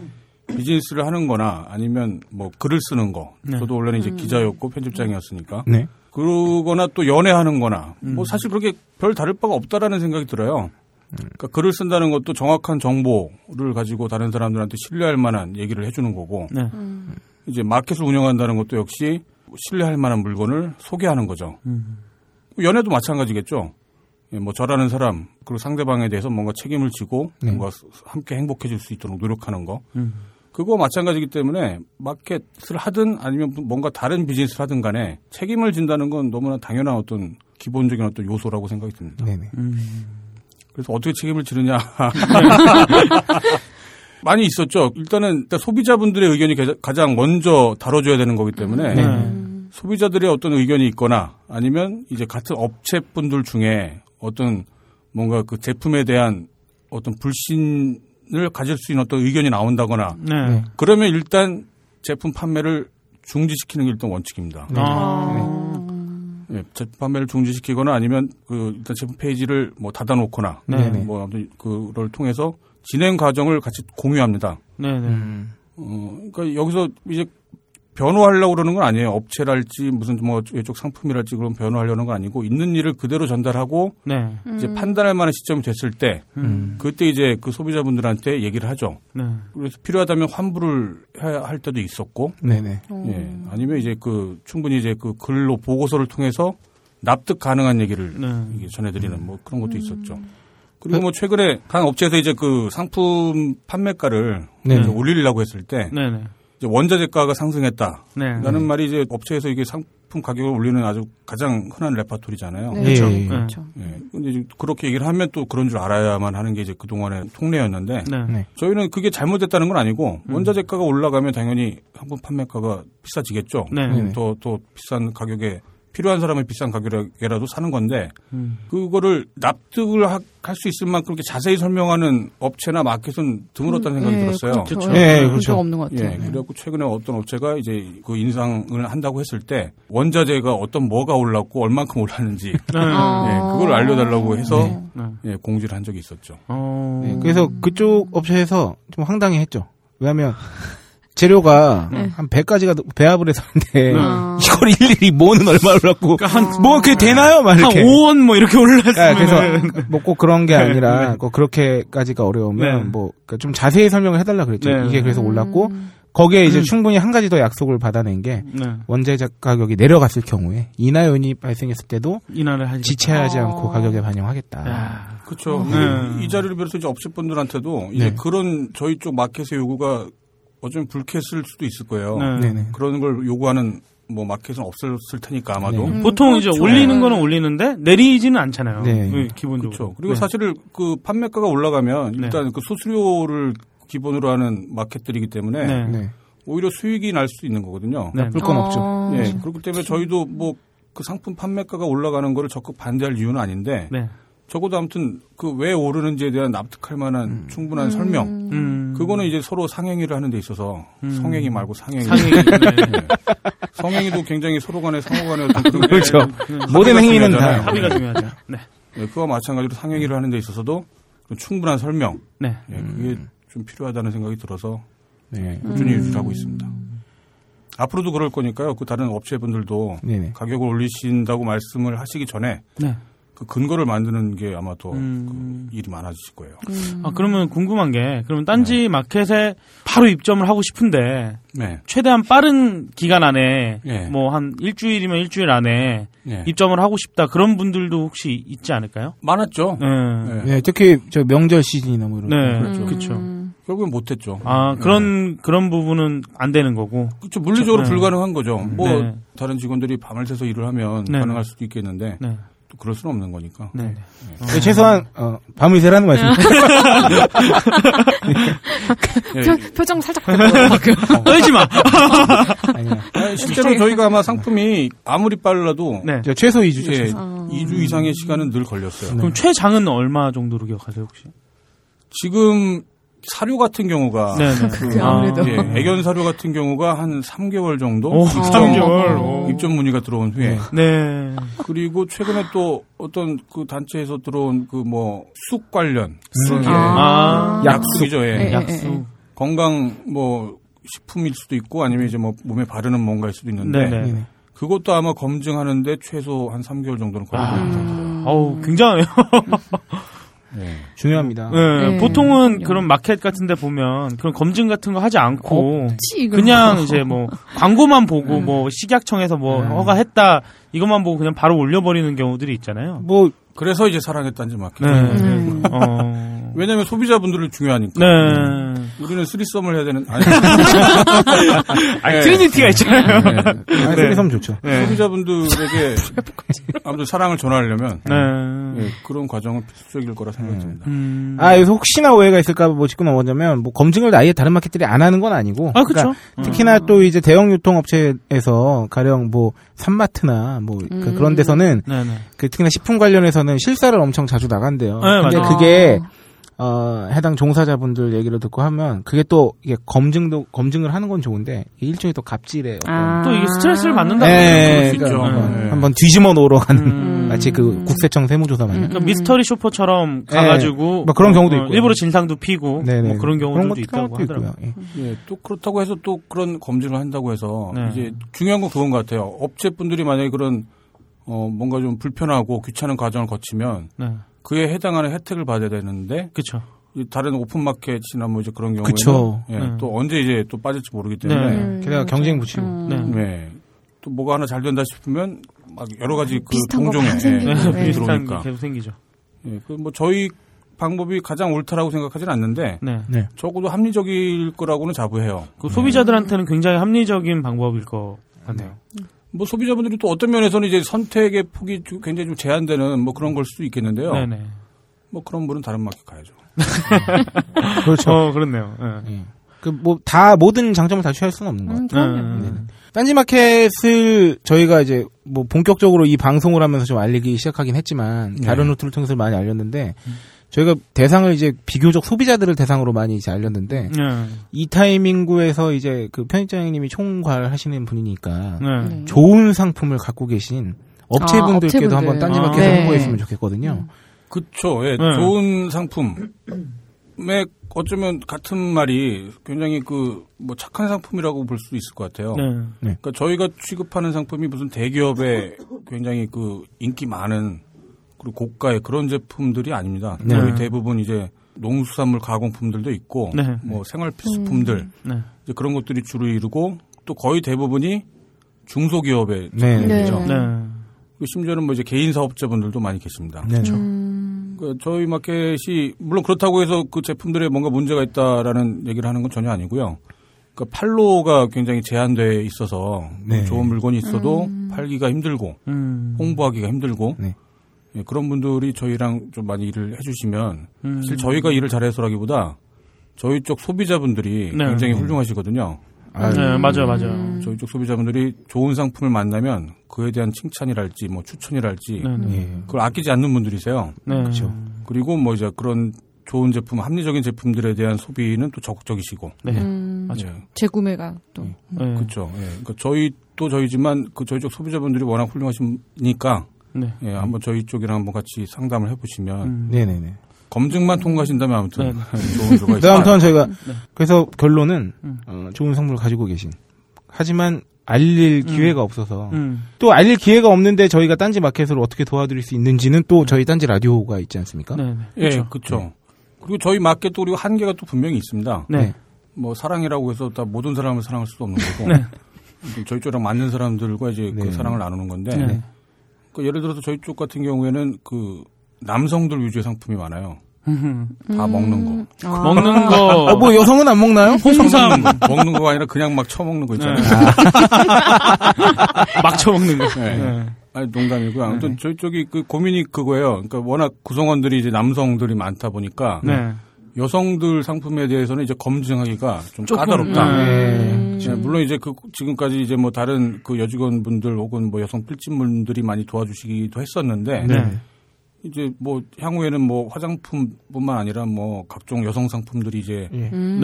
[SPEAKER 4] 비즈니스를 하는거나 아니면 뭐 글을 쓰는 거 저도 원래는 이제 기자였고 편집장이었으니까
[SPEAKER 1] 네.
[SPEAKER 4] 그러거나 또 연애하는거나 뭐 사실 그렇게 별 다를 바가 없다라는 생각이 들어요. 그러니까 글을 쓴다는 것도 정확한 정보를 가지고 다른 사람들한테 신뢰할 만한 얘기를 해주는 거고
[SPEAKER 3] 네.
[SPEAKER 4] 이제 마켓을 운영한다는 것도 역시 신뢰할 만한 물건을 소개하는 거죠. 연애도 마찬가지겠죠. 예, 뭐 저라는 사람 그리고 상대방에 대해서 뭔가 책임을 지고
[SPEAKER 1] 네.
[SPEAKER 4] 뭔가 스- 함께 행복해질 수 있도록 노력하는 거. 그거 마찬가지기 때문에 마켓을 하든 아니면 뭔가 다른 비즈니스를 하든 간에 책임을 진다는 건 너무나 당연한 어떤 기본적인 어떤 요소라고 생각이 듭니다.
[SPEAKER 1] 네, 네.
[SPEAKER 4] 그래서 어떻게 책임을 지느냐. 많이 있었죠. 일단은 일단 소비자분들의 의견이 가- 가장 먼저 다뤄줘야 되는 거기 때문에
[SPEAKER 3] 네.
[SPEAKER 4] 소비자들의 어떤 의견이 있거나 아니면 이제 같은 업체 분들 중에 어떤 뭔가 그 제품에 대한 어떤 불신을 가질 수 있는 어떤 의견이 나온다거나
[SPEAKER 3] 네.
[SPEAKER 1] 네.
[SPEAKER 4] 그러면 일단 제품 판매를 중지시키는 게 일단 원칙입니다.
[SPEAKER 3] 아.
[SPEAKER 4] 예, 제품 판매를 중지시키거나 아니면 그 일단 제품 페이지를 뭐 닫아놓거나
[SPEAKER 1] 네네.
[SPEAKER 4] 뭐 아무튼 그걸 통해서 진행 과정을 같이 공유합니다.
[SPEAKER 3] 네, 네.
[SPEAKER 1] 음.
[SPEAKER 4] 어, 그러니까 여기서 이제 변호하려고 그러는 건 아니에요. 업체랄지 무슨 뭐 이쪽 상품이랄지 그런 변호하려는 건 아니고 있는 일을 그대로 전달하고
[SPEAKER 3] 네.
[SPEAKER 4] 이제 판단할 만한 시점이 됐을 때
[SPEAKER 3] 음.
[SPEAKER 4] 그때 이제 그 소비자분들한테 얘기를 하죠.
[SPEAKER 3] 네.
[SPEAKER 4] 그래서 필요하다면 환불을 해야 할 때도 있었고,
[SPEAKER 1] 네, 네.
[SPEAKER 3] 음.
[SPEAKER 4] 예, 아니면 이제 그 충분히 이제 그 글로 보고서를 통해서 납득 가능한 얘기를
[SPEAKER 3] 네.
[SPEAKER 4] 이게 전해드리는 뭐 그런 것도 있었죠. 그리고 뭐 최근에 한 업체에서 이제 그 상품 판매가를
[SPEAKER 1] 네.
[SPEAKER 4] 이제 올리려고 했을 때
[SPEAKER 3] 네, 네.
[SPEAKER 4] 이제 원자재가가 상승했다라는
[SPEAKER 3] 네.
[SPEAKER 4] 말이 이제 업체에서 이게 상품 가격을 올리는 아주 가장 흔한 레파토리잖아요.
[SPEAKER 2] 네,
[SPEAKER 1] 예,
[SPEAKER 2] 그렇죠.
[SPEAKER 1] 예.
[SPEAKER 2] 그렇죠.
[SPEAKER 4] 예. 근데 이제 그렇게 얘기를 하면 또 그런 줄 알아야만 하는 게 이제 그동안의 통례였는데
[SPEAKER 3] 네.
[SPEAKER 1] 네.
[SPEAKER 4] 저희는 그게 잘못됐다는 건 아니고
[SPEAKER 3] 음.
[SPEAKER 4] 원자재가가 올라가면 당연히 상품 판매가가 비싸지겠죠.
[SPEAKER 3] 네.
[SPEAKER 1] 네.
[SPEAKER 4] 더, 더 비싼 가격에 필요한 사람은 비싼 가격이라도 사는 건데
[SPEAKER 3] 음.
[SPEAKER 4] 그거를 납득을 할 수 있을 만큼 그렇게 자세히 설명하는 업체나 마켓은 드물었다는 생각이
[SPEAKER 2] 예,
[SPEAKER 4] 들었어요.
[SPEAKER 2] 그렇죠.
[SPEAKER 1] 예,
[SPEAKER 2] 본
[SPEAKER 1] 그렇죠.
[SPEAKER 2] 적 없는 것
[SPEAKER 4] 예,
[SPEAKER 2] 같아요.
[SPEAKER 4] 그래갖고 최근에 어떤 업체가 이제 그 인상을 한다고 했을 때 원자재가 어떤 뭐가 올랐고 얼만큼 올랐는지
[SPEAKER 2] 아.
[SPEAKER 4] 예, 그걸 알려달라고 해서
[SPEAKER 3] 네.
[SPEAKER 4] 예, 공지를 한 적이 있었죠.
[SPEAKER 1] 예,
[SPEAKER 3] 어.
[SPEAKER 1] 네, 그래서 그쪽 업체에서 좀 황당해 했죠. 왜냐하면 재료가
[SPEAKER 2] 네.
[SPEAKER 1] 한 100가지가 배합을 해서 하는데
[SPEAKER 3] 네.
[SPEAKER 2] 아.
[SPEAKER 1] 이걸 일일이 모으는 얼마를 갖고 뭐 그게 되나요? 막
[SPEAKER 3] 그러니까 한
[SPEAKER 1] 이렇게
[SPEAKER 3] 5원 뭐 이렇게
[SPEAKER 1] 예, 그래서
[SPEAKER 3] 올랐으면
[SPEAKER 1] 뭐 꼭 그런 게 아니라 꼭 그렇게까지가 어려우면
[SPEAKER 3] 네.
[SPEAKER 1] 뭐 좀 자세히 설명을 해달라 그랬죠.
[SPEAKER 3] 네. 음.
[SPEAKER 1] 이게 그래서 올랐고
[SPEAKER 2] 음.
[SPEAKER 1] 거기에 이제 충분히 한 가지 더 약속을 받아낸 게
[SPEAKER 3] 네.
[SPEAKER 1] 원자재 가격이 내려갔을 경우에 인하연이 발생했을 때도
[SPEAKER 3] 인하를 하지.
[SPEAKER 1] 지체하지
[SPEAKER 2] 아.
[SPEAKER 1] 않고 가격에 반영하겠다.
[SPEAKER 3] 아,
[SPEAKER 4] 그렇죠.
[SPEAKER 3] 네.
[SPEAKER 4] 이 자리를 빌어서 이제 업체분들한테도 이제
[SPEAKER 1] 네.
[SPEAKER 4] 그런 저희 쪽 마켓의 요구가 어쩌면 불쾌했을 수도 있을 거예요.
[SPEAKER 3] 네.
[SPEAKER 1] 네네.
[SPEAKER 4] 그런 걸 요구하는 뭐 마켓은 없었을 테니까 아마도.
[SPEAKER 1] 네.
[SPEAKER 3] 보통 이제
[SPEAKER 2] 그렇죠.
[SPEAKER 3] 올리는
[SPEAKER 2] 네.
[SPEAKER 3] 거는 올리는데 내리지는 않잖아요.
[SPEAKER 1] 네.
[SPEAKER 3] 예, 기본적으로.
[SPEAKER 4] 그렇죠. 그리고
[SPEAKER 3] 네.
[SPEAKER 4] 사실 그 판매가가 올라가면
[SPEAKER 3] 네.
[SPEAKER 4] 일단 그 수수료를 기본으로 하는 마켓들이기 때문에
[SPEAKER 3] 네.
[SPEAKER 1] 네.
[SPEAKER 4] 오히려 수익이 날 수도 있는 거거든요.
[SPEAKER 3] 네.
[SPEAKER 1] 불건 없죠.
[SPEAKER 2] 어.
[SPEAKER 4] 예. 그렇기 때문에 저희도 뭐 그 상품 판매가가 올라가는 거를 적극 반대할 이유는 아닌데
[SPEAKER 3] 네.
[SPEAKER 4] 적어도 아무튼 그 왜 오르는지에 대한 납득할 만한 충분한 설명
[SPEAKER 3] 음.
[SPEAKER 4] 그거는 이제 서로 상행위를 하는 데 있어서 성행위 말고 상행위
[SPEAKER 3] 상위. 네.
[SPEAKER 4] 성행위도 굉장히 서로 간에 상호 간에 어떤 그런
[SPEAKER 1] 그렇죠. 모든
[SPEAKER 4] 합의가
[SPEAKER 1] 행위는
[SPEAKER 4] 중요하잖아요.
[SPEAKER 1] 다.
[SPEAKER 3] 음. 합의가 중요하죠. 네.
[SPEAKER 4] 예, 그와 마찬가지로 상행위를 하는 데 있어서도 좀 충분한 설명
[SPEAKER 3] 네.
[SPEAKER 4] 예, 그게 좀 필요하다는 생각이 들어서
[SPEAKER 1] 네.
[SPEAKER 4] 꾸준히 유지하고 있습니다. 앞으로도 그럴 거니까요. 그 다른 업체분들도
[SPEAKER 1] 네네.
[SPEAKER 4] 가격을 올리신다고 말씀을 하시기 전에
[SPEAKER 3] 네.
[SPEAKER 4] 그 근거를 만드는 게 아마 더
[SPEAKER 3] 음.
[SPEAKER 4] 그 일이 많아지실 거예요.
[SPEAKER 3] 아, 그러면 궁금한 게, 그러면 딴지 마켓에 바로 입점을 하고 싶은데,
[SPEAKER 4] 네.
[SPEAKER 3] 최대한 빠른 기간 안에,
[SPEAKER 4] 예.
[SPEAKER 3] 뭐 한 일주일이면 일주일 안에
[SPEAKER 4] 네.
[SPEAKER 3] 입점을 하고 싶다. 그런 분들도 혹시 있지 않을까요?
[SPEAKER 4] 많았죠.
[SPEAKER 3] 네.
[SPEAKER 4] 네.
[SPEAKER 1] 네, 특히 저 명절 시즌이나 뭐 이런.
[SPEAKER 3] 네.
[SPEAKER 4] 그렇죠. 네.
[SPEAKER 3] 그렇죠.
[SPEAKER 2] 음.
[SPEAKER 4] 결국엔 못했죠.
[SPEAKER 3] 아, 그런, 그런 부분은 안 되는 거고.
[SPEAKER 4] 그렇죠. 물리적으로
[SPEAKER 3] 네.
[SPEAKER 4] 불가능한 거죠. 뭐
[SPEAKER 3] 네.
[SPEAKER 4] 다른 직원들이 밤을 새서 일을 하면
[SPEAKER 3] 네.
[SPEAKER 4] 가능할 수도 있겠는데
[SPEAKER 3] 네.
[SPEAKER 4] 또 그럴 수는 없는 거니까.
[SPEAKER 3] 네.
[SPEAKER 1] 네, 최소한 어, 밤을 새라는 말씀.
[SPEAKER 4] 예.
[SPEAKER 2] 표, 표정 살짝 바꿔.
[SPEAKER 3] 떨지 마!
[SPEAKER 1] 아니야.
[SPEAKER 4] 아니, 실제로 저희가 아마 상품이 아무리 빨라도
[SPEAKER 3] 네. 네.
[SPEAKER 1] 저 최소 2주죠.
[SPEAKER 4] 예, 2주 이상의 시간은 늘 걸렸어요.
[SPEAKER 3] 그럼 최장은 얼마 정도로 기억하세요, 혹시?
[SPEAKER 4] 지금 사료 같은 경우가
[SPEAKER 3] 네, 네.
[SPEAKER 2] 그 아무래도.
[SPEAKER 4] 아, 예, 애견 사료 같은 경우가 한 3개월 정도
[SPEAKER 3] 오,
[SPEAKER 4] 입점-
[SPEAKER 2] 어.
[SPEAKER 3] 3개월. 오.
[SPEAKER 4] 입점 문의가 들어온 후에
[SPEAKER 3] 네.
[SPEAKER 4] 그리고 최근에 또 어떤 그 단체에서 들어온 그 뭐 쑥 관련 예,
[SPEAKER 3] 아,
[SPEAKER 4] 약속이죠. 예.
[SPEAKER 2] 예, 예, 예.
[SPEAKER 3] 약수.
[SPEAKER 4] 건강 뭐 식품일 수도 있고 아니면 이제 뭐 몸에 바르는 뭔가일 수도 있는데
[SPEAKER 3] 네네.
[SPEAKER 1] 네.
[SPEAKER 4] 그것도 아마 검증하는데 최소 한 3개월 정도는 걸리는 것 같아요.
[SPEAKER 3] 어우, 굉장해요.
[SPEAKER 4] 예.
[SPEAKER 1] 중요합니다.
[SPEAKER 3] 네,
[SPEAKER 2] 네,
[SPEAKER 3] 보통은
[SPEAKER 2] 그럼요.
[SPEAKER 3] 그런 마켓 같은 데 보면 그런 검증 같은 거 하지 않고
[SPEAKER 2] 치, 어. 이거.
[SPEAKER 3] 그냥 이제 뭐 광고만 보고 뭐 식약청에서 뭐 허가했다 이것만 보고 그냥 바로 올려버리는 경우들이 있잖아요.
[SPEAKER 1] 뭐
[SPEAKER 4] 그래서 이제 사랑했단지 마켓.
[SPEAKER 3] 네.
[SPEAKER 2] 음.
[SPEAKER 3] 어.
[SPEAKER 4] 왜냐하면 소비자분들을 중요하니까.
[SPEAKER 3] 네.
[SPEAKER 4] 우리는 쓰리썸을 해야 되는 아니
[SPEAKER 3] 아, 트리니티가 있잖아요.
[SPEAKER 1] 아,
[SPEAKER 3] 네.
[SPEAKER 1] 네. 섬 좋죠.
[SPEAKER 4] 소비자분들에게 아무튼 사랑을 전하려면
[SPEAKER 3] 네.
[SPEAKER 4] 예, 그런 과정은 필수적일 거라 생각이 듭니다.
[SPEAKER 3] 음.
[SPEAKER 1] 아, 여기서 혹시나 오해가 있을까 뭐 짚고 넘어가자면 뭐 검증을 아예 다른 마켓들이 안 하는 건 아니고. 그러니까
[SPEAKER 3] 아, 그쵸.
[SPEAKER 1] 특히나 또 이제 대형 유통업체에서 가령 뭐 산마트나 뭐 그- 그런 데서는
[SPEAKER 3] 네네.
[SPEAKER 1] 그 특히나 식품 관련해서는 실사를 엄청 자주 나간대요.
[SPEAKER 3] 네,
[SPEAKER 1] 근데
[SPEAKER 2] 맞아요.
[SPEAKER 1] 그게 어, 해당 종사자분들 얘기를 듣고 하면 그게 또 이게 검증도 검증을 하는 건 좋은데 이게 일종의 또 갑질의 어떤
[SPEAKER 2] 아.
[SPEAKER 3] 또 이게 스트레스를 받는다.
[SPEAKER 1] 예,
[SPEAKER 3] 그럴 수
[SPEAKER 1] 그러니까
[SPEAKER 3] 있죠.
[SPEAKER 1] 뭐
[SPEAKER 4] 네.
[SPEAKER 1] 한번 뒤집어 놓으러 가는
[SPEAKER 3] 음.
[SPEAKER 1] 마치 그 국세청 세무조사 마냥.
[SPEAKER 3] 그러니까 미스터리 쇼퍼처럼 가가지고
[SPEAKER 1] 뭐 그런 경우도
[SPEAKER 3] 어,
[SPEAKER 1] 있고요.
[SPEAKER 3] 일부러 진상도 피고
[SPEAKER 1] 네네.
[SPEAKER 3] 뭐 그런 경우도
[SPEAKER 1] 것도
[SPEAKER 3] 있다고
[SPEAKER 1] 것도 있고요.
[SPEAKER 3] 하더라고요.
[SPEAKER 1] 예.
[SPEAKER 4] 예, 또 그렇다고 해서 또 그런 검증을 한다고 해서
[SPEAKER 3] 네.
[SPEAKER 4] 이제 중요한 건 그건 것 같아요. 업체분들이 만약에 그런 어 뭔가 좀 불편하고 귀찮은 과정을 거치면
[SPEAKER 3] 네,
[SPEAKER 4] 그에 해당하는 혜택을 받아야 되는데
[SPEAKER 3] 그렇죠.
[SPEAKER 4] 이 다른 오픈 마켓이나 뭐 이제 그런 경우에
[SPEAKER 1] 그쵸.
[SPEAKER 4] 예,
[SPEAKER 3] 네.
[SPEAKER 4] 또 언제 이제 또 빠질지 모르기
[SPEAKER 3] 네.
[SPEAKER 2] 음,
[SPEAKER 4] 때문에
[SPEAKER 1] 게다가 경쟁 붙이고.
[SPEAKER 3] 네.
[SPEAKER 4] 예, 또 뭐가 하나 잘 된다 싶으면 막 여러 가지 그
[SPEAKER 2] 비슷한
[SPEAKER 4] 동종에
[SPEAKER 2] 거막 생기고.
[SPEAKER 4] 예,
[SPEAKER 2] 네.
[SPEAKER 3] 비슷한 게
[SPEAKER 4] 들어오니까
[SPEAKER 3] 계속 생기죠.
[SPEAKER 4] 예, 그뭐 저희 방법이 가장 옳다라고 생각하진 않는데
[SPEAKER 3] 네.
[SPEAKER 1] 네.
[SPEAKER 4] 적어도 합리적일 거라고는 자부해요.
[SPEAKER 3] 그 소비자들한테는 굉장히 합리적인 방법일 것 같네요.
[SPEAKER 4] 뭐 소비자분들이 또 어떤 면에서는 이제 선택의 폭이 좀 굉장히 좀 제한되는 뭐 그런 걸 수도 있겠는데요.
[SPEAKER 3] 네네.
[SPEAKER 4] 뭐 그런 분은 다른 마켓 가야죠.
[SPEAKER 1] 그렇죠.
[SPEAKER 3] 어, 그렇네요. 네.
[SPEAKER 1] 그 뭐 다 모든 장점을 다 취할 수는 없는 것 같아요.
[SPEAKER 2] 음, 그럼요.
[SPEAKER 3] 네.
[SPEAKER 1] 딴지마켓을 저희가 이제 뭐 본격적으로 이 방송을 하면서 좀 알리기 시작하긴 했지만
[SPEAKER 8] 네.
[SPEAKER 1] 다른 루트를 통해서 많이 알렸는데
[SPEAKER 8] 음.
[SPEAKER 1] 저희가 대상을 이제 비교적 소비자들을 대상으로 많이 이제 알렸는데
[SPEAKER 8] 음.
[SPEAKER 3] 네.
[SPEAKER 1] 이 타이밍구에서 이제 그 편집장님이 총괄하시는 분이니까
[SPEAKER 8] 음.
[SPEAKER 3] 네.
[SPEAKER 2] 네.
[SPEAKER 1] 좋은 상품을 갖고 계신 업체분들께도
[SPEAKER 2] 아, 업체분들.
[SPEAKER 1] 한번 딴지마켓에
[SPEAKER 2] 아.
[SPEAKER 8] 음.
[SPEAKER 1] 홍보했으면
[SPEAKER 2] 네.
[SPEAKER 1] 좋겠거든요.
[SPEAKER 4] 그쵸. 예,
[SPEAKER 3] 네.
[SPEAKER 4] 좋은 상품.
[SPEAKER 8] 맥 어쩌면 같은 말이 굉장히 그 뭐 착한 상품이라고 볼 수도 있을 것 같아요.
[SPEAKER 3] 네.
[SPEAKER 8] 그러니까 저희가 취급하는 상품이 무슨 대기업에 굉장히 그 인기 많은 그리고 고가의 그런 제품들이 아닙니다.
[SPEAKER 1] 네.
[SPEAKER 8] 거의 대부분 이제 농수산물 가공품들도 있고
[SPEAKER 3] 네.
[SPEAKER 8] 뭐 생활
[SPEAKER 1] 음.
[SPEAKER 8] 필수품들
[SPEAKER 3] 네.
[SPEAKER 8] 이제 그런 것들이 주로 이루고 또 거의 대부분이 중소기업에
[SPEAKER 1] 네.
[SPEAKER 2] 네.
[SPEAKER 1] 그렇죠.
[SPEAKER 3] 네.
[SPEAKER 8] 그리고 심지어는 뭐 이제 개인 사업자분들도 많이 계십니다.
[SPEAKER 1] 네.
[SPEAKER 2] 음.
[SPEAKER 8] 그 저희 마켓이 물론 그렇다고 해서 그 제품들에 뭔가 문제가 있다라는 얘기를 하는 건 전혀 아니고요. 그 판로가 굉장히 제한돼 있어서
[SPEAKER 1] 네.
[SPEAKER 8] 좋은 물건이 있어도 팔기가 힘들고
[SPEAKER 3] 음.
[SPEAKER 8] 홍보하기가 힘들고
[SPEAKER 1] 네.
[SPEAKER 8] 예, 그런 분들이 저희랑 좀 많이 일을 해주시면 사실 저희가 일을 잘해서라기보다 저희 쪽 소비자분들이
[SPEAKER 3] 네.
[SPEAKER 8] 굉장히 훌륭하시거든요.
[SPEAKER 1] 아유,
[SPEAKER 3] 네, 맞아요, 맞아요.
[SPEAKER 7] 음.
[SPEAKER 8] 저희 쪽 소비자분들이 좋은 상품을 만나면 그에 대한 칭찬이랄지 뭐 추천이랄지
[SPEAKER 3] 네, 네.
[SPEAKER 1] 예.
[SPEAKER 8] 그걸 아끼지 않는 분들이세요.
[SPEAKER 3] 네.
[SPEAKER 1] 그렇죠.
[SPEAKER 8] 그리고 뭐 이제 그런 좋은 제품, 합리적인 제품들에 대한 소비는 또 적극적이시고.
[SPEAKER 3] 네.
[SPEAKER 2] 음,
[SPEAKER 3] 맞아요.
[SPEAKER 2] 재구매가 또.
[SPEAKER 3] 네.
[SPEAKER 8] 그렇죠. 예. 그러니까 저희 또 저희지만 그 저희 쪽 소비자분들이 워낙 훌륭하시니까
[SPEAKER 3] 네.
[SPEAKER 8] 예, 한번 저희 쪽이랑 한번 같이 상담을 해보시면
[SPEAKER 1] 네네네.
[SPEAKER 8] 검증만 통과하신다면 아무튼
[SPEAKER 3] 음. 네.
[SPEAKER 1] 네,
[SPEAKER 8] 좋은 결과 있을
[SPEAKER 1] 아무튼
[SPEAKER 8] 거예요.
[SPEAKER 3] 음,
[SPEAKER 1] 저희가 그래서 결론은 어, 좋은 선물을 가지고 계신. 하지만 알릴 기회가 없어서
[SPEAKER 3] 음.
[SPEAKER 1] 또 알릴 기회가 없는데 저희가 딴지 마켓으로 어떻게 도와드릴 수 있는지는 또 저희 딴지 라디오가 있지 않습니까?
[SPEAKER 3] 네. 네.
[SPEAKER 8] 예, 그렇죠. 그리고 저희 마켓도 그리고 한계가 또 분명히 있습니다.
[SPEAKER 3] 네.
[SPEAKER 8] 뭐 사랑이라고 해서 다 모든 사람을 사랑할 수도 없는 거고 저희 쪽이랑 맞는 사람들과 이제
[SPEAKER 1] 네.
[SPEAKER 8] 그 사랑을 나누는 건데
[SPEAKER 3] 네.
[SPEAKER 8] 그 예를 들어서 저희 쪽 같은 경우에는 그 남성들 위주의 상품이 많아요.
[SPEAKER 3] 음.
[SPEAKER 8] 다 먹는 거.
[SPEAKER 3] 먹는 거.
[SPEAKER 1] 아, 뭐 여성은 안 먹나요?
[SPEAKER 3] 홍삼
[SPEAKER 8] 먹는 거가 아니라 그냥 막 처먹는 거 있잖아요.
[SPEAKER 3] 네. 막 쳐먹는 거. 네.
[SPEAKER 8] 네. 아니 농담이고요. 아무튼 저희 쪽이 그 고민이 그거예요. 그러니까 워낙 구성원들이 이제 남성들이 많다 보니까
[SPEAKER 3] 네.
[SPEAKER 8] 여성들 상품에 대해서는 이제 검증하기가 좀 까다롭다.
[SPEAKER 1] 네.
[SPEAKER 8] 네, 물론 이제 그 지금까지 이제 뭐 다른 그 여직원분들 혹은 뭐 여성 필진분들이 많이 도와주시기도 했었는데
[SPEAKER 3] 네.
[SPEAKER 8] 이제 뭐 향후에는 뭐 화장품뿐만 아니라 뭐 각종 여성 상품들이
[SPEAKER 3] 음.
[SPEAKER 8] 이제
[SPEAKER 3] 네.
[SPEAKER 8] 좋은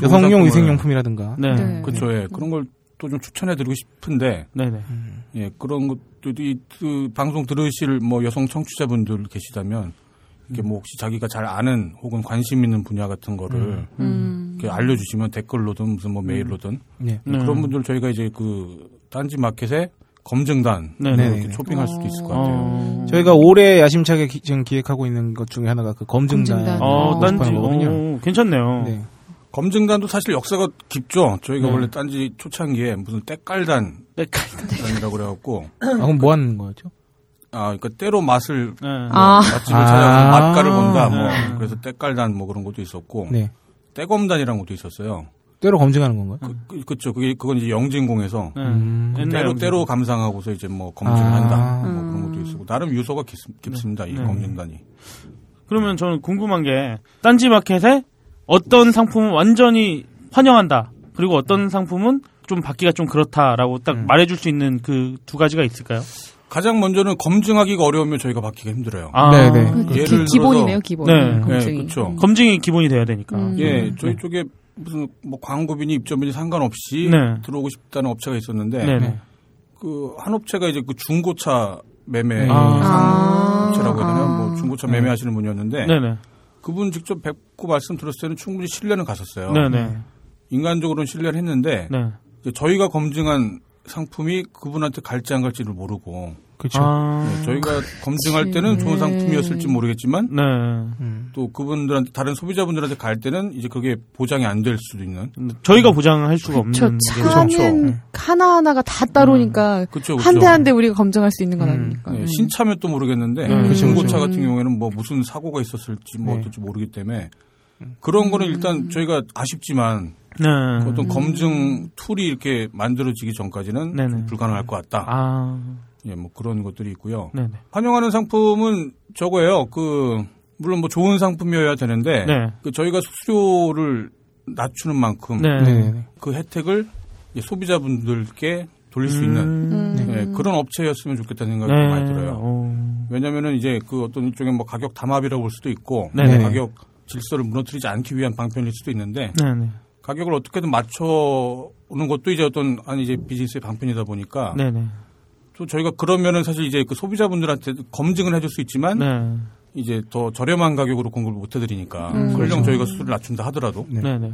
[SPEAKER 1] 예. 여성용
[SPEAKER 8] 상품을-
[SPEAKER 1] 위생용품이라든가.
[SPEAKER 3] 네. 네.
[SPEAKER 2] 네.
[SPEAKER 8] 그렇죠. 예. 그런 걸 또 좀 추천해드리고 싶은데
[SPEAKER 3] 네. 네.
[SPEAKER 8] 예 그런 것들이 그 방송 들으실 뭐 여성 청취자분들 계시다면 이렇게 뭐 혹시 자기가 잘 아는 혹은 관심 있는 분야 같은 거를 이렇게 알려주시면 댓글로든 무슨 뭐 메일로든
[SPEAKER 1] 네.
[SPEAKER 3] 네.
[SPEAKER 8] 그런 분들 저희가 이제 그 딴지 마켓에 검증단
[SPEAKER 3] 네.
[SPEAKER 1] 네.
[SPEAKER 8] 이렇게 초빙할 수도 있을 것 같아요.
[SPEAKER 3] 어.
[SPEAKER 1] 저희가 올해 야심차게 기- 지금 기획하고 있는 것 중에 하나가 그 검증단.
[SPEAKER 2] 검증단.
[SPEAKER 3] 어,
[SPEAKER 8] 아,
[SPEAKER 2] 어,
[SPEAKER 3] 딴지.
[SPEAKER 1] 거거든요.
[SPEAKER 3] 어, 괜찮네요.
[SPEAKER 1] 네.
[SPEAKER 8] 검증단도 사실 역사가 깊죠. 저희가 원래 딴지 초창기에 무슨 때깔단이라고
[SPEAKER 3] 네. 네.
[SPEAKER 8] 그래갖고
[SPEAKER 1] 아, 그럼 뭐 하는 거였죠?
[SPEAKER 8] 아 그러니까 때로 맛을
[SPEAKER 2] 아,
[SPEAKER 8] 맛집을
[SPEAKER 1] 아.
[SPEAKER 8] 찾아서 맛깔을 본다. 뭐
[SPEAKER 3] 네.
[SPEAKER 8] 그래서 때깔단 뭐 그런 것도 있었고
[SPEAKER 1] 네.
[SPEAKER 8] 때검단이라는 것도 있었어요.
[SPEAKER 1] 때로 검증하는 건가요?
[SPEAKER 8] 그, 그쵸. 그게 그건 이제 영진공에서
[SPEAKER 3] 네.
[SPEAKER 1] 음.
[SPEAKER 3] 옛날
[SPEAKER 8] 때로
[SPEAKER 3] 음식.
[SPEAKER 8] 때로 감상하고서 이제 뭐 검증을
[SPEAKER 1] 아.
[SPEAKER 8] 한다. 뭐 그런 것도 있었고 나름 유서가 깊, 습니다이
[SPEAKER 3] 음. 네.
[SPEAKER 8] 검증단이.
[SPEAKER 3] 그러면 저는 궁금한 게 딴지 마켓에 어떤 상품은 완전히 환영한다. 그리고 어떤 상품은 좀 받기가 좀 그렇다라고
[SPEAKER 8] 음.
[SPEAKER 3] 딱 말해줄 수 있는 그 두 가지가 있을까요?
[SPEAKER 8] 가장 먼저는 검증하기가 어려우면 저희가 받기가 힘들어요.
[SPEAKER 3] 아,
[SPEAKER 1] 네, 네.
[SPEAKER 2] 그 기-
[SPEAKER 8] 예를 들어서-
[SPEAKER 2] 기본이네요, 기본.
[SPEAKER 3] 네.
[SPEAKER 2] 검증이.
[SPEAKER 8] 네,
[SPEAKER 7] 그렇죠.
[SPEAKER 8] 그쵸.
[SPEAKER 3] 검증이 음. 기본이 돼야 되니까.
[SPEAKER 1] 음. 네.
[SPEAKER 8] 예, 저희 쪽에 무슨 뭐 광고비니 입점비니 상관없이
[SPEAKER 3] 네.
[SPEAKER 8] 들어오고 싶다는 업체가 있었는데
[SPEAKER 3] 네, 네.
[SPEAKER 8] 그 한 업체가 이제 그 중고차 매매
[SPEAKER 2] 아.
[SPEAKER 8] 업체라고 해야 되나
[SPEAKER 2] 아.
[SPEAKER 8] 뭐 중고차 매매하시는 분이었는데
[SPEAKER 3] 네, 네.
[SPEAKER 8] 그분 직접 뵙고 말씀 들었을 때는 충분히 신뢰는 갔었어요.
[SPEAKER 3] 네, 네.
[SPEAKER 8] 인간적으로는 신뢰를 했는데
[SPEAKER 3] 네.
[SPEAKER 8] 이제 저희가 검증한 상품이 그분한테 갈지 안 갈지를 모르고
[SPEAKER 1] 그렇죠.
[SPEAKER 3] 아,
[SPEAKER 8] 네, 저희가 검증할 때는
[SPEAKER 1] 네.
[SPEAKER 8] 좋은 상품이었을지 모르겠지만
[SPEAKER 3] 네.
[SPEAKER 8] 또 그분들한테 다른 소비자분들한테 갈 때는 이제 그게 보장이 안 될 수도 있는
[SPEAKER 3] 저희가 보장할 수가 없는
[SPEAKER 2] 저
[SPEAKER 3] 게
[SPEAKER 2] 그렇죠. 차는 하나하나가 다 따로니까
[SPEAKER 8] 그렇죠.
[SPEAKER 2] 한 대 한 대 우리가 검증할 수 있는 건 아니니까. 음.
[SPEAKER 8] 네, 신차면 또 모르겠는데
[SPEAKER 2] 네,
[SPEAKER 8] 그 중고차 같은 경우에는 뭐 무슨 사고가 있었을지 뭐 어떨지 모르기 때문에 그런 거는 일단 저희가 아쉽지만
[SPEAKER 3] 네.
[SPEAKER 8] 어떤 검증 툴이 이렇게 만들어지기 전까지는
[SPEAKER 3] 네네.
[SPEAKER 8] 좀 불가능할 것 같다.
[SPEAKER 3] 아,
[SPEAKER 8] 예, 뭐 그런 것들이 있고요.
[SPEAKER 3] 네, 네.
[SPEAKER 8] 환영하는 상품은 저거예요. 그 물론 뭐 좋은 상품이어야 되는데
[SPEAKER 3] 네.
[SPEAKER 8] 그 저희가 수수료를 낮추는 만큼
[SPEAKER 3] 네.
[SPEAKER 1] 네. 네.
[SPEAKER 8] 그 혜택을 이제 소비자분들께 돌릴 수 있는
[SPEAKER 3] 음,
[SPEAKER 8] 예, 그런 업체였으면 좋겠다는 생각이
[SPEAKER 3] 네.
[SPEAKER 8] 많이 들어요.
[SPEAKER 3] 어,
[SPEAKER 8] 왜냐면은 이제 그 어떤 일종의 뭐 가격 담합이라고 볼 수도 있고
[SPEAKER 3] 네네.
[SPEAKER 8] 가격 질서를 무너뜨리지 않기 위한 방편일 수도 있는데
[SPEAKER 3] 네, 네.
[SPEAKER 8] 가격을 어떻게든 맞춰오는 것도 이제 어떤 아니 이제 비즈니스의 방편이다 보니까
[SPEAKER 3] 네, 네.
[SPEAKER 8] 또 저희가 그러면은 사실 이제 그 소비자분들한테 검증을 해줄 수 있지만
[SPEAKER 3] 네.
[SPEAKER 8] 이제 더 저렴한 가격으로 공급을 못 해드리니까
[SPEAKER 2] 음.
[SPEAKER 8] 설령
[SPEAKER 2] 그렇죠.
[SPEAKER 8] 저희가 수수료를 낮춘다 하더라도
[SPEAKER 3] 네, 네.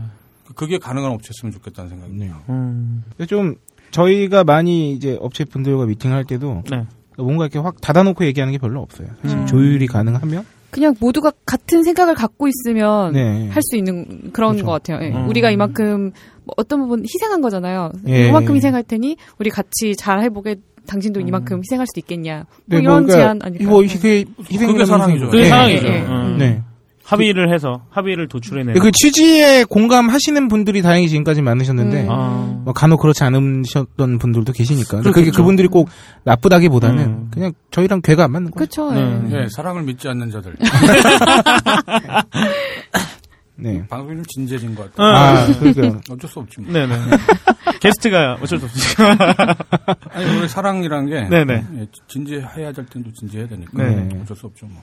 [SPEAKER 8] 그게 가능한 업체였으면 좋겠다는 생각이 듭니다. 네.
[SPEAKER 3] 음.
[SPEAKER 1] 근데 좀 저희가 많이 이제 업체 분들과 미팅할 때도
[SPEAKER 3] 네.
[SPEAKER 1] 뭔가 이렇게 확 닫아놓고 얘기하는 게 별로 없어요. 사실
[SPEAKER 2] 음.
[SPEAKER 1] 조율이 가능하면
[SPEAKER 2] 그냥 모두가 같은 생각을 갖고 있으면
[SPEAKER 1] 네.
[SPEAKER 2] 음. 할 수 있는 그런
[SPEAKER 1] 그렇죠.
[SPEAKER 2] 것 같아요. 예.
[SPEAKER 3] 음.
[SPEAKER 2] 우리가 이만큼 뭐 어떤 부분 희생한 거잖아요.
[SPEAKER 1] 예.
[SPEAKER 2] 이만큼 희생할 테니 우리 같이 잘 해보게. 당신도
[SPEAKER 3] 음.
[SPEAKER 2] 이만큼 희생할 수도 있겠냐.
[SPEAKER 1] 네,
[SPEAKER 2] 뭐 이런
[SPEAKER 1] 그러니까
[SPEAKER 2] 제안 아닐까요?
[SPEAKER 1] 이거 희생 희생
[SPEAKER 8] 그게 사랑이죠.
[SPEAKER 3] 그게
[SPEAKER 8] 네.
[SPEAKER 3] 상황이죠.
[SPEAKER 2] 네.
[SPEAKER 3] 음. 네.
[SPEAKER 1] 네.
[SPEAKER 3] 합의를 해서 합의를 도출해내는.
[SPEAKER 1] 그 취지에 공감하시는 분들이 다행히 지금까지 많으셨는데
[SPEAKER 2] 음.
[SPEAKER 3] 아.
[SPEAKER 1] 뭐 간혹 그렇지 않으셨던 분들도 계시니까 근데 그게
[SPEAKER 3] 그렇겠죠.
[SPEAKER 1] 그분들이 꼭 나쁘다기보다는
[SPEAKER 3] 음.
[SPEAKER 1] 그냥 저희랑 괴가 안 맞는 거죠.
[SPEAKER 2] 그렇죠.
[SPEAKER 3] 네.
[SPEAKER 8] 예, 사랑을 믿지 않는 자들
[SPEAKER 1] 네.
[SPEAKER 8] 방송이 좀 진지해진 것 같아요.
[SPEAKER 1] 아,
[SPEAKER 3] 아.
[SPEAKER 1] 그러니까
[SPEAKER 8] 어쩔 수 없지 뭐.
[SPEAKER 3] 네네. 게스트가 어쩔 수 없으니까.
[SPEAKER 8] 아니 원래 사랑이란 게
[SPEAKER 3] 네네.
[SPEAKER 8] 예, 진지해야 될 때도 진지해야 되니까
[SPEAKER 1] 네.
[SPEAKER 8] 어쩔 수 없죠. 뭐.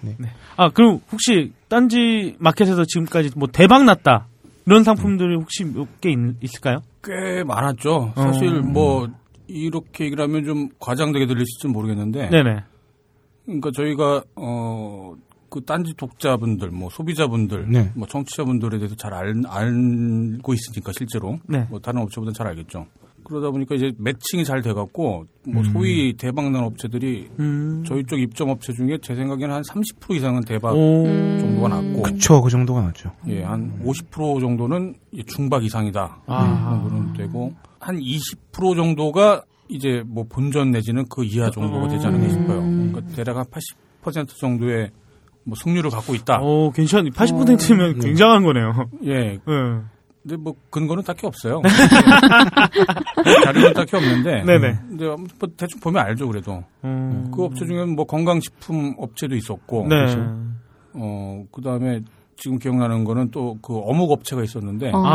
[SPEAKER 3] 아, 그럼 혹시 딴지 마켓에서 지금까지 뭐 대박 났다. 이런 상품들이 혹시 몇 개 있을까요?
[SPEAKER 8] 꽤 많았죠. 사실 뭐 이렇게 얘기를 하면 좀 과장되게 들릴지 모르겠는데
[SPEAKER 3] 네네.
[SPEAKER 8] 그러니까 저희가 어. 그 딴지 독자분들, 뭐 소비자분들,
[SPEAKER 1] 네.
[SPEAKER 8] 뭐 청취자분들에 대해서 잘 알, 알고 있으니까 실제로
[SPEAKER 3] 네.
[SPEAKER 8] 뭐 다른 업체보다는 잘 알겠죠. 그러다 보니까 이제 매칭이 잘 돼갖고 뭐 소위 대박난 업체들이
[SPEAKER 3] 음.
[SPEAKER 8] 저희 쪽 입점 업체 중에 제 생각에는 한 30% 이상은 대박
[SPEAKER 3] 오.
[SPEAKER 8] 정도가 났고
[SPEAKER 1] 그쵸 그 정도가 맞죠.
[SPEAKER 8] 예, 한 50% 정도는 이제 중박 이상이다.
[SPEAKER 3] 아.
[SPEAKER 8] 그 정도는 되고 한 20% 정도가 이제 뭐 본전 내지는 그 이하 정도가 되지
[SPEAKER 3] 음.
[SPEAKER 8] 않을까 싶어요. 그러니까 대략 한 80% 정도의 뭐 승률을 갖고 있다.
[SPEAKER 3] 오, 괜찮네. 80%면 굉장한 거네요.
[SPEAKER 8] 예.
[SPEAKER 3] 예.
[SPEAKER 8] 근데 뭐 근거는 딱히 없어요. 예. 자료는 딱히 없는데.
[SPEAKER 3] 네네.
[SPEAKER 8] 근데 아무튼 뭐 대충 보면 알죠, 그래도.
[SPEAKER 3] 음.
[SPEAKER 8] 그 업체 중에는 뭐 건강식품 업체도 있었고. 그렇죠?
[SPEAKER 3] 네.
[SPEAKER 1] 그렇죠?
[SPEAKER 8] 어, 그 다음에 지금 기억나는 거는 또 그 어묵 업체가 있었는데.
[SPEAKER 2] 어.
[SPEAKER 3] 아,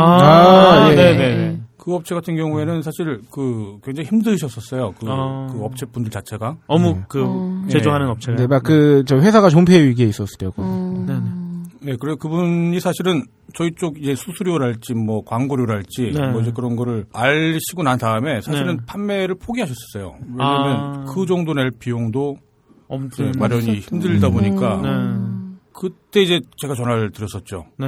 [SPEAKER 1] 아, 예.
[SPEAKER 3] 네네네.
[SPEAKER 8] 그 업체 같은 경우에는 사실 그 굉장히 힘드셨었어요. 그,
[SPEAKER 3] 아.
[SPEAKER 8] 그 업체 분들 자체가.
[SPEAKER 1] 네.
[SPEAKER 3] 어묵 그
[SPEAKER 2] 어.
[SPEAKER 3] 제조하는
[SPEAKER 8] 예.
[SPEAKER 3] 업체가.
[SPEAKER 1] 근데 막그 저 회사가 존폐 위기에 있었을 때고.
[SPEAKER 2] 음.
[SPEAKER 8] 네, 그래 그분이 사실은 저희 쪽 이제 수수료랄지 뭐 광고료랄지
[SPEAKER 3] 네.
[SPEAKER 8] 뭐 이제 그런 거를 알시고 난 다음에 사실은
[SPEAKER 3] 네.
[SPEAKER 8] 판매를 포기하셨었어요. 왜냐면
[SPEAKER 3] 아.
[SPEAKER 8] 그 정도 낼 비용도 이제
[SPEAKER 1] 네,
[SPEAKER 3] 엄청.
[SPEAKER 8] 마련이 힘들다 보니까
[SPEAKER 3] 음. 네.
[SPEAKER 8] 그때 이제 제가 전화를 드렸었죠.
[SPEAKER 3] 네.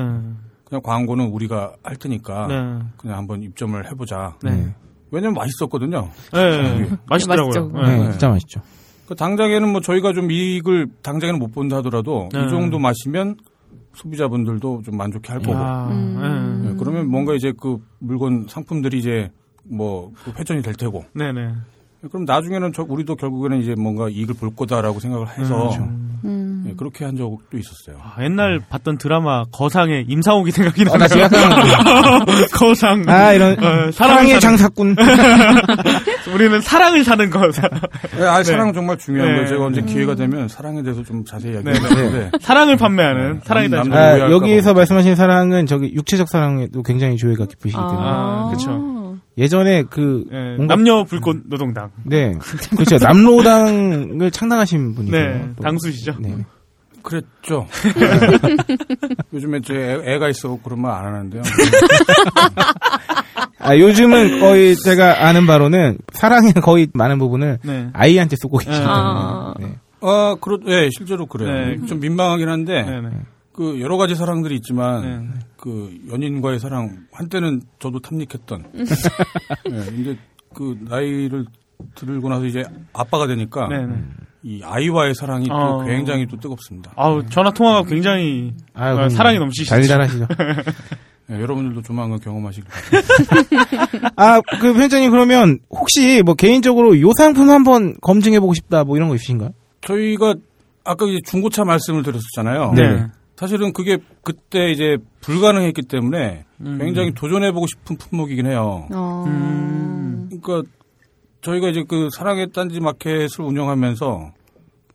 [SPEAKER 8] 그냥 광고는 우리가 할
[SPEAKER 1] 아.
[SPEAKER 8] 테니까
[SPEAKER 3] 네.
[SPEAKER 8] 그냥 한번 입점을 해보자.
[SPEAKER 3] 네.
[SPEAKER 8] 왜냐면 맛있었거든요.
[SPEAKER 3] 네. 맛있더라고요.
[SPEAKER 2] 맛있죠.
[SPEAKER 3] 예.
[SPEAKER 1] 네, 진짜 맛있죠.
[SPEAKER 8] 그 당장에는 뭐 저희가 좀 이익을 당장에는 못 본다 하더라도
[SPEAKER 3] 네.
[SPEAKER 8] 이 정도 마시면 소비자분들도 좀 만족해 할 거고.
[SPEAKER 3] 아,
[SPEAKER 2] 음.
[SPEAKER 8] 네, 그러면 뭔가 이제 그 물건 상품들이 이제 뭐그 회전이 될 테고.
[SPEAKER 3] 예. 네네.
[SPEAKER 8] 그럼 나중에는 저 우리도 결국에는 이제 뭔가 이익을 볼 거다라고 생각을 해서
[SPEAKER 2] 음.
[SPEAKER 8] 예, 그렇게 한 적도 있었어요.
[SPEAKER 3] 그렇죠. 아,
[SPEAKER 1] 네.
[SPEAKER 3] 옛날 봤던 드라마 거상의 임상옥이 생각이
[SPEAKER 1] 어, 나
[SPEAKER 3] 아, 나네요.
[SPEAKER 1] 지금 약간
[SPEAKER 3] 거상.
[SPEAKER 1] 아 이런
[SPEAKER 3] 어, 사랑을
[SPEAKER 1] 사랑의
[SPEAKER 3] 사는- 네,
[SPEAKER 1] 장사꾼.
[SPEAKER 3] 우리는 사랑을 사는 거사.
[SPEAKER 8] 예, 아, 사랑 정말 중요한
[SPEAKER 3] 네.
[SPEAKER 8] 거예요. 제가 언제 기회가 되면 사랑에 대해서 좀 자세히
[SPEAKER 3] 네.
[SPEAKER 8] 이야기하는데
[SPEAKER 3] 사랑을
[SPEAKER 1] 네.
[SPEAKER 3] 판매하는 사랑이
[SPEAKER 8] 남-
[SPEAKER 3] 다시.
[SPEAKER 8] 남-
[SPEAKER 1] 아,
[SPEAKER 8] 오해할까
[SPEAKER 1] 여기서
[SPEAKER 8] 봐.
[SPEAKER 1] 말씀하신 사랑은 저기 육체적 사랑에도 굉장히 조예가 깊으시기 때문에
[SPEAKER 3] 아,
[SPEAKER 1] 예전에 그
[SPEAKER 3] 예,
[SPEAKER 1] 뭔가-
[SPEAKER 3] 남녀 불꽃 노동당.
[SPEAKER 1] 네 그렇죠 남로당을 창당하신 분이세요.
[SPEAKER 3] 네,
[SPEAKER 1] 또.
[SPEAKER 3] 당수시죠.
[SPEAKER 1] 네.
[SPEAKER 8] 그랬죠. 요즘에 제 애, 가 있어 그런 말 안 하는데요.
[SPEAKER 1] 아 요즘은 거의 제가 아는 바로는 사랑의 거의 많은 부분을
[SPEAKER 3] 네.
[SPEAKER 1] 아이한테 쓰고 계시잖아요.
[SPEAKER 2] 아.
[SPEAKER 1] 네.
[SPEAKER 8] 아, 그렇, 예, 실제로 그래요.
[SPEAKER 3] 네.
[SPEAKER 8] 좀 민망하긴 한데
[SPEAKER 3] 네네.
[SPEAKER 8] 그 여러 가지 사랑들이 있지만
[SPEAKER 3] 네.
[SPEAKER 8] 그 연인과의 사랑 한때는 저도 탐닉했던.
[SPEAKER 3] 네.
[SPEAKER 8] 예, 근데 그 나이를 들고 나서 이제 아빠가 되니까
[SPEAKER 3] 네네.
[SPEAKER 8] 이 아이와의 사랑이 또
[SPEAKER 3] 어.
[SPEAKER 8] 굉장히 또 뜨겁습니다.
[SPEAKER 3] 아우 전화 통화가 굉장히
[SPEAKER 1] 네. 아유,
[SPEAKER 3] 어,
[SPEAKER 1] 그럼
[SPEAKER 3] 사랑이 넘치시죠.
[SPEAKER 1] 달달하시죠.
[SPEAKER 8] 예, 여러분들도 조만간 경험하시길 바랍니다.
[SPEAKER 1] 아그 편장님 그러면 혹시 뭐 개인적으로 요 상품 한번 검증해 보고 싶다 뭐 이런 거 있으신가요?
[SPEAKER 8] 저희가 아까 이제 중고차 말씀을 드렸었잖아요.
[SPEAKER 1] 네.
[SPEAKER 8] 사실은 그게 그때 이제 불가능했기 때문에
[SPEAKER 3] 음.
[SPEAKER 8] 굉장히 도전해보고 싶은 품목이긴 해요.
[SPEAKER 2] 어.
[SPEAKER 1] 아,
[SPEAKER 8] 그러니까 저희가 이제 그 사랑의 딴지 마켓을 운영하면서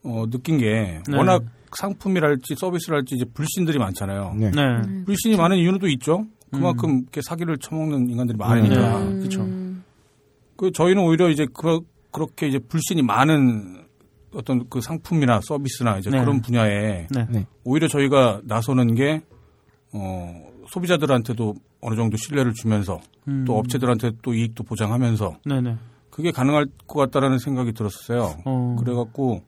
[SPEAKER 8] 어, 느낀 게
[SPEAKER 3] 네.
[SPEAKER 8] 워낙 상품이랄지 서비스랄지 이제 불신들이 많잖아요.
[SPEAKER 1] 네.
[SPEAKER 3] 네.
[SPEAKER 8] 불신이 많은 이유는 또 있죠. 그만큼 이렇게 사기를 쳐먹는 인간들이 많으니까.
[SPEAKER 3] 음. 네.
[SPEAKER 1] 그렇죠.
[SPEAKER 3] 그쵸.
[SPEAKER 2] 음.
[SPEAKER 8] 그 저희는 오히려 이제 그, 그렇게 이제 불신이 많은 어떤 그 상품이나 서비스나 이제
[SPEAKER 3] 네.
[SPEAKER 8] 그런 분야에
[SPEAKER 3] 네.
[SPEAKER 1] 네.
[SPEAKER 8] 오히려 저희가 나서는 게 어, 소비자들한테도 어느 정도 신뢰를 주면서
[SPEAKER 3] 음.
[SPEAKER 8] 또 업체들한테 또 이익도 보장하면서
[SPEAKER 3] 네네.
[SPEAKER 8] 그게 가능할 것 같다라는 생각이 들었어요.
[SPEAKER 3] 어.
[SPEAKER 8] 그래갖고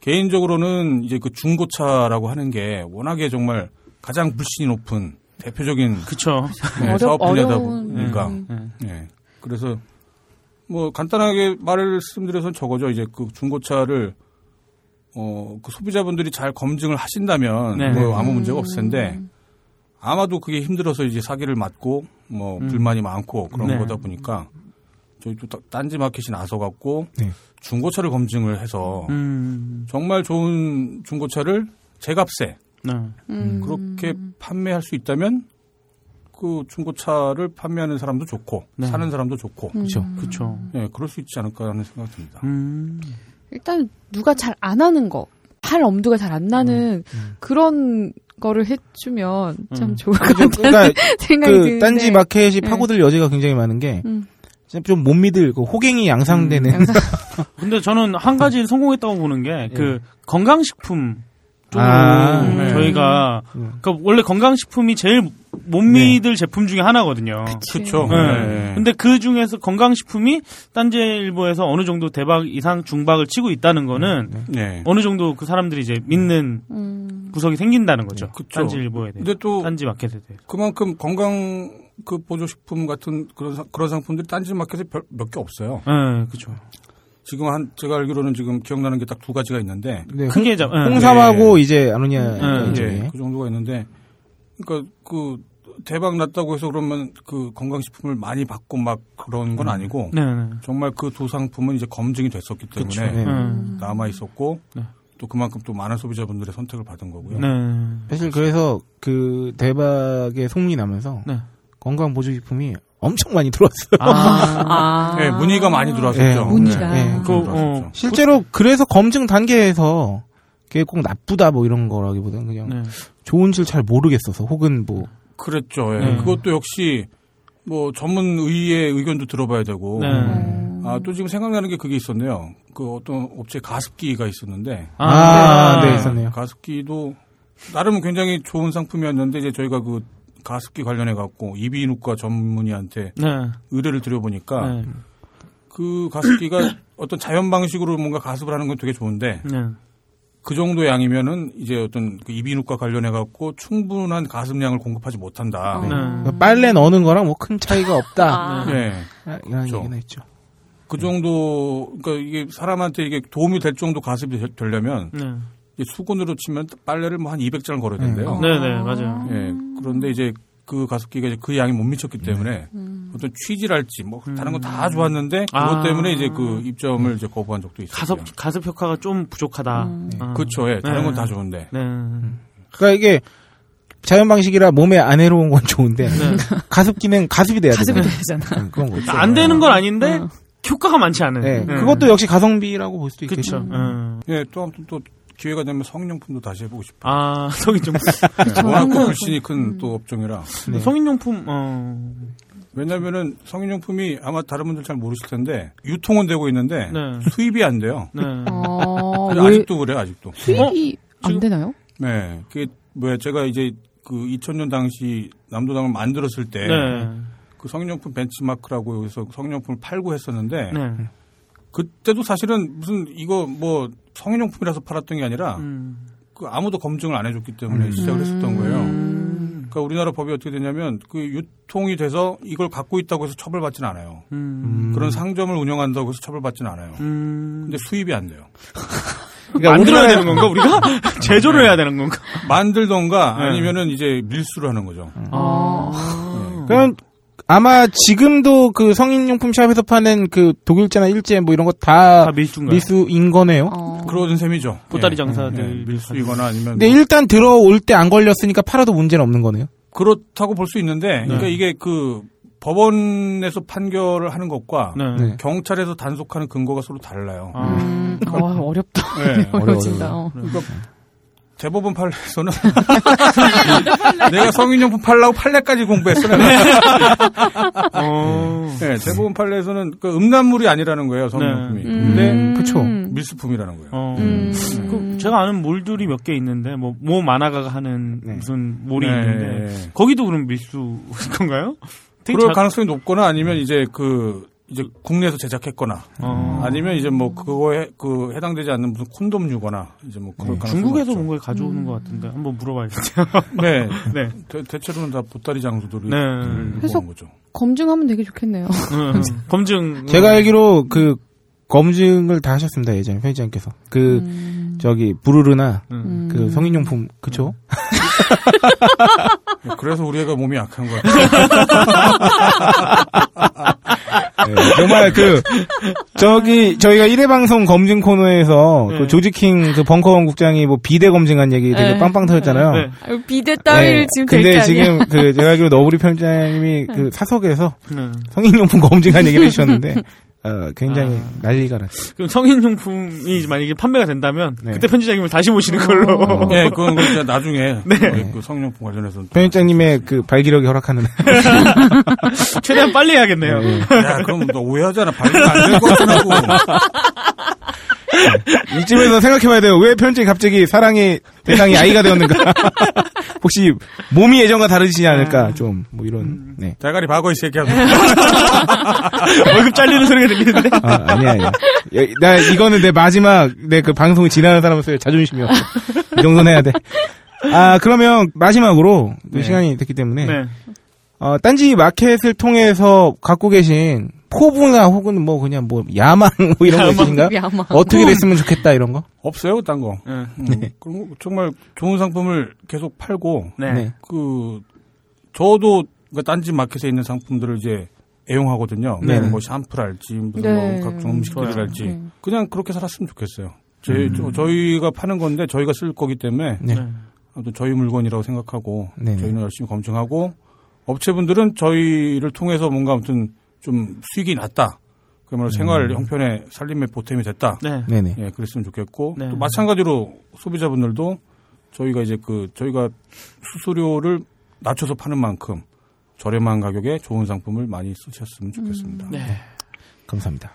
[SPEAKER 8] 개인적으로는 이제 그 중고차라고 하는 게 워낙에 정말 가장 불신이 높은 대표적인
[SPEAKER 3] 그쵸.
[SPEAKER 8] 네,
[SPEAKER 2] 어려-
[SPEAKER 8] 사업 분야다
[SPEAKER 2] 어려운-
[SPEAKER 8] 보니까
[SPEAKER 2] 음.
[SPEAKER 3] 네.
[SPEAKER 8] 예. 그래서 뭐 간단하게 말씀드려서 저거죠. 이제 그 중고차를 어, 그 소비자분들이 잘 검증을 하신다면
[SPEAKER 3] 네.
[SPEAKER 8] 뭐 아무 문제가 없을 텐데 아마도 그게 힘들어서 이제 사기를 맞고 뭐 불만이 많고 그런
[SPEAKER 3] 네.
[SPEAKER 8] 거다 보니까 저희 또 따- 딴지 마켓이 나서 갖고
[SPEAKER 1] 네.
[SPEAKER 8] 중고차를 검증을 해서
[SPEAKER 3] 음.
[SPEAKER 8] 정말 좋은 중고차를 제값에
[SPEAKER 3] 네.
[SPEAKER 2] 음.
[SPEAKER 8] 그렇게 판매할 수 있다면 그 중고차를 판매하는 사람도 좋고
[SPEAKER 3] 네.
[SPEAKER 8] 사는 사람도 좋고
[SPEAKER 1] 그렇죠.
[SPEAKER 3] 그쵸.
[SPEAKER 8] 예, 그럴 수 있지 않을까 하는 생각이 듭니다.
[SPEAKER 3] 음.
[SPEAKER 2] 일단 누가 잘 안 하는 거, 할 엄두가 잘 안 나는
[SPEAKER 1] 음,
[SPEAKER 2] 그런 거를 해주면 참
[SPEAKER 3] 음.
[SPEAKER 2] 좋을 것 같다는
[SPEAKER 1] 그러니까
[SPEAKER 2] 생각이
[SPEAKER 1] 그
[SPEAKER 2] 드는데.
[SPEAKER 1] 딴지 마켓이
[SPEAKER 2] 네.
[SPEAKER 1] 파고들 여지가 굉장히 많은 게
[SPEAKER 2] 음.
[SPEAKER 1] 좀 못 믿을 그 호갱이 양상되는
[SPEAKER 2] 양상.
[SPEAKER 3] 근데 저는 한 가지 성공했다고 보는 게 그 건강식품 쪽으로
[SPEAKER 1] 아,
[SPEAKER 2] 네.
[SPEAKER 3] 저희가 그 원래 건강식품이 제일 못 믿을 제품 중에 하나거든요.
[SPEAKER 8] 그렇죠.
[SPEAKER 3] 네. 근데 그 중에서 건강식품이 딴지일보에서 어느 정도 대박 이상 중박을 치고 있다는 거는
[SPEAKER 8] 네.
[SPEAKER 3] 어느 정도 그 사람들이 이제 믿는
[SPEAKER 2] 음.
[SPEAKER 3] 구석이 생긴다는 거죠.
[SPEAKER 8] 그쵸.
[SPEAKER 3] 딴지일보에 대해.
[SPEAKER 8] 근데 또
[SPEAKER 3] 딴지 마켓에 대해.
[SPEAKER 8] 그만큼 건강 그 보조식품 같은 그런 사- 그런 상품들이 딴지 마켓에 몇 개 없어요.
[SPEAKER 3] 네, 그렇죠.
[SPEAKER 8] 지금 한 제가 알기로는 지금 기억나는 게 딱 두 가지가 있는데
[SPEAKER 1] 네, 홍-
[SPEAKER 3] 크게 잡. 네.
[SPEAKER 1] 홍삼하고 이제 아노니아
[SPEAKER 3] 네.
[SPEAKER 1] 이쪽에.
[SPEAKER 8] 예, 그 정도가 있는데 그러니까 그 대박 났다고 해서 그러면 그 건강식품을 많이 받고 막 그런 건 아니고
[SPEAKER 3] 네, 네.
[SPEAKER 8] 정말 그 두 상품은 이제 검증이 됐었기 때문에
[SPEAKER 1] 그쵸, 네.
[SPEAKER 3] 음.
[SPEAKER 8] 남아 있었고
[SPEAKER 3] 네.
[SPEAKER 8] 또 그만큼 또 많은 소비자분들의 선택을 받은 거고요.
[SPEAKER 3] 네.
[SPEAKER 1] 사실 그래서 그 대박의 소문이 나면서
[SPEAKER 3] 네.
[SPEAKER 1] 건강 보조식품이 엄청 많이 들어왔어요.
[SPEAKER 2] 아.
[SPEAKER 8] 네, 문의가 많이 들어왔었죠.
[SPEAKER 1] 네,
[SPEAKER 2] 문의가.
[SPEAKER 1] 예, 네,
[SPEAKER 8] 많이
[SPEAKER 3] 그, 어,
[SPEAKER 8] 들어왔었죠.
[SPEAKER 1] 실제로 그래서 검증 단계에서 그게 꼭 나쁘다 뭐 이런 거라기보다는 그냥
[SPEAKER 3] 네.
[SPEAKER 1] 좋은지를 잘 모르겠어서 혹은 뭐
[SPEAKER 8] 그랬죠. 예.
[SPEAKER 3] 네.
[SPEAKER 8] 그것도 역시 뭐 전문 의의 의견도 들어봐야 되고.
[SPEAKER 3] 네.
[SPEAKER 8] 아, 또 지금 생각나는 게 그게 있었네요. 그 어떤 업체 가습기가 있었는데
[SPEAKER 1] 아, 네, 있었네요.
[SPEAKER 8] 가습기도 나름 굉장히 좋은 상품이었는데 이제 저희가 그 가습기 관련해 갖고 이비인후과 전문의한테
[SPEAKER 3] 네.
[SPEAKER 8] 의뢰를
[SPEAKER 1] 아.
[SPEAKER 8] 드려보니까
[SPEAKER 3] 네.
[SPEAKER 8] 그 가습기가 어떤 자연 방식으로 뭔가 가습을 하는 건 되게 좋은데
[SPEAKER 3] 네.
[SPEAKER 8] 그 정도 양이면은 이제 어떤 그 이비인후과 관련해 갖고 충분한 가습량을 공급하지 못한다.
[SPEAKER 2] 네.
[SPEAKER 3] 어.
[SPEAKER 1] 그러니까 빨래 넣는 거랑 뭐 큰 차이가 없다
[SPEAKER 2] 아.
[SPEAKER 8] 네.
[SPEAKER 1] 아, 이런
[SPEAKER 8] 그렇죠.
[SPEAKER 1] 얘기나 있죠.
[SPEAKER 8] 그 정도 그러니까 이게 사람한테 이게 도움이 될 정도 가습이 되- 되려면
[SPEAKER 3] 네.
[SPEAKER 8] 이제 수건으로 치면 빨래를 뭐 한 200장을 걸어야 된대요.
[SPEAKER 3] 네, 네, 맞아요.
[SPEAKER 8] 예. 그런데 이제 그 가습기가 이제 그 양이 못 미쳤기 때문에 어떤 취지랄지 뭐 다른 건 다 좋았는데 그것
[SPEAKER 3] 네. 음. 아. 음.
[SPEAKER 8] 때문에 이제 그 입점을 이제 거부한 적도 있어요.
[SPEAKER 3] 가습 가습 효과가 좀 부족하다. 아.
[SPEAKER 8] 그렇죠. 예. 다른
[SPEAKER 3] 네.
[SPEAKER 8] 건 다 좋은데.
[SPEAKER 3] 네.
[SPEAKER 1] 그러니까 이게 자연 방식이라 몸에 안 해로운 건 좋은데
[SPEAKER 3] 네.
[SPEAKER 1] 가습기는 가습이 돼야
[SPEAKER 2] 가슴이
[SPEAKER 1] 되잖아요.
[SPEAKER 2] 되잖아.
[SPEAKER 1] 음, 그런 거죠.
[SPEAKER 3] 안 되는 건 아닌데 효과가 많지 않은.
[SPEAKER 1] 네,
[SPEAKER 3] 네.
[SPEAKER 1] 그것도 역시 가성비라고 볼 수도 있겠죠.
[SPEAKER 3] 그쵸. 음.
[SPEAKER 8] 예. 또 아무튼 또 기회가 되면 성령품도 다시 해보고 싶어요.
[SPEAKER 3] 아 성인용
[SPEAKER 8] 네,
[SPEAKER 1] 뭐
[SPEAKER 8] 워낙
[SPEAKER 3] 음.
[SPEAKER 8] 또 불신이 큰 또 업종이라.
[SPEAKER 1] 네.
[SPEAKER 3] 성인용품 어.
[SPEAKER 8] 왜냐면은 성인용품이 아마 다른 분들 잘 모르실 텐데 유통은 되고 있는데
[SPEAKER 3] 네.
[SPEAKER 8] 수입이 안 돼요.
[SPEAKER 3] 네.
[SPEAKER 2] 어,
[SPEAKER 8] 근데
[SPEAKER 2] 왜
[SPEAKER 8] 아직도 그래요, 아직도.
[SPEAKER 1] 네.
[SPEAKER 2] 수입이 안
[SPEAKER 3] 지금-
[SPEAKER 2] 되나요?
[SPEAKER 8] 네. 그게 뭐야, 제가 이제 그 2000년 당시 남도당을 만들었을 때
[SPEAKER 3] 네.
[SPEAKER 8] 그 성인용품 벤치마크라고 여기서 성인용품을 팔고 했었는데
[SPEAKER 3] 네.
[SPEAKER 8] 그때도 사실은 무슨 이거 뭐 성인용품이라서 팔았던 게 아니라
[SPEAKER 3] 음.
[SPEAKER 8] 그 아무도 검증을 안 해줬기 때문에 시작을 했었던 거예요.
[SPEAKER 3] 음.
[SPEAKER 8] 그러니까 우리나라 법이 어떻게 되냐면 그 유통이 돼서 이걸 갖고 있다고 해서 처벌받지는 않아요.
[SPEAKER 3] 음.
[SPEAKER 8] 그런 상점을 운영한다고 해서 처벌받지는 않아요.
[SPEAKER 3] 음.
[SPEAKER 8] 근데 수입이 안 돼요.
[SPEAKER 1] 그러니까
[SPEAKER 3] 만들어야
[SPEAKER 1] 우리나라-
[SPEAKER 3] 되는 건가 우리가 제조를 해야 되는 건가?
[SPEAKER 8] 만들던가
[SPEAKER 3] 네.
[SPEAKER 8] 아니면은 이제 밀수를 하는 거죠.
[SPEAKER 3] 음.
[SPEAKER 1] 그럼 아마 지금도 그 성인용품 샵에서 파는 그 독일제나 일제 뭐 이런 거 다
[SPEAKER 3] 다 아, 밀수인가요?
[SPEAKER 1] 미수인 네. 거네요.
[SPEAKER 2] 어.
[SPEAKER 8] 그러는 셈이죠.
[SPEAKER 3] 보따리
[SPEAKER 8] 예,
[SPEAKER 3] 장사들
[SPEAKER 8] 예, 밀수이거나 아니면
[SPEAKER 1] 근데
[SPEAKER 3] 네,
[SPEAKER 1] 일단 들어올 때 안 걸렸으니까 팔아도 문제는 없는 거네요.
[SPEAKER 8] 그렇다고 볼 수
[SPEAKER 3] 네.
[SPEAKER 8] 있는데 그러니까 이게 그 법원에서 판결을 하는 것과
[SPEAKER 3] 네.
[SPEAKER 1] 네.
[SPEAKER 8] 경찰에서 단속하는 근거가 서로 달라요.
[SPEAKER 3] 아. 네.
[SPEAKER 2] 음, 어, 어렵다.
[SPEAKER 8] 예.
[SPEAKER 2] 어려워진다. 어.
[SPEAKER 8] 그러니까 대법원 판례에서는 내가 성인용품 팔라고 판례까지 공부했어.
[SPEAKER 3] 네. 어.
[SPEAKER 8] 네, 대법원 판례에서는 그 음란물이 아니라는 거예요 성인용품이.
[SPEAKER 3] 네.
[SPEAKER 8] 근데
[SPEAKER 2] 그러니까
[SPEAKER 1] 그쵸.
[SPEAKER 8] 밀수품이라는 거예요.
[SPEAKER 3] 어.
[SPEAKER 2] 음.
[SPEAKER 3] 그 제가 아는 몰들이 몇 개 있는데 뭐 모 만화가가 하는
[SPEAKER 1] 네.
[SPEAKER 3] 무슨 몰이
[SPEAKER 8] 네.
[SPEAKER 3] 있는데 거기도 그럼 밀수 건가요? 되게
[SPEAKER 8] 그럴
[SPEAKER 3] 자-
[SPEAKER 8] 가능성이 높거나 아니면 이제 그 이제 국내에서 제작했거나
[SPEAKER 3] 어.
[SPEAKER 8] 아니면 이제 뭐 그거에 그 해당되지 않는 무슨 콘돔 유거나 이제 뭐 그럴 가능성이
[SPEAKER 3] 네. 중국에서
[SPEAKER 8] 없죠.
[SPEAKER 3] 뭔가 가져오는 것 같은데 한번 물어봐야겠죠.
[SPEAKER 8] 네
[SPEAKER 3] 네.
[SPEAKER 8] 대, 대체로는 다 보따리 장수들을
[SPEAKER 3] 네.
[SPEAKER 8] 네.
[SPEAKER 2] 해석-
[SPEAKER 8] 온 거죠.
[SPEAKER 2] 검증하면 되게 좋겠네요.
[SPEAKER 3] 음, 검증.
[SPEAKER 1] 제가 알기로 그 검증을 다 하셨습니다 예전에 편의장께서 그 저기 부르르나
[SPEAKER 3] 음.
[SPEAKER 1] 그 성인용품 그쵸?
[SPEAKER 8] 네, 그래서 우리 애가 몸이 약한 거야. 요
[SPEAKER 3] 음.
[SPEAKER 1] 네, 정말 그 저기 저희가 1회 방송 검증 코너에서
[SPEAKER 3] 네.
[SPEAKER 1] 그 조지킹 그 벙커원 국장이 뭐 비대 검증한 얘 얘기 되게
[SPEAKER 2] 네.
[SPEAKER 1] 빵빵 터졌잖아요.
[SPEAKER 3] 네.
[SPEAKER 2] 비대
[SPEAKER 1] 네, 근데 지금 그 제가 알기로 너구리 편장님이 그 사석에서
[SPEAKER 3] 네.
[SPEAKER 1] 성인용품 검증한 얘기를 해주셨는데 어, 굉장히
[SPEAKER 3] 아.
[SPEAKER 1] 난리가 났어요.
[SPEAKER 3] 그럼 성인용품이 만약에 판매가 된다면
[SPEAKER 1] 네.
[SPEAKER 3] 그때 편집장님을 다시 모시는 걸로.
[SPEAKER 1] 어.
[SPEAKER 8] 네, 그건 이제 나중에 네, 그 성룡품 관련해서
[SPEAKER 1] 편집장님의 그 발기력이 허락하는
[SPEAKER 3] 최대한 빨리 해야겠네요.
[SPEAKER 8] 야, 그럼 너 오해하잖아. 발표 안될 거라고.
[SPEAKER 1] 이쯤에서 생각해봐야 돼요. 왜 편집이 갑자기 사랑의 대상이 아이가 되었는가? 혹시 몸이 예전과 다르지 않을까? 좀 뭐 이런. 네.
[SPEAKER 8] 대가리 박어 이 새끼야.
[SPEAKER 3] 월급 잘리는 소리가 들리는데.
[SPEAKER 1] 아, 아니야, 아니야. 야, 나 이거는 내 마지막 내 그 방송이 지나는 사람으로서의 자존심이었고 이 정도는 해야 돼. 아 그러면 마지막으로 또
[SPEAKER 3] 네.
[SPEAKER 1] 시간이 됐기 때문에
[SPEAKER 3] 네.
[SPEAKER 1] 어, 딴지 마켓을 통해서 갖고 계신 포부나 혹은 뭐 그냥 뭐 야망 뭐 이런 거 있으신가요?
[SPEAKER 2] 야망.
[SPEAKER 1] 어떻게 됐으면 좋겠다 이런 거?
[SPEAKER 8] 없어요, 딴 거.
[SPEAKER 3] 네.
[SPEAKER 8] 음, 그럼 정말 좋은 상품을 계속 팔고
[SPEAKER 3] 네.
[SPEAKER 1] 네.
[SPEAKER 8] 그 저도 그 딴지 마켓에 있는 상품들을 이제 애용하거든요.
[SPEAKER 1] 네.
[SPEAKER 8] 뭐 샴푸랄지 무슨
[SPEAKER 2] 네.
[SPEAKER 8] 뭐 각종 음식들이랄지
[SPEAKER 2] 네.
[SPEAKER 8] 그냥 그렇게 살았으면 좋겠어요. 제, 저- 저희가 파는 건데 저희가 쓸 거기 때문에
[SPEAKER 1] 네.
[SPEAKER 8] 아무튼 저희 물건이라고 생각하고
[SPEAKER 1] 네네.
[SPEAKER 8] 저희는 열심히 검증하고 업체분들은 저희를 통해서 뭔가 아무튼 좀 수익이 났다.
[SPEAKER 1] 음.
[SPEAKER 8] 그야말로 생활 형편에 살림의 보탬이 됐다.
[SPEAKER 3] 네.
[SPEAKER 1] 네네.
[SPEAKER 8] 예, 그랬으면 좋겠고
[SPEAKER 3] 네.
[SPEAKER 8] 또 마찬가지로 소비자분들도 저희가 이제 그 저희가 수수료를 낮춰서 파는 만큼 저렴한 가격에 좋은 상품을 많이 쓰셨으면 좋겠습니다.
[SPEAKER 3] 네.
[SPEAKER 1] 감사합니다.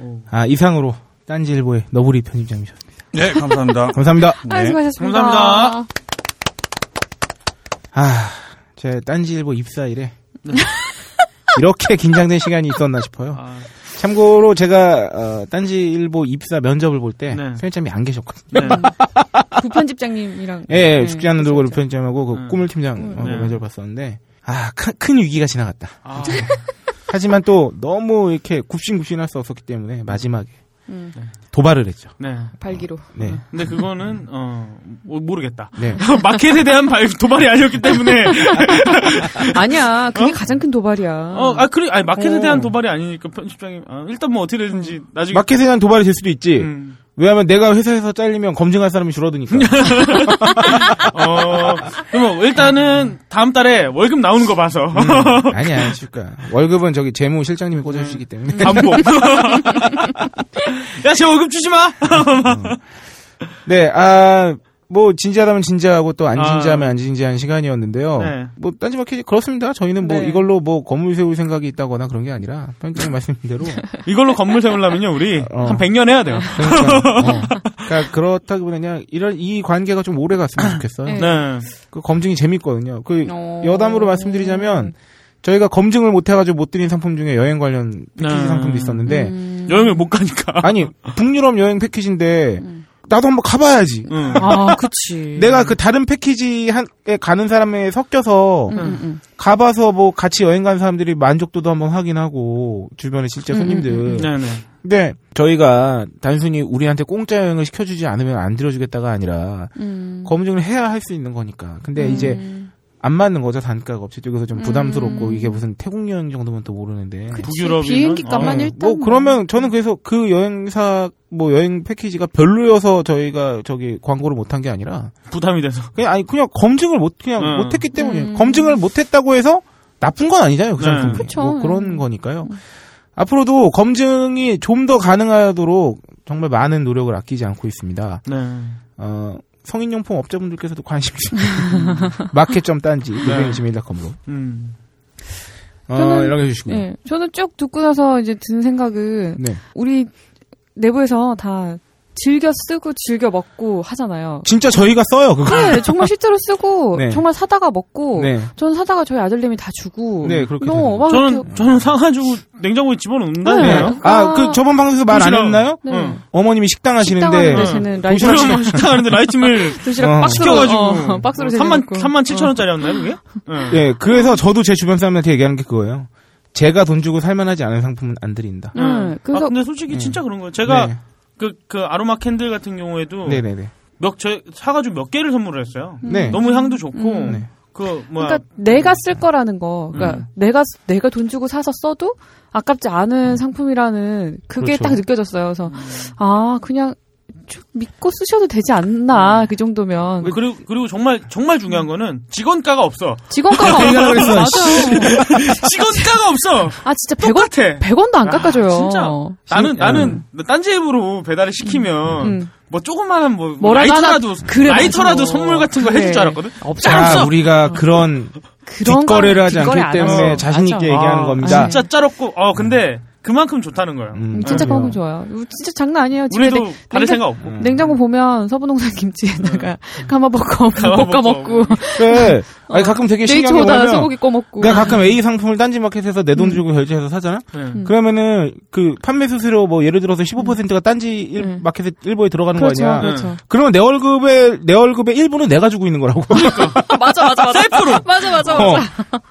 [SPEAKER 3] 오.
[SPEAKER 1] 아 이상으로 딴지일보의 너구리 편집장이셨습니다.
[SPEAKER 8] 네, 감사합니다.
[SPEAKER 1] 감사합니다.
[SPEAKER 2] 아, 수고하셨습니다.
[SPEAKER 3] 감사합니다.
[SPEAKER 1] 아, 제 딴지일보 입사일에 이렇게 긴장된 시간이 있었나 싶어요.
[SPEAKER 3] 아,
[SPEAKER 1] 참고로 제가 어, 딴지일보 입사 면접을 볼 때
[SPEAKER 3] 네.
[SPEAKER 1] 편집장이 안 계셨거든요.
[SPEAKER 3] 네.
[SPEAKER 2] 부편집장님이랑 네,
[SPEAKER 1] 예, 예, 죽지 않는 도구 편집장하고 그
[SPEAKER 3] 음.
[SPEAKER 1] 꿈을 팀장
[SPEAKER 3] 네.
[SPEAKER 1] 면접을 봤었는데 아, 큰, 큰 위기가 지나갔다.
[SPEAKER 3] 아,
[SPEAKER 1] 하지만 또 너무 이렇게 굽신굽신할 수 없었기 때문에 마지막에
[SPEAKER 2] 음.
[SPEAKER 1] 도발을 했죠.
[SPEAKER 3] 네.
[SPEAKER 2] 발기로.
[SPEAKER 1] 네.
[SPEAKER 3] 근데 그거는 어 모- 모르겠다.
[SPEAKER 1] 네. 음.
[SPEAKER 3] 마켓에 대한 발- 도발이 아니었기 때문에
[SPEAKER 2] 아니야, 그게 가장 큰 도발이야.
[SPEAKER 3] 어 아 그래 아니 마켓에
[SPEAKER 1] 오.
[SPEAKER 3] 대한 도발이 아니니까 편집장님 아, 일단 뭐 어떻게 되든지 나중에
[SPEAKER 1] 마켓에 대한 도발이 될 수도 있지.
[SPEAKER 3] 음,
[SPEAKER 1] 왜냐하면 내가 회사에서 잘리면 검증할 사람이 줄어드니까.
[SPEAKER 3] 어 그럼 일단은 다음 달에 월급 나오는 거 봐서
[SPEAKER 1] 음, 아니야, 쉽 거야. 월급은 저기 재무 실장님이 꽂아주시기 때문에.
[SPEAKER 3] 반복. 야제 월급 주지 마.
[SPEAKER 1] 네, 아, 뭐, 진지하다면 진지하고 또 안 진지하면 안 진지한 시간이었는데요.
[SPEAKER 3] 네.
[SPEAKER 1] 뭐, 딴지마켓이 그렇습니다. 저희는 뭐,
[SPEAKER 2] 네.
[SPEAKER 1] 이걸로 뭐, 건물 세울 생각이 있다거나 그런 게 아니라, 편집장님 말씀대로.
[SPEAKER 3] 이걸로 건물 세우려면요 우리
[SPEAKER 1] 어.
[SPEAKER 3] 한 100년 해야 돼요.
[SPEAKER 1] 그러니까, 어. 그러니까 그렇다기보다는 이런, 이 관계가 좀 오래 갔으면 좋겠어요.
[SPEAKER 2] 네.
[SPEAKER 3] 네.
[SPEAKER 1] 그 검증이 재밌거든요. 그,
[SPEAKER 2] 어.
[SPEAKER 1] 여담으로 말씀드리자면, 저희가 검증을 못해가지고 못 드린 상품 중에 여행 관련 패키지
[SPEAKER 3] 음.
[SPEAKER 1] 상품도 있었는데,
[SPEAKER 2] 음.
[SPEAKER 3] 네. 여행을 못 가니까.
[SPEAKER 1] 아니, 북유럽 여행 패키지인데,
[SPEAKER 2] 음.
[SPEAKER 1] 나도 한번 가봐야지.
[SPEAKER 3] 응.
[SPEAKER 2] 아, 그치.
[SPEAKER 1] 내가 그 다른 패키지에 가는 사람에 섞여서
[SPEAKER 2] 음, 음, 음.
[SPEAKER 1] 가봐서 뭐 같이 여행 간 사람들이 만족도도 한번 확인하고 주변에
[SPEAKER 2] 음,
[SPEAKER 1] 실제 손님들.
[SPEAKER 3] 네네.
[SPEAKER 1] 근데 저희가 단순히 우리한테 공짜 여행을 시켜주지 않으면 안 들어주겠다가 아니라
[SPEAKER 2] 음.
[SPEAKER 1] 검증을 해야 할 수 있는 거니까. 근데
[SPEAKER 2] 네,
[SPEAKER 1] 이제 안 맞는 거죠 단가가 업체 쪽에서 좀
[SPEAKER 2] 음.
[SPEAKER 1] 부담스럽고 이게 무슨 태국 여행 정도면 또 모르는데.
[SPEAKER 3] 북유럽이면-
[SPEAKER 2] 비행기 값만
[SPEAKER 3] 네.
[SPEAKER 2] 그 일단.
[SPEAKER 1] 뭐 그러면 저는 그래서 그 여행사 뭐 여행 패키지가 별로여서 저희가 저기 광고를 못한 게 아니라
[SPEAKER 3] 어, 부담이 돼서.
[SPEAKER 1] 그냥 아니 그냥 검증을 못 그냥
[SPEAKER 3] 음.
[SPEAKER 1] 못했기 때문에
[SPEAKER 2] 음.
[SPEAKER 1] 검증을 못했다고 해서 나쁜 건 아니잖아요 그
[SPEAKER 3] 네.
[SPEAKER 1] 상품이
[SPEAKER 2] 그쵸. 음.
[SPEAKER 1] 뭐 그런 거니까요 앞으로도 검증이 좀 더 가능하도록 정말 많은 노력을 아끼지 않고 있습니다
[SPEAKER 2] 아,
[SPEAKER 3] 네.
[SPEAKER 1] 어, 성인용품 업자분들께서도 관심 마켓점 딴지
[SPEAKER 3] 네.
[SPEAKER 1] gmail.com으로
[SPEAKER 3] 음.
[SPEAKER 1] 어,
[SPEAKER 2] 저는-
[SPEAKER 1] 연락해 주시고요
[SPEAKER 2] 네. 저는 쭉 듣고 나서 이제 드는 생각은
[SPEAKER 1] 네.
[SPEAKER 2] 우리 내부에서 다 즐겨 쓰고 즐겨 먹고 하잖아요.
[SPEAKER 1] 진짜 저희가 써요 그거.
[SPEAKER 2] 네, 정말 실제로 쓰고
[SPEAKER 1] 네.
[SPEAKER 2] 정말 사다가 먹고
[SPEAKER 1] 네.
[SPEAKER 2] 저는 사다가 저희 아들님이 다 주고
[SPEAKER 1] 네, 그렇게 되는 거죠.
[SPEAKER 2] 너무 막
[SPEAKER 3] 저는 저는 사가지고 냉장고에 집어넣는다니까요.
[SPEAKER 2] 네.
[SPEAKER 1] 아 그 저번 방송에서 말 안
[SPEAKER 3] 도시락.
[SPEAKER 1] 했나요?
[SPEAKER 2] 네.
[SPEAKER 3] 응.
[SPEAKER 1] 어머님이 식당 하시는데
[SPEAKER 2] 식당하는데 저는 라이트
[SPEAKER 3] 음. 네. 도시락 막 식당하는데 라이트밀
[SPEAKER 2] 도시락
[SPEAKER 1] 어.
[SPEAKER 2] 박스로
[SPEAKER 3] 시켜가지고
[SPEAKER 2] 어, 박스로
[SPEAKER 3] 3만
[SPEAKER 2] 재워놓고. 어. 네,
[SPEAKER 3] 3만 7천 원짜리였나요 그게? 네. 응.
[SPEAKER 1] 예 그래서 저도 제 주변 사람한테 얘기하는 게 그거예요. 제가 돈 주고 살만하지 않은 상품은 안 드린다.
[SPEAKER 2] 네, 그래서-
[SPEAKER 3] 아 근데 솔직히 진짜 그런 거예요. 제가
[SPEAKER 1] 네.
[SPEAKER 3] 그, 그 아로마 캔들 같은 경우에도
[SPEAKER 1] 네네네.
[SPEAKER 3] 몇, 제, 사가지고 몇 개를 선물을 했어요.
[SPEAKER 1] 네.
[SPEAKER 3] 너무 향도 좋고,
[SPEAKER 2] 음.
[SPEAKER 1] 네.
[SPEAKER 3] 그, 뭐야.
[SPEAKER 2] 그러니까 내가 쓸 거라는
[SPEAKER 1] 음.
[SPEAKER 2] 거, 그러니까 내가 쓰- 내가 돈 주고 사서 써도 아깝지 않은 상품이라는 그게
[SPEAKER 1] 음. 그렇죠.
[SPEAKER 2] 딱 느껴졌어요. 그래서 아 그냥 좀 믿고 쓰셔도 되지 않나
[SPEAKER 1] 음.
[SPEAKER 2] 그 정도면
[SPEAKER 3] 그리고, 그리고 정말, 정말 중요한 거는 직원가가 없어.
[SPEAKER 2] 직원가가 없는 거 맞아요.
[SPEAKER 3] 직원가가 없어!
[SPEAKER 2] 아 진짜 100원
[SPEAKER 3] 똑같아!
[SPEAKER 2] 100원도 안 깎아줘요. 어,
[SPEAKER 3] 진짜. 나는,
[SPEAKER 1] 진짜.
[SPEAKER 3] 나는, 딴지 앱으로 배달을 시키면,
[SPEAKER 2] 음.
[SPEAKER 3] 뭐, 조그마한, 뭐,
[SPEAKER 2] 뭐라도
[SPEAKER 3] 라이터라도,
[SPEAKER 2] 하나- 네. 그래, 맞아.
[SPEAKER 3] 라이터라도 선물 같은 거 해줄 줄
[SPEAKER 2] 그래.
[SPEAKER 3] 알았거든?
[SPEAKER 2] 없어.
[SPEAKER 1] 자
[SPEAKER 3] 없어.
[SPEAKER 1] 우리가 그런
[SPEAKER 2] 그런
[SPEAKER 1] 뒷거래를
[SPEAKER 2] 건
[SPEAKER 1] 하지
[SPEAKER 2] 뒷거래
[SPEAKER 1] 않기
[SPEAKER 2] 안 하죠.
[SPEAKER 1] 때문에 자신
[SPEAKER 2] 맞아.
[SPEAKER 1] 있게 얘기하는
[SPEAKER 3] 아,
[SPEAKER 1] 겁니다.
[SPEAKER 3] 진짜 짜롭고, 어, 근데, 그만큼 좋다는 거예요.
[SPEAKER 1] 음, 음.
[SPEAKER 2] 음, 진짜 네.
[SPEAKER 1] 그래요.
[SPEAKER 2] 그런 거 좋아요. 진짜 장난 아니에요. 집에
[SPEAKER 3] 우리도
[SPEAKER 2] 냉-
[SPEAKER 3] 다를
[SPEAKER 2] 냉장-
[SPEAKER 3] 생각 없고.
[SPEAKER 2] 냉장고 보면 서부농산 김치에다가 가마볶음 볶아 먹고
[SPEAKER 1] 네. 아니 가끔 되게 신기한 게
[SPEAKER 2] 데이트보다
[SPEAKER 1] 뭐냐면
[SPEAKER 2] 소고기 꺼 먹고
[SPEAKER 1] 내가 가끔 A 상품을 딴지 마켓에서 내 돈 주고 결제해서 사잖아.
[SPEAKER 3] 네.
[SPEAKER 2] 음.
[SPEAKER 1] 그러면은 그 판매 수수료 뭐 예를 들어서 15%가 딴지 일-
[SPEAKER 2] 음.
[SPEAKER 1] 마켓에 일보에 들어가는 음.
[SPEAKER 2] 그렇죠,
[SPEAKER 1] 거 아니야.
[SPEAKER 2] 그렇죠.
[SPEAKER 1] 그러면 내 월급의 내 월급의 일부는 내가 주고 있는 거라고.
[SPEAKER 2] 어, 맞아 맞아 맞아. 셀프로. 맞아 맞아 맞아.
[SPEAKER 1] 어,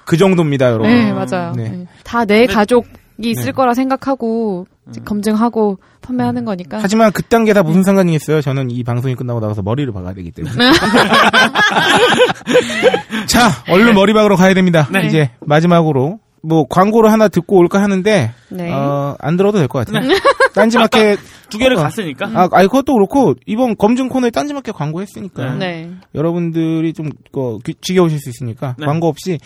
[SPEAKER 1] 그 정도입니다, 여러분.
[SPEAKER 2] 네 맞아요.
[SPEAKER 1] 네.
[SPEAKER 2] 다 내
[SPEAKER 3] 근데-
[SPEAKER 2] 가족이 있을
[SPEAKER 1] 네. 거라
[SPEAKER 2] 거라 생각하고 검증하고 판매하는 거니까.
[SPEAKER 1] 하지만 그 단계 다 무슨 상관이 있어요? 저는 이 방송이 끝나고 나가서 머리를 박아야 되기 때문에. 자, 얼른 머리 박으러 가야 됩니다.
[SPEAKER 2] 네.
[SPEAKER 1] 이제 마지막으로 뭐 광고를 하나 듣고 올까 하는데
[SPEAKER 2] 네.
[SPEAKER 1] 어, 안 들어도 될 것 같아요. 딴지마켓
[SPEAKER 3] 두 개를
[SPEAKER 1] 어.
[SPEAKER 3] 갔으니까.
[SPEAKER 1] 아, 아니 그것도 그렇고 이번 검증 코너에 딴지마켓 광고했으니까
[SPEAKER 2] 네.
[SPEAKER 1] 여러분들이 좀 어, 귀- 지겨우실 수 있으니까
[SPEAKER 3] 네.
[SPEAKER 1] 광고 없이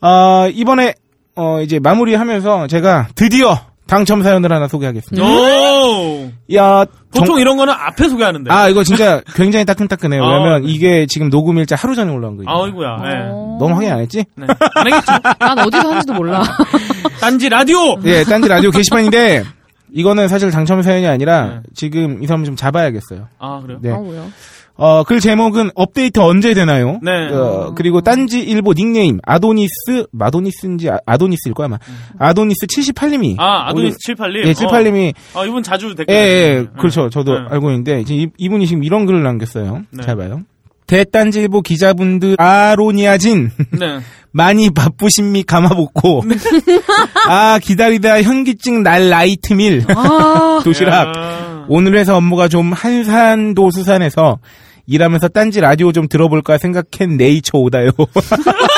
[SPEAKER 1] 아, 이번에 어, 이제 마무리하면서 제가 드디어 당첨 사연을 하나 소개하겠습니다.
[SPEAKER 3] 오!
[SPEAKER 1] 야, 음. 정-
[SPEAKER 3] 네. 보통 이런 거는 앞에 소개하는데.
[SPEAKER 1] 아, 이거 진짜 굉장히 따끈따끈해요.
[SPEAKER 3] 아,
[SPEAKER 1] 왜냐면
[SPEAKER 3] 네.
[SPEAKER 1] 이게 지금 녹음 일자 하루 전에 올라온 거예요.
[SPEAKER 3] 아이고야. 예.
[SPEAKER 1] 네.
[SPEAKER 2] 어.
[SPEAKER 1] 너무 확인 안 했지?
[SPEAKER 3] 네. 안 했겠죠.
[SPEAKER 2] 난 어디서 한지도 몰라.
[SPEAKER 3] 단지 라디오!
[SPEAKER 1] 예, 딴지 라디오 게시판인데 이거는 사실 당첨 사연이 아니라
[SPEAKER 3] 네.
[SPEAKER 1] 지금 이 사람 좀 잡아야겠어요.
[SPEAKER 3] 아, 그래요?
[SPEAKER 1] 네.
[SPEAKER 2] 아, 뭐야.
[SPEAKER 1] 어, 글 제목은 업데이트 언제 되나요?
[SPEAKER 3] 네.
[SPEAKER 1] 어, 그리고 딴지 일보 닉네임 아도니스 마도니스인지 아, 도니스일 거야 아마. 아도니스 78님이
[SPEAKER 3] 음. 아, 아도니스 78님?
[SPEAKER 1] 예, 78님이
[SPEAKER 3] 아, 이분 자주 댓글.
[SPEAKER 1] 예, 예,
[SPEAKER 3] 남겨주세요.
[SPEAKER 1] 그렇죠. 저도
[SPEAKER 3] 네.
[SPEAKER 1] 알고 있는데 이제 이- 이분이 지금 이런 글을 남겼어요.
[SPEAKER 3] 네.
[SPEAKER 1] 잘 봐요. 대딴지일보 기자분들 아로니아진
[SPEAKER 3] 네.
[SPEAKER 1] 많이 바쁘십니 감아먹고 아 기다리다 현기증 날 라이트밀
[SPEAKER 2] 아,
[SPEAKER 1] 도시락
[SPEAKER 3] 야.
[SPEAKER 1] 오늘 회사 업무가 좀 한산도 수산해서 일하면서 딴지 라디오 좀 들어볼까 생각했 네이처 오다요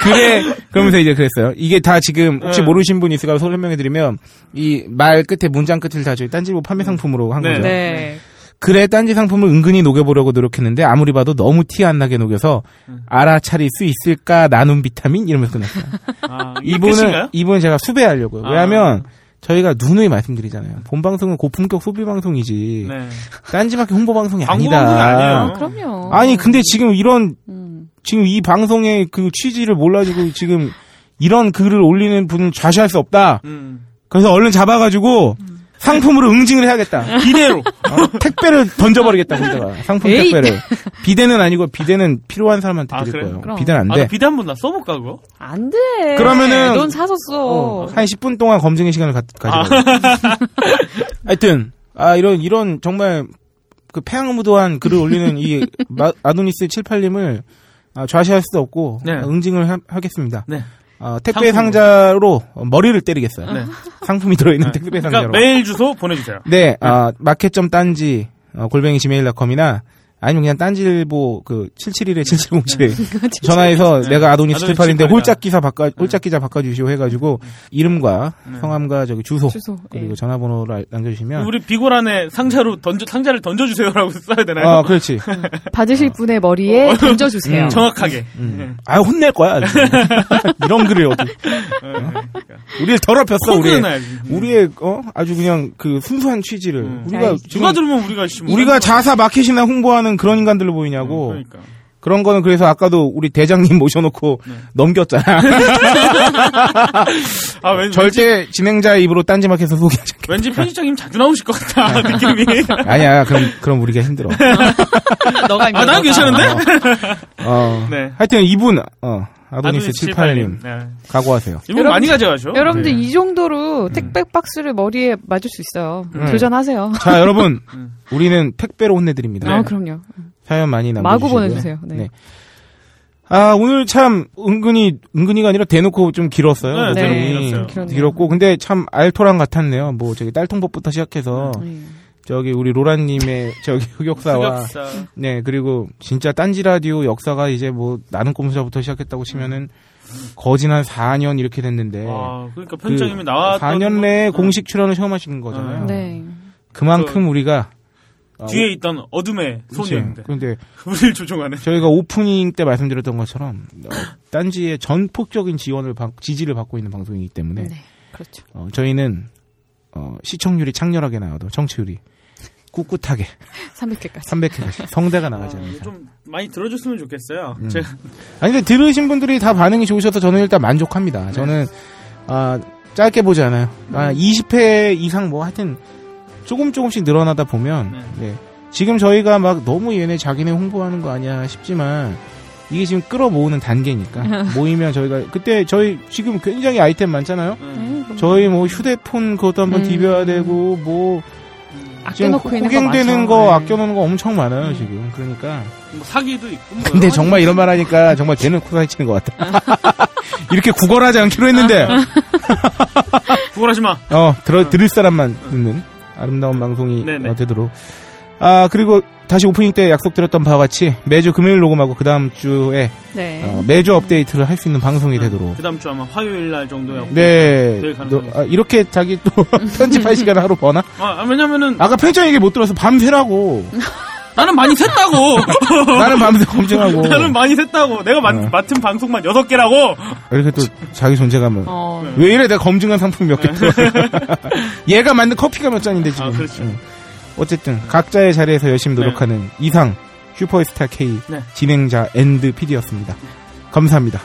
[SPEAKER 1] 그래 그러면서 이제 그랬어요 이게 다 지금 혹시
[SPEAKER 3] 네.
[SPEAKER 1] 모르신 분 있을까 설명해드리면 이 말 끝에 문장 끝을 다 저희 딴지보 판매 상품으로 한
[SPEAKER 3] 네.
[SPEAKER 1] 거죠
[SPEAKER 2] 네.
[SPEAKER 1] 그래 딴지 상품을 은근히 녹여보려고 노력했는데 아무리 봐도 너무 티 안 나게 녹여서 알아차릴 수 있을까 나눔 비타민 이러면서 끝났어요
[SPEAKER 3] 음. 아,
[SPEAKER 1] 이분은
[SPEAKER 3] 이분은.
[SPEAKER 1] 이분 제가 수배하려고요.
[SPEAKER 3] 아.
[SPEAKER 1] 왜냐하면 저희가 누누이 말씀드리잖아요. 본 방송은 고품격 소비 방송이지
[SPEAKER 3] 네.
[SPEAKER 1] 딴지마켓 홍보 방송이
[SPEAKER 3] 광고
[SPEAKER 1] 아니다.
[SPEAKER 3] 방송이 아니에요.
[SPEAKER 2] 아, 그럼요.
[SPEAKER 1] 아니, 근데 지금 이런
[SPEAKER 2] 음.
[SPEAKER 1] 지금 이 방송의 그 취지를 몰라가지고 지금 이런 글을 올리는 분은 좌시할 수 없다.
[SPEAKER 3] 음.
[SPEAKER 1] 그래서 얼른 잡아가지고 상품으로 응징을 해야겠다.
[SPEAKER 3] 이대로.
[SPEAKER 1] 어, 택배를 던져버리겠다 혼자가 상품
[SPEAKER 2] 에이.
[SPEAKER 1] 택배를 비대는 아니고 비대는 필요한 사람한테
[SPEAKER 3] 아,
[SPEAKER 1] 드릴
[SPEAKER 3] 그래요?
[SPEAKER 1] 거예요.
[SPEAKER 2] 그럼.
[SPEAKER 1] 비대는 안
[SPEAKER 3] 아,
[SPEAKER 1] 돼.
[SPEAKER 3] 나 비단 분나 써볼까, 그거?
[SPEAKER 2] 안 돼. 네,
[SPEAKER 1] 그러면은- 어.
[SPEAKER 2] 넌 사서
[SPEAKER 3] 어,
[SPEAKER 2] 써.
[SPEAKER 1] 한 10분 동안 검증의 시간을 가, 가지고.
[SPEAKER 3] 아.
[SPEAKER 1] 하여튼 아 이런 이런 정말 그 패양무도한 글을 올리는 이 마- 아도니스 78님을 아, 좌시할 수도 없고
[SPEAKER 3] 네.
[SPEAKER 1] 아, 응징을 하, 겠습니다 아,
[SPEAKER 3] 네.
[SPEAKER 1] 택배
[SPEAKER 3] 상품으로.
[SPEAKER 1] 상자로 어, 머리를 때리겠어요.
[SPEAKER 3] 네.
[SPEAKER 1] 상품이 들어있는 택배
[SPEAKER 3] 그러니까
[SPEAKER 1] 상자로.
[SPEAKER 3] 메일 주소 보내주세요.
[SPEAKER 1] 네, 아, 마켓점 딴지 어, 골뱅이 지메일닷컴이나 아니면 그냥 딴지일보 그 771에 7707에 전화해서
[SPEAKER 3] 네.
[SPEAKER 1] 내가 아도니스
[SPEAKER 3] 아도니스
[SPEAKER 1] 78인데
[SPEAKER 3] 78이다. 네.
[SPEAKER 1] 홀짝 기사 바꿔 홀짝 기자 바꿔 주시오 해 가지고 이름과 성함과 저기 주소,
[SPEAKER 2] 주소,
[SPEAKER 1] 그리고
[SPEAKER 2] 예.
[SPEAKER 1] 전화번호를 알- 남겨 주시면
[SPEAKER 3] 우리 비고란에 상자로 던져, 상자를 던져주세요라고 써야 되나요?
[SPEAKER 1] 어, 그렇지.
[SPEAKER 2] 받으실 분의 머리에
[SPEAKER 3] 어.
[SPEAKER 2] 네, 던져주세요.
[SPEAKER 1] 음.
[SPEAKER 3] 정확하게. 네.
[SPEAKER 1] 아, 혼낼 거야. 아주. 이런 글을 어디. 우리를 더럽혔어, 우리.
[SPEAKER 3] 코드는 알지.
[SPEAKER 1] 우리의 어? 아주 그냥 그 순수한 취지를.
[SPEAKER 3] 음.
[SPEAKER 1] 우리가
[SPEAKER 2] 아이,
[SPEAKER 1] 지금
[SPEAKER 3] 누가 들으면 우리가, 씨, 뭐
[SPEAKER 1] 우리가 자사 마켓이나 홍보하는 그런 인간들로 보이냐고.
[SPEAKER 3] 그러니까.
[SPEAKER 1] 그런 거는 그래서 아까도 우리 대장님 모셔놓고 넘겼잖아.
[SPEAKER 3] 아, 왠,
[SPEAKER 1] 절대 진행자의 입으로 딴지마켓에서 소개하지 않게.
[SPEAKER 3] 왠지 편집장님 자주 나오실 것 같다, 느낌이.
[SPEAKER 1] 아니야, 그럼, 그럼 우리가 힘들어.
[SPEAKER 9] 너가
[SPEAKER 3] 아, 난 괜찮은데?
[SPEAKER 1] 어.
[SPEAKER 3] 네.
[SPEAKER 1] 하여튼 이분, 어, 아도니스 78님,
[SPEAKER 3] 네.
[SPEAKER 1] 각오하세요.
[SPEAKER 3] 이분 많이 가져가죠.
[SPEAKER 2] 여러분들 이 정도로 택배 박스를 머리에 맞을 수 있어요.
[SPEAKER 1] 음.
[SPEAKER 2] 도전하세요.
[SPEAKER 1] 자, 여러분, 우리는 택배로 혼내드립니다.
[SPEAKER 2] 아 그럼요.
[SPEAKER 1] 사연 많이 네. 남겨주시고요.
[SPEAKER 2] 마구 보내주세요. 네.
[SPEAKER 1] 아, 오늘 참, 은근히, 은근히가 아니라 대놓고 좀 길었어요.
[SPEAKER 3] 네,
[SPEAKER 1] 모델이.
[SPEAKER 2] 네, 길었어요. 길었네요.
[SPEAKER 1] 길었고, 근데 참 알토랑 같았네요. 뭐, 저기 딸통법부터 시작해서,
[SPEAKER 2] 네.
[SPEAKER 1] 저기 우리 로라님의 저기 흑역사와,
[SPEAKER 3] 흑역사.
[SPEAKER 1] 네, 그리고 진짜 딴지 라디오 역사가 이제 뭐, 나는 꼼수자부터 시작했다고 치면은, 거진 한 4년 이렇게 됐는데,
[SPEAKER 3] 아, 그러니까
[SPEAKER 1] 그
[SPEAKER 3] 편집장님이 네. 나왔던
[SPEAKER 1] 4년 내에
[SPEAKER 3] 거-
[SPEAKER 1] 공식 출연을 처음 하신 거잖아요.
[SPEAKER 2] 네.
[SPEAKER 1] 그만큼 우리가, 아,
[SPEAKER 3] 뒤에 있던 어둠의
[SPEAKER 1] 그치.
[SPEAKER 3] 소녀인데
[SPEAKER 1] 근데
[SPEAKER 3] 우리를 조종하는
[SPEAKER 1] 저희가 오프닝 때 말씀드렸던 것처럼 어, 딴지의 전폭적인 지원을 받- 지지를 받고 있는 방송이기 때문에
[SPEAKER 2] 네. 그렇죠.
[SPEAKER 1] 어, 저희는 어, 시청률이 창렬하게 나와도 청취율이 꿋꿋하게
[SPEAKER 2] 300개까지.
[SPEAKER 1] 300회씩 성대가 나가지 않는 음.
[SPEAKER 3] 아,
[SPEAKER 1] 이상.
[SPEAKER 3] 좀 많이 들어줬으면 좋겠어요. 제가
[SPEAKER 1] 아니 근데 들으신 분들이 다 반응이 좋으셔서 저는 일단
[SPEAKER 2] 네.
[SPEAKER 1] 만족합니다. 저는 아, 짧게 보지 않아요. 아,
[SPEAKER 2] 음.
[SPEAKER 1] 20회 이상 뭐 하여튼 조금 조금씩 늘어나다 보면 네. 지금 저희가 막 너무 얘네 자기네 홍보하는 거 아니야 싶지만 이게 지금 끌어모으는 단계니까 모이면 저희가 그때 저희 지금 굉장히 아이템 많잖아요.
[SPEAKER 3] 음.
[SPEAKER 1] 저희 뭐 휴대폰 그것도 한번
[SPEAKER 2] 음.
[SPEAKER 1] 디벼야 되고 뭐
[SPEAKER 3] 음.
[SPEAKER 1] 지금
[SPEAKER 2] 아껴놓고 있는 거
[SPEAKER 1] 호갱되는
[SPEAKER 2] 많죠.
[SPEAKER 1] 거
[SPEAKER 2] 네.
[SPEAKER 1] 아껴놓는 거 엄청 많아요 지금 그러니까
[SPEAKER 3] 뭐 사기도 있고 뭐
[SPEAKER 1] 근데 정말 이런 말 하니까 정말 되는 코사치는 것 같다. 이렇게 구걸하지 않기로 했는데,
[SPEAKER 3] 구걸하지 마.
[SPEAKER 1] 어, 들어, 들을 사람만 듣는 아름다운 방송이
[SPEAKER 3] 네네.
[SPEAKER 1] 어, 되도록. 아, 그리고 다시 오프닝 때 약속드렸던 바와 같이 매주 금요일 녹음하고 그 다음 주에
[SPEAKER 2] 네.
[SPEAKER 1] 어, 매주 업데이트를 할 수 있는 방송이 되도록.
[SPEAKER 3] 그다음 주 아마 화요일 날 정도야.
[SPEAKER 1] 네.
[SPEAKER 3] 될 가능성이
[SPEAKER 1] 너- 아, 이렇게 자기 또 편집할 시간을 하루 버나?
[SPEAKER 3] 아, 아, 왜냐면은
[SPEAKER 1] 아까 편집장 얘기 못 들어서 밤새라고.
[SPEAKER 3] 나는 많이 샜다고.
[SPEAKER 1] 나는 밤새 검증하고.
[SPEAKER 3] 나는 많이 샜다고. 내가 맡,
[SPEAKER 1] 어.
[SPEAKER 3] 맡은 방송만 여섯 개라고.
[SPEAKER 1] 이렇게 또 자기 존재감을.
[SPEAKER 2] 어.
[SPEAKER 1] 왜 이래 내가 검증한 상품 몇 개 들어 얘가 만든 커피가 몇 잔인데 지금
[SPEAKER 3] 네. 아, 그렇죠.
[SPEAKER 1] 응. 어쨌든 각자의 자리에서 열심히
[SPEAKER 3] 네.
[SPEAKER 1] 노력하는 이상 슈퍼스타 K
[SPEAKER 3] 네.
[SPEAKER 1] 진행자 앤드 PD였습니다 감사합니다